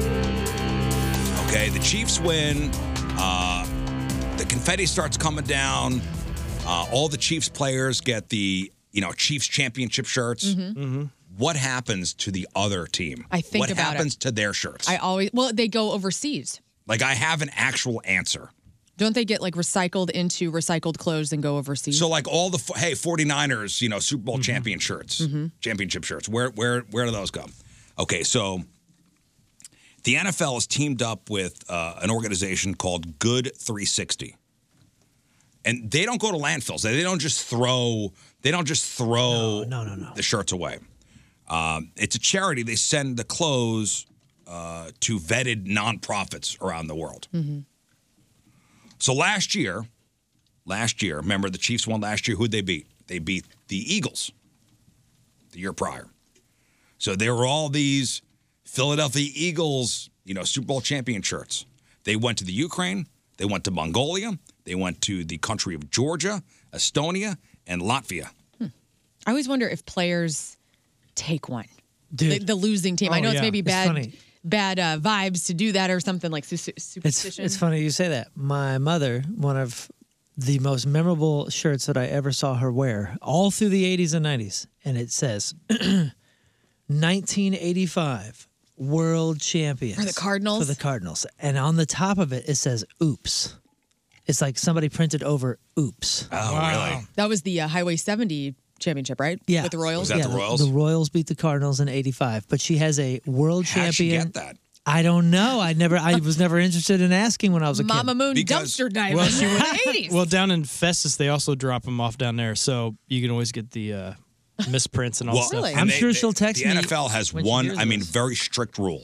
[SPEAKER 8] Okay, the Chiefs win. Uh, the confetti starts coming down. Uh, all the Chiefs players get the you know Chiefs championship shirts.
[SPEAKER 9] Mhm.
[SPEAKER 8] Mm-hmm. What happens to the other team?
[SPEAKER 9] I think
[SPEAKER 8] what
[SPEAKER 9] about it.
[SPEAKER 8] happens to their shirts?
[SPEAKER 9] I always well they go overseas.
[SPEAKER 8] like I have an actual answer.
[SPEAKER 9] Don't they get like recycled into recycled clothes and go overseas?
[SPEAKER 8] So like all the f- hey 49ers, you know, Super Bowl champion shirts, championship shirts. Where where where do those go? Okay, so the NFL has teamed up with uh, an organization called Good 360. And they don't go to landfills. They don't just throw they don't just throw no, no, no, the shirts away. Um, it's a charity. They send the clothes uh, to vetted nonprofits around the world.
[SPEAKER 7] Mm-hmm.
[SPEAKER 8] So last year, last year, remember the Chiefs won last year. Who'd they beat? They beat the Eagles the year prior. So there were all these Philadelphia Eagles, you know, Super Bowl champion shirts. They went to the Ukraine, they went to Mongolia, they went to the country of Georgia, Estonia, and Latvia.
[SPEAKER 9] I always wonder if players take one.
[SPEAKER 8] Dude.
[SPEAKER 9] The, the losing team. I
[SPEAKER 11] Oh,
[SPEAKER 9] know it's
[SPEAKER 11] yeah.
[SPEAKER 9] maybe
[SPEAKER 11] It's
[SPEAKER 9] bad
[SPEAKER 11] funny.
[SPEAKER 9] bad uh, vibes to do that or something like su- su-
[SPEAKER 11] It's
[SPEAKER 9] superstition.
[SPEAKER 11] it's funny you say that. My mother, one of the most memorable shirts that I ever saw her wear, all through the 80s and 90s, and it says 1985 World Champions
[SPEAKER 9] For the Cardinals?
[SPEAKER 11] For the Cardinals, and on the top of it it says "Oops." It's like somebody printed over "Oops."
[SPEAKER 8] Oh, really?
[SPEAKER 9] That was the uh, Highway 70 championship, right?
[SPEAKER 11] Yeah,
[SPEAKER 9] With the Royals.
[SPEAKER 11] Yeah, The Royals beat the Cardinals in '85, but she has a world
[SPEAKER 8] How'd she
[SPEAKER 11] champion.
[SPEAKER 8] get that?
[SPEAKER 11] I don't know. I never. I was never interested in asking when I was a
[SPEAKER 9] Mama
[SPEAKER 11] kid.
[SPEAKER 9] Moon dumpster diving
[SPEAKER 12] well,
[SPEAKER 9] in the 80s.
[SPEAKER 12] Well, down in Festus, they also drop them off down there, so you can always get the uh, misprints and all that
[SPEAKER 8] Well,
[SPEAKER 12] stuff.
[SPEAKER 8] and they- they- the NFL has
[SPEAKER 12] when she
[SPEAKER 8] one,
[SPEAKER 12] hears
[SPEAKER 8] I mean, very strict rule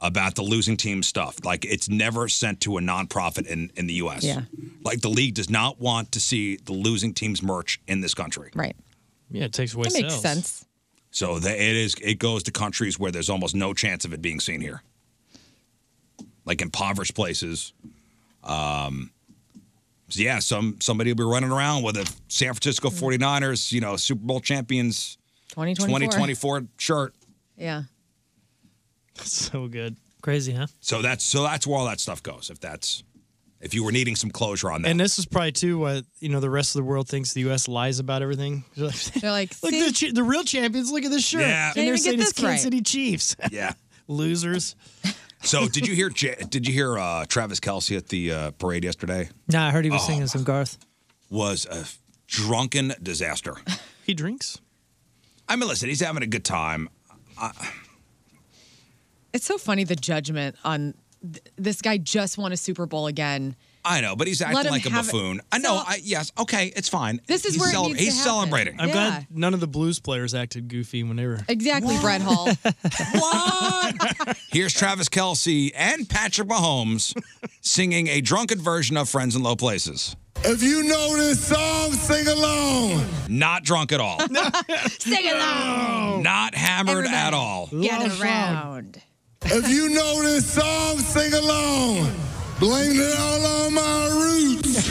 [SPEAKER 8] about the losing team stuff. Like it's never sent to a nonprofit in, in the US.
[SPEAKER 9] Yeah.
[SPEAKER 8] Like the league does not want to see the losing team's merch in this country.
[SPEAKER 9] Right.
[SPEAKER 12] Yeah, it takes away
[SPEAKER 9] That makes sense.
[SPEAKER 8] So the, it is it goes to countries where there's almost no chance of it being seen here. Like impoverished places. Um so yeah, some somebody will be running around with a San Francisco 49ers, you know, Super Bowl champions
[SPEAKER 9] 2024.
[SPEAKER 8] 2024 shirt.
[SPEAKER 9] Yeah.
[SPEAKER 12] So good.
[SPEAKER 11] Crazy, huh?
[SPEAKER 8] So that's so that's where all that stuff goes. If that's if you were needing some closure on that.
[SPEAKER 12] And this is probably too what you know the rest of the world thinks the U.S. lies about everything. They're like,
[SPEAKER 9] They're like,
[SPEAKER 12] look, the, ch- the real champions. Look at this shirt.
[SPEAKER 8] Yeah. Didn't
[SPEAKER 12] and they're
[SPEAKER 9] even get
[SPEAKER 12] saying it's
[SPEAKER 9] this
[SPEAKER 12] Kansas
[SPEAKER 9] right.
[SPEAKER 12] City Chiefs.
[SPEAKER 8] yeah,
[SPEAKER 12] losers.
[SPEAKER 8] So did you hear? J- Did you hear uh, Travis Kelsey at the uh, parade yesterday?
[SPEAKER 11] Nah, I heard he was
[SPEAKER 8] Oh,
[SPEAKER 11] singing some Garth.
[SPEAKER 8] Was a drunken disaster.
[SPEAKER 12] He drinks.
[SPEAKER 8] I mean, listen, he's having a good time. I,
[SPEAKER 9] It's so funny the judgment on th- this guy just won a Super Bowl again.
[SPEAKER 8] I know, but he's
[SPEAKER 9] Let
[SPEAKER 8] acting
[SPEAKER 9] him
[SPEAKER 8] like a
[SPEAKER 9] have it.
[SPEAKER 8] buffoon. I know. I, yes. Okay. It's fine.
[SPEAKER 9] This is
[SPEAKER 8] he's
[SPEAKER 9] where it needs to
[SPEAKER 8] he's
[SPEAKER 9] happen.
[SPEAKER 8] celebrating.
[SPEAKER 9] I'm glad-
[SPEAKER 12] None of the blues players acted goofy when they were.
[SPEAKER 9] Exactly, Brett Hall.
[SPEAKER 8] Here's Travis Kelsey and Patrick Mahomes singing a drunken version of "Friends in Low Places."
[SPEAKER 15] If you know this song, sing along.
[SPEAKER 8] Not drunk at all.
[SPEAKER 15] sing
[SPEAKER 9] Oh.
[SPEAKER 15] along.
[SPEAKER 8] Not hammered at all.
[SPEAKER 15] around. If you know this song, sing along. Blame it all on my roots.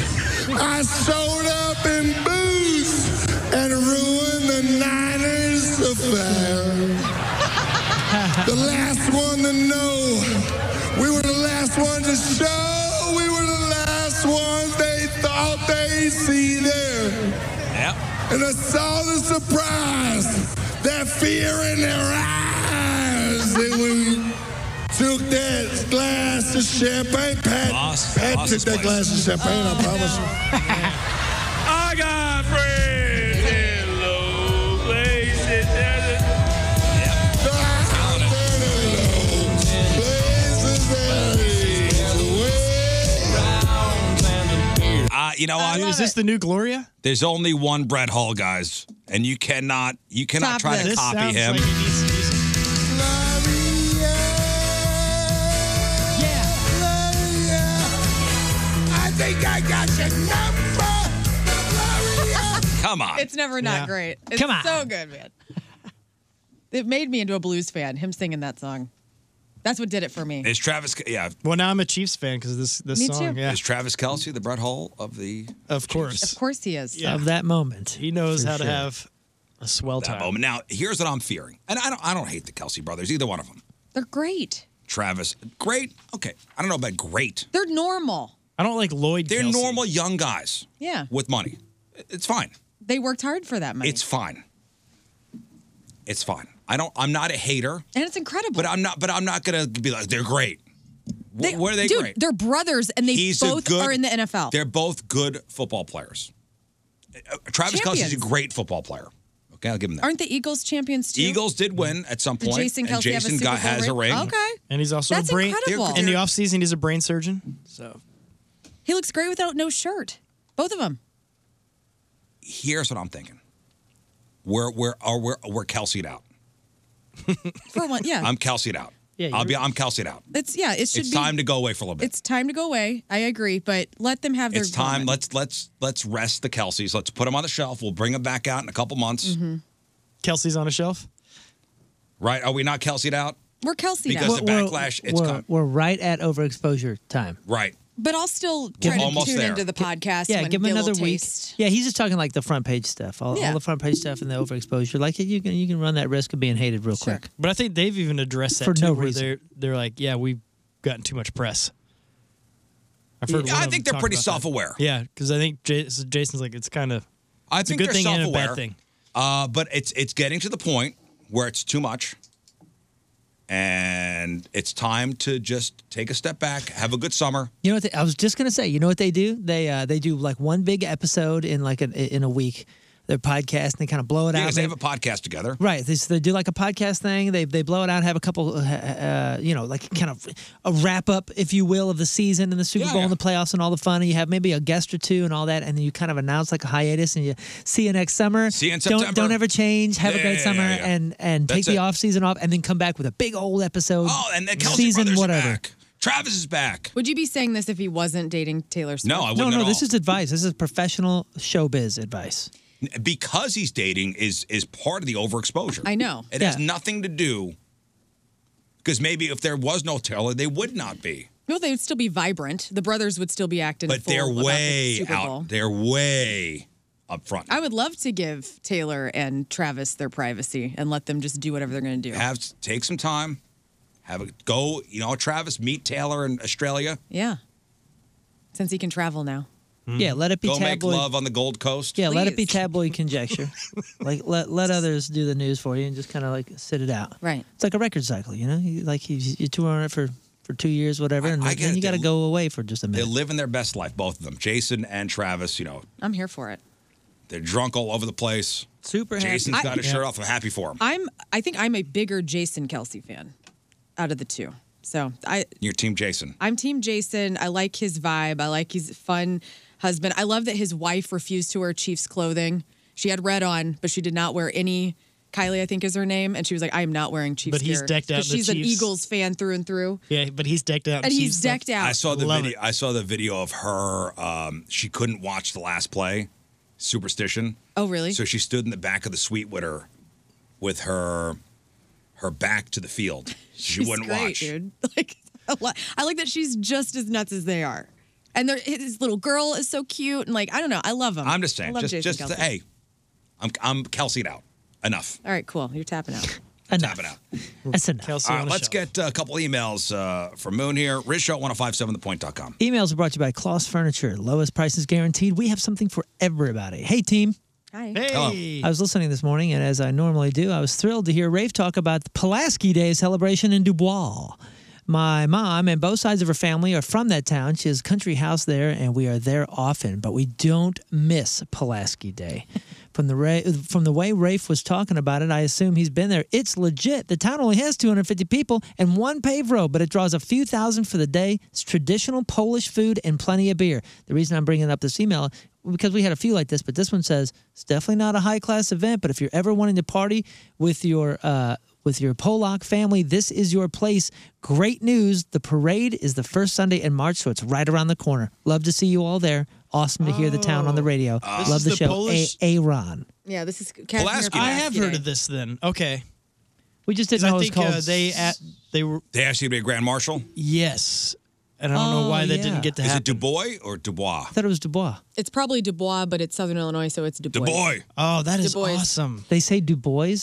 [SPEAKER 15] I showed up in boots and ruined the Niners affair. the last one to know. We were the last one to show. We were the last ones they thought they'd see there. And I saw the surprise, that fear in their eyes. and we took that glass of champagne, Pat, Pat
[SPEAKER 8] lost
[SPEAKER 15] took
[SPEAKER 8] his
[SPEAKER 15] that
[SPEAKER 8] place.
[SPEAKER 15] glass of champagne, I promise you.
[SPEAKER 8] I got friends in low places. Uh, you know what?
[SPEAKER 12] Is this the new Gloria?
[SPEAKER 8] There's only one Brett Hall, guys, and you cannot you cannot
[SPEAKER 12] Stop
[SPEAKER 8] try
[SPEAKER 12] this.
[SPEAKER 8] to
[SPEAKER 12] This
[SPEAKER 8] copy
[SPEAKER 12] sounds
[SPEAKER 8] him.
[SPEAKER 12] like an
[SPEAKER 15] I think I got your number.
[SPEAKER 8] Come on.
[SPEAKER 9] It's never not
[SPEAKER 15] Yeah.
[SPEAKER 9] great. It's
[SPEAKER 15] Come on.
[SPEAKER 9] so good, man. It made me into a blues fan, him singing that song. That's what did it for me.
[SPEAKER 8] Is Travis? Yeah,
[SPEAKER 12] Well, now I'm a Chiefs fan because this this
[SPEAKER 9] Me
[SPEAKER 12] song.
[SPEAKER 9] too.
[SPEAKER 12] Yeah,
[SPEAKER 8] is Travis Kelsey the Brett Hall of the
[SPEAKER 12] of course.
[SPEAKER 9] Of course he is. so.
[SPEAKER 12] Of that moment, he knows
[SPEAKER 8] For
[SPEAKER 12] how
[SPEAKER 8] sure.
[SPEAKER 12] to have a swell
[SPEAKER 8] that
[SPEAKER 12] time.
[SPEAKER 8] moment? Now, here's what I'm fearing, and I don't I don't hate the Kelsey brothers, either one of them.
[SPEAKER 9] They're great.
[SPEAKER 8] Travis, great. Okay, I don't know about great.
[SPEAKER 9] They're normal.
[SPEAKER 12] I don't like Lloyd.
[SPEAKER 8] They're normal young guys
[SPEAKER 9] Yeah.
[SPEAKER 8] with money. It's fine.
[SPEAKER 9] They worked hard for that money.
[SPEAKER 8] It's fine. It's fine. I don't. I'm not a hater,
[SPEAKER 9] and it's incredible.
[SPEAKER 8] but I'm not. But I'm not gonna be like they're great. Wh- what are they
[SPEAKER 9] Dude,
[SPEAKER 8] great?
[SPEAKER 9] they're brothers and they
[SPEAKER 8] He's a
[SPEAKER 9] both
[SPEAKER 8] good-
[SPEAKER 9] are in the NFL.
[SPEAKER 8] They're both good football players. Uh, Travis Kelsey's a
[SPEAKER 9] Champions.
[SPEAKER 8] great football player. Okay, I'll give him that.
[SPEAKER 9] Aren't the Eagles champions too?
[SPEAKER 8] Eagles did win at some
[SPEAKER 9] Did
[SPEAKER 8] point,
[SPEAKER 9] Jason
[SPEAKER 8] and
[SPEAKER 9] Kelce have a
[SPEAKER 8] Jason
[SPEAKER 9] Super
[SPEAKER 8] got
[SPEAKER 9] Bowl
[SPEAKER 8] has a
[SPEAKER 9] ring?
[SPEAKER 8] ring.
[SPEAKER 9] Okay.
[SPEAKER 12] And he's also
[SPEAKER 9] That's
[SPEAKER 12] a brain.
[SPEAKER 9] incredible.
[SPEAKER 12] In the offseason, he's a brain surgeon. So
[SPEAKER 9] He looks great without no shirt. Both of them.
[SPEAKER 8] Here's what I'm thinking. We're we're are we're we're Kelsey'd out.
[SPEAKER 9] For one, yeah.
[SPEAKER 8] I'm Kelsey'd out.
[SPEAKER 9] Yeah,
[SPEAKER 8] I'll
[SPEAKER 9] you're-
[SPEAKER 8] be. I'm Kelsey'd out.
[SPEAKER 9] it's yeah, Uh, it should
[SPEAKER 8] it's
[SPEAKER 9] be
[SPEAKER 8] time to go away for a little bit.
[SPEAKER 9] It's time to go away. I agree, but let them have their
[SPEAKER 8] It's time.
[SPEAKER 9] moment.
[SPEAKER 8] Let's let's let's rest the Kelseys. Let's put them on the shelf. We'll bring them back out in a couple months.
[SPEAKER 9] Mm-hmm.
[SPEAKER 12] Kelsey's on a shelf.
[SPEAKER 8] Right? Are we not Kelsey'd out?
[SPEAKER 9] We're Kelsey
[SPEAKER 8] Because
[SPEAKER 9] now.
[SPEAKER 8] the backlash, it's
[SPEAKER 11] we're,
[SPEAKER 8] come.
[SPEAKER 11] we're right at overexposure time.
[SPEAKER 8] Right.
[SPEAKER 9] But I'll still
[SPEAKER 11] We're
[SPEAKER 9] try to
[SPEAKER 11] almost
[SPEAKER 9] tune
[SPEAKER 11] there.
[SPEAKER 9] into the podcast.
[SPEAKER 11] Yeah,
[SPEAKER 9] when
[SPEAKER 11] give him
[SPEAKER 9] get a
[SPEAKER 11] another
[SPEAKER 9] little
[SPEAKER 11] week.
[SPEAKER 9] taste.
[SPEAKER 11] Yeah, he's just talking like the front page stuff, all, all
[SPEAKER 9] Yeah.
[SPEAKER 11] the front page stuff and the overexposure. Like you can you can run that risk of being hated real quick.
[SPEAKER 12] But I think they've even addressed that
[SPEAKER 11] For
[SPEAKER 12] too,
[SPEAKER 11] no
[SPEAKER 12] where
[SPEAKER 11] reason.
[SPEAKER 12] They're they're like, yeah, we've gotten too much press. I've
[SPEAKER 8] Yeah,
[SPEAKER 12] one
[SPEAKER 8] I think
[SPEAKER 12] of them
[SPEAKER 8] they're
[SPEAKER 12] talk
[SPEAKER 8] pretty
[SPEAKER 12] about that.
[SPEAKER 8] self-aware.
[SPEAKER 12] Yeah, because I think Jas- Jason's like, it's kind of.
[SPEAKER 8] I
[SPEAKER 12] it's
[SPEAKER 8] think
[SPEAKER 12] a good
[SPEAKER 8] they're
[SPEAKER 12] thing and a
[SPEAKER 8] self-aware.
[SPEAKER 12] bad thing.
[SPEAKER 8] Uh, but it's it's getting to the point where it's too much, and it's time to just take a step back, have a good summer.
[SPEAKER 11] You know what? They, I was just gonna say. You know what they do? They uh, they do like one big episode in like an, in a week. Their podcast and they kind of blow it
[SPEAKER 8] Yeah,
[SPEAKER 11] out.
[SPEAKER 8] 'cause they
[SPEAKER 11] maybe-
[SPEAKER 8] have a podcast together.
[SPEAKER 11] Right. They, so they do like a podcast thing. They they blow it out, have a couple, uh, uh, you know, like kind of a wrap up, if you will, of the season and the Super Bowl and the playoffs and all the fun. And you have maybe a guest or two and all that. And then you kind of announce like a hiatus and you see you next summer.
[SPEAKER 8] See you in
[SPEAKER 11] don't,
[SPEAKER 8] September.
[SPEAKER 11] Don't ever change. Have
[SPEAKER 8] Yeah,
[SPEAKER 11] a great
[SPEAKER 8] yeah, yeah,
[SPEAKER 11] summer
[SPEAKER 8] yeah.
[SPEAKER 11] and and take
[SPEAKER 8] That's
[SPEAKER 11] the
[SPEAKER 8] it.
[SPEAKER 11] off season off and then come back with a big old episode.
[SPEAKER 8] Oh, and the Kelsey
[SPEAKER 11] season
[SPEAKER 8] brothers are
[SPEAKER 11] whatever.
[SPEAKER 8] back. Travis is back. Oh.
[SPEAKER 9] Would you be saying this if he wasn't dating Taylor Swift?
[SPEAKER 8] No, I
[SPEAKER 11] No,
[SPEAKER 8] wouldn't
[SPEAKER 11] no,
[SPEAKER 8] at
[SPEAKER 11] this is advice. This is professional showbiz advice.
[SPEAKER 8] all. Because he's dating is is part of the overexposure.
[SPEAKER 9] I know.
[SPEAKER 8] It has nothing to do. Because maybe if there was no Taylor, they would not be.
[SPEAKER 9] No, they would still be vibrant. The brothers would still be acting.
[SPEAKER 8] But
[SPEAKER 9] full
[SPEAKER 8] they're
[SPEAKER 9] about the
[SPEAKER 8] way
[SPEAKER 9] Super Bowl.
[SPEAKER 8] out. They're way up front.
[SPEAKER 9] I would love to give Taylor and Travis their privacy and let them just do whatever they're going to do.
[SPEAKER 8] Have take some time. Have a go. You know, Travis meet Taylor in Australia.
[SPEAKER 9] yeah. since he can travel now.
[SPEAKER 11] Yeah, let it be
[SPEAKER 8] Go make
[SPEAKER 11] tabloid.
[SPEAKER 8] love on the Gold Coast.
[SPEAKER 11] Yeah, let it be tabloid conjecture. like let let others do the news for you and just kind of like sit it out.
[SPEAKER 9] Right.
[SPEAKER 11] It's like a record cycle, you know. You, like you you tour on it for for two years, whatever, and
[SPEAKER 8] I get
[SPEAKER 11] then
[SPEAKER 8] it.
[SPEAKER 11] you got to
[SPEAKER 8] They-
[SPEAKER 11] go away for just a minute.
[SPEAKER 8] They're living their best life, both of them. Jason and Travis, you know,
[SPEAKER 9] I'm here for it.
[SPEAKER 8] they're drunk all over the place.
[SPEAKER 11] Super
[SPEAKER 9] happy.
[SPEAKER 8] Jason's
[SPEAKER 9] I-
[SPEAKER 8] got his
[SPEAKER 9] Yeah.
[SPEAKER 8] shirt off. I'm happy for him.
[SPEAKER 9] I'm. I think I'm a bigger Jason Kelsey fan out of the two. So I,
[SPEAKER 8] Your team, Jason.
[SPEAKER 9] I'm Team Jason. I like his vibe. I like his fun husband. I love that his wife refused to wear Chiefs clothing. She had red on, but she did not wear any. Kylie, I think is her name, and she was like, "I am not wearing Chiefs."
[SPEAKER 12] But he's
[SPEAKER 9] gear,"
[SPEAKER 12] decked out in
[SPEAKER 9] 'cause
[SPEAKER 12] the
[SPEAKER 9] She's
[SPEAKER 12] Chiefs.
[SPEAKER 9] an Eagles fan through and through.
[SPEAKER 12] Yeah, but he's decked out.
[SPEAKER 9] And he's decked out.
[SPEAKER 8] I saw the
[SPEAKER 12] Love
[SPEAKER 8] video. I saw the video of her. Um, she couldn't watch the last play, superstition.
[SPEAKER 9] Oh, really?
[SPEAKER 8] So she stood in the back of the suite with her, with her, her back to the field. She
[SPEAKER 9] She's
[SPEAKER 8] wouldn't
[SPEAKER 9] great,
[SPEAKER 8] watch.
[SPEAKER 9] dude. Like, I li- I like that she's just as nuts as they are. And their- his little girl is so cute, and like I don't know, I love him.
[SPEAKER 8] I'm just saying.
[SPEAKER 9] I love
[SPEAKER 8] Just,
[SPEAKER 9] Jason
[SPEAKER 8] just
[SPEAKER 9] Kelce.
[SPEAKER 8] hey, I'm I'm Kelsey'd out. Enough.
[SPEAKER 9] All right, cool. You're tapping out.
[SPEAKER 8] Enough. Tap it out.
[SPEAKER 11] That's enough.
[SPEAKER 8] All right, let's get uh, a couple emails uh, from Moon here. Rich Show at 1057thepoint.com.
[SPEAKER 11] Emails are brought to you by Kloss Furniture. Lowest prices guaranteed. We have something for everybody. Hey, team.
[SPEAKER 9] Hi.
[SPEAKER 8] Hey.
[SPEAKER 11] I was listening this morning, and as I normally do, I was thrilled to hear Rafe talk about the Pulaski Day celebration in Dubois. My mom and both sides of her family are from that town. She has a country house there, and we are there often, but we don't miss Pulaski Day. From the, ra- from the way Rafe was talking about it, I assume he's been there. It's legit. The town only has 250 people and one paved road, but it draws a few thousand for the day. It's traditional Polish food and plenty of beer. The reason I'm bringing up this email because we had a few like this, but this one says it's definitely not a high class event. But if you're ever wanting to party with your uh, with your Polak family, this is your place. Great news! The parade is the first Sunday in March, so it's right around the corner. Love to see you all there. Awesome to hear the town on the radio.
[SPEAKER 12] Oh. This
[SPEAKER 11] Love
[SPEAKER 12] is
[SPEAKER 11] the,
[SPEAKER 12] the
[SPEAKER 11] show,
[SPEAKER 12] Polish-
[SPEAKER 11] A- Aaron.
[SPEAKER 9] Yeah, this is Casimir
[SPEAKER 12] Pulaski. I have
[SPEAKER 9] Pulaski
[SPEAKER 12] heard
[SPEAKER 9] Day.
[SPEAKER 12] of this. Then okay.
[SPEAKER 11] We just didn't
[SPEAKER 12] 'Cause
[SPEAKER 11] know it
[SPEAKER 12] I
[SPEAKER 11] was
[SPEAKER 12] think,
[SPEAKER 11] called.
[SPEAKER 12] Uh, they at they were
[SPEAKER 8] They asked you to be a grand marshal.
[SPEAKER 12] yes, and I don't know
[SPEAKER 9] Oh,
[SPEAKER 12] why that
[SPEAKER 9] yeah.
[SPEAKER 12] didn't get to
[SPEAKER 8] Is
[SPEAKER 12] happen.
[SPEAKER 8] it Dubois or Dubois?
[SPEAKER 11] thought it was Dubois.
[SPEAKER 9] It's probably Dubois, but it's Southern Illinois, so it's Dubois.
[SPEAKER 11] Oh, that
[SPEAKER 9] is Du Bois.
[SPEAKER 11] awesome. They say Du Bois.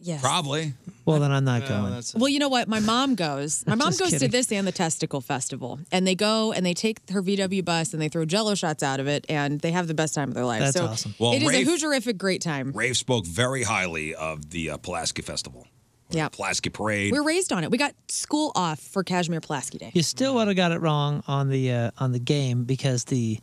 [SPEAKER 9] Yes.
[SPEAKER 8] Probably.
[SPEAKER 11] Well, then I'm not going.
[SPEAKER 9] Well, you know what? My mom goes. My
[SPEAKER 11] I'm
[SPEAKER 9] mom
[SPEAKER 11] just
[SPEAKER 9] goes
[SPEAKER 11] kidding.
[SPEAKER 9] to this and the testicle festival, and they go and they take her VW bus and they throw Jello shots out of it, and they have the best time of their life.
[SPEAKER 8] That's
[SPEAKER 9] so
[SPEAKER 8] awesome. Well,
[SPEAKER 9] it is
[SPEAKER 8] Rafe-
[SPEAKER 9] a hoogerific great time.
[SPEAKER 8] Rave spoke very highly of the uh, Pulaski Festival,
[SPEAKER 9] Yeah,
[SPEAKER 8] Pulaski Parade.
[SPEAKER 9] we're raised on it. We got school off for Kashmir Pulaski Day.
[SPEAKER 11] You still would have got it wrong on the uh, on the game because the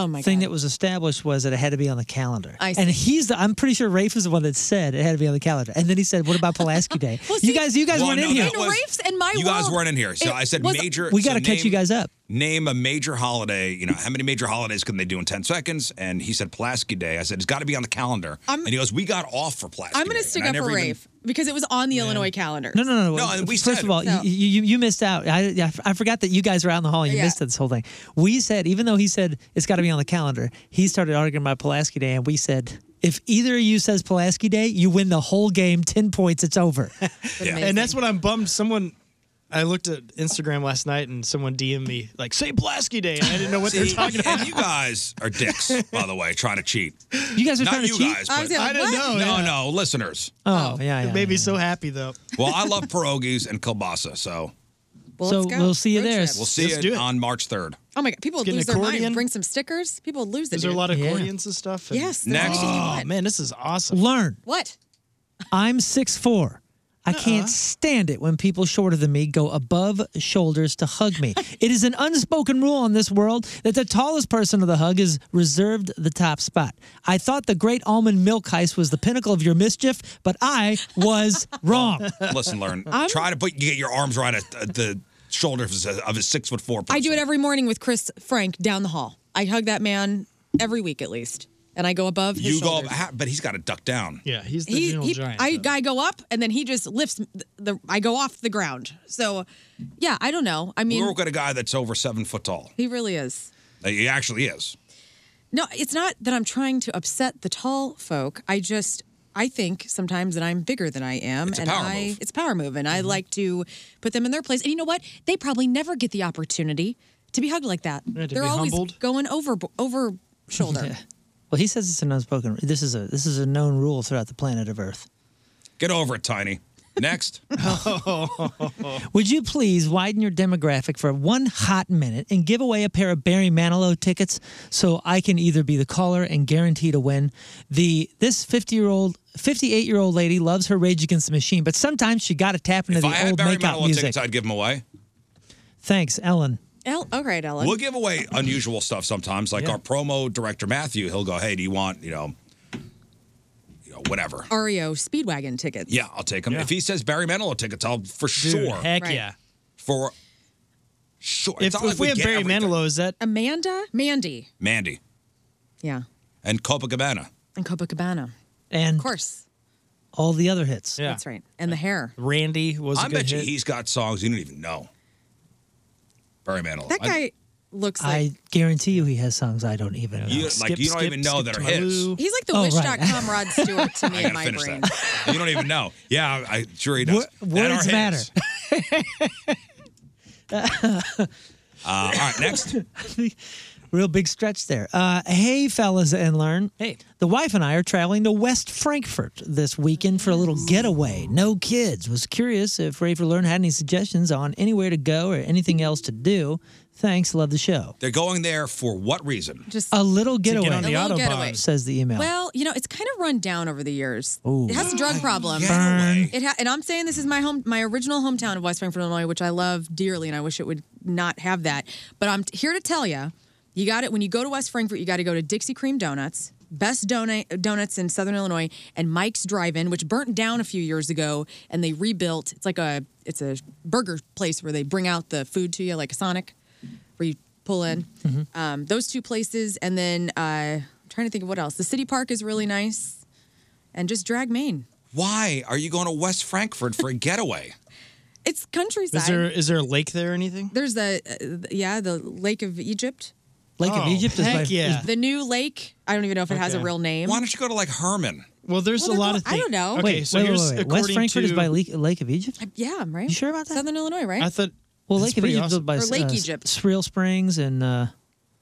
[SPEAKER 9] Oh my
[SPEAKER 11] thing that was established was that it had to be on the calendar.
[SPEAKER 9] I
[SPEAKER 11] And he's the I'm pretty sure Rafe is the one that said it had to be on the calendar. And then he said, "What about Pulaski Day?" you guys, you guys
[SPEAKER 8] Well,
[SPEAKER 11] weren't
[SPEAKER 8] no,
[SPEAKER 11] in here.
[SPEAKER 8] that was-
[SPEAKER 9] Rafe's and my
[SPEAKER 8] you guys
[SPEAKER 9] world.
[SPEAKER 8] weren't in here, so
[SPEAKER 9] It
[SPEAKER 8] I said
[SPEAKER 9] was-
[SPEAKER 8] major.
[SPEAKER 11] We
[SPEAKER 8] so
[SPEAKER 11] got to catch
[SPEAKER 8] name-
[SPEAKER 11] you guys up.
[SPEAKER 8] Name a major holiday. You know how many major holidays can they do in ten seconds? And he said Pulaski Day. I said it's got to be on the calendar.
[SPEAKER 9] I'm-
[SPEAKER 8] and he goes, "We got off for Pulaski."
[SPEAKER 9] I'm going
[SPEAKER 8] Day."
[SPEAKER 9] to stick
[SPEAKER 8] And I
[SPEAKER 9] up for
[SPEAKER 8] never even-
[SPEAKER 9] Rafe because it was on the Illinois calendar.
[SPEAKER 11] No, no, no, no. First of all,
[SPEAKER 9] No.
[SPEAKER 11] you, you you missed out. I, I f- I forgot that you guys were out in the hall. and You
[SPEAKER 9] Yeah.
[SPEAKER 11] missed this whole thing. We said, even though he said it's got to be on the calendar, he started arguing about Pulaski Day, and we said, if either of you says Pulaski Day, you win the whole game, ten points, it's over.
[SPEAKER 12] And that's what I'm bummed. Someone, I looked at Instagram last night and someone DM'd me like, "Say Pulaski Day," and I didn't know what they were
[SPEAKER 8] See,
[SPEAKER 12] talking about.
[SPEAKER 8] And you guys are dicks, by the way, trying to cheat.
[SPEAKER 11] You guys
[SPEAKER 12] are
[SPEAKER 8] Not
[SPEAKER 12] trying to
[SPEAKER 8] you
[SPEAKER 12] cheat?
[SPEAKER 8] guys.
[SPEAKER 12] I was
[SPEAKER 8] but-
[SPEAKER 12] like, I didn't "What?" know,
[SPEAKER 8] No,
[SPEAKER 12] yeah.
[SPEAKER 8] no, listeners.
[SPEAKER 11] Oh, yeah, yeah.
[SPEAKER 12] It made me so happy though.
[SPEAKER 8] Well, I love pierogies and kielbasa, so
[SPEAKER 9] Well,
[SPEAKER 11] so
[SPEAKER 9] let's go.
[SPEAKER 11] we'll see you
[SPEAKER 9] Road
[SPEAKER 11] there.
[SPEAKER 9] trip.
[SPEAKER 8] we'll see
[SPEAKER 12] Let's
[SPEAKER 8] you
[SPEAKER 12] do it.
[SPEAKER 8] on March third.
[SPEAKER 9] Oh my God, people would
[SPEAKER 12] Get an
[SPEAKER 9] lose their mind.
[SPEAKER 12] accordion.
[SPEAKER 9] Bring some stickers. People would lose it.
[SPEAKER 12] Is there a
[SPEAKER 9] dude.
[SPEAKER 12] lot of accordions and stuff? And-
[SPEAKER 9] Yes, there's Next. everything you
[SPEAKER 12] Oh
[SPEAKER 9] want.
[SPEAKER 12] man, this is awesome.
[SPEAKER 11] Learn.
[SPEAKER 9] What?
[SPEAKER 11] I'm six four. I can't stand it when people shorter than me go above shoulders to hug me. it is an unspoken rule in this world that the tallest person of the hug is reserved the top spot. I thought the great almond milk heist was the pinnacle of your mischief, but I was wrong.
[SPEAKER 8] Listen, learn. Try to put you get your arms right at the- the shoulder of his, of his six foot four.
[SPEAKER 9] I do it every morning with Chris Frank down the hall. I hug that man every week at least, and I go above. His
[SPEAKER 8] You go,
[SPEAKER 9] shoulders.
[SPEAKER 8] ha- but he's got to duck down.
[SPEAKER 12] Yeah, he's
[SPEAKER 9] he, he I, I go up and then he just lifts the, the I go off the ground. So, yeah, I don't know. I mean,
[SPEAKER 8] we work with a guy that's over seven foot tall.
[SPEAKER 9] he really is.
[SPEAKER 8] He actually is.
[SPEAKER 9] No, it's not that I'm trying to upset the tall folk. I just I think sometimes that I'm bigger than I am,
[SPEAKER 8] It's a
[SPEAKER 9] and
[SPEAKER 8] power
[SPEAKER 9] I
[SPEAKER 8] move. Mm-hmm.
[SPEAKER 9] it's a power move, and I like to put them in their place. And you know what? They probably never get the opportunity to be hugged like that.
[SPEAKER 11] to
[SPEAKER 9] They're
[SPEAKER 11] be
[SPEAKER 9] always
[SPEAKER 11] humbled.
[SPEAKER 9] going over over shoulder.
[SPEAKER 11] Well, he says it's an unspoken. This is a this is a known rule throughout the planet of Earth.
[SPEAKER 8] Get over it, Tiny. Next.
[SPEAKER 11] Would you please widen your demographic for one hot minute and give away a pair of Barry Manilow tickets so I can either be the caller and guarantee to win? The this 50-year-old 58-year-old lady loves her Rage Against the Machine, but sometimes she got to tap into
[SPEAKER 8] If
[SPEAKER 11] the
[SPEAKER 8] I had
[SPEAKER 11] old
[SPEAKER 8] Barry
[SPEAKER 11] makeout
[SPEAKER 8] Manilow
[SPEAKER 11] music.
[SPEAKER 8] tickets, I'd give them away.
[SPEAKER 11] Thanks, Ellen.
[SPEAKER 9] El- all right, Ellen.
[SPEAKER 8] We'll give away unusual stuff sometimes, like our promo director Matthew. He'll go, "Hey, do you want you know, you know, whatever."
[SPEAKER 9] REO Speedwagon tickets.
[SPEAKER 8] Yeah, I'll take him. If he says Barry Manilow tickets, I'll for sure.
[SPEAKER 9] heck Right. yeah.
[SPEAKER 8] For sure.
[SPEAKER 12] If,
[SPEAKER 8] It's not like
[SPEAKER 12] if we, have
[SPEAKER 8] get
[SPEAKER 12] Barry
[SPEAKER 8] everything.
[SPEAKER 12] Manilow, is that
[SPEAKER 9] Amanda? Mandy.
[SPEAKER 8] Mandy
[SPEAKER 9] Yeah.
[SPEAKER 8] and Copacabana.
[SPEAKER 9] And Copacabana.
[SPEAKER 11] And
[SPEAKER 9] of course.
[SPEAKER 11] All the other hits.
[SPEAKER 9] That's right. And the hair.
[SPEAKER 12] Randy was.
[SPEAKER 9] a
[SPEAKER 8] I
[SPEAKER 9] good
[SPEAKER 8] bet you
[SPEAKER 9] hit.
[SPEAKER 8] he's got songs you don't even know. Barry Manilow.
[SPEAKER 9] That
[SPEAKER 8] I-
[SPEAKER 9] guy looks
[SPEAKER 11] I
[SPEAKER 9] like
[SPEAKER 11] guarantee you he has songs I don't even know.
[SPEAKER 8] You- like, you don't even know that are
[SPEAKER 11] to my
[SPEAKER 8] hits.
[SPEAKER 11] loo.
[SPEAKER 9] He's like the
[SPEAKER 11] Oh,
[SPEAKER 9] wish
[SPEAKER 11] right.
[SPEAKER 9] wish.com Rod Stewart to me
[SPEAKER 8] I
[SPEAKER 9] in
[SPEAKER 8] gotta
[SPEAKER 9] my
[SPEAKER 8] finish
[SPEAKER 9] brain.
[SPEAKER 8] that. You don't even know. Yeah, I, I sure he does.
[SPEAKER 11] Wo-
[SPEAKER 8] That are
[SPEAKER 11] words
[SPEAKER 8] his.
[SPEAKER 11] matter.
[SPEAKER 8] Uh, all right, next.
[SPEAKER 11] Real big stretch there. Uh, hey, fellas and learn. Hey. The wife and I are traveling to West Frankfurt this weekend for a little getaway. No kids. Was curious if Ray for Learn had any suggestions on anywhere to go or anything else to do. Thanks. Love the show.
[SPEAKER 8] They're going there for what reason?
[SPEAKER 9] Just
[SPEAKER 11] a little
[SPEAKER 9] To get
[SPEAKER 11] getaway.
[SPEAKER 9] on the A little autobahn.
[SPEAKER 12] Um,
[SPEAKER 9] getaway.
[SPEAKER 11] says the email.
[SPEAKER 9] Well, you know, it's kind of run down over the years.
[SPEAKER 11] Ooh.
[SPEAKER 9] It has a drug problem.
[SPEAKER 11] Burn.
[SPEAKER 9] It ha- and I'm saying this is my home, my original hometown of West Springfield, Illinois, which I love dearly, and I wish it would not have that. But I'm t- here to tell you, you got it. When you go to West Frankfort, you got to go to Dixie Cream Donuts, best donut donuts in Southern Illinois, and Mike's Drive-In, which burnt down a few years ago, and they rebuilt. It's like a it's a burger place where they bring out the food to you, like a Sonic, where you pull in. Um, those two places, and then uh, I'm trying to think of what else. The city park is really nice, and just drag Maine.
[SPEAKER 8] Why are you going to West Frankfurt for a getaway?
[SPEAKER 9] It's countryside.
[SPEAKER 12] Is there is there a lake there or anything?
[SPEAKER 9] There's the uh, th- yeah the Lake of Egypt.
[SPEAKER 12] Lake of Oh, Egypt is heck my- yeah.
[SPEAKER 9] the new lake. I don't even know if it has a
[SPEAKER 12] Okay.
[SPEAKER 9] real name.
[SPEAKER 8] Why don't you go to like Herman?
[SPEAKER 12] Well, there's a
[SPEAKER 9] Well, they're
[SPEAKER 12] lot
[SPEAKER 9] go-
[SPEAKER 12] of
[SPEAKER 9] I
[SPEAKER 12] things.
[SPEAKER 9] don't know.
[SPEAKER 12] Okay,
[SPEAKER 11] Wait,
[SPEAKER 12] so
[SPEAKER 11] wait,
[SPEAKER 12] here's
[SPEAKER 11] wait, wait. West
[SPEAKER 12] according
[SPEAKER 11] Frankfurt
[SPEAKER 12] to
[SPEAKER 11] is by Lake, Lake of Egypt?
[SPEAKER 9] Yeah, I'm right. You
[SPEAKER 11] sure about that?
[SPEAKER 9] Southern Illinois, right?
[SPEAKER 12] I thought
[SPEAKER 11] Well, Lake of Egypt is by
[SPEAKER 9] Or Lake
[SPEAKER 11] uh,
[SPEAKER 9] Egypt.
[SPEAKER 11] Surreal Springs and uh,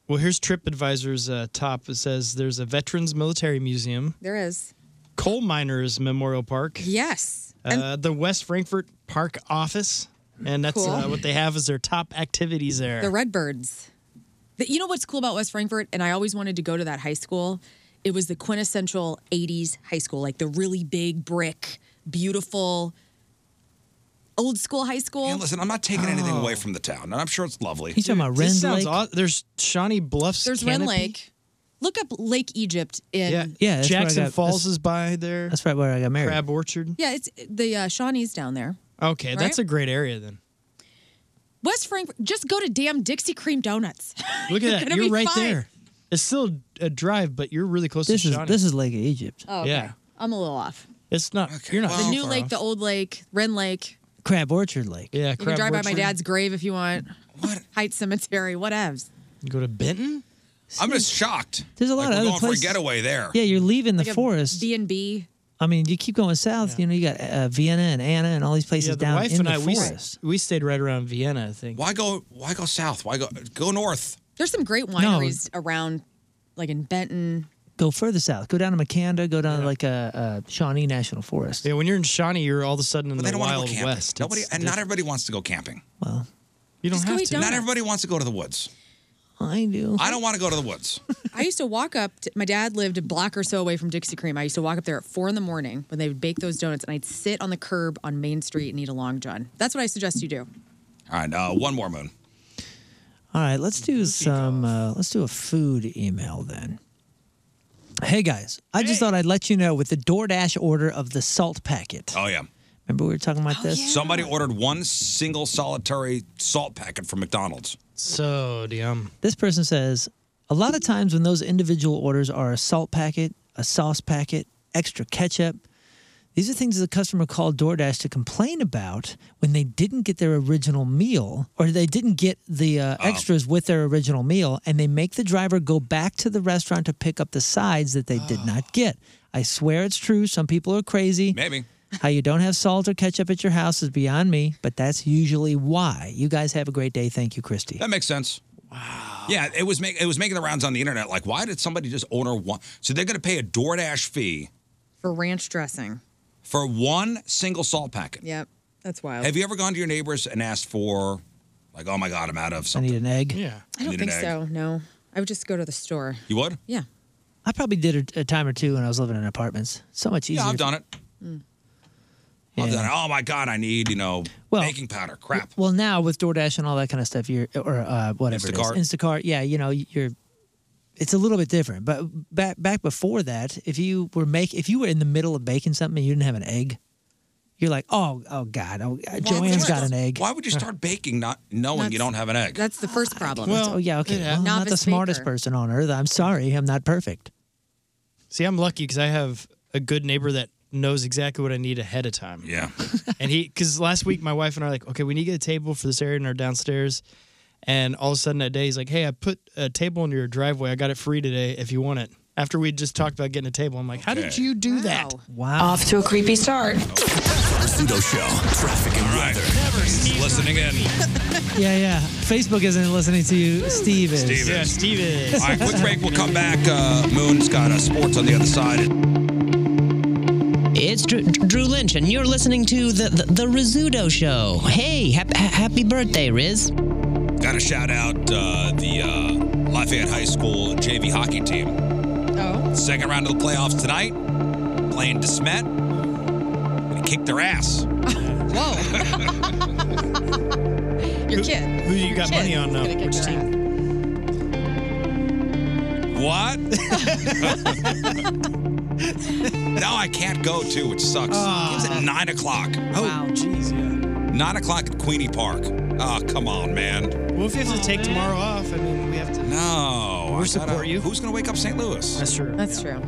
[SPEAKER 12] Well, here's TripAdvisor's uh, top. It says there's a Veterans Military Museum,
[SPEAKER 9] There is.
[SPEAKER 12] Coal Miners Memorial Park,
[SPEAKER 9] Yes.
[SPEAKER 12] uh, the West Frankfurt Park Office, and that's
[SPEAKER 9] Cool.
[SPEAKER 12] uh, what they have as their top activities there.
[SPEAKER 9] The Redbirds. The, you know what's cool about West Frankfort? And I always wanted to go to that high school. It was the quintessential 80s high school, like the really big brick, beautiful, old school high school.
[SPEAKER 8] And listen, I'm not taking anything
[SPEAKER 9] Oh.
[SPEAKER 8] away from the town, and I'm sure it's lovely.
[SPEAKER 11] He's talking about
[SPEAKER 12] this sounds aw- There's Shawnee Bluffs.
[SPEAKER 9] There's Ren
[SPEAKER 12] Canopy.
[SPEAKER 9] Lake. Look up Lake Egypt in.
[SPEAKER 12] Yeah,
[SPEAKER 11] yeah. that's where I
[SPEAKER 12] Jackson
[SPEAKER 11] got-
[SPEAKER 12] Falls
[SPEAKER 11] that's-
[SPEAKER 12] is by there.
[SPEAKER 11] That's right where I got married.
[SPEAKER 12] Crab Orchard.
[SPEAKER 9] Yeah, it's the uh, Shawnees down there.
[SPEAKER 12] Okay,
[SPEAKER 9] Right?
[SPEAKER 12] that's a great area then.
[SPEAKER 9] West Frankfort, just go to damn Dixie Cream Donuts.
[SPEAKER 12] Look
[SPEAKER 9] You're
[SPEAKER 12] at that.
[SPEAKER 9] gonna
[SPEAKER 12] You're
[SPEAKER 9] be
[SPEAKER 12] right
[SPEAKER 9] fine.
[SPEAKER 12] there. It's still a drive, but you're really close
[SPEAKER 11] This
[SPEAKER 12] to
[SPEAKER 11] is
[SPEAKER 12] Shawnee.
[SPEAKER 11] this is Lake of Egypt.
[SPEAKER 9] Oh, okay.
[SPEAKER 12] Yeah.
[SPEAKER 9] I'm a little off.
[SPEAKER 12] It's not. you're not.
[SPEAKER 9] the
[SPEAKER 12] too
[SPEAKER 9] new
[SPEAKER 12] far
[SPEAKER 9] lake,
[SPEAKER 12] off.
[SPEAKER 9] the old lake, Wren Lake.
[SPEAKER 11] Crab Orchard Lake.
[SPEAKER 12] Yeah,
[SPEAKER 9] You can drive by my dad's grave if you want. What? Height Cemetery, whatevs.
[SPEAKER 12] Go to Benton.
[SPEAKER 8] I'm just shocked.
[SPEAKER 11] There's a
[SPEAKER 8] Like,
[SPEAKER 11] lot
[SPEAKER 8] we're
[SPEAKER 11] of other
[SPEAKER 8] going
[SPEAKER 11] places.
[SPEAKER 8] for a getaway there.
[SPEAKER 11] Yeah, you're leaving
[SPEAKER 9] Like
[SPEAKER 11] the
[SPEAKER 9] a
[SPEAKER 11] forest.
[SPEAKER 9] B and B.
[SPEAKER 11] I mean, you keep going south. You know, you got uh, Vienna and Anna and all these places
[SPEAKER 12] Yeah, the
[SPEAKER 11] down
[SPEAKER 12] wife
[SPEAKER 11] in
[SPEAKER 12] and
[SPEAKER 11] the
[SPEAKER 12] I we,
[SPEAKER 11] forest.
[SPEAKER 12] we stayed right around Vienna, I think.
[SPEAKER 8] Why go? Why go south? Why go? Go north.
[SPEAKER 9] There's some great wineries around, like in Benton.
[SPEAKER 11] Go further south. Go down to Macanda. Go down to like uh, uh, Shawnee National Forest.
[SPEAKER 12] Yeah, when you're in Shawnee, you're all of a sudden in
[SPEAKER 11] But
[SPEAKER 8] They
[SPEAKER 12] the
[SPEAKER 8] don't want to go
[SPEAKER 12] Wild
[SPEAKER 8] camping.
[SPEAKER 12] West.
[SPEAKER 8] Nobody,
[SPEAKER 12] It's
[SPEAKER 8] and not
[SPEAKER 12] different.
[SPEAKER 8] everybody wants to go camping.
[SPEAKER 11] Well,
[SPEAKER 12] you don't
[SPEAKER 9] Just go
[SPEAKER 12] have
[SPEAKER 9] eat
[SPEAKER 12] to.
[SPEAKER 9] donuts.
[SPEAKER 8] Not everybody wants to go to the woods.
[SPEAKER 11] I do.
[SPEAKER 8] I don't want to go to the woods.
[SPEAKER 9] I used to walk up. To, my dad lived a block or so away from Dixie Cream. I used to walk up there at four in the morning when they would bake those donuts, and I'd sit on the curb on Main Street and eat a long john. That's what I suggest you do.
[SPEAKER 8] All right, uh, one more moon.
[SPEAKER 11] All right, let's do some. Uh, let's do a food email then. Hey guys, I just thought I'd let you know with the DoorDash order of the salt packet.
[SPEAKER 8] Oh yeah.
[SPEAKER 11] Remember we were talking about this.
[SPEAKER 8] Somebody ordered one single solitary salt packet from McDonald's.
[SPEAKER 12] So damn.
[SPEAKER 11] This person says a lot of times when those individual orders are a salt packet, a sauce packet, extra ketchup, these are things the customer called DoorDash to complain about when they didn't get their original meal or they didn't get the
[SPEAKER 12] Oh.
[SPEAKER 11] uh, extras with their original meal and they make the driver go back to the restaurant to pick up the sides that they did not get. I swear it's true. Some people are crazy.
[SPEAKER 8] Maybe.
[SPEAKER 11] How you don't have salt or ketchup at your house is beyond me, but that's usually why. You guys have a great day. Thank you, Christy.
[SPEAKER 8] That makes sense. Wow. Yeah, it was make, it was making the rounds on the internet. Like, why did somebody just order one? So they're going to pay a DoorDash fee
[SPEAKER 9] For ranch dressing.
[SPEAKER 8] for one single salt packet.
[SPEAKER 9] Yep. That's wild.
[SPEAKER 8] Have you ever gone to your neighbors and asked for, like, oh my God, I'm out of
[SPEAKER 11] I
[SPEAKER 8] something?
[SPEAKER 11] need an egg. Yeah.
[SPEAKER 9] I don't
[SPEAKER 8] Need an egg.
[SPEAKER 9] think so. No. I would just go to the store.
[SPEAKER 8] You would?
[SPEAKER 9] Yeah.
[SPEAKER 11] I probably did a, a time or two when I was living in apartments. So much easier.
[SPEAKER 8] Yeah, I've done it.
[SPEAKER 9] Mm.
[SPEAKER 8] I've done it. Oh my God, I need, you know, baking powder. Crap.
[SPEAKER 11] Well, now with DoorDash and all that kind of stuff, you're or uh, whatever
[SPEAKER 8] Instacart.
[SPEAKER 11] it is, Instacart. Yeah, you know, you're. It's a little bit different, but back back before that, if you were make if you were in the middle of baking something and you didn't have an egg, you're like, oh, oh God, oh, Joanne's got an egg.
[SPEAKER 8] Why would you start baking not knowing you don't have an egg?
[SPEAKER 9] That's the first problem.
[SPEAKER 11] Well, oh yeah, okay. Well, I'm not the
[SPEAKER 9] Novice
[SPEAKER 11] smartest
[SPEAKER 9] baker.
[SPEAKER 11] person on earth. I'm sorry, I'm not perfect.
[SPEAKER 12] See, I'm lucky because I have a good neighbor that knows exactly what I need ahead of time.
[SPEAKER 8] Yeah.
[SPEAKER 12] and he, because last week my wife and I are like, okay, we need to get a table for this area in our downstairs. And all of a sudden that day, he's like, hey, I put a table in your driveway. I got it free today if you want it. After we just talked about getting a table, I'm like, how did
[SPEAKER 8] Okay.
[SPEAKER 12] you do that?
[SPEAKER 11] Wow.
[SPEAKER 12] Off to a creepy start.
[SPEAKER 8] Pseudo show. Traffic and weather. Never listening in.
[SPEAKER 11] Yeah, yeah. Facebook isn't listening to you. Steve is.
[SPEAKER 8] Steve is. All right, quick break. We'll come back. Uh, Moon's got uh, sports on the other side.
[SPEAKER 4] It's Drew, Drew Lynch, and you're listening to the the, the Rizzuto Show. Hey, hap- ha- happy birthday, Riz!
[SPEAKER 8] Got to shout out uh, the uh, Lafayette High School JV hockey team. Oh. Second round of the playoffs tonight, playing DeSmet. They kicked their ass.
[SPEAKER 9] Your kid.
[SPEAKER 12] Who you got money on now? Which team?
[SPEAKER 8] What? now I can't go too, which sucks.
[SPEAKER 12] Ah.
[SPEAKER 8] It was at nine o'clock. Oh, wow, jeez, yeah. Nine o'clock at Queenie Park. Oh, come on, man.
[SPEAKER 12] Well, if you have to take tomorrow off, I mean, we have to.
[SPEAKER 8] No,
[SPEAKER 12] We're
[SPEAKER 8] Oh, I gotta-
[SPEAKER 12] support you.
[SPEAKER 8] Who's gonna wake up St. Louis?
[SPEAKER 12] That's true.
[SPEAKER 9] That's true.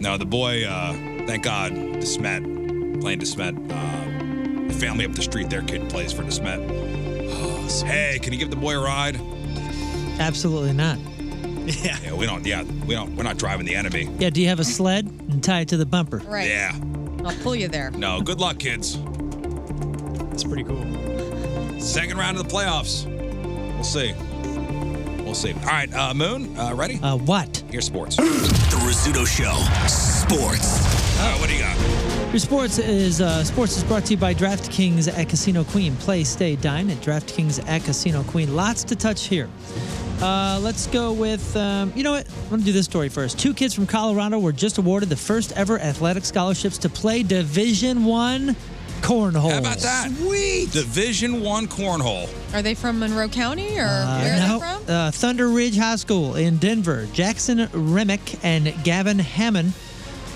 [SPEAKER 8] No, the boy, uh, thank God, DeSmet, playing DeSmet. Uh, the family up the street, their kid plays for DeSmet.
[SPEAKER 12] Oh,
[SPEAKER 8] hey, can you give the boy a ride?
[SPEAKER 11] Absolutely not.
[SPEAKER 8] Yeah. Yeah, we don't. Yeah, we don't. We're not driving the enemy.
[SPEAKER 11] Yeah. Do you have a sled and tie it to the bumper?
[SPEAKER 9] Right.
[SPEAKER 8] Yeah.
[SPEAKER 9] I'll pull you there.
[SPEAKER 8] No. Good luck, kids.
[SPEAKER 12] That's pretty cool.
[SPEAKER 8] Second round of the playoffs. We'll see. We'll see. All right, uh, Moon, uh, ready?
[SPEAKER 11] Uh, what?
[SPEAKER 8] Here's sports. the Rizzuto Show. Sports. All right, Uh, what do you got?
[SPEAKER 11] Your sports is uh, sports is brought to you by DraftKings at Casino Queen. Play, stay, dine at DraftKings at Casino Queen. Lots to touch here. Uh, let's go with um, you know what? I'm gonna do this story first. Two kids from Colorado were just awarded the first ever athletic scholarships to play Division One cornhole.
[SPEAKER 8] How about that? Sweet. Division One cornhole.
[SPEAKER 9] Are they from Monroe County or
[SPEAKER 11] Uh,
[SPEAKER 9] where are
[SPEAKER 11] no,
[SPEAKER 9] they from?
[SPEAKER 11] uh, Thunder Ridge High School in Denver. Jackson Remick and Gavin Hammond.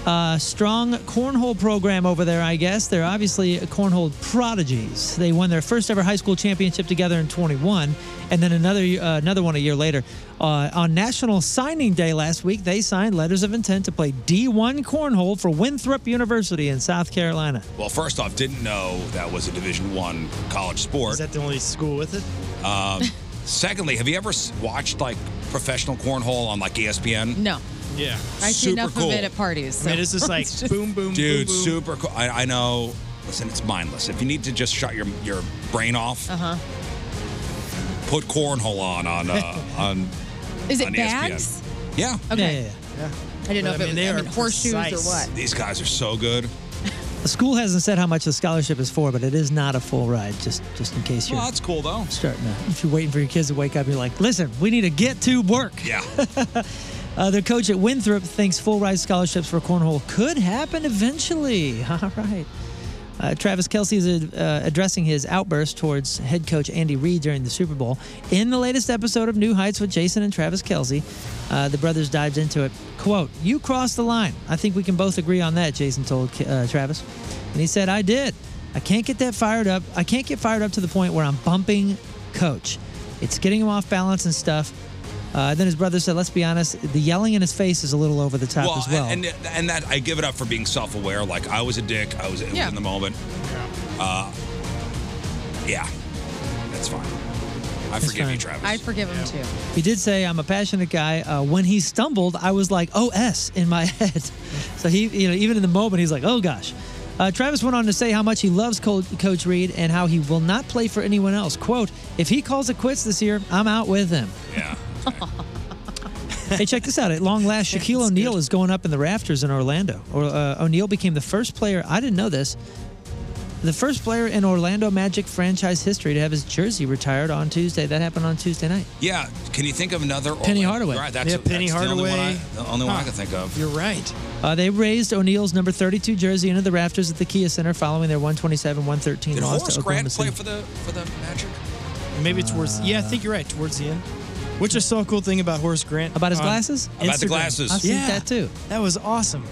[SPEAKER 11] Uh, strong cornhole program over there, I guess. They're obviously cornhole prodigies. They won their first ever high school championship together in 21, and then another uh, another one a year later. Uh, on National Signing Day last week, they signed letters of intent to play D1 cornhole for Winthrop University in South Carolina.
[SPEAKER 8] Well, first off, didn't know that was a Division One college sport. Is
[SPEAKER 12] that the only school with it?
[SPEAKER 8] Um, secondly, have you ever s- watched like professional cornhole on like E ESPN?
[SPEAKER 9] No.
[SPEAKER 12] Yeah.
[SPEAKER 9] I see enough of it at parties. So.
[SPEAKER 12] boom, boom,
[SPEAKER 8] Dude, super cool. I, I know. Listen, it's mindless. If you need to just shut your your brain off,
[SPEAKER 9] Uh huh.
[SPEAKER 8] put cornhole on on uh, on.
[SPEAKER 9] Is it
[SPEAKER 8] on E
[SPEAKER 9] bags?
[SPEAKER 8] ESPN. Yeah.
[SPEAKER 9] Okay.
[SPEAKER 11] yeah,
[SPEAKER 12] yeah.
[SPEAKER 9] I didn't know if it was I mean, horseshoes or what.
[SPEAKER 8] These guys are so good.
[SPEAKER 11] The school hasn't said how much the scholarship is for, but it is not a full ride. Just just in case you're
[SPEAKER 8] Well, that's cool though.
[SPEAKER 11] starting to, if you're waiting for your kids to wake up, you're like, listen, we need to get to work.
[SPEAKER 8] Yeah.
[SPEAKER 11] uh, their coach at Winthrop thinks full ride scholarships for cornhole could happen eventually. All right. Uh, Travis Kelsey is uh, addressing his outburst towards head coach Andy Reid during the Super Bowl. In the latest episode of New Heights with Jason and Travis Kelsey, uh, the brothers dived into it. Quote, You crossed the line. I think we can both agree on that, Jason told uh, Travis. And he said, I did. I can't get that fired up. I can't get fired up to the point where I'm bumping coach. It's getting him off balance and stuff. Uh, then his brother said, Let's be honest, the yelling in his face is a little over the top
[SPEAKER 8] well,
[SPEAKER 11] as well.
[SPEAKER 8] and and and that I give it up for being self-aware. Like I was a dick. I was, it was
[SPEAKER 11] Yeah.
[SPEAKER 8] in the moment. Uh, yeah, that's fine. I
[SPEAKER 11] That's
[SPEAKER 8] forgive you,
[SPEAKER 11] fine.
[SPEAKER 8] Travis.
[SPEAKER 9] I forgive him too.
[SPEAKER 11] He did say, "I'm a passionate guy." Uh, when he stumbled, I was like, "OS" in my head. so he, you know, even in the moment, he's like, "Oh gosh." Uh, Travis went on to say how much he loves Col- Coach Reed and how he will not play for anyone else. "Quote: If he calls it quits this year, I'm out with him."
[SPEAKER 8] Yeah.
[SPEAKER 11] hey, check this out. At long last, Shaquille O'Neal is going up in the rafters in Orlando. Or, uh, O'Neal became the first player, I didn't know this, the first player in Orlando Magic franchise history to have his jersey retired on Tuesday. That happened on Tuesday night.
[SPEAKER 8] Yeah. Can you think of another?
[SPEAKER 11] Penny Hardaway.
[SPEAKER 8] Right. That's
[SPEAKER 11] Yeah,
[SPEAKER 12] Penny
[SPEAKER 8] that's The only
[SPEAKER 12] Hardaway.
[SPEAKER 8] one I, the only one I
[SPEAKER 12] Huh.
[SPEAKER 8] can think of.
[SPEAKER 12] You're right.
[SPEAKER 11] Uh, they raised O'Neal's number 32 jersey into the rafters at the Kia Center following their 127 113
[SPEAKER 8] Did
[SPEAKER 11] loss
[SPEAKER 8] Horace
[SPEAKER 11] to Oklahoma
[SPEAKER 8] Grant
[SPEAKER 11] City.
[SPEAKER 8] play for the for the Magic?
[SPEAKER 12] Maybe towards. yeah, I think you're right. Towards the end. Which is so cool thing about Horace Grant.
[SPEAKER 11] About his
[SPEAKER 12] on
[SPEAKER 11] glasses?
[SPEAKER 8] About the glasses. I've seen
[SPEAKER 12] yeah,
[SPEAKER 8] that
[SPEAKER 11] too.
[SPEAKER 12] That was awesome.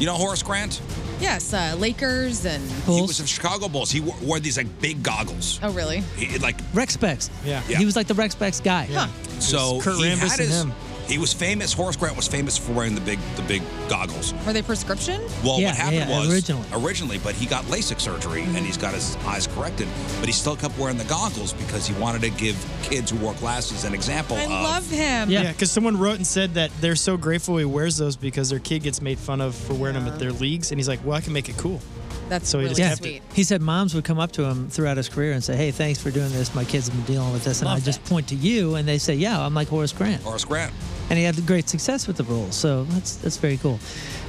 [SPEAKER 8] You know Horace Grant?
[SPEAKER 9] Yes, uh, Lakers and.
[SPEAKER 8] He was of Chicago Bulls. He wore, wore these like big goggles.
[SPEAKER 9] Oh, really?
[SPEAKER 8] He, like
[SPEAKER 11] Rex Specs.
[SPEAKER 8] Yeah.
[SPEAKER 11] He was like the Rex Specs guy.
[SPEAKER 8] so
[SPEAKER 12] Kurt
[SPEAKER 8] he
[SPEAKER 12] Rambis
[SPEAKER 8] had
[SPEAKER 12] and
[SPEAKER 8] his.
[SPEAKER 12] him.
[SPEAKER 8] He was famous. Horace Grant was famous for wearing the big the big goggles.
[SPEAKER 9] Were they prescription?
[SPEAKER 8] Well, what happened was
[SPEAKER 11] originally.
[SPEAKER 8] originally, but he got LASIK surgery and he's got his eyes corrected, but he still kept wearing the goggles because he wanted to give kids who wore glasses an example of
[SPEAKER 9] him.
[SPEAKER 12] Yeah, because someone wrote and said that they're so grateful he wears those because their kid gets made fun of for wearing them at their leagues, and he's like, "Well, I can make it cool."
[SPEAKER 9] That's
[SPEAKER 12] so he just kept it.
[SPEAKER 11] He said moms would come up to him throughout his career and say, "Hey, thanks for doing this. My kids have been dealing with this," and I just point to you, and they say, "Yeah, I'm like Horace Grant."
[SPEAKER 8] Horace Grant.
[SPEAKER 11] and he had great success with the Bulls. So that's that's very cool.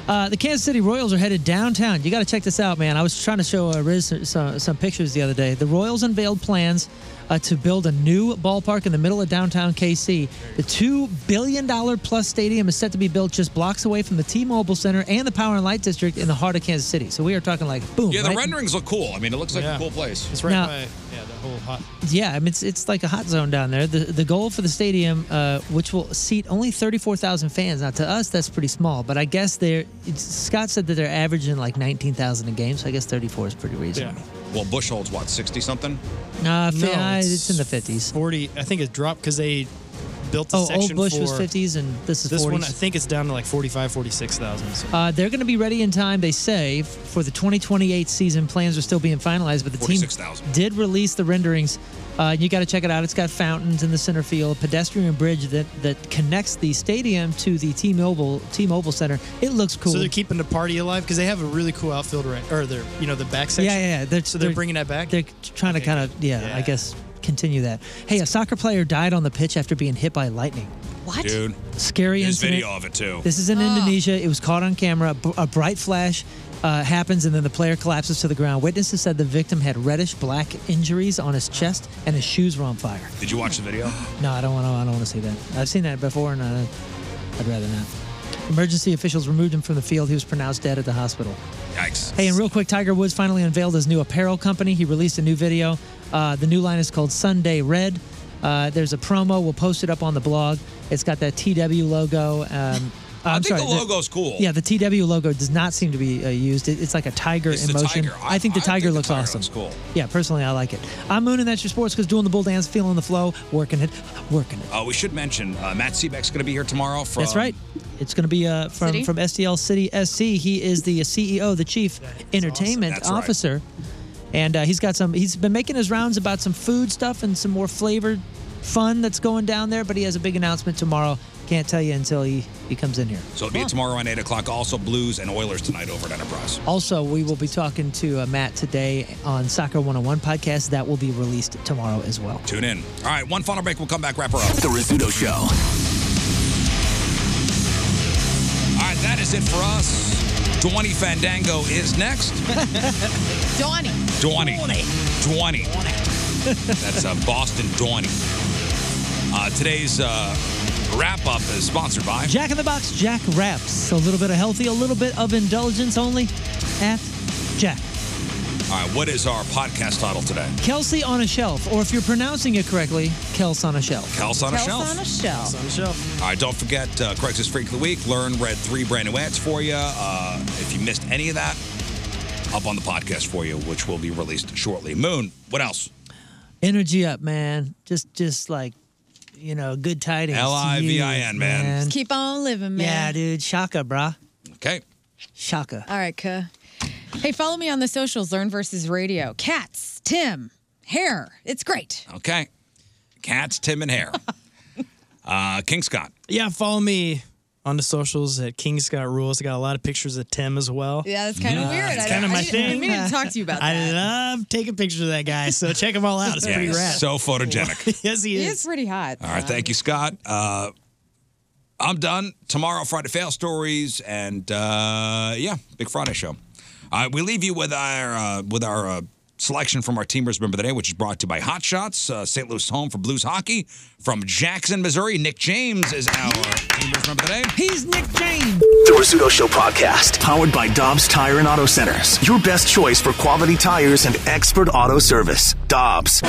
[SPEAKER 11] Uh, the Kansas City Royals are headed downtown. You got to check this out, man. I was trying to show uh, Riz some, some pictures the other day. The Royals unveiled plans uh, to build a new ballpark in the middle of downtown KC. The two billion dollar plus stadium is set to be built just blocks away from the T-Mobile Center and the Power and Light District in the heart of Kansas City. So we are talking like boom.
[SPEAKER 8] Yeah, the
[SPEAKER 11] right?
[SPEAKER 8] renderings look cool. I mean, it looks like a cool place.
[SPEAKER 12] It's right
[SPEAKER 11] Now-
[SPEAKER 12] by yeah the whole hot.
[SPEAKER 11] Yeah, I mean it's, it's like a hot zone down there. The the goal for the stadium, uh, which will seat only thirty four thousand fans. Now to us that's pretty small, but I guess they're it's, Scott said that they're averaging like nineteen thousand a game, so I guess thirty four is pretty reasonable.
[SPEAKER 8] Well, Bush holds what sixty something.
[SPEAKER 11] Nah, fi- uh, it's, in the fifties.
[SPEAKER 12] Forty, I think it dropped because they built the
[SPEAKER 11] Oh, old
[SPEAKER 12] section
[SPEAKER 11] Bush was
[SPEAKER 12] for-
[SPEAKER 11] 50s and this is
[SPEAKER 12] this one. I
[SPEAKER 11] 40s.
[SPEAKER 12] think it's down to like 45, 46,000. So.
[SPEAKER 11] Uh, they're going to be ready in time, they say, f- for the 2028 season. Plans are still being finalized, but the team
[SPEAKER 12] 46,000.
[SPEAKER 11] did release the renderings. Uh, you got to check it out. It's got fountains in the center field, pedestrian bridge that, that connects the stadium to the T-Mobile T-Mobile Center. It looks cool.
[SPEAKER 12] So they're keeping the party alive because they have a really cool outfield right or their you know the back section.
[SPEAKER 11] Yeah, yeah, yeah.
[SPEAKER 12] so they're, bringing that back.
[SPEAKER 11] They're trying to kind of, yeah, I guess, continue that. Hey, a soccer player died on the pitch after being hit by lightning.
[SPEAKER 9] What?
[SPEAKER 8] Dude.
[SPEAKER 11] Scary
[SPEAKER 8] There's
[SPEAKER 11] incident.
[SPEAKER 8] video of it, too.
[SPEAKER 11] This is
[SPEAKER 18] Oh.
[SPEAKER 11] in Indonesia. It was caught on camera. B- A bright flash uh, happens, and then the player collapses to the ground. Witnesses said the victim had reddish black injuries on his chest, and his shoes were on fire.
[SPEAKER 8] Did you watch the video?
[SPEAKER 11] No, I don't want to. I don't want to see that. I've seen that before, and I, I'd rather not. Emergency officials removed him from the field. He was pronounced dead at the hospital.
[SPEAKER 8] Yikes.
[SPEAKER 11] Hey, and real quick, Tiger Woods finally unveiled his new apparel company. He released a new video. Uh, the new line is called Sunday Red. Uh, there's a promo. We'll post it up on the blog. It's got that TW logo. Um,
[SPEAKER 8] I
[SPEAKER 11] I'm
[SPEAKER 8] think
[SPEAKER 11] sorry,
[SPEAKER 8] the logo's cool.
[SPEAKER 11] Yeah, the TW logo does not seem to be uh, used. It, it's like a tiger
[SPEAKER 8] It's
[SPEAKER 11] in
[SPEAKER 8] the
[SPEAKER 11] motion.
[SPEAKER 8] tiger.
[SPEAKER 11] I, think the tiger looks awesome.
[SPEAKER 8] It's cool.
[SPEAKER 11] Yeah, personally, I like it. I'm mooning. That's your sports because doing the bull dance, feeling the flow, working it, working it.
[SPEAKER 8] Uh, we should mention uh, Matt Seebeck's going to be here tomorrow. From
[SPEAKER 11] That's right. It's going to be uh, from
[SPEAKER 8] City?
[SPEAKER 11] from STL City SC. He is the CEO, the chief entertainment
[SPEAKER 8] That's right.
[SPEAKER 11] officer, and uh, he's got some. He's been making his rounds about some food stuff and some more flavored fun that's going down there. But he has a big announcement tomorrow. Can't tell you until he he comes in here.
[SPEAKER 8] So it'll be tomorrow at eight o'clock. Also, Blues and Oilers tonight over at Enterprise.
[SPEAKER 11] Also, we will be talking to uh, Matt today on Soccer 101 podcast. That will be released tomorrow as well.
[SPEAKER 8] Tune in. All right, one final break. We'll come back, wrap her up.
[SPEAKER 5] The Rizzuto Show.
[SPEAKER 8] All right, that is it for us. Dwayne Fandango is next.
[SPEAKER 9] Donnie.
[SPEAKER 8] Dwayne. Dwayne. That's uh, Boston Dwayne. Uh, today's uh, wrap up is sponsored by.
[SPEAKER 11] Jack in the Box, Jack Wraps. A little bit of healthy, a little bit of indulgence only at Jack.
[SPEAKER 8] All right, what is our podcast title today?
[SPEAKER 11] Kelsey on a shelf, or if you're pronouncing it correctly, Kels on a shelf.
[SPEAKER 8] Kels on a shelf.
[SPEAKER 9] shelf.
[SPEAKER 12] on a shelf.
[SPEAKER 8] All right, don't forget uh, Craigslist Freak of the Week. Learn, read three brand new ads for you. Uh, if you missed any of that, up on the podcast for you, which will be released shortly. Moon, what else?
[SPEAKER 11] Energy up, man. Just, just like, you know, good tidings. to you,
[SPEAKER 8] L-I-V-I-N, man.
[SPEAKER 9] Just keep on living, man.
[SPEAKER 11] Yeah, dude. Shaka, brah.
[SPEAKER 8] Okay.
[SPEAKER 11] Shaka.
[SPEAKER 9] All right, Ka. Hey, follow me on the socials, Learn versus Radio. Cats, Tim, hair. It's great.
[SPEAKER 8] Okay. Cats, Tim, and Hare. uh, King Scott.
[SPEAKER 12] Yeah, follow me on the socials at King Scott Rules. I got a lot of pictures of Tim as well.
[SPEAKER 9] Yeah, that's kind of weird. I
[SPEAKER 12] It's
[SPEAKER 9] don't-
[SPEAKER 12] kind of
[SPEAKER 9] I
[SPEAKER 12] my
[SPEAKER 9] didn't- I
[SPEAKER 12] thing.
[SPEAKER 9] mean, I didn't talk to you about
[SPEAKER 12] I love taking pictures of that guy, so check them all out. It's
[SPEAKER 8] Yeah,
[SPEAKER 12] Oh, pretty
[SPEAKER 8] he's
[SPEAKER 12] rad.
[SPEAKER 8] So photogenic.
[SPEAKER 12] yes, he
[SPEAKER 9] He
[SPEAKER 12] is.
[SPEAKER 9] is pretty hot.
[SPEAKER 8] All right, thank you, Scott. Uh, I'm done. Tomorrow, Friday Fail Stories, and uh, yeah, Big Friday Show. Uh, we leave you with our uh, with our uh, selection from our Teamers Remember the Day, which is brought to you by Hot Shots, uh, St. Louis home for blues hockey. From Jackson, Missouri, Nick James is our Teamers Remember the Day.
[SPEAKER 4] He's Nick James.
[SPEAKER 5] The Rizzuto Show podcast, powered by Dobbs Tire and Auto Centers. Your best choice for quality tires and expert auto service. Dobbs.